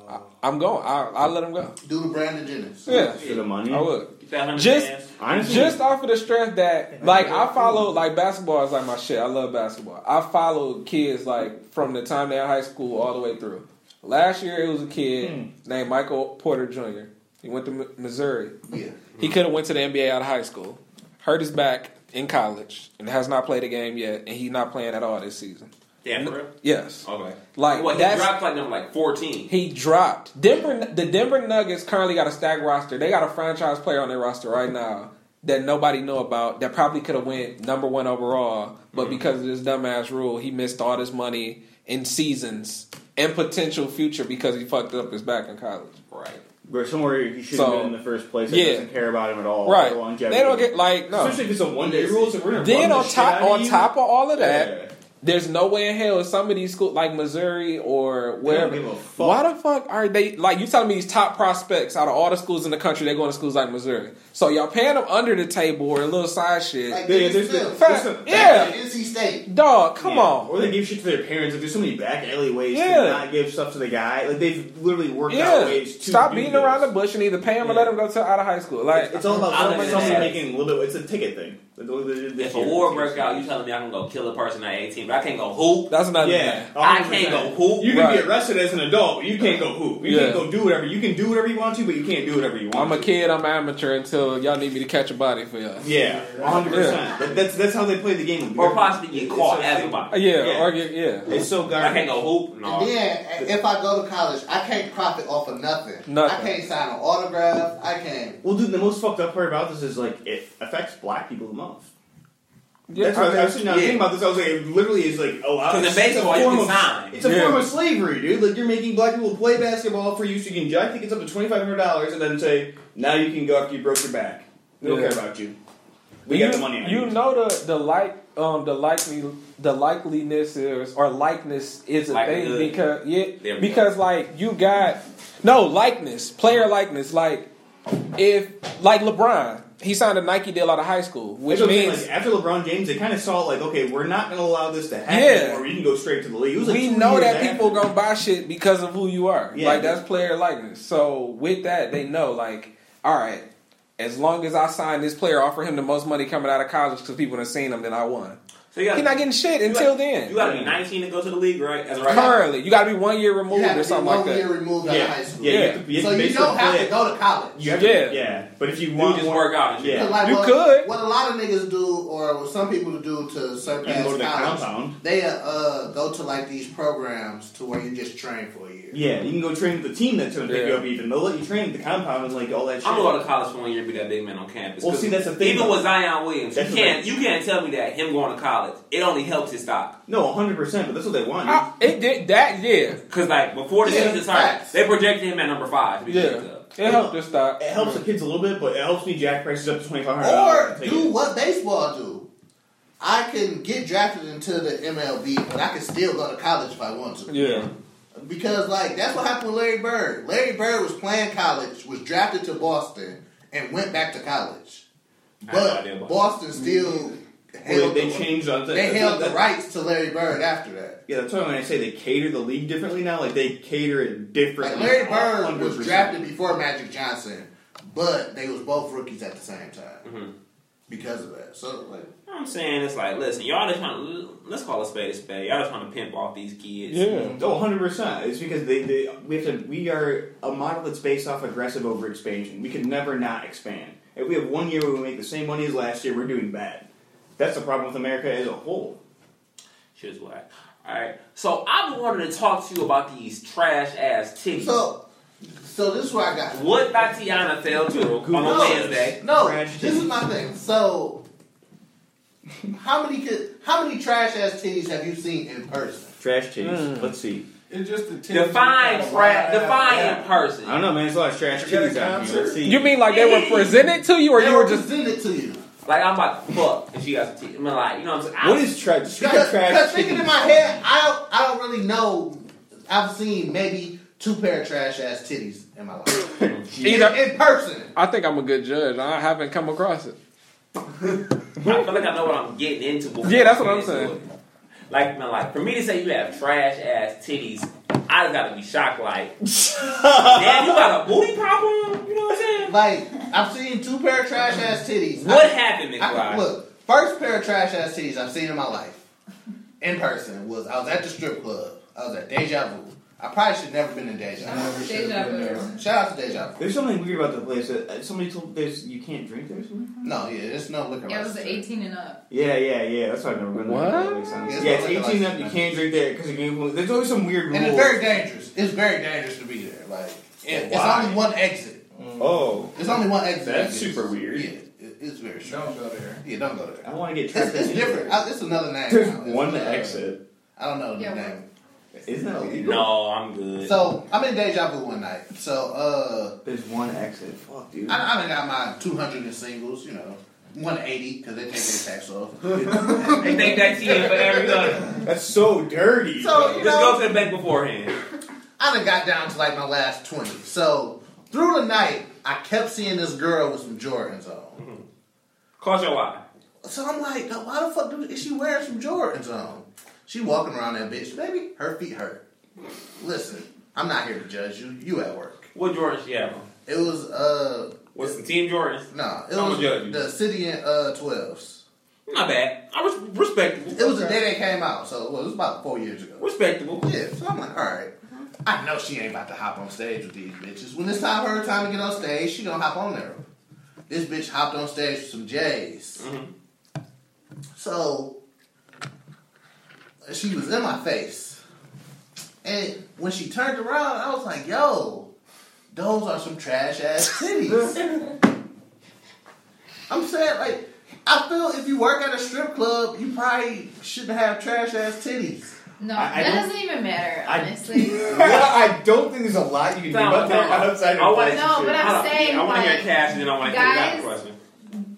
S7: I, I'm going. I I let him go.
S4: do the Brandon Jennings.
S7: Yeah,
S5: For the money.
S7: I would.
S6: Get that hundred
S7: Just-
S6: bands.
S5: Honestly,
S7: Just off of the stress that, like, I follow like basketball is like my shit. I love basketball. I follow kids like from the time they're in high school all the way through. Last year it was a kid named Michael Porter Jr. He went to Mi- Missouri.
S4: Yeah.
S7: He could have went to the NBA out of high school, hurt his back in college, and has not played a game yet, and he's not playing at all this season.
S6: Damn, bro.
S7: Yes,
S6: Okay.
S7: like
S6: What? He
S7: that's
S6: dropped like number like fourteen.
S7: he dropped. Denver, the Denver Nuggets currently got a stacked roster. They got a franchise player on their roster right now that nobody know about
S5: Mm-hmm.
S7: that probably could have went number one overall, but because of this dumbass rule, he missed all this money. and seasons and potential future because he fucked up his back in college. Right.
S5: Where somewhere he should have
S7: So,
S5: been in the first place. That
S7: yeah.
S5: doesn't care about him at all.
S7: Right.
S5: the longevity.
S7: They don't get like no.
S5: Especially if it's a one day rule. So we're gonna
S7: Then
S5: run the
S7: on
S5: shit
S7: top
S5: out of
S7: on
S5: you.
S7: top of all of that,
S5: Yeah.
S7: there's no way in hell some of these schools like Missouri or wherever.
S5: give a fuck.
S7: Why the fuck are they like you telling me these top prospects out of all the schools in the country they going to schools like Missouri? So y'all paying them under the table or a little side shit.
S4: Like,
S5: Yeah, yeah,
S4: there's
S5: there's
S4: still,
S5: the-
S7: Fact-
S5: there's the-
S7: yeah,
S4: NC State.
S7: dog, come
S5: Yeah.
S7: on.
S5: Or they give shit to their parents. Like there's so many back alleyways
S7: Yeah.
S5: to not give stuff to the guy. Like they've literally worked out
S7: Yeah,
S5: ways to
S7: stop
S5: do
S7: beating
S5: this.
S7: around the bush and either pay them or
S5: Yeah.
S7: let them go to out of high school. Like
S5: It's all about
S6: I don't
S5: somebody
S6: understand.
S5: making a little bit. It's a ticket thing. If
S6: If a war breaks out, you telling me I can go kill a person at 18, but I can't go hoop.
S7: that's another
S5: Yeah,
S7: thing.
S6: I can't go hoop.
S5: You can
S7: Right.
S5: be arrested as an adult, but you can't go hoop. You
S7: Yeah.
S5: can't go do whatever. You can do whatever you want to, but you can't do whatever you want.
S7: I'm a
S5: to.
S7: kid. I'm amateur until y'all need me to catch a body for y'all.
S5: Yeah, 100. percent That, That's that's how they play the game.
S6: Or possibly get caught
S5: It's so-
S6: as a body.
S7: Yeah,
S5: Yeah.
S7: or get yeah.
S5: It's so
S6: I
S5: garbage.
S6: can't go hoop.
S4: And
S6: No.
S4: then, if I go to college, I can't profit off of nothing.
S7: Nothing.
S4: I can't sign an autograph. I can't.
S5: Well, dude, the most fucked up part about this is like it affects black people the most.
S7: Yeah,
S5: That's what I was
S7: I mean,
S5: actually now thinking about this. I was like, it literally is like a lot.
S6: 'Cause in
S5: it's just a
S6: baseball, you
S5: form
S6: can
S5: of-
S6: sign.
S5: It's a
S7: Yeah.
S5: form of slavery, dude. Like you're making black people play basketball for you, so you can jack tickets up to twenty five hundred dollars, and then say, now you can go after you broke your back. We don't
S7: Yeah.
S5: care about you. We
S7: you,
S5: got the money. On
S7: you know the the like um the likely the likeliness is or likeness is a
S6: Likelihood.
S7: thing because
S6: There
S7: yeah
S6: we
S7: because like you got no likeness player likeness like if like LeBron he signed a Nike deal out of high school which
S5: That's what I'm saying,
S7: means
S5: like, after LeBron James, they kind of saw like, okay, we're not going to allow this to happen,
S7: Yeah.
S5: or we can go straight to the league. It was, like,
S7: we
S5: two
S7: know
S5: years
S7: that
S5: after.
S7: people gonna buy shit because of who you are.
S5: Yeah.
S7: Like that's player likeness. So with that, they know like, all right, as long as I sign this player, offer him the most money coming out of college because people have seen him, then I won.
S6: So you gotta,
S7: He's not getting shit
S6: you
S7: until
S6: gotta-
S7: then.
S6: You gotta be 19 to go to the league, right? As a right now.
S7: Currently, you got to be one year
S4: You
S7: removed
S4: have
S7: or
S4: to be
S7: something
S4: one
S7: like that.
S4: year removed out
S5: yeah,
S4: of high school.
S5: yeah,
S7: Yeah.
S5: have to- have
S4: so
S5: to
S4: you
S5: basically
S4: don't have
S5: play
S4: to go to college.
S5: You have to, yeah.
S7: Yeah.
S5: but if you
S6: You
S5: want,
S6: just
S5: more-
S6: work out. and shit.
S5: Yeah,
S4: Because, like,
S7: You
S4: what,
S7: could.
S4: What a lot of niggas do, or what some people do to
S5: you can
S4: surpass
S5: go to the
S4: college,
S5: compound.
S4: they uh, uh, go to like these programs to where you just train for a year.
S5: Yeah, you can go train with the team that's going to pick
S7: Yeah.
S5: you up. Even they'll let you train at the compound and like all that shit.
S6: I'm gonna go to college for one year and be that big man on campus.
S5: Well, see, that's the thing,
S6: Even
S5: though.
S6: with Zion Williams, you
S5: That's the
S6: can't you can't tell me that him going to college it only helped his stock.
S5: no, 100, percent but that's what they want.
S7: I, it did that. Yeah,
S6: Cause like before the
S4: Yeah,
S6: season started,
S4: facts.
S6: they projected him at number five. To be
S7: yeah.
S6: picked up.
S7: It helped us stop.
S5: it helps the kids a little bit, but it helps me jack prices up to twenty five
S4: Or
S5: hundred.
S4: do what baseball do. I can get drafted into the MLB, but I can still go to college if I want to.
S7: Yeah,
S4: Because like that's what happened with Larry Bird. Larry Bird was playing college, was drafted to Boston, and went back to college.
S6: I have no
S4: But
S6: idea about
S4: Boston still
S5: Well,
S4: held
S5: they
S4: the,
S5: changed on
S4: they held the rights to Larry Bird after that.
S5: Yeah, that's why when I say they cater the league differently now, like they cater it
S4: Like
S5: differently.
S4: Larry Bird was
S5: 100%.
S4: drafted before Magic Johnson, but they was both rookies at the same time because of that. So like
S6: I'm saying it's like, listen, y'all just trying to let's call a spade a spade. Y'all just trying to pimp off these kids.
S7: yeah.
S5: Oh, 100 percent. It's because they, they we have to we are a model that's based off aggressive overexpansion. We can never not expand. If we have one year where we make the same money as last year, we're doing bad. That's the problem with America as a whole.
S6: Shit's whack. All right, so I've been wanting to talk to you about these trash ass titties.
S4: so so this is where I got
S6: what Tatiana failed to on a
S5: No.
S6: Wednesday.
S4: No,
S5: Trash
S4: this is my thing. So, how many could, how many trash ass titties have you seen in person?
S5: Trash titties.
S7: Mm.
S5: Let's see.
S3: It's just the tip.
S6: Define trash. Define
S3: Yeah.
S6: in person.
S5: I don't know, man. There's a lot of trash
S3: You got a
S5: titties out here.
S3: concert?
S5: Let's see.
S7: You mean like they were presented to you, or
S4: they
S7: you were
S4: were
S7: just
S4: presented to you.
S6: Like I'm about to fuck, and she got some teeth. I'm like, you know what I'm saying?
S5: what is trash? Describe
S4: Because, because
S5: trash.
S4: thinking in my head, I don't, I don't really know. I've seen maybe two pair of trash ass titties in my life. in,
S7: either?
S4: in person.
S7: I think I'm a good judge. I haven't come across it.
S6: I feel like I know what I'm getting into. Before
S7: Yeah, that's
S6: I
S7: what I'm
S6: get into
S7: saying.
S6: it. Like, man, like for me to say you have trash ass titties, I just gotta be shocked. Like, damn, you got a booty problem? You know what I'm saying?
S4: Like I've seen two pair of trash ass titties.
S6: What
S4: I-
S6: happened,
S4: I,
S6: McFly?
S4: look, first pair of trash ass titties I've seen in my life in person was I was at the strip club. I was at Deja Vu. I probably should never been in Deja Vu.
S8: Deja vu.
S4: Shout out to Deja Vu.
S5: There's something weird about the place. Uh, uh, Somebody told there's you can't drink there. or something?
S4: No, yeah, there's no liquor.
S8: Yeah, it was
S4: license.
S8: 18 and up.
S5: Yeah, yeah, yeah. That's why I've never been
S7: What?
S5: there. That makes sense.
S4: Yeah,
S5: Yeah, it's
S4: it's not
S5: 18
S4: like
S5: up. You
S4: that.
S5: can't drink there because there's always some weird rule.
S4: And it's very dangerous. It's very dangerous to be there. Like, it, it's
S5: Why?
S4: only one exit.
S5: Oh,
S4: There's only one exit.
S5: That's
S4: It's-
S5: super weird.
S4: Yeah, it, it's very strange.
S3: Don't go there.
S4: Yeah, don't go there.
S5: I want to get
S4: It's,
S5: trapped.
S4: it's
S5: in
S4: different.
S5: there.
S4: I, it's another name.
S5: There's
S4: now. It's
S5: one
S4: another-
S5: exit.
S4: I don't know the
S8: Yeah,
S4: name.
S5: Isn't that illegal?
S6: No, I'm good.
S4: So I'm in deja vu one night. So uh,
S5: There's one exit. Fuck, dude.
S4: I, I done got my 200 in singles. You know, 180 because they take their tax off.
S6: they think that to you for every other.
S5: That's so dirty.
S4: So you
S6: Just go
S4: know,
S6: to the bank beforehand.
S4: I done got down to like my last 20. So through the night, I kept seeing this girl with some Jordans on.
S6: Mm-hmm. Cause your eye.
S4: So I'm like, why the fuck do, is she wearing some Jordans on? She walking around that bitch, baby. Her feet hurt. Listen, I'm not here to judge you. You at work.
S6: What Jordans she have on?
S4: It was uh
S6: What's the team Jordans?
S4: no, it
S6: I'ma
S4: was
S6: judge you.
S4: the city in uh twelves.
S6: Not bad. I was respectable.
S4: It was the day they came out, so well, it was about four years ago.
S6: respectable.
S4: Yeah, so I'm like, all right. I know she ain't about to hop on stage with these bitches. When it's time her time to get on stage, she gonna hop on there. This bitch hopped on stage with some J's. So she was in my face, and when she turned around, I was like, "Yo, those are some trash ass titties." I'm saying, like, I feel if you work at a strip club, you probably shouldn't have trash ass titties.
S8: No,
S5: I- I
S8: that
S5: don't-
S8: doesn't even matter,
S5: I-
S8: honestly.
S5: I don't think there's a lot you can do
S6: No,
S5: about that
S6: no.
S5: outside
S6: I
S5: of
S6: wanna-
S5: relationship.
S8: No, but I'm
S6: Hold on.
S8: saying,
S6: I want to hear
S8: like,
S6: cash, and then I want to hear that
S8: guys-
S6: question.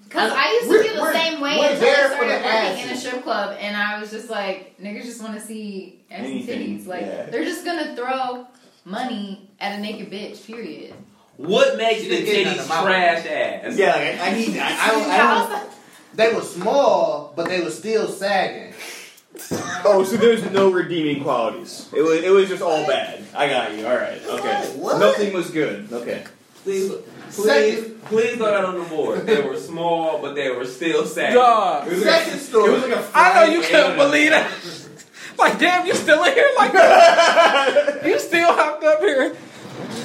S8: Because I used to
S4: We're-
S8: feel the
S4: we're-
S8: same way
S4: we're
S8: until
S4: there
S8: I
S4: for
S8: started
S4: the
S8: working in a
S4: asses.
S8: strip club, and I was just like, niggas just want to see ass and
S5: Anything,
S8: titties. Like,
S5: yeah.
S8: they're just gonna throw money at a naked bitch. Period.
S6: What makes
S4: She
S6: the
S4: didn't get none
S6: titties
S4: of my
S6: trash ass?
S5: Yeah, like, I, I need. I, I don't. I don't
S8: How's that-
S4: They were small, but they were still sagging.
S5: oh, so there's no redeeming qualities. It was. It was just all bad. I got you. All right. Okay.
S4: What?
S5: Nothing was good. Okay.
S6: Please, please,
S4: Second.
S6: please go out on the board. They were small, but they were still sad.
S7: Dog.
S5: was like
S4: Second
S5: a- it
S4: story.
S5: was like a.
S7: I know you
S5: fried
S7: couldn't
S5: egg.
S7: believe that. Like, damn, you still in here like that? you still hopped up here?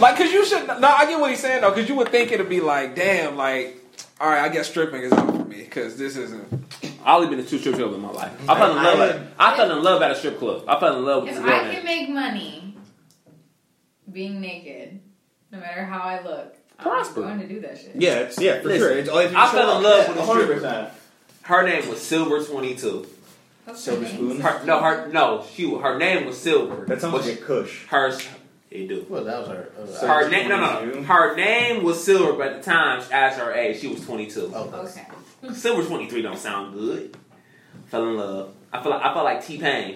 S7: Like, cause you should. No, I get what he's saying though, cause you would think it'd be like, damn, like, all right, I guess stripping is up for me, cause this isn't.
S6: I only been to two strip clubs in my life. I fell in love. at, I fell in love at a strip club. I fell in love with
S8: If
S6: this
S8: I
S6: woman.
S8: can make money being naked, no matter how I look,
S6: Prosper.
S8: I'm going to do that shit.
S5: Yeah. It's, yeah. For
S6: Listen,
S5: sure. It's all. it's
S6: I fell in love with a stripper.
S5: 100%.
S6: Her name was Silver Twenty Two.
S8: That's
S5: Silver
S8: funny.
S5: spoon.
S6: Her no, her no, she her name was Silver.
S5: That sounds
S6: But
S5: like a kush.
S6: her. It do.
S4: Well, that was her. uh,
S5: So-
S6: Her name, no, no, no.
S5: 22.
S6: Her name was Silver, but at the time, as her age, she was 22.
S4: oh,
S8: Okay.
S6: Silver 23 don't sound good. Fell in love. I feel like I felt like T Pain.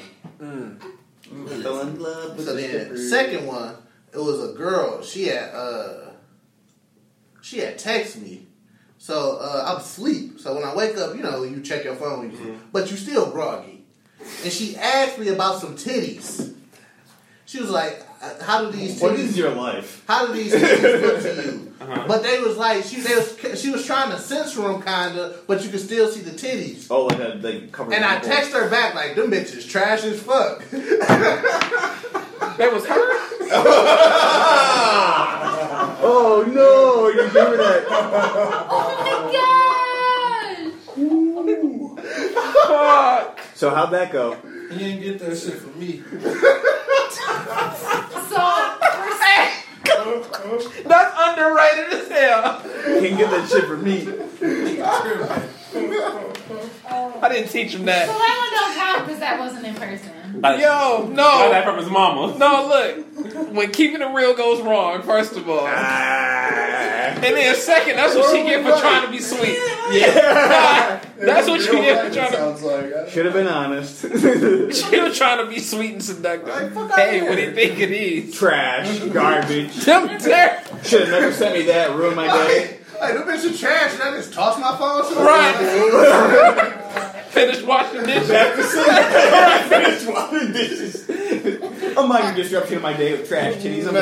S5: Fell in love with
S4: So
S5: a
S4: then,
S5: stripper.
S4: second one, it was a girl. She had uh, she had text me. So uh, I'm asleep. So when I wake up, you know, you check your phone, when you but you still groggy. And she asked me about some titties. She was like, uh, "How do these titties?
S5: What is your life?
S4: how do these titties look to you?" But they was like, she they was she was trying to censor them kinda, but you could still see the titties.
S5: Oh, like a like cover.
S4: And I text her back like, "Them bitches trash as fuck."
S7: That was her.
S4: Ah!
S5: Oh no! You remember that?
S8: Oh my gosh!
S7: Fuck.
S5: So how'd that go?
S21: You didn't get that shit from me.
S8: So, for
S7: That's underrated as hell.
S5: Can't get that shit from me.
S7: I didn't teach him
S8: So
S7: that.
S8: that one don't count because that wasn't in person.
S7: Yo,
S6: Got
S7: no,
S6: that from his mama.
S7: no. Look, when keeping it real goes wrong, first of all, and
S5: Ah.
S7: then second, that's what she get for trying to be sweet.
S5: Yeah.
S7: That's what she
S3: Real
S7: get
S3: life,
S7: for
S3: it
S7: trying to.
S3: sounds like. I-
S5: Should have been honest.
S7: She was trying to be sweet and seductive. hey, what do you think it is?
S5: Trash, garbage.
S7: Them ter-
S5: Should have never sent me that. Ruined my day.
S4: Hey, hey, them bitches are trash. And I just toss my phone. To
S7: Right. Finish washing dishes.
S5: Back to sleep. I finished washing dishes. A minor disruption of my day with trash titties. and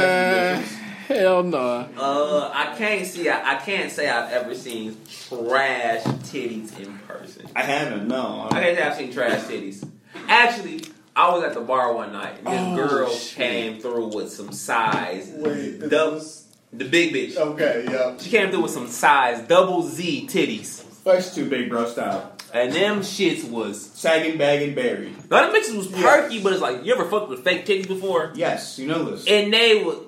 S5: washing dishes.
S7: Hell no.
S6: Uh, I can't see. I, I can't say I've ever seen trash titties in person.
S5: I haven't. No.
S6: I can't say I've seen trash titties. Actually, I was at the bar one night and this girl came through with some size.
S3: Oh, Wait, this Oh.
S6: Double-
S3: was-
S6: the big bitch.
S3: okay, yeah.
S6: She came through with some size double Z titties,
S5: Flex too big, bro. Style.
S6: and them shits was.
S5: Sagging, bagging, buried.
S6: Now them bitches was perky, but it's like you ever fucked with fake titties before?
S5: Yes, you know this.
S6: And they would.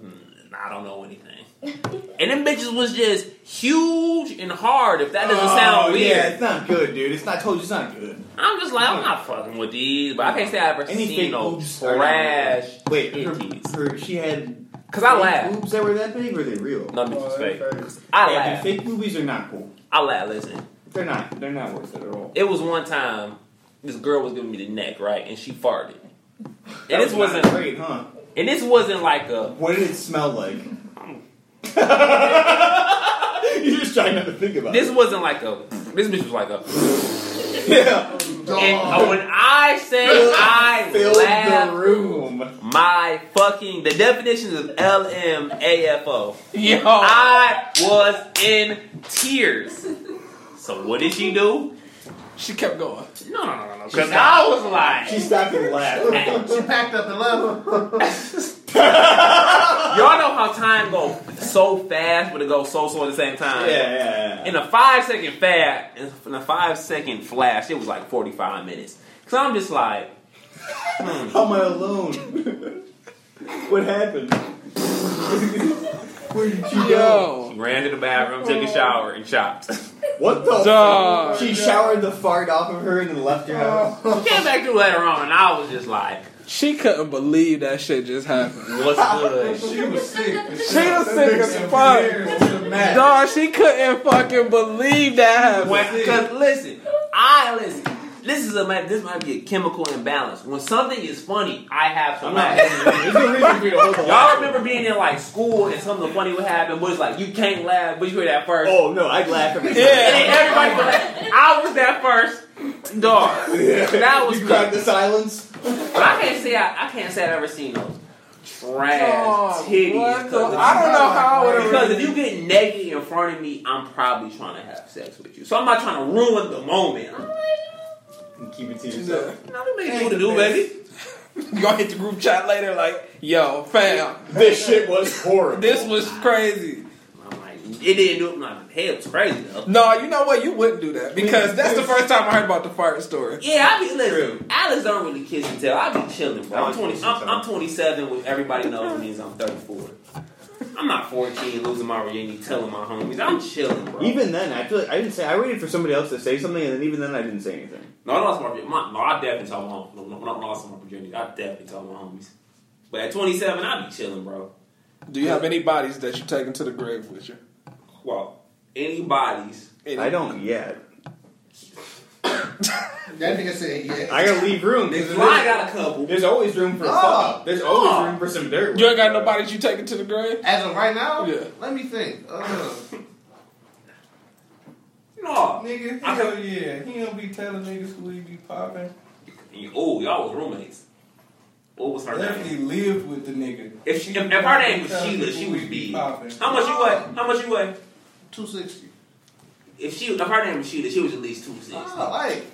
S6: Nah, Hmm, I don't know anything. and them bitches was just huge and hard. If that doesn't sound
S5: Oh,
S6: weird,
S5: Yeah, it's not good, dude. It's not I told you, it's not good.
S6: I'm just like I'm not fucking with these. But I can't say I've ever
S5: Any
S6: seen
S5: fake
S6: no
S5: boobs are
S6: trash.
S5: not good. Wait, her,
S6: Ickies.
S5: her, she had
S6: Cause I
S5: fake
S6: laugh.
S5: Boobs that were that big, or they real?
S6: No, bitch
S3: Oh,
S6: was fake.
S5: Yeah,
S6: I
S5: dude,
S6: laugh.
S5: Fake boobies are not cool.
S6: I laugh. Listen,
S5: They're not. They're not worth it at all.
S6: it was one time this girl was giving me the neck right, and she farted.
S5: That
S6: And this
S5: was not
S6: wasn't.
S5: great, huh?
S6: And this wasn't like a.
S5: What did it smell like? You're just trying not to think about
S6: This wasn't like a. This bitch was like a.
S5: it. Yeah,
S6: And when I say I
S5: filled
S6: laugh,
S5: the room.
S6: my fucking the definition of LMAFO.
S7: Yo,
S6: I was in tears. So what did she do?
S7: she kept going.
S6: No, no, no, no, no. Because I was like,
S5: She stopped and laughed.
S4: She packed up and left.
S6: y'all know how time goes so fast, but it goes so slow at the same
S5: Yeah,
S6: time.
S5: yeah, yeah.
S6: In a five second fast, in a five second flash, it was like forty five minutes. Cause I'm just like,
S5: How am I alone? what happened? Where did you go?
S7: Yo,
S6: ran to the bathroom, took a shower, and chopped.
S5: What the?
S7: Dog.
S5: She showered the fart off of her and then left her house.
S6: Came back through later on, and I was just like,
S7: she couldn't believe that shit just happened.
S6: what's good?
S3: She was sick.
S7: She was sick as fuck. Dog, she couldn't fucking believe that happened.
S6: Because listen, I listen. This is a might- this might be a chemical imbalance. When something is funny, I have to
S5: I'm not.
S6: laugh.
S5: There's no reason for you to hold the
S6: Y'all remember being in like school and something funny would happen, but it's like you can't laugh, but you hear that first.
S5: Oh no, I'd laugh every time.
S6: And then everybody was like, I was that first. Dog. That was
S5: you cracked
S6: good.
S5: the silence.
S6: But I can't say I, I can't say I've ever seen those trash
S7: Dog,
S6: titties.
S7: what the-
S6: 'Cause if
S7: Oh, I don't know how I would have.
S6: Because if you get naked in front of me, I'm probably trying to have sex with you. So I'm not trying to ruin the moment. I'm like,
S5: Keep it to yourself.
S6: no, you may do what to do, baby.
S7: Y'all hit the group chat later, like, yo, fam,
S5: This shit was horrible.
S7: this was crazy.
S6: I'm like, it didn't do it. My head was crazy though.
S7: No, you know what? You wouldn't do that because that's the first time I heard about the fart story.
S6: Yeah, I be listen. Alice don't really kiss and tell. I be chilling, bro.
S5: I
S6: I'm
S5: like
S6: 20.
S5: kiss and
S6: I'm,
S5: tell.
S6: I'm 27. Which everybody knows means I'm 34. I'm not 14, losing my virginity, telling my homies. I'm chilling, bro.
S5: Even then, I feel like I didn't say. I waited for somebody else to say something, and then even then, I didn't say anything.
S6: no, I lost my virginity. My- No, I definitely told my homies. No, when I lost my virginity, I definitely told my homies. But at 27, I be chilling, bro.
S7: Do you have any bodies that you're taking to the grave with you?
S6: Well, anybody's.
S7: Any-
S5: I don't yet.
S4: That nigga said yeah.
S5: I gotta leave room. There's,
S6: Well, I got a couple.
S5: there's always room for a
S4: Oh.
S5: fuck. There's always
S6: Oh.
S5: room for some dirt.
S7: You ain't got no bodies you taking to the grave?
S4: As of right now,
S7: Yeah.
S4: let me think. Uh,
S6: No.
S3: Nigga,
S6: I
S3: hell yeah. He don't be telling niggas who he be popping.
S6: Oh, y'all was roommates. What was her name?
S3: Definitely lived with the nigga.
S6: If, she, if,
S3: don't
S6: if her
S3: be
S6: name was
S3: telling
S6: Sheila,
S3: people
S6: she
S3: who
S6: was
S3: he
S6: big.
S3: be popping.
S6: How much you weigh? How much you weigh?
S4: 260.
S6: If she, if her name was Sheila, she was at least two six.
S4: Oh, like,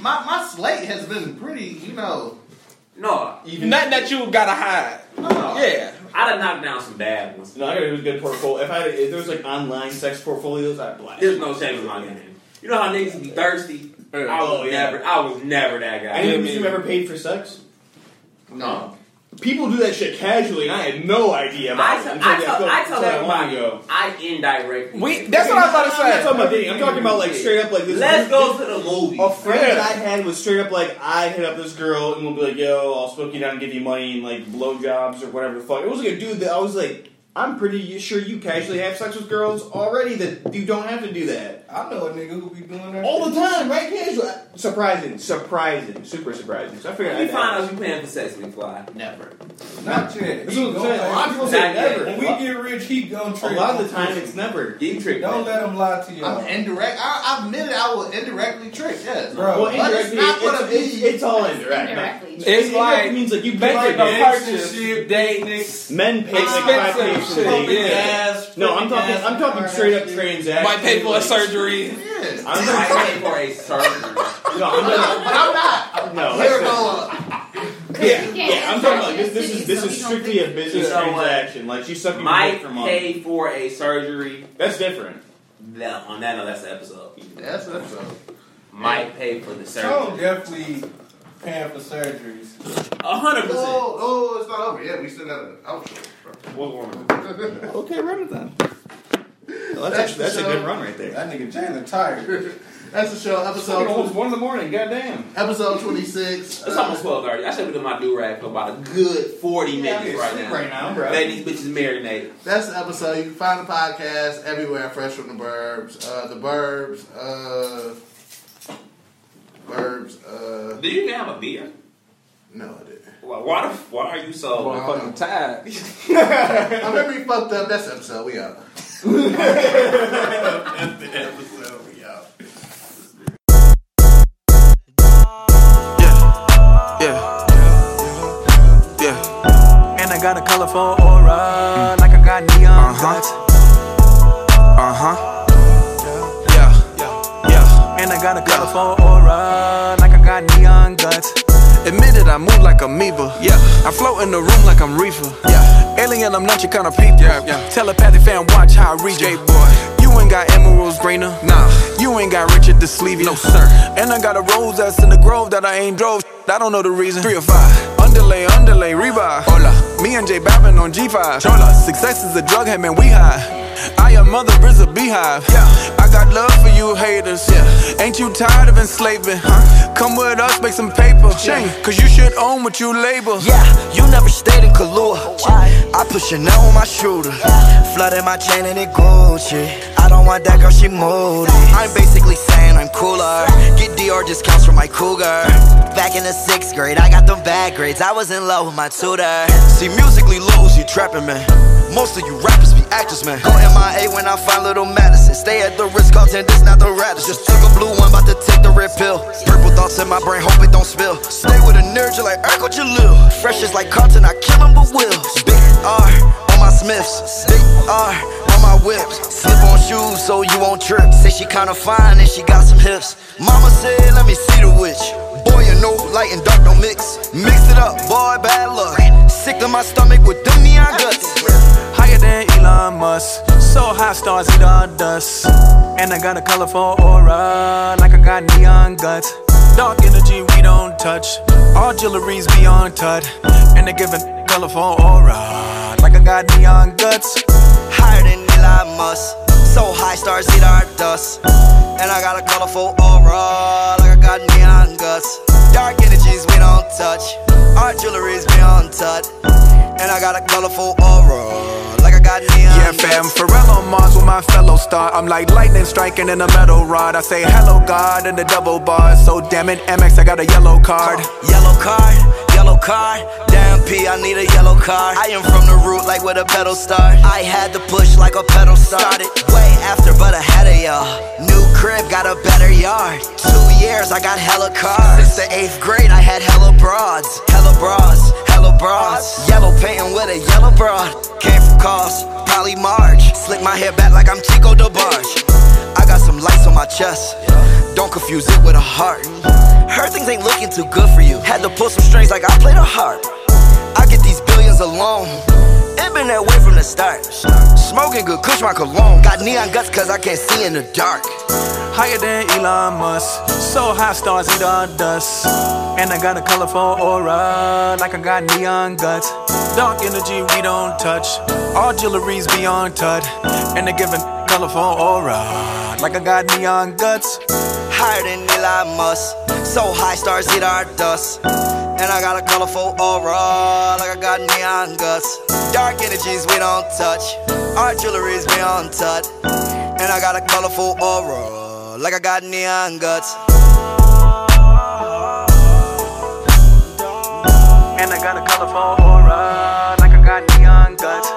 S4: my, my slate has been pretty, you know.
S6: No,
S5: Even
S7: Nothing that you gotta hide.
S3: Oh.
S4: No.
S7: Yeah.
S6: I'd have knocked down some bad ones.
S5: No, I gotta do a good portfolio. If I had, if there was like online sex portfolios, I'd blast.
S6: There's no shame in my game. You know how niggas be thirsty. I was
S5: Oh, yeah.
S6: never, I was never that guy.
S5: Any
S7: Yeah,
S5: of you
S7: man.
S5: ever paid for sex?
S4: No.
S5: People do that shit casually, and I had no idea about
S6: I
S5: it.
S6: tell-
S5: until
S6: I tell-
S5: until
S6: I tell
S5: long
S6: everybody.
S5: ago.
S6: I indirectly.
S7: We. That's what I was about to
S5: I'm not
S7: say.
S5: talking about dating. I'm talking about like straight up like this.
S6: Let's go to the movie.
S5: A friend that I had was straight up like I hit up this girl and we'll be like, "Yo, I'll smoke you down, and give you money, and like blowjobs or whatever the fuck." It was like a dude that I was like, "I'm pretty sure you casually have sex with girls already that you don't have to do that
S3: I know a nigga who be doing that.
S5: all the time, right?" Casual. Surprising, surprising, super surprising. So I figured
S6: You
S5: I'd
S6: find out you paying for sex when you fly.
S4: Never.
S3: Not yet.
S5: This
S3: He
S5: is what I'm saying. A lot of
S3: gonna-
S5: people say
S6: Not yet.
S5: never.
S3: When we get rich, he gonna
S5: a
S3: trip.
S5: lot of the time, it's never.
S6: You tricked.
S3: Don't
S6: man.
S3: let him lie to y'all.
S4: I'm indirect. I, I admit it, I will indirectly trick, yes.
S3: Bro.
S5: Well,
S3: But
S5: indirectly,
S4: it's not what
S5: it's,
S4: it
S5: it's,
S4: means.
S5: it's all indirect.
S8: Indirectly.
S7: It's
S5: Indirect
S7: like
S5: means like you
S7: making
S5: like,
S7: a
S5: men-
S7: purchase, dating.
S5: Men pay like five
S7: Expensive
S5: days for
S7: shit,
S5: dating.
S7: yeah.
S5: No, I'm talking. I'm talking straight up transactions.
S7: Might pay for a
S5: like-
S7: surgery.
S4: Yeah.
S5: I'm
S6: I
S5: not.
S6: paid for a surgery.
S5: No, I'm not.
S4: But I'm not.
S5: No,
S4: Here
S5: that's
S4: it
S5: not.
S4: goes.
S5: Yeah, yeah. I'm talking like this. This is this is strictly a business
S6: You know what?
S5: transaction. Like she's sucking your dick
S6: Might
S5: for money.
S6: pay for a surgery.
S5: That's different.
S6: That, on that note, that's the episode.
S4: That's, that's a,
S6: Might pay for the
S3: Tone
S6: surgery.
S3: definitely
S22: Paying for surgeries.
S6: A hundred percent.
S23: Oh, oh, it's not over. Yeah, we still got an outro.
S24: What's wrong
S5: Okay, run it then. Well,
S23: That's
S5: that's actually, that's a
S23: the
S5: good
S23: show.
S5: run right there.
S22: That nigga Jalen tired.
S23: That's the show.
S5: Fucking
S23: Episode
S5: almost one in the morning. Goddamn.
S23: episode twenty six.
S6: It's almost twelve thirty. I should be doing my do rag for about a good forty
S22: Yeah, I'm
S6: minutes right
S22: asleep
S6: now.
S22: right now, bro.
S6: Letting these bitches marinate.
S23: That's the episode. You can find the podcast everywhere. Fresh from the Burbs. Uh, the Burbs. Uh, Burbs. Uh,
S6: Do you even have a beer?
S23: no, I didn't.
S6: Why, why, the, why are you so?
S23: I don't know.
S25: I'm tired.
S23: I remember he fucked up. That's the episode. We out. That's the episode. We out.
S3: Yeah. Yeah. And I got a colorful aura, like I got neon. Uh huh. Uh huh. Yeah. Yeah. And I got a colorful aura, like I got neon guts. Admitted I move like amoeba. Yeah. I float in the room like I'm reefer. Yeah. Alien, I'm not your kind of people. Yeah. yeah. Telepathic fan, watch how I read you. boy. You ain't got emeralds greener. Nah. You ain't got Richard the sleeve. No, sir. And I got a rose that's in the grove that I ain't drove. I don't know the reason. Three or five. Underlay, underlay, revive. Hola. Me and J Babin on G5. Chola. Success is a drug, hey man, we high. I your mother is a beehive. Yeah. I got love for you haters. Yeah. Ain't you tired of enslaving? Huh? Come with us, make some paper. Change. Cause you should own what you label.
S4: Yeah, you never stayed in Kahlua. I put Chanel on my shooter. Flooded my chain and it Gucci. I don't want that girl, she moody. I'm basically saying I'm cooler. Get DR discounts from my cougar. Back in the sixth grade, I got them bad grades. I was in love with my tutor.
S3: See, musically lows, you trapping, man. Most of you rappers be actors, man.
S4: Go MIA when I find little Madison. Stay at the Ritz Carlton, this not the Radisson. Just took a blue one, about to take the red pill. Purple thoughts in my brain, hope it don't spill. Stay with a nerd, you like Urkel Jalil. Fresh is like Carlton, I kill him but will. Big R on my Smiths, big R on my whips. Slip on shoes so you won't trip. Say she kinda fine and she got some hips. Mama said, let me see the witch. Boy, you know light and dark don't mix. Mix it up, boy, bad luck. Sick to my stomach with them neon guts.
S3: Higher than Elon Musk. So high stars eat our dust. And I got a colorful aura, like I got neon guts. Dark energy we don't touch. All jewelry's beyond touch. And they give a colorful aura, like I got neon guts.
S4: higher than Elon Musk. So high stars eat our dust. And I got a colorful aura, like I got neon guts. Dark energies we don't touch, our jewelry's beyond touch. And I got a colorful aura, like I got neon
S3: Yeah,
S4: guts.
S3: fam, Pharrell on Mars with my fellow star. I'm like lightning striking in a metal rod. I say hello, God, in the double bars. So damn it, MX, I got a yellow card.
S4: Yellow card, yellow card. Damn P, I need a yellow card. I am from the root like with a pedal start. I had to push like a pedal started. Way after, but ahead of y'all. uh, New crib, got a better yard. Two years, I got hella cars. Since the eighth grade, I had hella broads. Hella broads, hella broads. Yellow painting with a yellow broad. Came from cars, probably Marge. Slick my hair back like I'm Chico DeBarge. I got some lights on my chest. Don't confuse it with a heart. Heard things ain't looking too good for you. Had to pull some strings like I play the harp. I get these billions alone. It been that way from the start. Smoking good, kush my cologne. Got neon guts cause I can't see in the dark.
S3: Higher than Elon Musk. So high stars eat our dust. And I got a colorful aura, like I got neon guts. Dark energy we don't touch. All jewelry's beyond touch. And they give a colorful aura, like I got neon guts.
S4: Higher than Elon Musk. So high stars eat our dust. And I got a colorful aura, like I got neon guts. Dark energies we don't touch, our jewelry's we don't touch. And I got a colorful aura, like I got neon guts.
S3: And I got a colorful aura, like I got neon guts.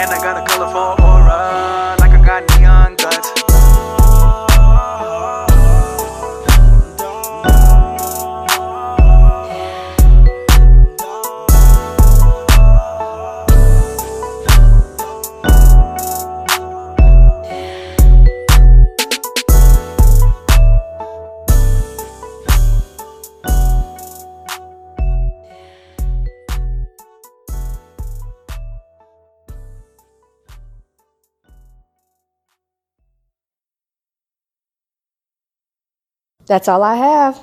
S3: And I got a colorful aura, like I got neon guts.
S2: That's all I have.